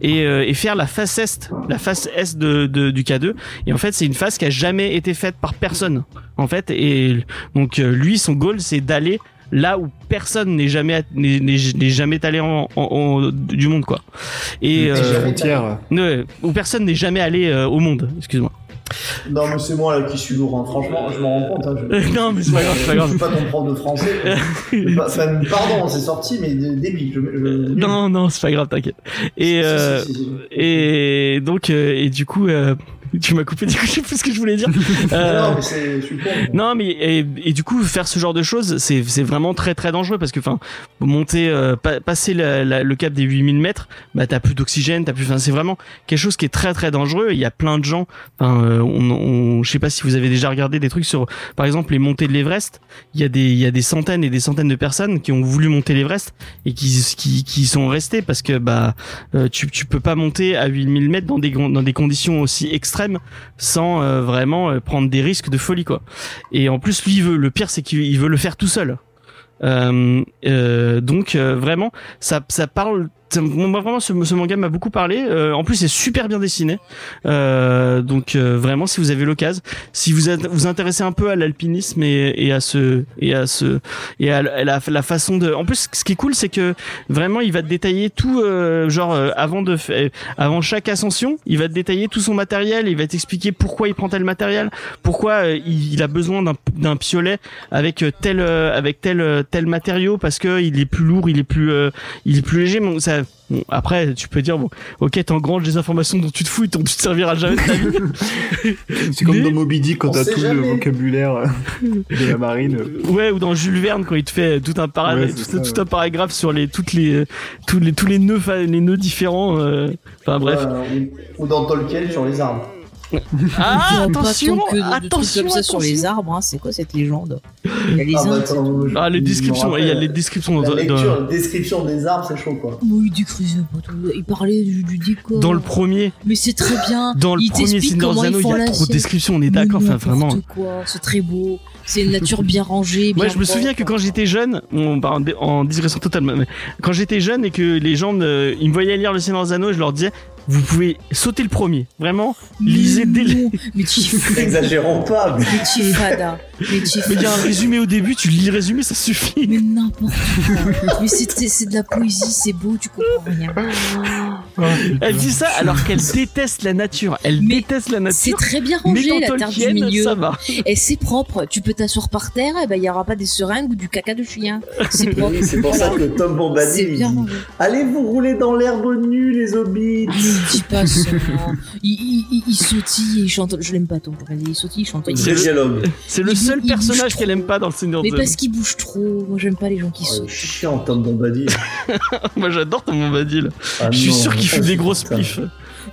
[SPEAKER 2] et, euh, et faire la face est, la face est de, de- du K2, et en fait c'est une face qui a jamais été faite par personne, en fait, et donc euh, lui son goal c'est d'aller là où personne n'est jamais n'est n'est- n'est jamais allé en, en- en- du monde quoi, et
[SPEAKER 5] Les
[SPEAKER 2] euh,
[SPEAKER 5] frontières.
[SPEAKER 2] ne- où personne n'est jamais allé euh, au monde, excuse-moi.
[SPEAKER 4] Non, mais c'est moi là qui suis lourd, hein. franchement, je m'en rends compte. Hein. Je...
[SPEAKER 2] non mais c'est pas grave, c'est pas
[SPEAKER 4] Je
[SPEAKER 2] grave.
[SPEAKER 4] suis pas ton prof de français. Mais pas- enfin, pardon, hein, c'est sorti, mais dé- débile. Je, je-
[SPEAKER 2] Euh, Non, non, c'est pas grave, t'inquiète.
[SPEAKER 4] Si,
[SPEAKER 2] Et,
[SPEAKER 4] si,
[SPEAKER 2] euh,
[SPEAKER 4] si, si.
[SPEAKER 2] et donc, euh, et du coup, euh, tu m'as coupé, du coup, je sais plus ce que je voulais dire. Euh,
[SPEAKER 4] Non, mais c'est je suis con.
[SPEAKER 2] non, mais et, et du coup, faire ce genre de choses, c'est c'est vraiment très très dangereux parce que, enfin, monter, euh, pa- passer la- la- le cap des 8000 mètres, bah t'as plus d'oxygène, t'as plus, enfin, c'est vraiment quelque chose qui est très très dangereux. Il y a plein de gens. Enfin, euh, on, on- je sais pas si vous avez déjà regardé des trucs sur, par exemple, les montées de l'Everest. Il y a des, il y a des centaines et des centaines de personnes qui ont voulu monter l'Everest et qui, qui, qui y sont restées parce que bah, euh, tu, tu peux pas monter à 8000 mètres dans des, grands- dans des conditions aussi extrêmes sans euh, vraiment euh, prendre des risques de folie quoi. Et en plus, lui, il veut, le pire, c'est qu'il il veut le faire tout seul. Euh, euh, donc euh, vraiment ça, ça parle ça- moi vraiment ce, ce manga m'a beaucoup parlé Euh, en plus c'est super bien dessiné Euh, donc euh, vraiment si vous avez l'occasion si vous êtes- vous intéressez un peu à l'alpinisme et, et à ce et à ce et à la, la- la façon de en plus ce qui est cool c'est que vraiment il va te détailler tout euh, genre euh, avant de fa- euh, avant chaque ascension il va te détailler tout son matériel il va t'expliquer pourquoi il prend tel matériel pourquoi euh, il, il a besoin d'un- d'un piolet avec euh, tel euh, avec tel euh, tel matériau parce que il est plus lourd, il est plus euh, il est plus léger. Bon, ça, bon, après tu peux dire bon, ok, t'engranges des informations dont tu te fous, et dont tu te serviras jamais de ta vie.
[SPEAKER 5] C'est comme
[SPEAKER 2] Mais-
[SPEAKER 5] dans Moby Dick quand
[SPEAKER 4] On
[SPEAKER 5] t'as
[SPEAKER 4] sait
[SPEAKER 5] tout le
[SPEAKER 4] jamais.
[SPEAKER 5] vocabulaire de la marine.
[SPEAKER 2] ouais, ou dans Jules Verne quand il te fait tout un paragraphe,
[SPEAKER 5] Ouais, c'est
[SPEAKER 2] tout,
[SPEAKER 5] ça,
[SPEAKER 2] tout un paragraphe sur les toutes les tous les tous les nœuds fa- les nœuds différents. euh, Enfin bref.
[SPEAKER 4] Ouais, Euh, ou, ou dans Tolkien sur les arbres.
[SPEAKER 2] Ah
[SPEAKER 3] On parle pas
[SPEAKER 2] attention,
[SPEAKER 3] tant que de- de trucs
[SPEAKER 2] attention,
[SPEAKER 3] comme ça sur
[SPEAKER 2] attention.
[SPEAKER 3] les arbres, hein. c'est quoi cette légende Il y a les
[SPEAKER 4] Ah, bah,
[SPEAKER 3] Indes.
[SPEAKER 4] attends, je-
[SPEAKER 2] Ah les
[SPEAKER 4] je me
[SPEAKER 2] descriptions, il y a
[SPEAKER 4] rappelle,
[SPEAKER 2] les descriptions
[SPEAKER 4] La
[SPEAKER 2] dans,
[SPEAKER 4] lecture, la description des arbres, c'est chaud quoi.
[SPEAKER 3] Oui, du cruiseux, il parlait du, du décor.
[SPEAKER 2] dans le premier,
[SPEAKER 3] Mais c'est très bien.
[SPEAKER 2] dans le
[SPEAKER 3] il
[SPEAKER 2] premier
[SPEAKER 3] t'explique
[SPEAKER 2] Seigneur
[SPEAKER 3] comment
[SPEAKER 2] des Anneaux,
[SPEAKER 3] ils
[SPEAKER 2] il
[SPEAKER 3] font Mmh,
[SPEAKER 2] y a trop de
[SPEAKER 3] l'assiette.
[SPEAKER 2] descriptions, on est d'accord,
[SPEAKER 3] Mais
[SPEAKER 2] enfin vraiment.
[SPEAKER 3] n'importe quoi, C'est très beau. C'est une nature bien rangée.
[SPEAKER 2] Moi,
[SPEAKER 3] bien
[SPEAKER 2] je me souviens
[SPEAKER 3] propre.
[SPEAKER 2] que quand j'étais jeune, on part en, dé- en digression totalement, mais quand j'étais jeune et que les gens, euh, ils me voyaient lire Le Seigneur des Anneaux, je leur disais, vous pouvez sauter le premier, vraiment. lisez
[SPEAKER 3] Mais
[SPEAKER 2] dès le-
[SPEAKER 3] non, Mais tu hein.
[SPEAKER 4] Exagérons pas, mais
[SPEAKER 3] Mais tu fada. Mais tu
[SPEAKER 2] Mais il y a un résumé au début, tu lis le résumé, ça suffit.
[SPEAKER 3] Mais n'importe quoi. Mais c'est c'est- c'est de la poésie, c'est beau, tu comprends rien.
[SPEAKER 2] Elle dit ça alors qu'elle déteste la nature. Elle
[SPEAKER 3] Mais
[SPEAKER 2] déteste la
[SPEAKER 3] C'est
[SPEAKER 2] nature.
[SPEAKER 3] très bien
[SPEAKER 2] Mais
[SPEAKER 3] rangé,
[SPEAKER 2] quand
[SPEAKER 3] la terre du
[SPEAKER 2] Tolkien,
[SPEAKER 3] milieu.
[SPEAKER 2] ça va.
[SPEAKER 3] Et c'est propre. Tu peux t'asseoir par terre, et ben, il n'y aura pas des seringues ou du caca de chien. C'est propre.
[SPEAKER 4] Oui, c'est pour ça que Tom Bombadil
[SPEAKER 3] C'est
[SPEAKER 4] il
[SPEAKER 3] bien
[SPEAKER 4] dit,
[SPEAKER 3] rangé.
[SPEAKER 4] Allez vous rouler dans l'herbe nue, les hobbits
[SPEAKER 3] Ne dis pas ça. Il, il, il, il sautille et il chante. Je l'aime pas, ton Bombadil. Il sautille, il chante.
[SPEAKER 2] Oui,
[SPEAKER 3] Il
[SPEAKER 2] c'est
[SPEAKER 4] Des
[SPEAKER 2] le-
[SPEAKER 3] bouge.
[SPEAKER 4] dialogues.
[SPEAKER 2] C'est le
[SPEAKER 3] Il-
[SPEAKER 2] seul
[SPEAKER 3] il bouge
[SPEAKER 2] personnage
[SPEAKER 3] trop.
[SPEAKER 2] qu'elle aime pas dans le Seigneur
[SPEAKER 3] Mais
[SPEAKER 2] des Anneaux.
[SPEAKER 3] parce qu'il bouge trop. Moi, j'aime pas les gens qui
[SPEAKER 4] Oh, le
[SPEAKER 3] sautent.
[SPEAKER 4] chiant, Tom Bombadil.
[SPEAKER 2] Moi j'adore ton Bombadil.
[SPEAKER 4] Ah
[SPEAKER 2] Je suis
[SPEAKER 4] non,
[SPEAKER 2] sûr qu'il
[SPEAKER 4] ça,
[SPEAKER 2] fait des
[SPEAKER 4] c'est-
[SPEAKER 2] grosses
[SPEAKER 4] putain.
[SPEAKER 2] pifs.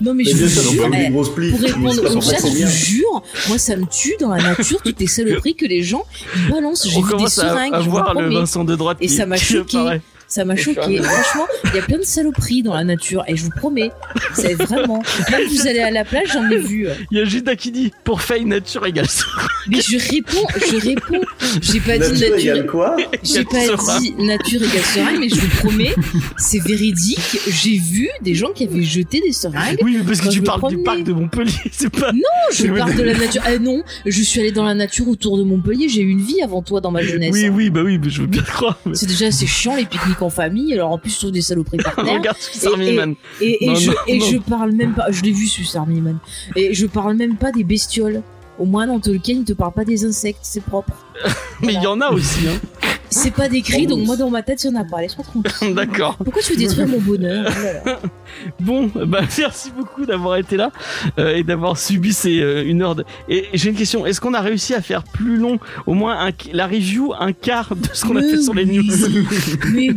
[SPEAKER 3] Non, mais
[SPEAKER 4] Mais
[SPEAKER 3] je vous
[SPEAKER 4] bien sûr qu'il
[SPEAKER 3] jure.
[SPEAKER 4] fait
[SPEAKER 3] eh,
[SPEAKER 4] des grosses plis.
[SPEAKER 3] Pour répondre
[SPEAKER 4] Ça
[SPEAKER 3] au
[SPEAKER 4] s'en
[SPEAKER 3] chat,
[SPEAKER 4] passe
[SPEAKER 3] je
[SPEAKER 4] bien.
[SPEAKER 3] vous jure, moi ça me tue dans la nature, toutes les saloperies que les gens balancent. J'ai
[SPEAKER 2] On
[SPEAKER 3] vu des
[SPEAKER 2] commence à,
[SPEAKER 3] seringues,
[SPEAKER 2] à
[SPEAKER 3] je vous
[SPEAKER 2] voir le
[SPEAKER 3] promets.
[SPEAKER 2] Vincent de droite
[SPEAKER 3] Et
[SPEAKER 2] qui,
[SPEAKER 3] ça m'a
[SPEAKER 2] qui
[SPEAKER 3] choqué.
[SPEAKER 2] apparaît.
[SPEAKER 3] Ça m'a choqué. Franchement, il y a plein de saloperies dans la nature. Et je vous promets, c'est vraiment. Même vous allez à la plage, j'en ai vu.
[SPEAKER 2] Il y a Judas qui dit pour faille nature égale ça.
[SPEAKER 3] Mais je réponds, je réponds. J'ai pas dit
[SPEAKER 4] Nature
[SPEAKER 3] nature.
[SPEAKER 4] égale quoi
[SPEAKER 3] J'ai
[SPEAKER 2] égale
[SPEAKER 3] pas
[SPEAKER 2] seringue.
[SPEAKER 3] dit nature égale seringue, mais je vous promets, c'est véridique. J'ai vu des gens qui avaient jeté des seringues.
[SPEAKER 2] Oui, mais parce que
[SPEAKER 3] Moi, Ah je
[SPEAKER 2] tu
[SPEAKER 3] me
[SPEAKER 2] parles du
[SPEAKER 3] promenais.
[SPEAKER 2] parc de Montpellier, c'est pas.
[SPEAKER 3] Non, je
[SPEAKER 2] Mais
[SPEAKER 3] parle
[SPEAKER 2] oui.
[SPEAKER 3] de la nature. Ah non, je suis allée dans la nature autour de Montpellier. J'ai eu une vie avant toi dans ma jeunesse.
[SPEAKER 2] Oui, oui, bah oui, mais je veux bien le croire. mais-
[SPEAKER 3] C'est déjà assez chiant les pique-niques en famille, alors en plus je trouve des saloperies par terre.
[SPEAKER 2] Regarde Susan
[SPEAKER 3] Et- et-
[SPEAKER 2] Miman.
[SPEAKER 3] Et, et
[SPEAKER 2] Non,
[SPEAKER 3] je,
[SPEAKER 2] non,
[SPEAKER 3] et
[SPEAKER 2] non.
[SPEAKER 3] je parle même pas, je l'ai vu celui Army Man, et je parle même pas des bestioles. Au moins dans Tolkien, il te parle pas des insectes, c'est propre.
[SPEAKER 2] Mais il y en a aussi, hein.
[SPEAKER 3] C'est pas décrit,
[SPEAKER 4] Oh,
[SPEAKER 3] donc
[SPEAKER 4] ouf.
[SPEAKER 3] moi dans ma tête, il y en a pas. Laisse-moi tranquille.
[SPEAKER 2] hein. D'accord.
[SPEAKER 3] Pourquoi tu veux détruire mon bonheur Oh là là.
[SPEAKER 2] Bon, bah merci beaucoup d'avoir été là euh, et d'avoir subi ces euh, une heure. De... Et j'ai une question. Est-ce qu'on a réussi à faire plus long, au moins un, la review, un quart de ce qu'on a
[SPEAKER 3] Mais
[SPEAKER 2] fait sur les
[SPEAKER 3] oui.
[SPEAKER 2] news
[SPEAKER 3] Mais oui.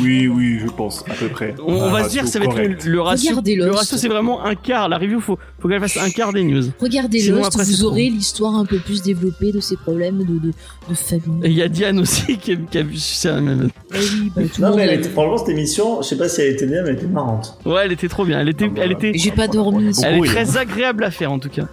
[SPEAKER 5] Oui, oui, je pense, à peu près.
[SPEAKER 2] On, on va se dire que ça va être le, le ratio.
[SPEAKER 3] Regardez-le.
[SPEAKER 2] Le ratio, c'est vraiment un quart. La review, faut, faut qu'elle fasse un quart des news.
[SPEAKER 3] Regardez
[SPEAKER 2] Sinon,
[SPEAKER 3] Lost,
[SPEAKER 2] après, c'est
[SPEAKER 3] vous
[SPEAKER 2] trop.
[SPEAKER 3] aurez l'histoire un peu plus développée de ces problèmes de, de, de famille.
[SPEAKER 2] Et il y a Diane aussi qui a, qui a vu ça. même.
[SPEAKER 3] Ah oui, bah, tout le
[SPEAKER 4] Non,
[SPEAKER 3] monde
[SPEAKER 4] mais elle
[SPEAKER 3] a-
[SPEAKER 4] était- franchement, cette émission, je sais pas si elle était bien, mais elle était marrante.
[SPEAKER 2] Ouais, elle était trop bien. Elle était,
[SPEAKER 5] Ah bah.
[SPEAKER 2] elle était,
[SPEAKER 3] J'ai pas dormi.
[SPEAKER 5] Beaucoup,
[SPEAKER 2] elle est
[SPEAKER 5] oui. Bah,
[SPEAKER 2] très
[SPEAKER 4] hein.
[SPEAKER 2] agréable à faire en tout cas.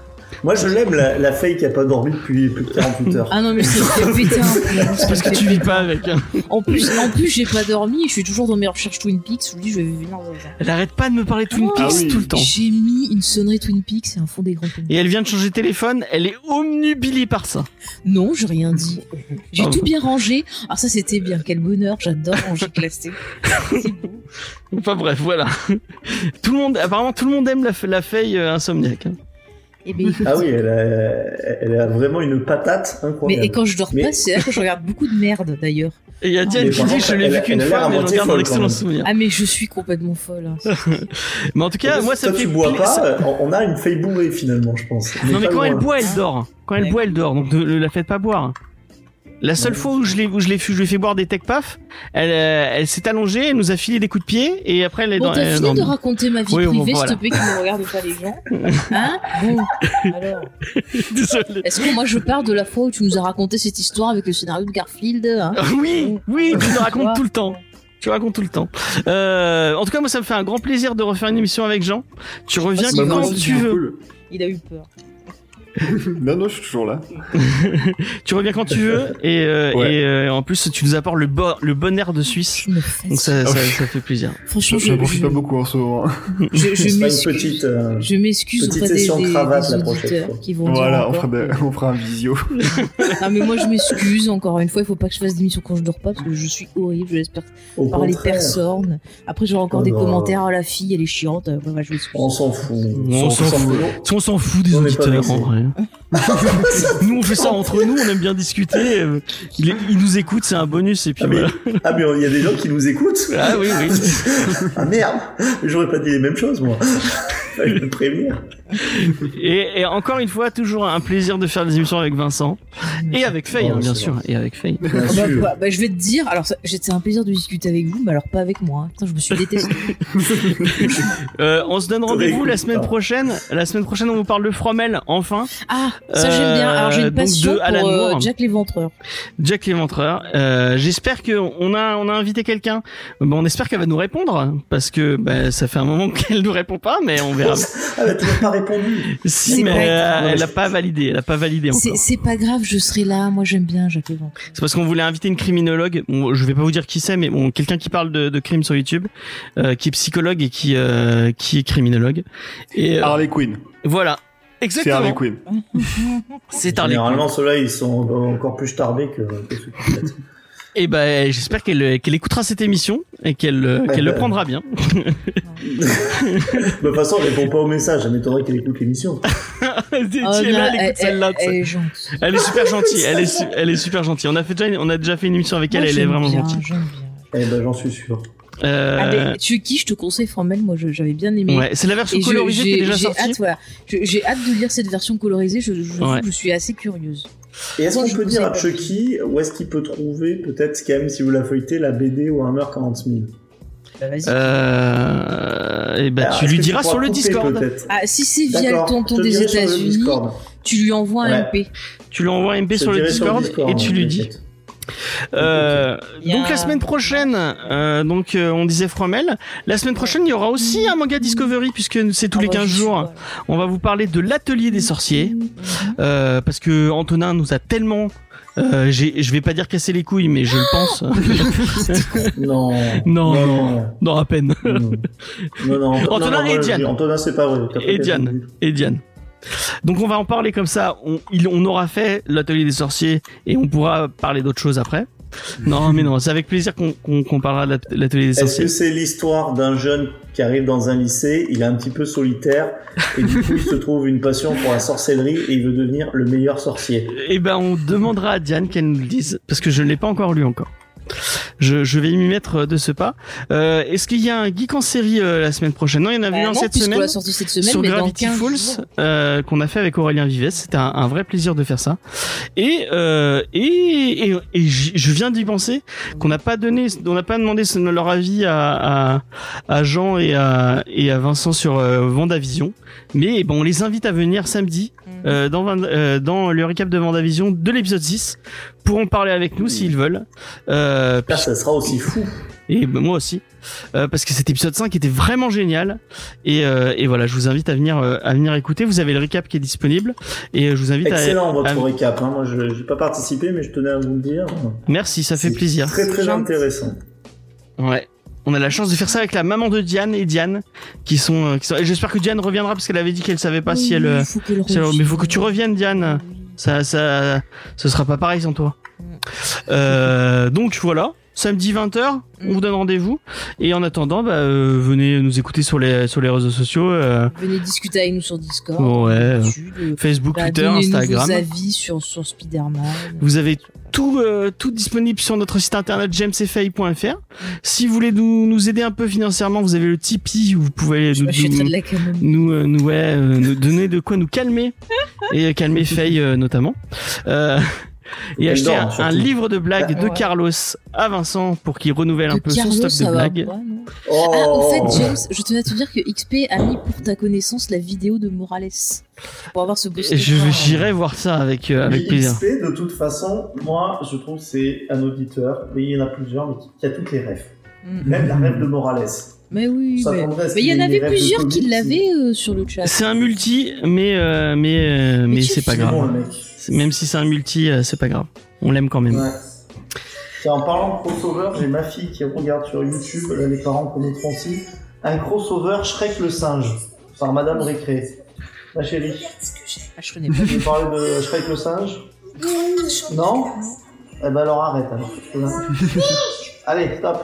[SPEAKER 4] Moi, je l'aime, la, la fille qui a pas dormi depuis plus de 48 heures.
[SPEAKER 3] Ah non, mais c'est pété un plomb.
[SPEAKER 2] C'est parce que tu vis pas avec. hein.
[SPEAKER 3] En plus, en plus, j'ai pas dormi. Je suis toujours dans mes recherches Twin Peaks. Je vous dis, je vais venir dans un.
[SPEAKER 2] Elle arrête pas de me parler Twin
[SPEAKER 3] Oh.
[SPEAKER 2] Peaks
[SPEAKER 5] Ah oui.
[SPEAKER 2] tout le temps.
[SPEAKER 3] J'ai mis une sonnerie Twin Peaks et un fond des grands
[SPEAKER 2] Et elle vient de changer de téléphone. Elle est omnubilée par ça.
[SPEAKER 3] Non, j'ai rien dit. J'ai
[SPEAKER 2] Ah
[SPEAKER 3] tout bien rangé. Alors ça, c'était bien. Quel bonheur. J'adore ranger classé.
[SPEAKER 2] Enfin bref, voilà. tout le monde, apparemment, tout le monde aime la, f- la feuille euh, insomniaque. hein.
[SPEAKER 3] Et, ben,
[SPEAKER 4] Ah oui, elle a, elle a vraiment une patate
[SPEAKER 3] mais,
[SPEAKER 4] incroyable.
[SPEAKER 3] et quand je dors
[SPEAKER 4] Mais-
[SPEAKER 3] pas, c'est là que je regarde beaucoup de merde d'ailleurs.
[SPEAKER 2] Et il y a Diane
[SPEAKER 4] mais
[SPEAKER 2] qui
[SPEAKER 4] par
[SPEAKER 2] dit
[SPEAKER 4] contre,
[SPEAKER 2] Je l'ai
[SPEAKER 4] elle
[SPEAKER 2] vu
[SPEAKER 4] a-
[SPEAKER 2] qu'une
[SPEAKER 4] elle a
[SPEAKER 2] fois,
[SPEAKER 4] l'air à
[SPEAKER 2] mais j'en
[SPEAKER 4] moitié
[SPEAKER 2] garde un
[SPEAKER 4] folle,
[SPEAKER 2] excellent
[SPEAKER 4] quand même.
[SPEAKER 2] souvenir.
[SPEAKER 3] Ah mais je suis complètement folle. hein.
[SPEAKER 2] Mais en tout cas,
[SPEAKER 4] Parce
[SPEAKER 2] moi,
[SPEAKER 4] que
[SPEAKER 2] ça
[SPEAKER 4] toi,
[SPEAKER 2] me fait.
[SPEAKER 4] tu bois
[SPEAKER 2] pla-
[SPEAKER 4] pas,
[SPEAKER 2] ça-
[SPEAKER 4] euh, on on a une feuille bourrée finalement, je pense. On
[SPEAKER 2] Non,
[SPEAKER 4] est
[SPEAKER 2] mais
[SPEAKER 4] pas
[SPEAKER 2] quand elle
[SPEAKER 4] loin.
[SPEAKER 2] boit, elle dort. Quand elle
[SPEAKER 3] Ouais.
[SPEAKER 2] boit, elle dort. Donc ne, ne la faites pas boire. La seule fois où je l'ai où je l'ai fait, je lui ai fait boire des tech paf, elle, euh, elle s'est allongée, elle nous a filé des coups de pied et après elle est
[SPEAKER 3] Bon,
[SPEAKER 2] dans. elle
[SPEAKER 3] t'as
[SPEAKER 2] est
[SPEAKER 3] fini
[SPEAKER 2] dans-
[SPEAKER 3] de raconter ma vie
[SPEAKER 2] Oui, bon,
[SPEAKER 3] privée,
[SPEAKER 2] voilà.
[SPEAKER 3] s'il te plaît, qui ne regarde pas les gens. Hein Bon, alors.
[SPEAKER 2] Désolé.
[SPEAKER 3] Est-ce que moi je pars de la fois où tu nous as raconté cette histoire avec le scénario de Garfield hein
[SPEAKER 2] Oui, oui, tu nous racontes
[SPEAKER 3] vois.
[SPEAKER 2] tout le temps. Tu racontes tout le temps. Euh, en tout cas, moi, ça me fait un grand plaisir de refaire une émission avec Jean. Tu reviens
[SPEAKER 3] Vas-y,
[SPEAKER 5] Bah, moi
[SPEAKER 2] quand
[SPEAKER 3] Vincent.
[SPEAKER 5] aussi,
[SPEAKER 2] tu
[SPEAKER 5] c'est
[SPEAKER 2] veux.
[SPEAKER 5] cool.
[SPEAKER 3] Il a eu peur.
[SPEAKER 5] Non, non, je suis toujours là.
[SPEAKER 2] Tu reviens quand tu veux et, euh,
[SPEAKER 5] Ouais.
[SPEAKER 2] et euh, en plus tu nous apportes le, bo- le bon air de Suisse.
[SPEAKER 3] Tu me fais
[SPEAKER 2] Donc ça,
[SPEAKER 5] Ah
[SPEAKER 2] ça,
[SPEAKER 5] oui.
[SPEAKER 2] ça fait plaisir.
[SPEAKER 3] Franchement,
[SPEAKER 5] Je
[SPEAKER 3] je,
[SPEAKER 5] je profite
[SPEAKER 3] je,
[SPEAKER 5] pas beaucoup en hein. ce moment.
[SPEAKER 3] je, je
[SPEAKER 4] C'est pas une
[SPEAKER 3] m'excuse.
[SPEAKER 4] petite. euh,
[SPEAKER 3] Je m'excuse
[SPEAKER 4] petite
[SPEAKER 3] auprès des,
[SPEAKER 4] session
[SPEAKER 3] des-
[SPEAKER 4] cravate
[SPEAKER 3] des
[SPEAKER 4] la prochaine fois.
[SPEAKER 3] auditeurs qui vont
[SPEAKER 5] Voilà,
[SPEAKER 3] dire
[SPEAKER 5] on fera,
[SPEAKER 3] encore
[SPEAKER 5] des- on fera un visio.
[SPEAKER 3] que- Non mais moi je m'excuse encore une fois, il faut pas que je fasse des missions quand je dors pas parce que je suis horrible, je laisse per-
[SPEAKER 4] Au
[SPEAKER 3] parler
[SPEAKER 4] contraire,
[SPEAKER 3] personne. Après j'aurai encore
[SPEAKER 4] Oh
[SPEAKER 3] des
[SPEAKER 4] non.
[SPEAKER 3] commentaires, oh la fille elle est chiante, Euh, bah, bah, je m'excuse.
[SPEAKER 4] On s'en fout.
[SPEAKER 2] On s'en fout. On s'en fout des
[SPEAKER 4] On est pas
[SPEAKER 2] auditeurs
[SPEAKER 4] vexés.
[SPEAKER 2] en vrai. nous on fait ça entre nous, on aime bien discuter. euh, Ils, ils nous écoutent, c'est un bonus et puis
[SPEAKER 4] Ah mais,
[SPEAKER 2] voilà.
[SPEAKER 4] ah, mais il y a des gens qui nous écoutent.
[SPEAKER 2] Ah oui oui.
[SPEAKER 4] Ah merde, j'aurais pas dit les mêmes choses moi. Fallait me prévenir.
[SPEAKER 2] Et, et encore une fois, toujours un plaisir de faire des émissions avec Vincent et avec Faye,
[SPEAKER 4] Oh,
[SPEAKER 2] hein, bien
[SPEAKER 4] c'est
[SPEAKER 2] sûr, et avec Faye.
[SPEAKER 4] Bien
[SPEAKER 3] Ah bah,
[SPEAKER 4] sûr.
[SPEAKER 3] bah, bah, je vais te dire, alors ça- c'était un plaisir de discuter avec vous, mais alors pas avec moi. hein. Putain, je me suis détestée.
[SPEAKER 2] Euh, on se donne rendez-vous la
[SPEAKER 4] écoute,
[SPEAKER 2] semaine
[SPEAKER 4] hein. prochaine.
[SPEAKER 2] prochaine. La semaine prochaine, on vous parle de Fromel, enfin.
[SPEAKER 3] Ah, ça j'aime bien. Alors j'ai
[SPEAKER 2] Euh,
[SPEAKER 3] une
[SPEAKER 2] donc,
[SPEAKER 3] passion
[SPEAKER 2] de Alan
[SPEAKER 3] pour euh,
[SPEAKER 2] Moore.
[SPEAKER 3] Jack l'éventreur.
[SPEAKER 2] Jack l'éventreur. Euh, j'espère que on a on a invité quelqu'un. Bon, on espère qu'elle va nous répondre parce que bah, ça fait un moment qu'elle nous répond pas, mais on verra.
[SPEAKER 4] Ah bah, tu m'as pas répondu.
[SPEAKER 2] si
[SPEAKER 3] C'est
[SPEAKER 2] mais
[SPEAKER 3] vrai.
[SPEAKER 2] euh, elle a pas validé, elle a pas validé encore.
[SPEAKER 3] C'est
[SPEAKER 2] C'est
[SPEAKER 3] c'est pas grave, je serai là. Moi j'aime bien Jack l'éventreur.
[SPEAKER 2] parce qu'on voulait inviter une criminologue. Bon, je vais pas vous dire qui c'est, mais bon, quelqu'un qui parle de, de crime sur YouTube, euh, qui est psychologue et qui euh, qui est criminologue. Et euh,
[SPEAKER 5] Harley Quinn.
[SPEAKER 2] voilà.
[SPEAKER 5] C'est
[SPEAKER 2] Exactement.
[SPEAKER 5] Harley Quinn.
[SPEAKER 2] C'est Harley Quinn.
[SPEAKER 4] Généralement, ceux-là, ils sont encore plus tardés que, que ceux qui
[SPEAKER 2] Et ben, j'espère qu'elle qu'elle écoutera cette émission et qu'elle euh,
[SPEAKER 4] Ouais,
[SPEAKER 2] qu'elle le
[SPEAKER 4] bah.
[SPEAKER 2] prendra bien.
[SPEAKER 4] De toute façon, elle répond pas au message. Elle m'étonnerait qu'elle écoute l'émission.
[SPEAKER 2] elle est
[SPEAKER 3] Oh non,
[SPEAKER 2] là, elle
[SPEAKER 3] elle-
[SPEAKER 2] écoute celle-là.
[SPEAKER 3] elle-
[SPEAKER 2] tu sais.
[SPEAKER 3] elle est gentille.
[SPEAKER 2] Elle est super gentille. Elle est, su- elle est super gentille. On a fait déjà, une- on a déjà fait une émission avec elle.
[SPEAKER 3] Moi,
[SPEAKER 2] elle est
[SPEAKER 3] j'aime
[SPEAKER 2] vraiment
[SPEAKER 3] bien,
[SPEAKER 2] gentille.
[SPEAKER 3] j'aime bien.
[SPEAKER 4] Eh ben, j'en suis sûr.
[SPEAKER 2] Euh,
[SPEAKER 3] Ah, mais tu es qui je te conseille formel moi je- j'avais bien aimé.
[SPEAKER 2] ouais, c'est la version
[SPEAKER 3] Et je-
[SPEAKER 2] colorisée qui est
[SPEAKER 3] j'ai-
[SPEAKER 2] déjà
[SPEAKER 3] j'ai
[SPEAKER 2] sortie.
[SPEAKER 3] hâte, voilà. Je- J'ai hâte de lire cette version colorisée. Je, je-
[SPEAKER 2] Ouais.
[SPEAKER 3] je suis assez curieuse.
[SPEAKER 4] Et est-ce
[SPEAKER 3] Moi,
[SPEAKER 4] qu'on
[SPEAKER 3] je
[SPEAKER 4] peut dire à
[SPEAKER 3] vous ai pas
[SPEAKER 4] Chucky où est-ce qu'il peut trouver, peut-être, quand même, si vous la feuilletez, la BD ou Hammer 40 000
[SPEAKER 3] Bah, vas-y.
[SPEAKER 2] Euh, et ben,
[SPEAKER 4] Alors,
[SPEAKER 2] tu
[SPEAKER 4] est-ce
[SPEAKER 2] lui
[SPEAKER 4] Ah, que
[SPEAKER 2] diras
[SPEAKER 4] pourras
[SPEAKER 2] sur le
[SPEAKER 4] couper,
[SPEAKER 2] Discord.
[SPEAKER 4] peut-être
[SPEAKER 3] Ah, si c'est via le
[SPEAKER 4] D'accord,
[SPEAKER 3] tonton
[SPEAKER 4] je te
[SPEAKER 3] des
[SPEAKER 4] dirai sur le
[SPEAKER 3] États-Unis,
[SPEAKER 4] Discord.
[SPEAKER 3] tu lui envoies un
[SPEAKER 4] Ouais.
[SPEAKER 3] MP.
[SPEAKER 2] Tu lui envoies un MP
[SPEAKER 4] Je
[SPEAKER 2] sur
[SPEAKER 4] te
[SPEAKER 2] le
[SPEAKER 4] dirai hein.
[SPEAKER 2] Discord et tu lui dis.
[SPEAKER 4] t'inquiète.
[SPEAKER 2] Euh,
[SPEAKER 3] Il y a
[SPEAKER 2] donc la
[SPEAKER 3] un-
[SPEAKER 2] semaine prochaine, euh, donc euh, on disait Fromel. La semaine prochaine, il y aura aussi un manga Discovery puisque c'est tous les 15 jours. On va vous parler de l'atelier des sorciers euh, parce que Antonin nous a tellement, euh, j'ai- je vais pas dire casser les couilles, mais je le pense.
[SPEAKER 4] Non.
[SPEAKER 2] Non,
[SPEAKER 4] non.
[SPEAKER 2] non, à peine.
[SPEAKER 4] Non, non. non.
[SPEAKER 2] Antonin
[SPEAKER 4] non,
[SPEAKER 2] et
[SPEAKER 4] moi, je
[SPEAKER 2] Diane.
[SPEAKER 4] dis, Antonin, c'est pas vrai. t'as
[SPEAKER 2] Et
[SPEAKER 4] pas
[SPEAKER 2] Diane.
[SPEAKER 4] raison.
[SPEAKER 2] et Diane. Donc on va en parler comme ça, on, il- on aura fait l'atelier des sorciers et on pourra parler d'autres choses après. Non mais non, c'est avec plaisir qu'on qu'on- qu'on parlera de l'at- l'atelier des
[SPEAKER 4] Est-ce
[SPEAKER 2] sorciers.
[SPEAKER 4] que c'est l'histoire d'un jeune qui arrive dans un lycée, il est un petit peu solitaire, et du coup, il se trouve une passion pour la sorcellerie et il veut devenir le meilleur sorcier
[SPEAKER 2] Eh ben on demandera à Diane qu'elle nous le dise, parce que je ne l'ai pas encore lu encore. Je, je vais m'y mettre de ce pas. Euh, Est-ce qu'il y a un geek en série euh, la semaine prochaine Non, il y en avait eu un
[SPEAKER 3] Bah, non,
[SPEAKER 2] cette
[SPEAKER 3] puisqu'on
[SPEAKER 2] semaine.
[SPEAKER 3] l'a sorti cette semaine,
[SPEAKER 2] sur
[SPEAKER 3] mais dans
[SPEAKER 2] Gravity
[SPEAKER 3] 15
[SPEAKER 2] Falls
[SPEAKER 3] jours.
[SPEAKER 2] euh, qu'on a fait avec Aurélien Vives. C'était un, un vrai plaisir de faire ça. Et euh, et, et, et j- je viens d'y penser qu'on n'a pas donné, on n'a pas demandé ce- leur avis à, à, à Jean et à, et à Vincent sur euh, Vendavision. Mais bon, on les invite à venir samedi
[SPEAKER 3] Mhm.
[SPEAKER 2] euh, dans, Vend- euh, dans le récap de Vendavision de l'épisode 6 pour en parler avec nous s'ils veulent. Euh,
[SPEAKER 4] J'espère que ça sera aussi fou.
[SPEAKER 2] et bah, moi aussi. Euh, parce que cet épisode 5 était vraiment génial. Et, euh, et voilà, je vous invite à venir, euh, à venir écouter. Vous avez le récap qui est disponible. Et euh, je vous invite
[SPEAKER 4] Excellent
[SPEAKER 2] à...
[SPEAKER 4] votre
[SPEAKER 2] à-
[SPEAKER 4] récap. hein. Moi, je n'ai pas participé, mais je tenais à vous le dire.
[SPEAKER 2] Merci, ça fait
[SPEAKER 4] C'est
[SPEAKER 2] plaisir.
[SPEAKER 4] Très très
[SPEAKER 3] Gentil.
[SPEAKER 4] intéressant.
[SPEAKER 2] Ouais. On a la chance de faire ça avec la maman de Diane et Diane, qui sont. euh, Qui sont... et J'espère que Diane reviendra parce qu'elle avait dit qu'elle savait pas si elle. euh,
[SPEAKER 3] faut qu'elle
[SPEAKER 2] si elle- Mais
[SPEAKER 3] revienne.
[SPEAKER 2] faut que tu reviennes, Diane. Ça, ça, ce sera pas pareil sans toi. Euh, donc voilà, samedi 20h, on vous donne rendez-vous. Et en attendant, bah, euh, venez nous écouter sur les, sur les réseaux sociaux. euh,
[SPEAKER 3] Venez discuter avec nous sur Discord.
[SPEAKER 2] Ouais.
[SPEAKER 3] dessus, de-
[SPEAKER 2] Facebook,
[SPEAKER 3] bah,
[SPEAKER 2] Twitter,
[SPEAKER 3] donnez-nous
[SPEAKER 2] Instagram.
[SPEAKER 3] vos avis sur, sur Spider-Man.
[SPEAKER 2] Vous avez tout, euh, tout disponible sur notre site internet jamesfay.fr. Si vous voulez nous, nous aider un peu financièrement, vous avez le Tipeee où vous pouvez
[SPEAKER 3] Je
[SPEAKER 2] nous,
[SPEAKER 3] m'achèterai de
[SPEAKER 2] nous,
[SPEAKER 3] la canon.
[SPEAKER 2] nous, euh, nous, ouais, euh, nous donner de quoi nous calmer et euh, calmer Faye euh, notamment. Euh, et
[SPEAKER 4] Elle
[SPEAKER 2] acheter
[SPEAKER 4] dort,
[SPEAKER 2] un,
[SPEAKER 4] surtout.
[SPEAKER 2] un livre de blagues de
[SPEAKER 3] Bah, Ouais.
[SPEAKER 2] Carlos à Vincent pour qu'il renouvelle un
[SPEAKER 3] De
[SPEAKER 2] peu
[SPEAKER 3] Carlos,
[SPEAKER 2] son stock
[SPEAKER 3] ça
[SPEAKER 2] de
[SPEAKER 3] va
[SPEAKER 2] blagues.
[SPEAKER 3] pas, non
[SPEAKER 4] Oh.
[SPEAKER 3] Ah, en fait, James, je tenais à te dire que XP a mis pour ta connaissance la vidéo de Morales. Pour avoir ce beau
[SPEAKER 2] Et Je vais- J'irai voir ça avec, euh, avec
[SPEAKER 4] Mais
[SPEAKER 2] plaisir.
[SPEAKER 4] XP, de toute façon, moi, je trouve que c'est un auditeur, mais il y en a plusieurs, mais qui, qui a toutes les rêves.
[SPEAKER 3] Mm.
[SPEAKER 4] Même la rêve de Morales.
[SPEAKER 3] Mais oui, mais...
[SPEAKER 4] s'attendrait à ce
[SPEAKER 3] mais il
[SPEAKER 4] qu'il
[SPEAKER 3] y en
[SPEAKER 4] ait des
[SPEAKER 3] avait
[SPEAKER 4] rêves de
[SPEAKER 3] plusieurs qui
[SPEAKER 4] comics,
[SPEAKER 3] l'avaient euh, sur le chat.
[SPEAKER 2] C'est un multi, mais, euh, mais, euh, mais
[SPEAKER 3] tu
[SPEAKER 2] c'est pas
[SPEAKER 4] C'est
[SPEAKER 2] grave.
[SPEAKER 4] bon, le mec.
[SPEAKER 2] Même si c'est un multi, euh, c'est pas grave. On l'aime quand même.
[SPEAKER 4] Ouais. Tiens, en parlant de crossover, j'ai ma fille qui regarde sur YouTube, là, les parents connaîtront aussi, un crossover Shrek le singe, par Madame Récré. Ma chérie,
[SPEAKER 3] Ah, je connais pas.
[SPEAKER 4] tu veux parler de Shrek le singe Non Eh ben alors arrête alors. Voilà. Allez, stop.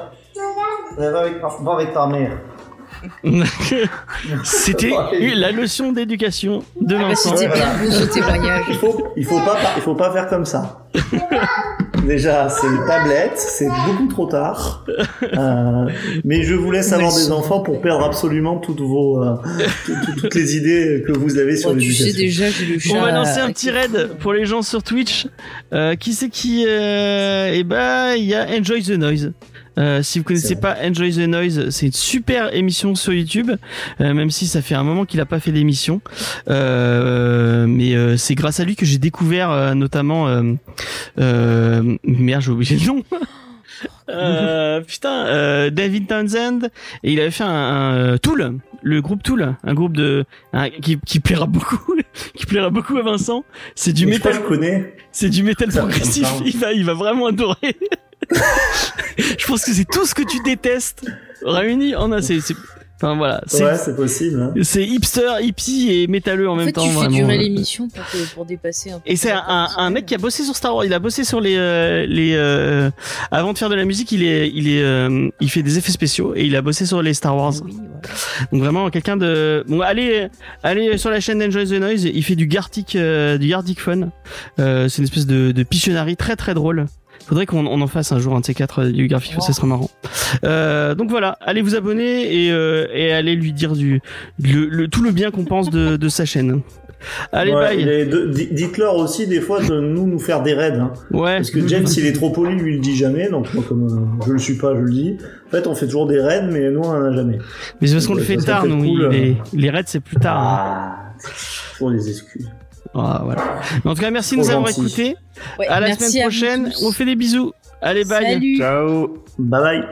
[SPEAKER 4] Va avec, va avec ta mère.
[SPEAKER 2] C'était la leçon d'éducation de
[SPEAKER 3] Ah,
[SPEAKER 2] Vincent.
[SPEAKER 3] C'était bien beau ce témoignage.
[SPEAKER 4] Il faut, il faut pas, il faut pas faire comme ça. Déjà, c'est les tablettes, c'est beaucoup trop tard. Euh, mais je vous laisse avoir des enfants pour perdre absolument toutes vos, euh, tout- tout- toutes les idées que vous avez sur
[SPEAKER 3] Oh, tu sais
[SPEAKER 4] l'éducation.
[SPEAKER 3] déjà, j'ai le chat.
[SPEAKER 2] On va lancer un
[SPEAKER 3] à-
[SPEAKER 2] petit raid pour les gens sur Twitch. Euh, qui c'est qui euh, Eh ben, il y a Enjoy the Noise. Euh, si vous connaissez
[SPEAKER 4] C'est
[SPEAKER 2] pas Enjoy the Noise, c'est une super émission sur YouTube, euh, même si ça fait un moment qu'il a pas fait d'émission. Euh, mais euh, c'est grâce à lui que j'ai découvert euh, notamment. Euh, euh, merde, j'ai oublié le nom. Euh, putain, euh, David Townsend et il avait fait un, un euh, Tool, le groupe Tool, un groupe de un- qui, qui plaira beaucoup, qui plaira beaucoup à Vincent. C'est du
[SPEAKER 4] Mais je crois
[SPEAKER 2] métal,
[SPEAKER 4] que je connais.
[SPEAKER 2] c'est du métal
[SPEAKER 4] Ça me
[SPEAKER 2] progressif.
[SPEAKER 4] parle.
[SPEAKER 2] Il va, il va vraiment adorer. Je pense que Oh c'est tout ce que tu détestes réuni en un. C'est c'est- Enfin voilà, c'est
[SPEAKER 4] Ouais, c'est possible. hein.
[SPEAKER 2] c'est hipster, hippie et métalleux en,
[SPEAKER 1] En
[SPEAKER 2] même
[SPEAKER 1] fait,
[SPEAKER 2] temps.
[SPEAKER 1] tu fais
[SPEAKER 2] vraiment.
[SPEAKER 1] durer l'émission pour, que- pour dépasser un peu.
[SPEAKER 2] Et c'est un, un- un mec qui a bossé sur Star Wars. Il a bossé sur les euh, les euh, avant de faire de la musique, il est il est euh, il fait des effets spéciaux et il a bossé sur les Star Wars.
[SPEAKER 1] Oui, voilà.
[SPEAKER 2] Donc vraiment quelqu'un de bon allez allez sur la chaîne d'Enjoy the Noise, il fait du Gartic euh, du Gartic Fun. Euh, c'est une espèce de de pictionary très très drôle. Faudrait qu'on on en fasse un jour un de ces quatre euh, du graphique,
[SPEAKER 1] Wow.
[SPEAKER 2] ça serait marrant. Euh, donc voilà, allez vous abonner et, euh, et allez lui dire du le, le- tout le bien qu'on pense de, de sa chaîne. Allez
[SPEAKER 4] Ouais,
[SPEAKER 2] bye.
[SPEAKER 4] il est de- di- Dites-leur aussi des fois de nous nous faire des raids. hein.
[SPEAKER 2] Ouais.
[SPEAKER 4] Parce que James, il est trop poli, lui, il le dit jamais. Donc, moi, comme euh, je le suis pas, je le dis. En fait, on fait toujours des raids, mais nous, on en a jamais.
[SPEAKER 2] Mais c'est parce qu'on le
[SPEAKER 4] Ça,
[SPEAKER 2] fait
[SPEAKER 4] ça
[SPEAKER 2] tard,
[SPEAKER 4] fait
[SPEAKER 2] nous.
[SPEAKER 4] cool,
[SPEAKER 2] il-
[SPEAKER 4] euh.
[SPEAKER 2] les, les raids, c'est plus tard. hein.
[SPEAKER 4] Ah, toujours des excuses.
[SPEAKER 2] Ah, voilà. Mais en tout cas, merci de nous
[SPEAKER 4] Trop
[SPEAKER 2] avoir
[SPEAKER 4] gentil.
[SPEAKER 2] écoutés.
[SPEAKER 1] Ouais,
[SPEAKER 2] À la
[SPEAKER 1] merci
[SPEAKER 2] semaine
[SPEAKER 1] à vous
[SPEAKER 2] prochaine.
[SPEAKER 1] tous.
[SPEAKER 2] On fait des bisous. Allez, bye.
[SPEAKER 1] Salut.
[SPEAKER 5] Ciao
[SPEAKER 4] Bye bye.